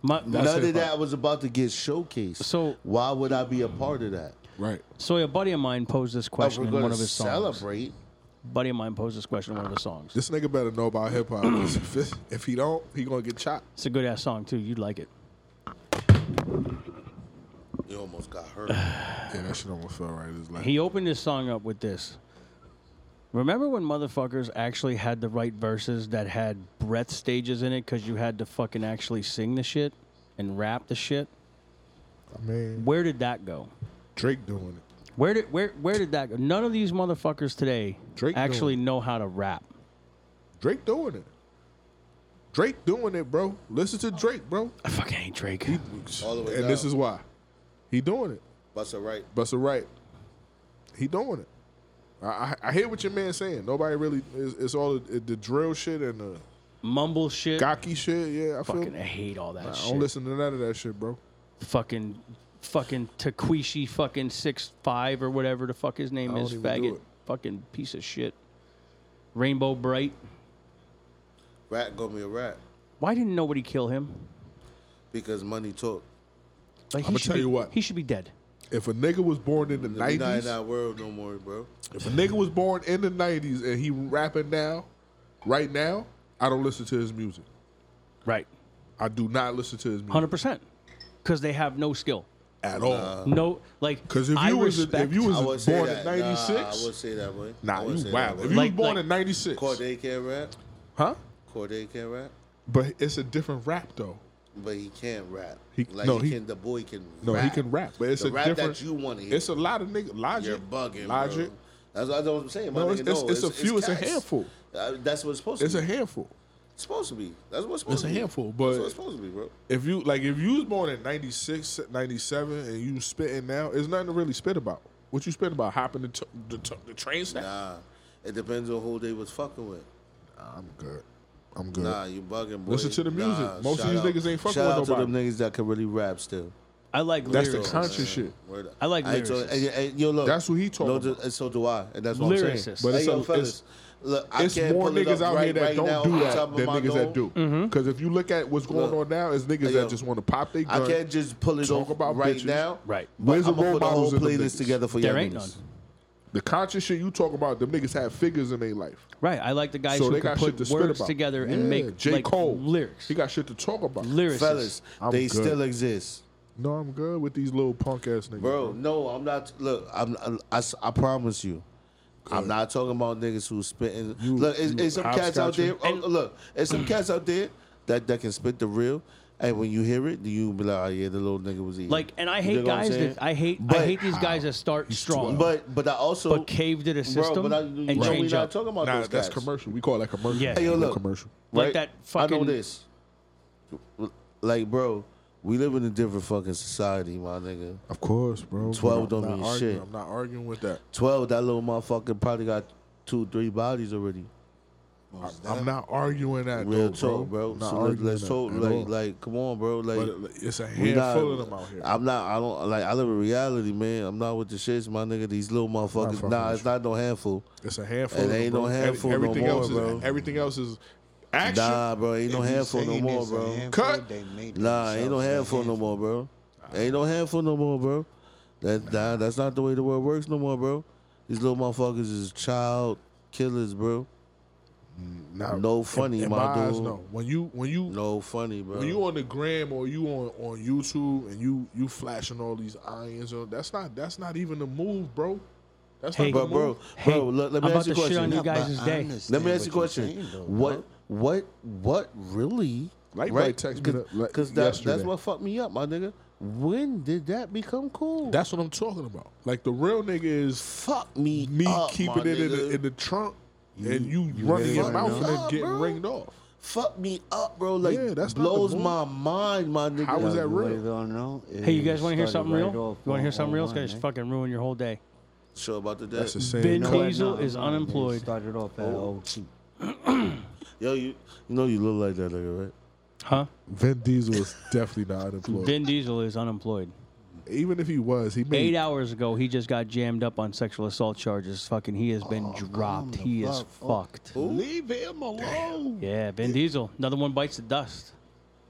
Speaker 3: My,
Speaker 5: None of that was about to get showcased.
Speaker 3: So-
Speaker 5: why would I be a part of that?
Speaker 4: Right.
Speaker 3: So a buddy of mine posed this
Speaker 5: If
Speaker 3: question
Speaker 5: Oh, we're
Speaker 3: in
Speaker 5: gonna
Speaker 3: one of his songs.
Speaker 5: celebrate.
Speaker 3: Buddy of mine posed this question in one of his songs.
Speaker 4: This nigga better know about hip hop. 'cause if, it- if he don't, he gonna get chopped.
Speaker 3: It's a good ass song too. You'd like it.
Speaker 5: You almost got hurt.
Speaker 4: Yeah, that shit almost felt right. It's like
Speaker 3: He opened his song up with this. Remember when motherfuckers actually had the right verses that had breath stages in it because you had to fucking actually sing the shit and rap the shit?
Speaker 4: I mean,
Speaker 3: Where did that go?
Speaker 4: Drake doing it.
Speaker 3: Where did where where did that go? None of these motherfuckers today
Speaker 4: Drake
Speaker 3: actually
Speaker 4: doing
Speaker 3: know how to rap.
Speaker 4: Drake doing it. Drake doing it, bro. Listen to Drake, bro.
Speaker 3: I fucking hate Drake.
Speaker 5: All the way
Speaker 4: and this
Speaker 5: down.
Speaker 4: is why he doing it.
Speaker 5: Busta right.
Speaker 4: Busta right. He doing it. I, I I hear what your man saying. Nobody really. It's, it's all the, the drill shit and the
Speaker 3: Mumble shit.
Speaker 4: gaki shit. Yeah, I feel.
Speaker 3: fucking I hate all that
Speaker 4: I
Speaker 3: shit.
Speaker 4: don't listen to none of that shit, bro.
Speaker 3: Fucking fucking Takeshi fucking six five or whatever the fuck his name
Speaker 4: I
Speaker 3: is.
Speaker 4: don't even do
Speaker 3: Faggot
Speaker 4: it.
Speaker 3: fucking piece of shit. Rainbow Bright.
Speaker 5: Rat gonna be a rat
Speaker 3: Why didn't nobody kill him?
Speaker 5: because money talk.
Speaker 3: Like, he
Speaker 4: I'ma
Speaker 3: should
Speaker 4: tell
Speaker 3: be-
Speaker 4: you what.
Speaker 3: He should be dead.
Speaker 4: If a nigga was born in the
Speaker 5: We not in
Speaker 4: nineties,
Speaker 5: that world no more, bro.
Speaker 4: if a nigga was born in the nineties and he rapping now, right now, I don't listen to his music.
Speaker 3: Right.
Speaker 4: I do not listen to his music
Speaker 3: 100%. Because they have no skill.
Speaker 4: at all.
Speaker 3: No, like,
Speaker 4: Cause if
Speaker 3: I
Speaker 4: you was a- if
Speaker 3: respect,
Speaker 4: you was
Speaker 5: I
Speaker 4: a-
Speaker 5: would say
Speaker 4: born
Speaker 5: that.
Speaker 4: in 96?
Speaker 5: Nah, I would say that, boy. I
Speaker 4: Nah,
Speaker 5: would
Speaker 4: you
Speaker 5: say
Speaker 4: wild.
Speaker 5: that,
Speaker 4: If
Speaker 5: boy.
Speaker 4: you
Speaker 3: Like-
Speaker 4: was born
Speaker 3: like-
Speaker 4: in '96,
Speaker 5: Corday can't rap.
Speaker 4: huh?
Speaker 5: Corday can't rap,
Speaker 4: But it's a different rap though.
Speaker 5: but he can't rap.
Speaker 4: He-
Speaker 5: like
Speaker 4: no,
Speaker 5: he,
Speaker 4: he-
Speaker 5: can. The boy can.
Speaker 4: No,
Speaker 5: rap.
Speaker 4: he can rap, but it's
Speaker 5: the
Speaker 4: a
Speaker 5: rap
Speaker 4: different.
Speaker 5: that you want to hear.
Speaker 4: it's a lot of nigga logic.
Speaker 5: You're bugging,
Speaker 4: logic.
Speaker 5: Bro. That's, that's what I'm saying. My
Speaker 4: No,
Speaker 5: nigga,
Speaker 4: it's- it's-
Speaker 5: no,
Speaker 4: it's a few, it's a
Speaker 5: cats.
Speaker 4: handful.
Speaker 5: Uh, that's what it's supposed
Speaker 4: It's
Speaker 5: to
Speaker 4: a
Speaker 5: be.
Speaker 4: handful.
Speaker 5: It's supposed to be. That's
Speaker 4: It's
Speaker 5: what's supposed
Speaker 4: a
Speaker 5: to be.
Speaker 4: handful,
Speaker 5: That's what
Speaker 4: but
Speaker 5: it's supposed to be, bro.
Speaker 4: if you like, if you was born in '96, '97, and you spitting now, it's nothing to really spit about. What you spit about? Hopping the t- the, t- the train snap?
Speaker 5: Nah, it depends on who they was fucking with.
Speaker 4: I'm good. I'm good.
Speaker 5: Nah, you bugging, boy.
Speaker 4: Listen to the music.
Speaker 5: Nah,
Speaker 4: Most of
Speaker 5: shout
Speaker 4: these
Speaker 5: out-
Speaker 4: niggas ain't fucking
Speaker 5: shout
Speaker 4: with
Speaker 5: out to them niggas that can really rap still.
Speaker 3: I like
Speaker 4: That's the
Speaker 3: lyricists.
Speaker 4: conscious shit.
Speaker 5: Word up.
Speaker 3: I like
Speaker 5: ain't told-
Speaker 3: lyricists.
Speaker 5: and, and, yo, look,
Speaker 4: That's what he talking
Speaker 5: no, ju-
Speaker 4: about.
Speaker 5: And so do I, and that's what I'm saying.
Speaker 3: Lyricists.
Speaker 4: But
Speaker 5: But
Speaker 4: it's
Speaker 5: hey, yo,
Speaker 4: a- it's-
Speaker 5: fellas, look, I
Speaker 4: it's
Speaker 5: can't
Speaker 4: more
Speaker 5: pull it
Speaker 4: niggas
Speaker 5: up
Speaker 4: out
Speaker 5: right,
Speaker 4: here that
Speaker 5: right
Speaker 4: don't
Speaker 5: now
Speaker 4: do
Speaker 5: off the top
Speaker 4: that
Speaker 5: of
Speaker 4: than
Speaker 5: my
Speaker 4: niggas that do.
Speaker 5: dome.
Speaker 4: Because
Speaker 3: Mm-hmm.
Speaker 4: if you look at what's going
Speaker 5: Look.
Speaker 4: on now, it's niggas
Speaker 5: Hey, yo.
Speaker 4: that just want to pop their
Speaker 5: I
Speaker 4: gun.
Speaker 5: can't just pull it
Speaker 4: Talk
Speaker 5: off
Speaker 4: about
Speaker 5: right
Speaker 4: bitches.
Speaker 5: now.
Speaker 3: Right.
Speaker 5: But
Speaker 4: Where's the
Speaker 5: I'm gonna
Speaker 4: role
Speaker 5: put a whole
Speaker 4: models in them
Speaker 5: playlist
Speaker 4: niggas?
Speaker 5: together for
Speaker 3: There
Speaker 5: y'all
Speaker 3: ain't
Speaker 5: niggas.
Speaker 3: none.
Speaker 4: The conscious shit you talk about, the niggas have figures in their life.
Speaker 3: Right. I like the guys
Speaker 4: so
Speaker 3: who
Speaker 4: they
Speaker 3: can
Speaker 4: got shit to
Speaker 3: put
Speaker 4: spit
Speaker 3: words
Speaker 4: about.
Speaker 3: together
Speaker 4: Yeah,
Speaker 3: and make
Speaker 4: J.
Speaker 3: like,
Speaker 4: Cole
Speaker 3: lyrics.
Speaker 4: He got shit to talk about.
Speaker 3: Lyricists.
Speaker 5: Fellas,
Speaker 4: I'm
Speaker 5: they
Speaker 4: good.
Speaker 5: still exist.
Speaker 4: No, I'm good with these little punk ass niggas.
Speaker 5: Bro, no, I'm not. Look, I'm. I, s- I promise you, I'm not talking about niggas who spitting.
Speaker 4: You-
Speaker 5: look, it's,
Speaker 4: you
Speaker 5: it's some cats out there.
Speaker 4: hopscotching.
Speaker 5: Oh, look, it's some cats out there that that can spit the real. And when you hear it, you be like, oh yeah, the little nigga was eating.
Speaker 3: Like, and I
Speaker 5: You
Speaker 3: hate
Speaker 5: dig what I'm
Speaker 3: guys
Speaker 5: saying?
Speaker 3: that I hate. I
Speaker 5: But-
Speaker 3: hate these guys that start strong, but,
Speaker 5: But but I also
Speaker 3: cave to the system
Speaker 5: bro, but I,
Speaker 3: and
Speaker 5: you know, we
Speaker 3: change
Speaker 5: not
Speaker 3: up.
Speaker 5: talking about
Speaker 4: Nah,
Speaker 5: those
Speaker 4: that's
Speaker 5: cats.
Speaker 4: commercial. We call that commercial.
Speaker 3: Yeah. Hey,
Speaker 5: yo,
Speaker 4: No
Speaker 5: look.
Speaker 4: commercial.
Speaker 3: like
Speaker 5: Right?
Speaker 3: that
Speaker 5: I know
Speaker 3: fucking-
Speaker 5: this. Like, bro, we live in a different fucking society, my nigga.
Speaker 4: Of course, bro.
Speaker 5: 12
Speaker 4: I'm
Speaker 5: don't
Speaker 4: not
Speaker 5: mean
Speaker 4: arguing.
Speaker 5: shit.
Speaker 4: I'm not arguing with that.
Speaker 5: 12, that little motherfucker probably got two, three bodies already.
Speaker 4: I'm not arguing that. though,
Speaker 5: Real talk, bro.
Speaker 4: I'm Not
Speaker 5: So let,
Speaker 4: arguing
Speaker 5: let's
Speaker 4: that
Speaker 5: talk.
Speaker 4: at all.
Speaker 5: Like, like, come on, bro. Like,
Speaker 4: but it's a
Speaker 5: we not-
Speaker 4: handful of them out here.
Speaker 5: I'm not. I don't like. I live in reality, man. I'm not with the shits, my nigga. These little motherfuckers.
Speaker 4: fucking
Speaker 5: Nah,
Speaker 4: with
Speaker 5: it's not no handful.
Speaker 4: It's a handful.
Speaker 5: And
Speaker 4: of them,
Speaker 5: ain't no
Speaker 4: bro. Every-
Speaker 5: handful no
Speaker 4: everything
Speaker 5: more,
Speaker 4: else
Speaker 5: bro.
Speaker 4: Is, everything else is action.
Speaker 5: Nah, bro. Ain't no
Speaker 6: If you
Speaker 5: handful no
Speaker 6: saying
Speaker 5: more,
Speaker 6: it's a
Speaker 5: bro.
Speaker 6: handful,
Speaker 4: Cut.
Speaker 6: they made
Speaker 5: Nah, ain't no
Speaker 6: themselves a
Speaker 5: handful no more, bro. Ain't no handful no more, bro. That nah, that's not the way the world works no more, bro. These little motherfuckers is child killers, bro.
Speaker 4: Nah,
Speaker 5: No funny,
Speaker 4: in
Speaker 5: my
Speaker 4: eyes,
Speaker 5: dude.
Speaker 4: no. When you when you
Speaker 5: No funny, bro.
Speaker 4: when you on the gram or you on on YouTube and you you flashing all these irons, on, that's not that's not even the move, bro. That's
Speaker 3: Hey,
Speaker 4: not
Speaker 5: but
Speaker 4: the
Speaker 5: bro,
Speaker 4: move.
Speaker 3: Hey,
Speaker 5: bro, let, let me
Speaker 3: I'm
Speaker 5: ask you a
Speaker 3: about to shit on
Speaker 5: question.
Speaker 3: you
Speaker 6: Nah,
Speaker 3: guys'
Speaker 6: but I
Speaker 3: day.
Speaker 5: Let
Speaker 6: understand
Speaker 5: me ask you a
Speaker 6: what you're
Speaker 5: question.
Speaker 6: saying, though,
Speaker 5: what
Speaker 6: bro.
Speaker 5: what what really
Speaker 4: Light Bright texted me that, like,
Speaker 5: Because that, that's
Speaker 4: yesterday.
Speaker 5: what fucked me up, my nigga. When did that become cool?
Speaker 4: That's what I'm talking about. Like the real nigga is
Speaker 5: fuck me.
Speaker 4: me
Speaker 5: up, my
Speaker 4: keeping it in the,
Speaker 5: nigga.
Speaker 4: in the trunk and you, running your
Speaker 5: ready
Speaker 4: mouth
Speaker 5: right
Speaker 4: and
Speaker 5: now?
Speaker 4: then getting
Speaker 5: Bro.
Speaker 4: ringed off.
Speaker 5: Fuck me up, bro. Like
Speaker 4: Yeah, that's not the
Speaker 5: blows
Speaker 4: move.
Speaker 5: my mind, my nigga.
Speaker 4: How is that real?
Speaker 2: Hey, you guys want to hear something real? You want to hear something real? It's gonna
Speaker 6: eh?
Speaker 2: just fucking ruin your whole day.
Speaker 5: Sure about the
Speaker 4: That's
Speaker 5: day.
Speaker 4: the same.
Speaker 2: Been- Diesel is unemployed.
Speaker 6: Started off at 02.
Speaker 5: Yo, you, you know you look like that nigga, right?
Speaker 2: Huh?
Speaker 4: Vin Diesel is definitely not unemployed.
Speaker 2: Vin Diesel is unemployed.
Speaker 4: Even if he was, he made
Speaker 2: Eight hours ago, he just got jammed up on sexual assault charges. Fucking, he has been
Speaker 3: Oh,
Speaker 2: dropped. He is fucked.
Speaker 5: Leave him alone.
Speaker 2: Yeah, Vin Diesel. Another one bites the dust.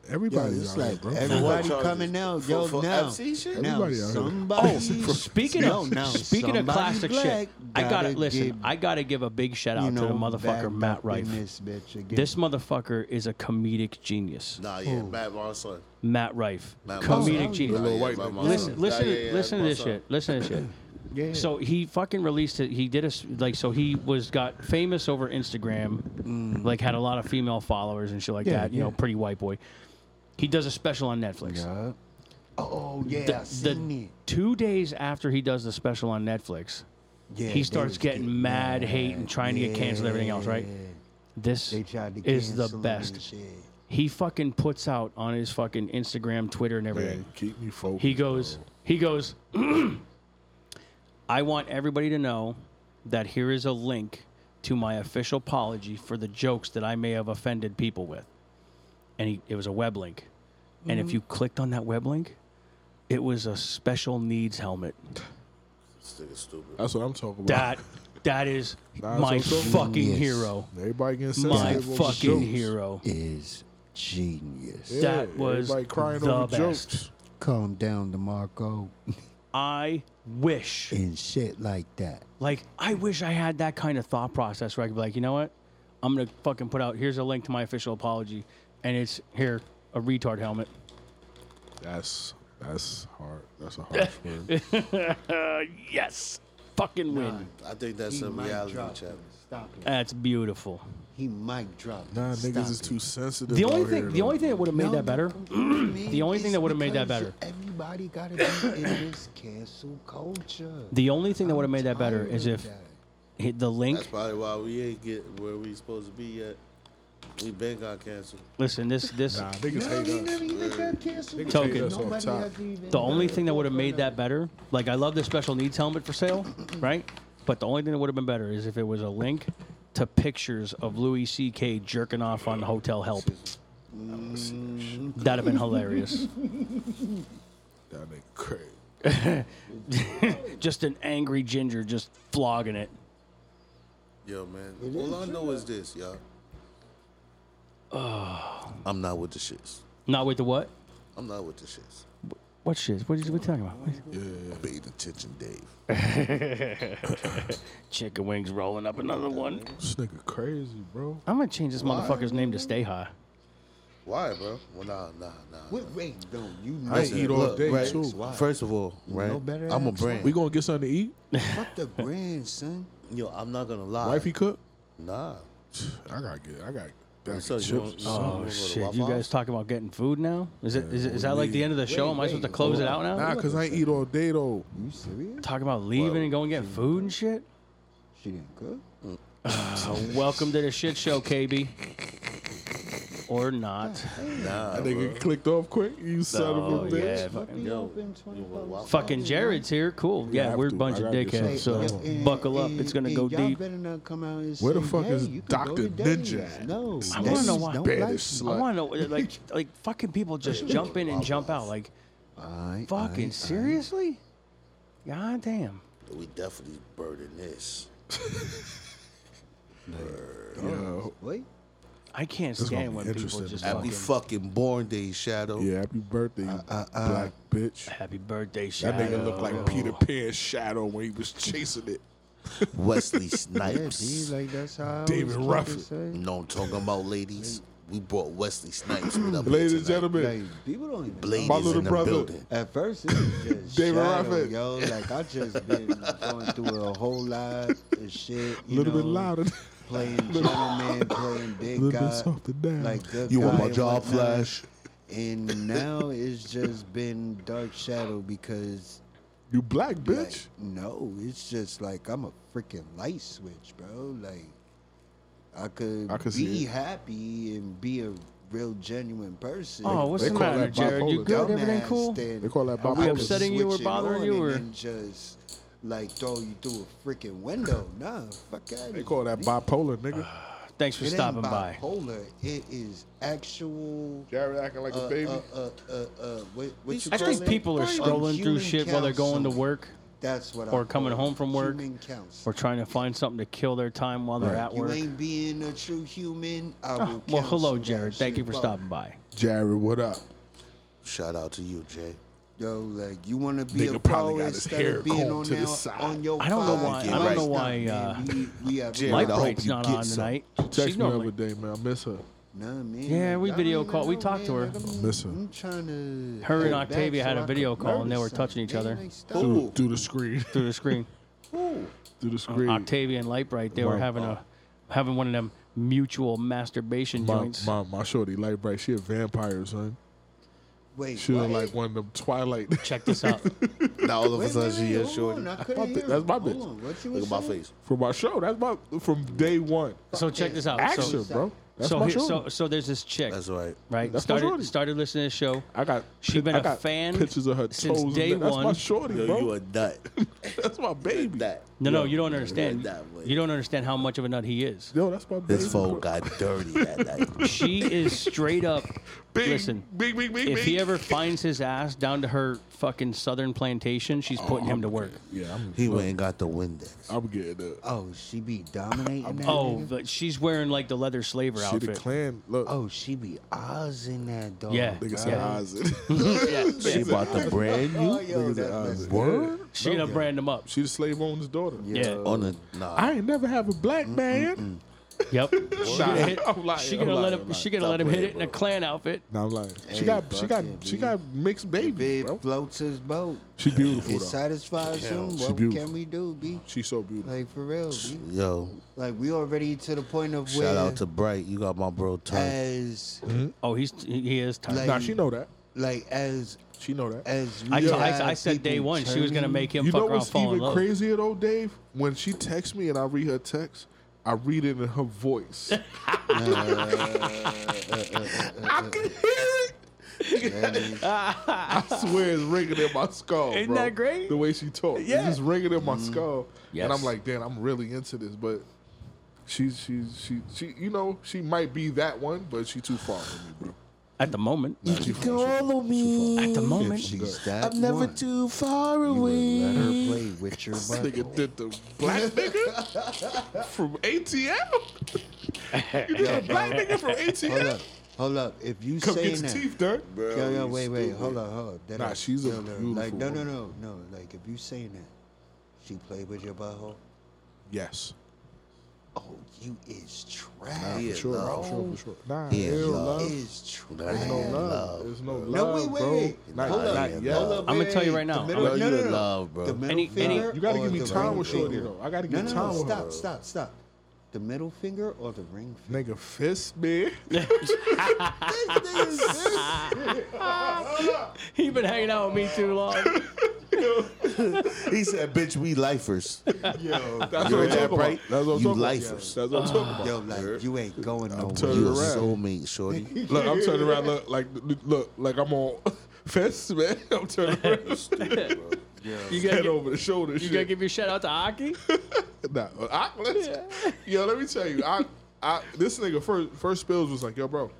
Speaker 6: Yo,
Speaker 4: everybody's
Speaker 6: it's
Speaker 4: out here,
Speaker 6: like
Speaker 4: bro.
Speaker 6: everybody
Speaker 5: Charges.
Speaker 6: coming out.
Speaker 5: For-
Speaker 6: Yo,
Speaker 5: for
Speaker 6: now.
Speaker 5: FC shit?
Speaker 6: Now,
Speaker 4: Everybody out here.
Speaker 6: somebody.
Speaker 2: Oh, Speaking of
Speaker 6: Yo, now
Speaker 2: speaking of
Speaker 6: somebody
Speaker 2: classic
Speaker 6: black
Speaker 2: shit, I gotta
Speaker 6: gotta
Speaker 2: listen.
Speaker 6: get,
Speaker 2: I gotta give a big shout
Speaker 6: you
Speaker 2: out
Speaker 6: know,
Speaker 2: to the motherfucker
Speaker 6: backed
Speaker 2: Matt
Speaker 6: up in
Speaker 2: Rife.
Speaker 6: This, bitch again.
Speaker 2: This motherfucker is a comedic genius.
Speaker 5: Nah, yeah, Matt Barnes' son.
Speaker 2: Matt Rife,
Speaker 5: Matt Barnes' son.
Speaker 2: comedic genius.
Speaker 5: Nah, yeah,
Speaker 4: white
Speaker 5: Matt
Speaker 4: nigga.
Speaker 5: Barnes'
Speaker 2: Listen,
Speaker 5: son.
Speaker 2: listen,
Speaker 5: Nah, yeah, yeah,
Speaker 2: listen to
Speaker 5: Barnes'
Speaker 2: this
Speaker 5: son.
Speaker 2: shit. Listen to this shit. So he fucking released it. He did a s- like so he was got famous over Instagram, like had a lot of female followers and shit like that. You know, pretty white boy. He does a special on Netflix.
Speaker 6: Oh, yeah, I
Speaker 2: The,
Speaker 6: seen
Speaker 2: the
Speaker 6: it.
Speaker 2: two days after he does the special on Netflix,
Speaker 6: Yeah,
Speaker 2: he
Speaker 6: they
Speaker 2: starts
Speaker 6: was
Speaker 2: getting, mad hate and trying to get canceled and everything else, right?
Speaker 6: Yeah.
Speaker 2: This
Speaker 6: They tried to
Speaker 2: is the
Speaker 6: cancel him and
Speaker 2: best.
Speaker 6: shit.
Speaker 2: He fucking puts out on his fucking Instagram, Twitter, and everything.
Speaker 4: Man, keep me focused.
Speaker 2: He goes, he goes, I want everybody to know that here is a link to my official apology for the jokes that I may have offended people with. And he, it was a web link. And if you clicked on that web link, it was a special needs helmet.
Speaker 5: This nigga stupid.
Speaker 4: That's what I'm talking about.
Speaker 2: That that is
Speaker 4: Nah,
Speaker 2: my
Speaker 4: so- so-
Speaker 2: fucking
Speaker 6: Yes.
Speaker 2: hero.
Speaker 4: Everybody getting sensitive.
Speaker 2: My
Speaker 4: over
Speaker 2: fucking
Speaker 4: jokes.
Speaker 2: hero.
Speaker 6: Is genius.
Speaker 4: Yeah,
Speaker 2: That was
Speaker 4: everybody crying
Speaker 2: the
Speaker 4: over
Speaker 2: best.
Speaker 4: jokes.
Speaker 6: Calm down, DeMarco,
Speaker 2: I wish
Speaker 6: and shit like that.
Speaker 2: Like, I wish I had that kind of thought process where I could be like, you know what? I'm gonna fucking put out. Here's a link to my official apology, and it's here a retard helmet.
Speaker 4: That's that's hard. That's a harsh word.
Speaker 2: Yes, fucking win.
Speaker 5: I think that's a
Speaker 6: might
Speaker 5: reality
Speaker 6: drop
Speaker 5: check.
Speaker 6: it. Stop it.
Speaker 2: That's beautiful.
Speaker 6: He might drop it.
Speaker 4: Nah,
Speaker 6: Stop
Speaker 4: niggas is
Speaker 6: it.
Speaker 4: too sensitive.
Speaker 2: The only
Speaker 4: out
Speaker 2: thing,
Speaker 4: here,
Speaker 2: the
Speaker 4: though.
Speaker 2: only thing that would have made
Speaker 6: No,
Speaker 2: that better.
Speaker 6: man,
Speaker 2: the only thing
Speaker 6: it's
Speaker 2: that would've made that
Speaker 6: because
Speaker 2: better.
Speaker 6: Everybody gotta be in this cancel culture.
Speaker 2: The only thing that
Speaker 6: I'm
Speaker 2: would have made that better
Speaker 6: tired
Speaker 2: is
Speaker 6: of
Speaker 2: if
Speaker 6: that.
Speaker 2: hit the link.
Speaker 5: That's probably why we ain't get where we supposed to be yet. We been got canceled.
Speaker 2: Listen, this this
Speaker 4: Nah, niggas
Speaker 6: Nobody
Speaker 4: hate us.
Speaker 6: never even got canceled.
Speaker 4: Niggas hate
Speaker 2: Token.
Speaker 4: us off
Speaker 6: Nobody
Speaker 4: top.
Speaker 6: has even
Speaker 2: The only thing that would have made that better, like I love the special needs helmet for sale, right? But the only thing that would have been better is if it was a link to pictures of Louis C.K. jerking off on Hotel Help. That'd have been hilarious.
Speaker 4: That nigga crazy.
Speaker 2: just an angry ginger just flogging it.
Speaker 5: Yo, man. All I know is this, y'all. I'm not with the shits.
Speaker 2: Not with the what?
Speaker 5: I'm not with the shits.
Speaker 2: What shit? What are you talking about?
Speaker 5: I paid attention, Dave.
Speaker 2: Chicken wings rolling up another one.
Speaker 4: This nigga crazy, bro.
Speaker 2: I'm gonna change this motherfucker's name to Stay High.
Speaker 5: Why, bro? Well, nah, nah, nah.
Speaker 6: What rate though? You know
Speaker 4: I
Speaker 5: Listen,
Speaker 4: eat all
Speaker 5: look,
Speaker 4: day
Speaker 5: right,
Speaker 4: too.
Speaker 5: First of all, right?
Speaker 6: know better
Speaker 5: I'm
Speaker 6: than
Speaker 5: a
Speaker 6: that.
Speaker 5: brand.
Speaker 4: We gonna get something to eat?
Speaker 6: Fuck the brand, son.
Speaker 5: Yo, I'm not gonna lie.
Speaker 4: Wifey cook?
Speaker 5: Nah.
Speaker 4: I gotta get. I gotta. Back
Speaker 5: So you
Speaker 4: chips.
Speaker 5: don't-
Speaker 4: or something.
Speaker 5: Wanna
Speaker 2: Oh
Speaker 5: go to
Speaker 2: shit!
Speaker 5: Waffle
Speaker 2: You guys
Speaker 5: House?
Speaker 2: talking about getting food now? Is it is, it, is that like the end of the show? Am I supposed to close it out now?
Speaker 4: Nah, cause I ain't eat all day though.
Speaker 6: You serious?
Speaker 2: Talking about leaving and going and getting food and shit.
Speaker 6: She didn't cook.
Speaker 2: Uh, welcome to the shit show, KB. Or not.
Speaker 5: Nah,
Speaker 4: That nigga clicked off quick.
Speaker 5: Oh,
Speaker 4: You son of a bitch.
Speaker 2: fucking,
Speaker 5: Yo,
Speaker 2: fucking Jared's here. Cool. Yeah,
Speaker 4: have
Speaker 2: we're a
Speaker 4: to.
Speaker 2: bunch
Speaker 4: I
Speaker 2: of
Speaker 4: gotta get
Speaker 2: dickheads, so
Speaker 4: some.
Speaker 6: Yeah, and-
Speaker 2: buckle up.
Speaker 6: and-
Speaker 2: It's gonna
Speaker 6: and
Speaker 2: go
Speaker 6: y'all
Speaker 2: deep.
Speaker 6: Better not come out and
Speaker 4: Where the
Speaker 6: say,
Speaker 4: fuck
Speaker 6: "Hey,
Speaker 4: is
Speaker 6: you can go
Speaker 4: Dr.
Speaker 6: to Denny's."
Speaker 4: Ninja at?
Speaker 6: No,
Speaker 4: This
Speaker 2: I wanna
Speaker 6: Denny's
Speaker 2: know why-
Speaker 6: don't
Speaker 4: Bad
Speaker 6: like
Speaker 4: as
Speaker 6: you.
Speaker 2: I
Speaker 4: slut.
Speaker 2: want to know, like, like fucking people just jump in and jump out. Like,
Speaker 6: Aight,
Speaker 2: fucking
Speaker 6: aight,
Speaker 2: seriously? God damn.
Speaker 5: we definitely burden this.
Speaker 4: Yeah.
Speaker 6: aight. Wait,
Speaker 2: I can't
Speaker 4: is gonna
Speaker 2: stand
Speaker 4: be
Speaker 2: when people
Speaker 4: interesting.
Speaker 2: just
Speaker 5: Happy
Speaker 2: fucking.
Speaker 5: fucking born day, Shadow.
Speaker 4: Yeah, happy birthday, you black bitch.
Speaker 2: Happy birthday, Shadow.
Speaker 4: That nigga looked like Peter Pan's shadow when he was chasing it.
Speaker 5: Wesley
Speaker 6: yeah,
Speaker 5: Snipes.
Speaker 6: see, like that's how I
Speaker 4: David
Speaker 6: always
Speaker 4: Ruffin.
Speaker 6: fucking
Speaker 5: you
Speaker 6: say.
Speaker 5: know what I'm talking about, ladies? We brought Wesley Snipes. with up here
Speaker 4: Ladies and
Speaker 5: tonight.
Speaker 4: gentlemen,
Speaker 6: Like, people don't even.
Speaker 5: Ladies
Speaker 4: My little
Speaker 5: in the
Speaker 4: brother.
Speaker 5: building.
Speaker 6: At first, it was just
Speaker 4: David
Speaker 6: shadow,
Speaker 4: Ruffin.
Speaker 6: yo. Like I just been going through a whole lot of shit.
Speaker 4: a
Speaker 6: You
Speaker 4: little bit
Speaker 6: know,
Speaker 4: louder.
Speaker 6: Playing gentleman, playing big
Speaker 4: Little bit
Speaker 6: guy.
Speaker 4: softer now.
Speaker 6: Like good
Speaker 5: You
Speaker 6: guy
Speaker 5: want my
Speaker 6: and
Speaker 5: job
Speaker 6: whatnot.
Speaker 5: flash?
Speaker 6: and now it's just been dark shadow because
Speaker 4: You black
Speaker 6: like,
Speaker 4: bitch.
Speaker 6: no, it's just like I'm a freaking light switch, bro. Like I could,
Speaker 4: I could see
Speaker 6: be
Speaker 4: it.
Speaker 6: happy and be a real genuine person.
Speaker 3: Oh, what's
Speaker 4: They
Speaker 3: the
Speaker 4: call
Speaker 3: matter,
Speaker 4: that
Speaker 3: Jared? You
Speaker 4: bipolar.
Speaker 3: good?
Speaker 6: Dumbass
Speaker 3: Everything cool?
Speaker 6: than
Speaker 4: They call that
Speaker 6: a
Speaker 4: bipolar.
Speaker 6: light
Speaker 3: upsetting you or
Speaker 6: switching
Speaker 3: bothering
Speaker 6: on
Speaker 3: you,
Speaker 6: and
Speaker 3: or-
Speaker 6: then just like throw you through a freaking window? Nah, fuck out.
Speaker 4: They call that bipolar, nigga.
Speaker 3: Thanks for
Speaker 6: It
Speaker 3: stopping
Speaker 6: ain't
Speaker 3: by.
Speaker 6: bipolar. It is actual.
Speaker 4: Jared acting like
Speaker 6: uh,
Speaker 4: a baby.
Speaker 6: Uh, uh, uh, uh, what, what you
Speaker 3: I
Speaker 6: call
Speaker 3: think
Speaker 6: it?
Speaker 3: people are
Speaker 6: A
Speaker 3: scrolling through
Speaker 6: human
Speaker 3: shit while they're going to
Speaker 6: counsel.
Speaker 3: work
Speaker 6: That's what I
Speaker 3: or coming
Speaker 6: call
Speaker 3: home from work
Speaker 6: Human counsel.
Speaker 3: or trying to find something to kill their time while they're at
Speaker 6: you
Speaker 3: work.
Speaker 6: ain't being a true human. I
Speaker 3: Ah,
Speaker 6: will
Speaker 3: well, hello,
Speaker 6: counsel that
Speaker 3: Jared. Thank
Speaker 6: shit.
Speaker 3: you for
Speaker 6: Fuck.
Speaker 3: stopping by.
Speaker 4: Jared, what up?
Speaker 5: Shout out to you, Jay.
Speaker 6: Yo, like you want to be
Speaker 4: Nigga
Speaker 6: a
Speaker 4: probably
Speaker 6: pro
Speaker 4: got his
Speaker 6: instead
Speaker 4: hair
Speaker 6: of being
Speaker 4: combed
Speaker 6: on,
Speaker 4: to the
Speaker 6: now,
Speaker 4: side.
Speaker 6: on your.
Speaker 3: I don't know
Speaker 6: five
Speaker 3: why-
Speaker 5: I don't
Speaker 6: right
Speaker 5: know
Speaker 6: why.
Speaker 3: why, uh,
Speaker 6: man, we, we have
Speaker 5: Jared,
Speaker 3: Light
Speaker 5: I hope
Speaker 3: bright's
Speaker 5: you
Speaker 3: not
Speaker 5: get
Speaker 3: on
Speaker 5: some.
Speaker 3: tonight.
Speaker 4: Text
Speaker 3: She's
Speaker 4: me the other
Speaker 3: normally
Speaker 4: day, man. I miss her.
Speaker 6: Nah, man,
Speaker 3: Yeah,
Speaker 6: like,
Speaker 3: we
Speaker 6: I don't
Speaker 3: video
Speaker 6: even
Speaker 3: call- we
Speaker 6: know,
Speaker 3: talked to
Speaker 6: man.
Speaker 3: her.
Speaker 6: Like, I'm,
Speaker 4: Miss her.
Speaker 6: I'm trying to.
Speaker 3: Her and
Speaker 6: get back
Speaker 3: Octavia
Speaker 6: so
Speaker 3: had a
Speaker 6: I
Speaker 3: video
Speaker 6: could
Speaker 3: call and they
Speaker 6: murder
Speaker 3: were touching each
Speaker 6: something.
Speaker 3: other.
Speaker 6: Man, like, stop.
Speaker 4: Through, through the screen.
Speaker 3: through the screen.
Speaker 4: through the screen.
Speaker 3: Octavia and Lightbright, they were
Speaker 4: Wow.
Speaker 3: having a having one of them mutual masturbation
Speaker 4: my,
Speaker 3: joints.
Speaker 4: my, my shorty, light bright. She a vampire, son.
Speaker 6: Wait,
Speaker 4: She look
Speaker 6: what?
Speaker 4: like one of them Twilight.
Speaker 3: Check this out.
Speaker 5: Now all of a
Speaker 6: Wait,
Speaker 5: sudden
Speaker 6: wait,
Speaker 5: she
Speaker 6: wait,
Speaker 5: is
Speaker 6: hold
Speaker 5: shorty.
Speaker 6: on, I
Speaker 5: Look
Speaker 6: couldn't
Speaker 4: my bit-
Speaker 6: hear
Speaker 4: that's
Speaker 6: her.
Speaker 4: my
Speaker 6: Hold
Speaker 4: bitch.
Speaker 6: on, what you was
Speaker 5: at my
Speaker 6: saying?
Speaker 5: face.
Speaker 4: from my show. That's my from day one.
Speaker 3: so check this out.
Speaker 4: Action,
Speaker 3: so,
Speaker 4: bro. That's
Speaker 3: so,
Speaker 4: my
Speaker 3: here-
Speaker 4: show.
Speaker 3: so so there's this chick,
Speaker 5: That's right.
Speaker 3: right?
Speaker 4: That's my
Speaker 3: started
Speaker 4: shorty.
Speaker 3: started listening to the show.
Speaker 4: I got
Speaker 3: She been
Speaker 4: I
Speaker 3: a
Speaker 4: got
Speaker 3: fan
Speaker 4: pictures of her
Speaker 3: since
Speaker 4: toes.
Speaker 3: day
Speaker 4: and that- That's my
Speaker 3: one.
Speaker 4: shorty,
Speaker 5: Yo,
Speaker 4: bro.
Speaker 5: you a nut.
Speaker 4: that's my baby.
Speaker 5: That.
Speaker 3: No, no, you don't understand.
Speaker 5: that way.
Speaker 3: You don't understand how much of a nut he is.
Speaker 4: Yo, that's my baby.
Speaker 5: This phone
Speaker 4: bro.
Speaker 5: got dirty that night.
Speaker 3: She is straight up.
Speaker 4: Big,
Speaker 3: listen,
Speaker 4: big, big, big,
Speaker 3: if he
Speaker 4: big.
Speaker 3: ever finds his ass down to her fucking southern plantation, she's putting him to work.
Speaker 4: Yeah, I'm.
Speaker 5: He went and got the Windex.
Speaker 4: I'm getting the.
Speaker 6: Oh, she be dominating that.
Speaker 3: Oh,
Speaker 6: nigga?
Speaker 3: but she's wearing like the leather slaver
Speaker 4: She the
Speaker 3: outfit.
Speaker 4: clan. Look,
Speaker 6: oh, she be ozzing that dog.
Speaker 3: Yeah.
Speaker 4: nigga said
Speaker 3: Yeah.
Speaker 4: eyes.
Speaker 3: yeah,
Speaker 5: She
Speaker 3: yeah.
Speaker 5: bought the brand
Speaker 6: Oh,
Speaker 5: new
Speaker 6: yo,
Speaker 4: Niggas
Speaker 6: that
Speaker 4: eyes.
Speaker 6: messed
Speaker 5: word
Speaker 3: She done brand him up.
Speaker 4: She the slave owner's daughter.
Speaker 3: Yeah.
Speaker 5: on the nah.
Speaker 4: I ain't never have a black man.
Speaker 3: Yep. She gonna, hit,
Speaker 4: I'm lying,
Speaker 3: she
Speaker 4: I'm
Speaker 3: gonna let
Speaker 4: lying, I'm
Speaker 3: him. She
Speaker 5: lying.
Speaker 3: gonna let him
Speaker 5: Stop
Speaker 3: hit it
Speaker 5: playing,
Speaker 3: in a
Speaker 5: bro.
Speaker 3: clan outfit.
Speaker 4: Nah, I'm lying. she
Speaker 6: Hey,
Speaker 4: got, she
Speaker 6: fuck
Speaker 4: got,
Speaker 6: it,
Speaker 4: she
Speaker 6: dude.
Speaker 4: got mixed baby,
Speaker 6: Big
Speaker 4: bro.
Speaker 6: floats his boat.
Speaker 4: She beautiful
Speaker 6: It
Speaker 4: though.
Speaker 6: satisfies him. What
Speaker 4: beautiful.
Speaker 6: can we do, B?
Speaker 4: She so beautiful.
Speaker 6: Like for real, B.
Speaker 5: Yo,
Speaker 6: Like we already to the point of where
Speaker 5: shout out to Bright. You got my bro turned.
Speaker 6: as
Speaker 3: Oh, he's he is tired.
Speaker 6: Like-
Speaker 4: Nah, she know that.
Speaker 6: like as
Speaker 4: She know that.
Speaker 6: as we
Speaker 3: I, t- I,
Speaker 6: have
Speaker 3: I said day
Speaker 6: people
Speaker 3: one she was gonna
Speaker 6: turning-
Speaker 3: make him
Speaker 4: you
Speaker 3: fuck
Speaker 4: know
Speaker 3: around,
Speaker 4: what's
Speaker 3: fall in
Speaker 4: even
Speaker 3: love.
Speaker 4: crazier though, Dave? When she texts me and I read her text, I read it in her voice. I can hear it. I swear it's ringing in my skull.
Speaker 3: Isn't
Speaker 4: bro.
Speaker 3: that great?
Speaker 4: The way she talks,
Speaker 3: Yeah.
Speaker 4: it's just ringing in my skull,
Speaker 3: Yes.
Speaker 4: and I'm like, damn, I'm really into this. But she's she's she she you know she might be that one, but she too far from me, bro.
Speaker 3: At the moment,
Speaker 5: You can follow me.
Speaker 3: at the
Speaker 6: If
Speaker 3: moment,
Speaker 6: she's that
Speaker 5: I'm never
Speaker 6: one,
Speaker 5: too far
Speaker 6: you would let her
Speaker 5: away.
Speaker 6: play with your
Speaker 4: This
Speaker 6: butt.
Speaker 4: nigga did the black nigga from ATL. you did the black nigga from
Speaker 6: Hold
Speaker 4: ATL.
Speaker 6: up, hold up. If you
Speaker 4: Come get
Speaker 6: saying
Speaker 4: your
Speaker 6: that,
Speaker 4: teeth done.
Speaker 6: yo, yo, wait, wait, hold up, hold up. That
Speaker 4: Nah,
Speaker 6: ain't-
Speaker 4: she's a
Speaker 6: no, no,
Speaker 4: beautiful
Speaker 6: like no, no,
Speaker 4: woman.
Speaker 6: no, no. Like if you saying that, she played with your butthole.
Speaker 4: Yes.
Speaker 6: Oh, you is trash.
Speaker 4: for sure,
Speaker 5: love.
Speaker 4: for sure, for sure. Nah,
Speaker 5: Yeah,
Speaker 4: real
Speaker 5: love.
Speaker 4: love.
Speaker 6: is trash.
Speaker 5: There's
Speaker 4: There's no
Speaker 5: Yeah,
Speaker 4: love.
Speaker 5: love.
Speaker 4: There's no love.
Speaker 6: No, wait, wait,
Speaker 4: bro.
Speaker 6: wait.
Speaker 4: Not,
Speaker 6: hold up,
Speaker 4: not yet.
Speaker 6: hold up.
Speaker 3: I'ma
Speaker 6: wait,
Speaker 3: tell you
Speaker 6: wait.
Speaker 3: right now.
Speaker 6: The
Speaker 3: I'ma
Speaker 6: middle,
Speaker 5: tell
Speaker 6: no,
Speaker 5: you
Speaker 6: no,
Speaker 5: the
Speaker 6: no.
Speaker 5: love, bro.
Speaker 6: The middle
Speaker 3: Any- any-
Speaker 6: finger
Speaker 4: You gotta
Speaker 6: or
Speaker 4: give me
Speaker 6: the
Speaker 4: time
Speaker 6: ring
Speaker 4: with Shorty
Speaker 6: finger?
Speaker 4: though. I gotta
Speaker 6: No,
Speaker 4: give
Speaker 6: no,
Speaker 4: time
Speaker 6: no,
Speaker 4: with her.
Speaker 6: stop, stop, stop. The middle finger or the ring finger?
Speaker 4: Nigga, fist me.
Speaker 3: he been hanging out with me too long.
Speaker 5: He said, "Bitch, we lifers."
Speaker 4: That's
Speaker 5: You
Speaker 4: what I'm
Speaker 5: heard that,
Speaker 4: talking
Speaker 5: right?
Speaker 4: about. That's what I'm talking
Speaker 5: You
Speaker 4: about.
Speaker 5: lifers.
Speaker 4: That's what I'm talking about.
Speaker 6: Yo, like, you ain't going
Speaker 5: You
Speaker 4: turning
Speaker 5: a
Speaker 6: nowhere.
Speaker 4: around.
Speaker 5: soulmate, shorty.
Speaker 4: Look, I'm turning around. Look, like, look, like I'm on fist, man. I'm turning around.
Speaker 3: You
Speaker 4: Head
Speaker 3: gotta,
Speaker 4: over the shoulder.
Speaker 3: you
Speaker 4: shit.
Speaker 3: gotta give your shout out to Aki.
Speaker 4: Nah, I, let's, Yo, let me tell you, I, I, this nigga first, first spills was like, yo, bro,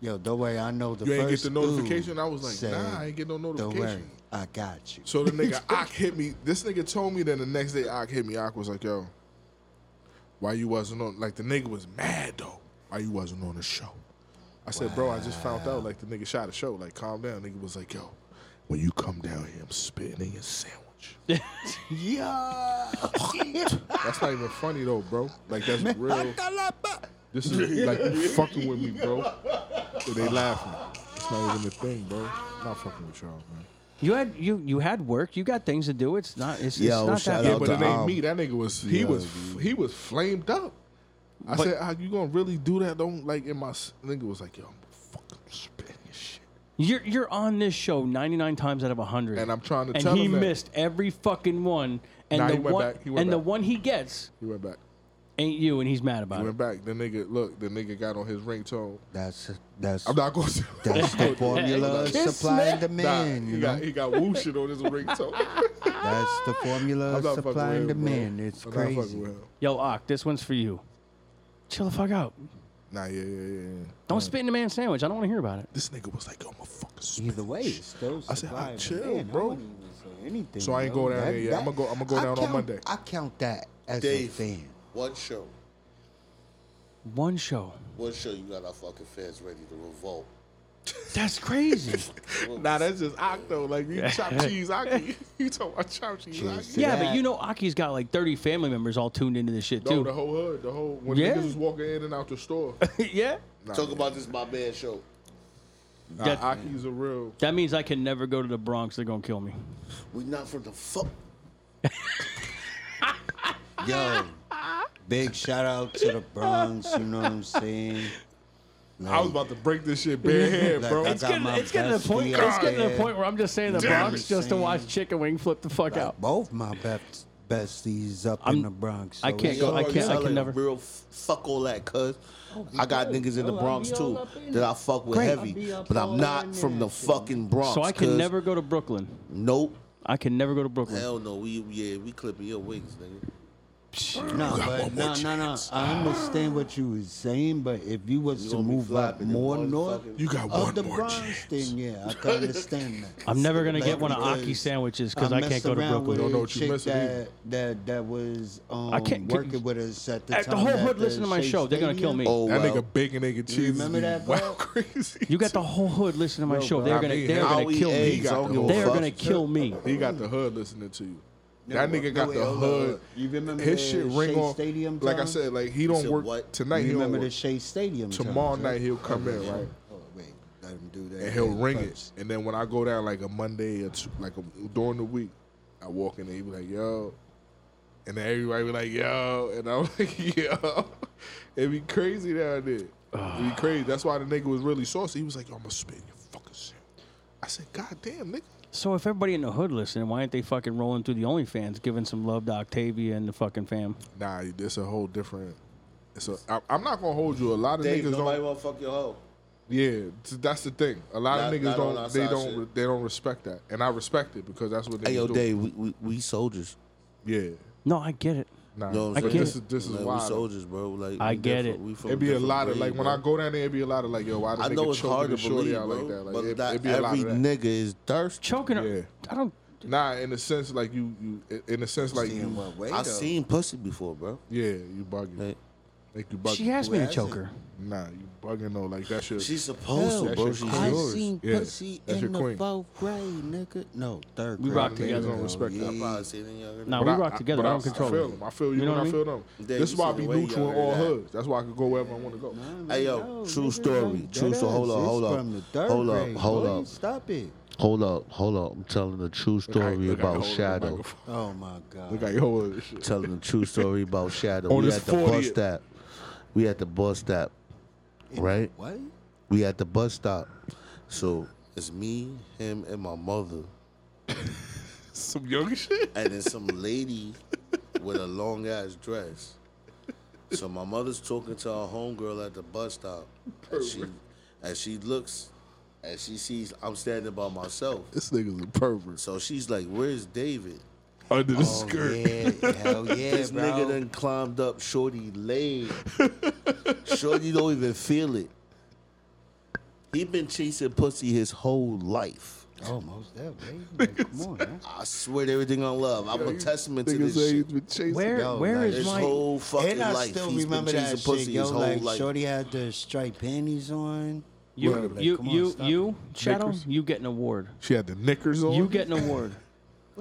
Speaker 6: Yo, don't worry, I know the
Speaker 4: you
Speaker 6: first
Speaker 4: ain't get the
Speaker 6: ooh
Speaker 4: notification. I was like,
Speaker 6: said,
Speaker 4: nah, I ain't get no
Speaker 6: Don't worry,
Speaker 4: notification.
Speaker 6: I got you.
Speaker 4: So the nigga Ock hit me. This nigga told me. Then the next day Ock hit me. Ock was like, yo, why you wasn't on? Like the nigga was mad though. Why you wasn't on the show? I said, bro, I just found out. Like the nigga shot a show. Like calm down. Nigga was like, yo, when you come down here, I'm spitting in your sandwich.
Speaker 6: Yeah.
Speaker 4: That's not even funny though, bro. Like that's real. This is like you fucking with me, bro. And they laughing. It's not even a thing, bro. Not fucking with y'all, man.
Speaker 3: You had you you had work. You got things to do. It's not it's, it's
Speaker 5: Yo,
Speaker 3: not
Speaker 5: shout
Speaker 3: that
Speaker 4: Yeah,
Speaker 5: out
Speaker 4: but
Speaker 5: to,
Speaker 4: it ain't
Speaker 5: um,
Speaker 4: me. That nigga was he
Speaker 5: yeah,
Speaker 4: was he was flamed up. I
Speaker 3: But-
Speaker 4: said, "How you gonna really do that?" Don't like in my s-" nigga was like, "Yo, I'm fucking spitting your shit."
Speaker 3: You're you're on this show 99 times out of 100.
Speaker 4: And I'm trying to
Speaker 3: and
Speaker 4: tell
Speaker 3: he
Speaker 4: him that.
Speaker 3: missed every fucking one. And
Speaker 4: Nah,
Speaker 3: the
Speaker 4: he went
Speaker 3: one
Speaker 4: back. He went
Speaker 3: and the
Speaker 4: back.
Speaker 3: one he gets
Speaker 4: He went back.
Speaker 3: ain't you, and he's mad about
Speaker 4: He
Speaker 3: it.
Speaker 4: went back. The nigga, look, the nigga got on his ringtone.
Speaker 6: That's that's
Speaker 4: I'm not going to.
Speaker 6: that's the formula of
Speaker 3: Kiss
Speaker 6: supply and
Speaker 4: Nah,
Speaker 6: demand.
Speaker 4: he
Speaker 6: you
Speaker 4: got
Speaker 6: know?
Speaker 4: he got woo shit on his ringtone.
Speaker 6: That's the formula
Speaker 4: I'm
Speaker 6: of
Speaker 4: not fucking
Speaker 6: supply and
Speaker 4: with him, bro.
Speaker 6: demand. It's
Speaker 4: I'm not fucking
Speaker 6: crazy.
Speaker 4: with him.
Speaker 3: Yo, Ock, this one's for you. Chill the fuck out.
Speaker 4: Nah, yeah, yeah, yeah. yeah.
Speaker 3: Don't spit in a man's sandwich. I don't want to hear about it.
Speaker 4: This nigga was like, yo, I'm a fucking spit.
Speaker 9: Either way, it's still
Speaker 4: I said,
Speaker 9: supply
Speaker 4: "Ah,
Speaker 9: and
Speaker 4: chill,
Speaker 9: demand. I
Speaker 4: bro."
Speaker 9: wouldn't even say Anything.
Speaker 4: So I ain't
Speaker 9: yo.
Speaker 4: go down there yet. I'm gonna go. I'm gonna go
Speaker 6: I
Speaker 4: down on
Speaker 6: count-
Speaker 4: Monday.
Speaker 6: I count that as
Speaker 5: Dave.
Speaker 6: a fan.
Speaker 5: One show.
Speaker 3: One show.
Speaker 5: One show you got our fucking fans ready to revolt.
Speaker 3: That's crazy.
Speaker 4: Nah, that's just Octo. Like you chop cheese Aki. You talking about chop cheese Aki?
Speaker 3: yeah, but
Speaker 9: that.
Speaker 3: you know Aki's got like 30 family members all tuned into this shit
Speaker 4: No,
Speaker 3: too.
Speaker 4: the whole hood, the whole when
Speaker 3: Yeah.
Speaker 4: niggas was walking in and out the store.
Speaker 3: yeah.
Speaker 4: Nah,
Speaker 5: Talk about this my man show.
Speaker 4: nah,
Speaker 3: that-
Speaker 4: Aki's a real.
Speaker 3: That means I can never go to the Bronx. They're gonna kill me.
Speaker 5: We not from the fuck.
Speaker 6: Yo, big shout out to the Bronx. You know what I'm saying?
Speaker 4: I was about to break this shit barehead,
Speaker 6: Like,
Speaker 4: bro.
Speaker 6: I
Speaker 3: It's
Speaker 6: got
Speaker 3: getting,
Speaker 6: my
Speaker 3: it's getting to the
Speaker 6: bestie
Speaker 3: point.
Speaker 6: out
Speaker 3: It's getting to the
Speaker 6: there.
Speaker 3: point where I'm just saying the
Speaker 6: Damn
Speaker 3: Bronx
Speaker 6: it.
Speaker 3: just to watch Chicken Wing flip the fuck out.
Speaker 6: Both my best besties up in the Bronx.
Speaker 3: I
Speaker 6: so
Speaker 3: can't
Speaker 6: it's
Speaker 3: go- I
Speaker 6: all
Speaker 3: can't- I
Speaker 6: good.
Speaker 5: sound
Speaker 3: can
Speaker 5: like a
Speaker 3: never-
Speaker 5: Real f- fuck all that, cuz. I got niggas in the
Speaker 3: Oh, I
Speaker 5: Bronx
Speaker 3: be
Speaker 5: too
Speaker 3: all up in
Speaker 5: that
Speaker 3: it.
Speaker 5: I fuck with
Speaker 3: Great. I
Speaker 5: heavy,
Speaker 3: be up
Speaker 5: but
Speaker 3: all
Speaker 5: I'm
Speaker 3: in
Speaker 5: not from
Speaker 3: that
Speaker 5: the fucking Bronx.
Speaker 3: So I can
Speaker 5: cuz.
Speaker 3: never go to Brooklyn.
Speaker 5: Nope.
Speaker 3: I can never go to Brooklyn.
Speaker 5: Hell no. We yeah, we clipping your wings, nigga.
Speaker 6: No, but no, no, no. I understand what you was saying, but if you was to
Speaker 5: gonna be
Speaker 6: move up
Speaker 5: flopping in
Speaker 6: more
Speaker 5: one
Speaker 6: north
Speaker 5: fucking-
Speaker 4: You got
Speaker 6: of
Speaker 4: one
Speaker 6: the
Speaker 4: more
Speaker 6: Bronx,
Speaker 4: chance.
Speaker 6: then yeah, I can understand that.
Speaker 3: I'm never gonna get
Speaker 6: Like,
Speaker 3: one of
Speaker 6: because
Speaker 3: Aki sandwiches because I can't
Speaker 6: messed
Speaker 3: go to
Speaker 6: around
Speaker 3: Brooklyn.
Speaker 6: With
Speaker 4: Don't know
Speaker 6: a
Speaker 4: what you
Speaker 6: chick
Speaker 4: missing either.
Speaker 6: that, that that was um,
Speaker 3: can't-
Speaker 6: working with us at the
Speaker 3: At the
Speaker 6: time.
Speaker 3: whole hood
Speaker 6: the
Speaker 3: listen to my
Speaker 6: Shea
Speaker 3: show, they're gonna kill
Speaker 6: Stadium.
Speaker 3: me.
Speaker 5: Oh,
Speaker 4: That
Speaker 5: well.
Speaker 4: nigga bacon, nigga cheese. is
Speaker 6: remember that,
Speaker 4: Wow,
Speaker 6: bro?
Speaker 4: crazy.
Speaker 3: You got the whole hood listening to my
Speaker 6: Yo,
Speaker 3: show.
Speaker 6: bro,
Speaker 3: They're
Speaker 6: I
Speaker 3: gonna
Speaker 4: mean,
Speaker 3: they're
Speaker 4: I'll
Speaker 3: gonna
Speaker 5: eat
Speaker 3: kill
Speaker 5: eggs,
Speaker 3: me.
Speaker 5: I don't give a
Speaker 3: They're
Speaker 5: fuck.
Speaker 3: gonna kill me.
Speaker 4: He got the hood listening to you. That
Speaker 6: No,
Speaker 4: nigga got
Speaker 6: wait,
Speaker 4: the
Speaker 6: hold
Speaker 4: hood.
Speaker 6: up. You remember
Speaker 4: his
Speaker 6: the
Speaker 4: shit ring
Speaker 6: Shea
Speaker 4: on.
Speaker 6: Stadium
Speaker 4: like I
Speaker 6: time?
Speaker 4: said, like he don't
Speaker 5: said
Speaker 4: work
Speaker 5: what?
Speaker 4: tonight. He
Speaker 6: You
Speaker 4: don't
Speaker 6: remember
Speaker 4: work.
Speaker 6: the Shea Stadium? time,
Speaker 4: Oh, Tomorrow
Speaker 6: right?
Speaker 4: night he'll come in,
Speaker 6: yeah.
Speaker 4: right?
Speaker 6: Oh, wait, let him do that.
Speaker 4: And he'll ring it.
Speaker 6: first.
Speaker 4: And then when I go down like a Monday or two, like a, during the week, I walk in and he be like, "Yo," and then everybody be like, "Yo," and I'm like, "Yo." It be crazy down there. It be crazy. That's why the nigga was really saucy. He was like, "Yo, I'm gonna spit in your fucking shit." I said, "God damn, nigga."
Speaker 3: So if everybody in the hood listening, why ain't they fucking rolling through the OnlyFans, giving some love to Octavia and the fucking fam?
Speaker 4: Nah, it's a whole different. It's a. I, I'm not gonna hold you. A lot of
Speaker 5: Dave,
Speaker 4: niggas
Speaker 5: nobody
Speaker 4: don't.
Speaker 5: wanna fuck your hoe.
Speaker 4: Yeah, t- that's the thing. A lot
Speaker 5: Not-
Speaker 4: of niggas
Speaker 5: not on
Speaker 4: don't.
Speaker 5: our
Speaker 4: They
Speaker 5: side
Speaker 4: don't.
Speaker 5: shit.
Speaker 4: re- They don't respect that, and I respect it because that's what they
Speaker 5: Hey yo,
Speaker 4: do.
Speaker 5: Dave, we, we, we soldiers.
Speaker 4: Yeah.
Speaker 3: No, I get it.
Speaker 4: Nah,
Speaker 5: No,
Speaker 4: but
Speaker 3: I get
Speaker 4: this
Speaker 3: it.
Speaker 4: is this is
Speaker 5: like, We
Speaker 4: wild.
Speaker 5: soldiers, bro. Like
Speaker 3: I
Speaker 5: we
Speaker 3: get
Speaker 5: different-
Speaker 3: it.
Speaker 5: we from
Speaker 4: It'd be a
Speaker 5: different
Speaker 4: lot of like
Speaker 5: breed,
Speaker 4: when
Speaker 5: bro.
Speaker 4: I go down there, it'd be a lot of like, yo, why the
Speaker 5: I
Speaker 4: nigga
Speaker 5: know it's
Speaker 4: choking
Speaker 5: hard to
Speaker 4: the shorty
Speaker 5: believe,
Speaker 4: out
Speaker 5: bro,
Speaker 4: like that? Like,
Speaker 5: but
Speaker 4: it,
Speaker 5: not
Speaker 4: it'd be a lot
Speaker 5: every
Speaker 4: of that.
Speaker 5: nigga is thirsty.
Speaker 3: Choking her.
Speaker 4: Yeah.
Speaker 3: I don't.
Speaker 4: Nah, in the sense like you, you, in the sense like
Speaker 6: Damn,
Speaker 4: you,
Speaker 6: well, wait
Speaker 5: I
Speaker 6: though.
Speaker 5: seen pussy before, bro.
Speaker 4: yeah, you bugging,
Speaker 5: Like,
Speaker 4: like you bugging.
Speaker 3: She asked me to
Speaker 6: Who
Speaker 3: choke
Speaker 6: has it?
Speaker 3: her.
Speaker 4: Nah, you bugging though, like that shit.
Speaker 5: she's
Speaker 6: Oh,
Speaker 5: supposed
Speaker 4: That
Speaker 5: to, bro.
Speaker 4: shit
Speaker 5: She's
Speaker 4: cool.
Speaker 6: I
Speaker 5: yours.
Speaker 6: seen
Speaker 4: Yeah,
Speaker 6: pussy
Speaker 4: that's your
Speaker 6: in the
Speaker 4: queen.
Speaker 6: fourth grade, nigga. No, third grade.
Speaker 3: We rock
Speaker 4: Niggas
Speaker 3: together.
Speaker 4: don't respect
Speaker 5: I
Speaker 4: that.
Speaker 5: probably seen it younger.
Speaker 3: No,
Speaker 5: than-
Speaker 3: we
Speaker 4: I-
Speaker 3: rock
Speaker 4: I-
Speaker 3: together.
Speaker 4: but
Speaker 3: I don't control
Speaker 4: I feel
Speaker 3: it.
Speaker 4: them. I feel you,
Speaker 3: You know
Speaker 4: and
Speaker 3: what
Speaker 4: I
Speaker 3: I
Speaker 4: feel them.
Speaker 5: Dave,
Speaker 4: this
Speaker 5: you
Speaker 4: is why I
Speaker 5: see the
Speaker 4: be
Speaker 5: way
Speaker 4: neutral
Speaker 5: y'all
Speaker 4: in all
Speaker 5: do that.
Speaker 4: hoods. That's why I could go wherever I want to go.
Speaker 5: Hey
Speaker 6: Oh,
Speaker 5: yo, true story. True story. Hold up, hold up, hold up, hold up,
Speaker 6: Stop it.
Speaker 5: hold up, hold up. I'm telling the true
Speaker 4: Look how-
Speaker 5: story
Speaker 4: look how
Speaker 5: about
Speaker 4: he holding the
Speaker 5: Shadow.
Speaker 4: microphone.
Speaker 6: Oh my
Speaker 4: Look
Speaker 6: god.
Speaker 4: at your shit.
Speaker 5: Telling the true story about Shadow.
Speaker 4: On
Speaker 5: we
Speaker 4: his
Speaker 5: at the bus
Speaker 4: 40th.
Speaker 5: stop. We at the bus stop. Right?
Speaker 6: What?
Speaker 5: We at the bus stop. So it's me, him, and my mother.
Speaker 4: Some young shit.
Speaker 5: and then some lady with a long ass dress. So my mother's talking to her homegirl at the bus stop, and she, and she looks, and she sees I'm standing by myself.
Speaker 4: This nigga's a pervert.
Speaker 5: So she's like, "Where's David?"
Speaker 4: Under the
Speaker 6: Oh,
Speaker 4: skirt.
Speaker 6: yeah, hell yeah,
Speaker 5: This
Speaker 6: bro.
Speaker 5: nigga then climbed up Shorty leg. Shorty don't even feel it. He been chasing pussy his whole life.
Speaker 6: Oh, most definitely. Like, Come on, man.
Speaker 5: I swear to everything on love, I'm a testament to
Speaker 4: Niggas
Speaker 5: this
Speaker 4: say he's
Speaker 5: shit.
Speaker 4: been chasing.
Speaker 3: Where
Speaker 6: Yo,
Speaker 3: where
Speaker 6: like-
Speaker 3: is
Speaker 5: His
Speaker 3: my
Speaker 5: whole fucking
Speaker 6: And I
Speaker 5: life,
Speaker 6: still
Speaker 5: he's been
Speaker 6: remember
Speaker 5: chasing
Speaker 6: that
Speaker 5: pussy
Speaker 6: shit. Yo,
Speaker 5: his whole
Speaker 6: like
Speaker 5: life.
Speaker 6: Shorty had the striped panties on.
Speaker 3: you
Speaker 6: Bro, like,
Speaker 3: you
Speaker 6: come on,
Speaker 3: you
Speaker 6: stop
Speaker 3: you
Speaker 6: it.
Speaker 3: Shadow?
Speaker 4: Knickers.
Speaker 3: You get an award.
Speaker 4: She had the knickers on.
Speaker 3: You get an award.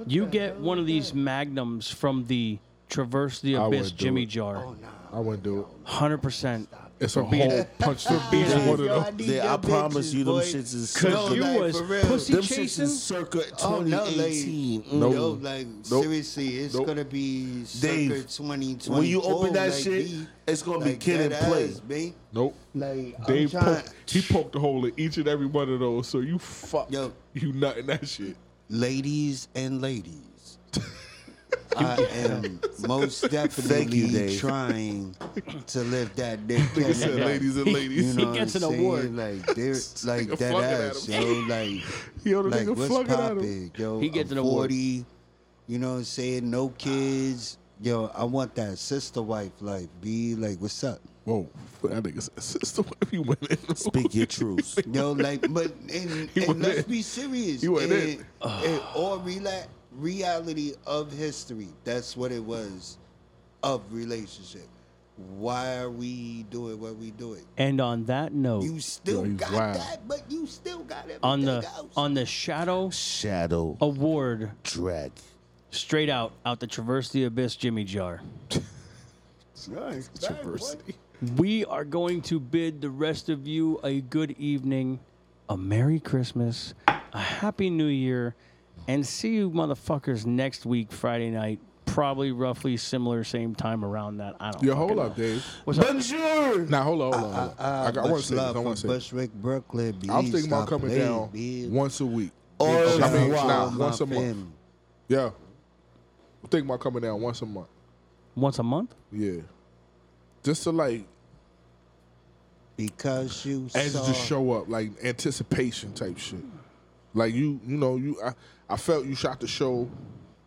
Speaker 3: you get one of these magnums from the Traverse the Abyss
Speaker 4: I
Speaker 2: Uh.
Speaker 4: wouldn't do
Speaker 3: Jimmy
Speaker 4: it.
Speaker 3: Jar.
Speaker 6: Oh nah.
Speaker 4: I wouldn't do it.
Speaker 3: Hundred percent.
Speaker 4: It's a whole punch to beat.
Speaker 5: Yeah,
Speaker 4: one of them.
Speaker 6: need
Speaker 5: yeah, I
Speaker 6: your
Speaker 5: promise you, them
Speaker 6: bitches, boy.
Speaker 5: shits is
Speaker 3: Cause
Speaker 5: circa.
Speaker 3: you
Speaker 6: like,
Speaker 3: was
Speaker 6: for real.
Speaker 3: pussy
Speaker 5: them shits
Speaker 3: chasing.
Speaker 5: is circa
Speaker 6: Oh, no, like,
Speaker 5: 2018. Mm.
Speaker 6: no,
Speaker 4: Nope.
Speaker 6: like
Speaker 4: Nope.
Speaker 6: seriously, it's
Speaker 4: Nope.
Speaker 6: gonna be circa
Speaker 5: Dave,
Speaker 6: twenty twenty.
Speaker 5: when you open that
Speaker 6: like,
Speaker 5: shit,
Speaker 6: B.
Speaker 5: it's gonna be
Speaker 6: Like,
Speaker 5: kid and
Speaker 6: dead
Speaker 5: play.
Speaker 6: ass, B.
Speaker 4: Nope.
Speaker 6: Like
Speaker 4: Dave
Speaker 6: I'm trying,
Speaker 4: poked, he poked a hole in each and every one of those, so you fuck
Speaker 6: Yo.
Speaker 4: you nutting that shit.
Speaker 6: ladies and ladies. I am most
Speaker 5: you,
Speaker 6: definitely
Speaker 5: Dave.
Speaker 6: trying to live that Nick
Speaker 4: He
Speaker 6: Cannon
Speaker 4: said,
Speaker 6: life.
Speaker 4: ladies and ladies.
Speaker 6: You know
Speaker 3: He gets
Speaker 6: what
Speaker 3: an
Speaker 6: I'm
Speaker 3: award.
Speaker 6: saying? Like they're like
Speaker 4: nigga
Speaker 6: that
Speaker 4: flunking at
Speaker 6: ass, yo.
Speaker 4: him.
Speaker 6: Like,
Speaker 4: Yo, the
Speaker 6: like
Speaker 4: nigga
Speaker 6: what's
Speaker 4: flunking at him.
Speaker 6: poppin', yo?
Speaker 3: He gets
Speaker 6: I'm
Speaker 3: an award.
Speaker 6: 40, You know what I'm saying? No kids. Yo, I want that sister wife life. Be like, what's up?
Speaker 4: Whoa, that nigga said, sister, what if you went in?
Speaker 5: Speak your truth.
Speaker 6: Yo, like, but and,
Speaker 4: He
Speaker 6: and
Speaker 4: wasn't
Speaker 6: let's
Speaker 4: it.
Speaker 6: be serious.
Speaker 4: He wasn't
Speaker 6: and,
Speaker 4: it.
Speaker 6: and- or rela- reality of history. That's what it was of relationship. Why are we doing what we doing?
Speaker 3: And on that note,
Speaker 6: You still
Speaker 4: he's
Speaker 6: got
Speaker 4: wild.
Speaker 6: that, but you still got everything
Speaker 3: on the
Speaker 6: else.
Speaker 3: on the Shadow
Speaker 5: Shadow
Speaker 3: Oh. Award,
Speaker 5: Drag.
Speaker 3: straight out out the Traverse the Abyss Jimmy Jar.
Speaker 4: Controversy.
Speaker 3: We are going to bid the rest of you a good evening, a Merry Christmas, a Happy New Year, and see you motherfuckers next week, Friday night. Probably roughly similar, same time around that. I don't
Speaker 4: Yo,
Speaker 3: fucking
Speaker 4: hold
Speaker 3: know.
Speaker 4: up, Dave.
Speaker 3: What's up?
Speaker 5: Bonjour.
Speaker 4: Now hold on, hold on. hold on. I, got- I want to
Speaker 6: much
Speaker 4: say this.
Speaker 6: love
Speaker 4: I want to
Speaker 6: from
Speaker 4: say. this.
Speaker 6: Bushwick, Brooklyn.
Speaker 4: I'm
Speaker 6: B.
Speaker 4: thinking about
Speaker 6: Stop
Speaker 4: coming
Speaker 6: playing,
Speaker 4: down
Speaker 6: B.
Speaker 4: once a week.
Speaker 5: Or
Speaker 4: I mean,
Speaker 6: Shout out
Speaker 4: nah,
Speaker 6: to Oh, my
Speaker 4: once a month.
Speaker 6: family.
Speaker 4: Yeah, I'm thinking about coming down once a month.
Speaker 3: Once a month?
Speaker 4: Yeah, just to like
Speaker 6: Because you
Speaker 4: as
Speaker 6: saw
Speaker 4: to show up, like anticipation type shit. Like you, you know, you I, I felt you shot the show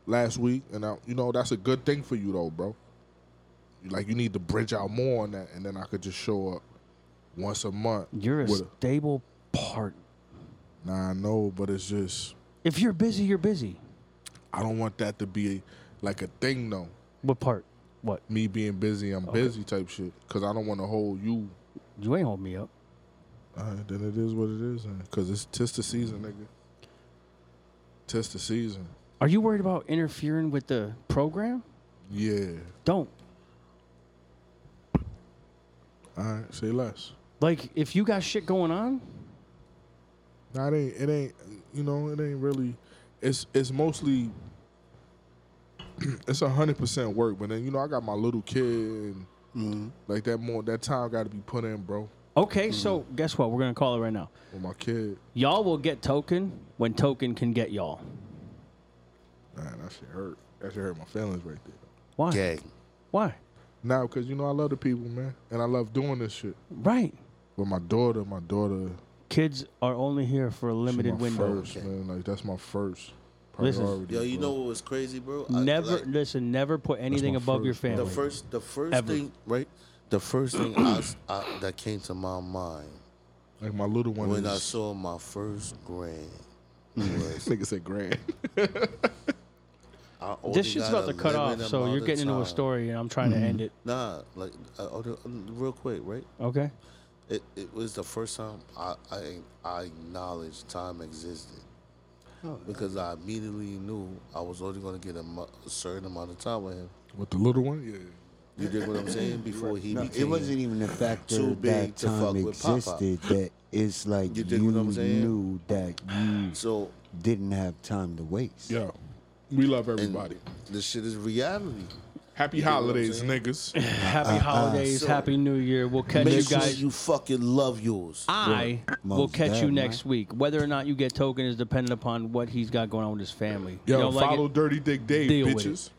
Speaker 4: last week, and I, you know that's a good thing for you though, bro. Like you need to bridge out more on that, and then I could just show up once a month.
Speaker 3: You're a
Speaker 4: with a-
Speaker 3: stable part.
Speaker 4: Nah, I know, but it's just
Speaker 3: If you're busy, you're busy.
Speaker 4: I don't want that to be like a thing though.
Speaker 3: What part? What?
Speaker 4: Me being busy, I'm busy type shit, because I don't want to hold you.
Speaker 3: You ain't hold me up.
Speaker 4: All right, then it is what it is, because it's tis the season, nigga. Tis the season.
Speaker 3: Are you worried about interfering with the program?
Speaker 4: Yeah.
Speaker 3: Don't.
Speaker 4: All right. Say less.
Speaker 3: Like, if you got shit going on,
Speaker 4: Nah, it ain't. It ain't. You know, it ain't really. It's it's mostly. it's a hundred percent work, but then you know I got my little kid. And Like that more that time got to be put in, bro,
Speaker 3: okay, so guess what? We're going to call it right now.
Speaker 4: with my kid.
Speaker 3: Y'all will get token when token can get y'all.
Speaker 4: Nah, that shit hurt. That shit hurt my feelings right there.
Speaker 3: Why?
Speaker 5: Gang.
Speaker 3: Why?
Speaker 4: Now, cause you know I love the people, man, and I love doing this shit.
Speaker 3: Right.
Speaker 4: But my daughter, my daughter,
Speaker 3: Kids are only here for a
Speaker 4: she
Speaker 3: limited
Speaker 4: my
Speaker 3: window.
Speaker 4: first, man. Like that's my first
Speaker 3: Listen.
Speaker 4: priority.
Speaker 5: Yo, you
Speaker 4: bro.
Speaker 5: know what was crazy, bro? I-
Speaker 3: Never
Speaker 5: like,
Speaker 3: listen. Never put anything
Speaker 4: my
Speaker 3: above your
Speaker 4: first one.
Speaker 3: family.
Speaker 5: the first, the first
Speaker 3: Ever.
Speaker 5: thing, right? The first thing I s I that came to my mind
Speaker 4: like my little one.
Speaker 5: when
Speaker 4: is,
Speaker 5: I saw my first grand
Speaker 4: this
Speaker 5: was
Speaker 4: nigga said grand.
Speaker 5: I only
Speaker 3: this shit's
Speaker 5: got
Speaker 3: about
Speaker 5: a
Speaker 3: to cut off,
Speaker 5: limited
Speaker 3: so
Speaker 5: amount
Speaker 3: you're
Speaker 5: of
Speaker 3: getting into a
Speaker 5: time.
Speaker 3: story, and I'm trying to end it.
Speaker 5: Nah, like uh, I, ordered- um, real quick, right?
Speaker 3: Okay.
Speaker 5: It, it was the first time I, I I acknowledged time existed
Speaker 3: Oh,
Speaker 5: because I immediately knew I was only going to get a, mu- a certain amount of time with him.
Speaker 4: With the little one, yeah.
Speaker 5: You dig what I'm saying? Before he
Speaker 6: No,
Speaker 5: became,
Speaker 6: it wasn't even the fact
Speaker 5: too
Speaker 6: that
Speaker 5: big
Speaker 6: that
Speaker 5: to fuck
Speaker 6: time
Speaker 5: with Pop-Pop.
Speaker 6: existed that it's like
Speaker 5: You
Speaker 6: you,
Speaker 5: dig what I'm saying?
Speaker 6: knew that you
Speaker 5: So
Speaker 6: didn't have time to waste.
Speaker 4: Yeah. We love
Speaker 5: and
Speaker 4: everybody.
Speaker 5: this shit is reality.
Speaker 4: Happy holidays, niggas.
Speaker 3: Happy holidays.
Speaker 5: so-
Speaker 3: Happy New Year. We'll catch
Speaker 5: Make
Speaker 3: you
Speaker 5: sure
Speaker 3: guys.
Speaker 5: you fucking love yours.
Speaker 3: I will
Speaker 6: Most
Speaker 3: catch you
Speaker 6: dead,
Speaker 3: next week. Whether or not you get token is dependent upon what he's got going on with his family.
Speaker 4: Yo,
Speaker 3: you don't like
Speaker 4: follow
Speaker 3: it?
Speaker 4: Dirty Dick Dave,
Speaker 3: Deal with
Speaker 4: bitches.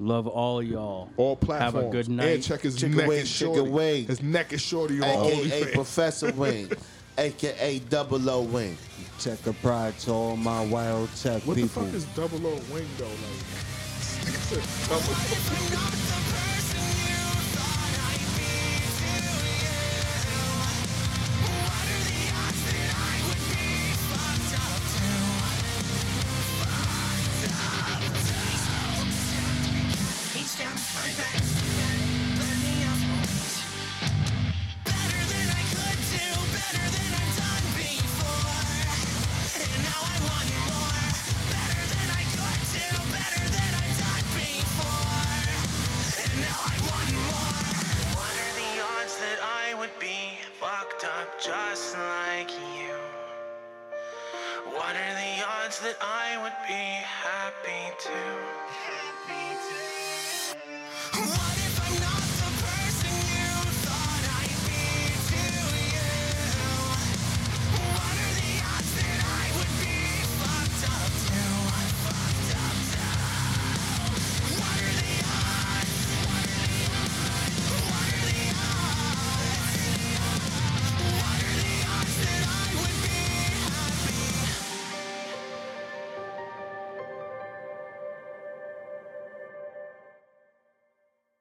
Speaker 3: Love all y'all.
Speaker 4: All platforms.
Speaker 3: Have a good
Speaker 4: And
Speaker 3: night.
Speaker 4: check his
Speaker 5: Chicken
Speaker 4: neck
Speaker 5: wing,
Speaker 4: is
Speaker 5: chicken
Speaker 4: shorty.
Speaker 5: wing.
Speaker 4: His neck is shorty on
Speaker 5: AKA
Speaker 4: OnlyFans.
Speaker 5: Professor Wayne, AKA Double O Wayne.
Speaker 6: Check the pride to all my wild tech
Speaker 4: What the
Speaker 6: people.
Speaker 4: fuck is double O wing though? Like,
Speaker 2: What are the odds that I would fucked up just like you. What are the odds that I would be happy too?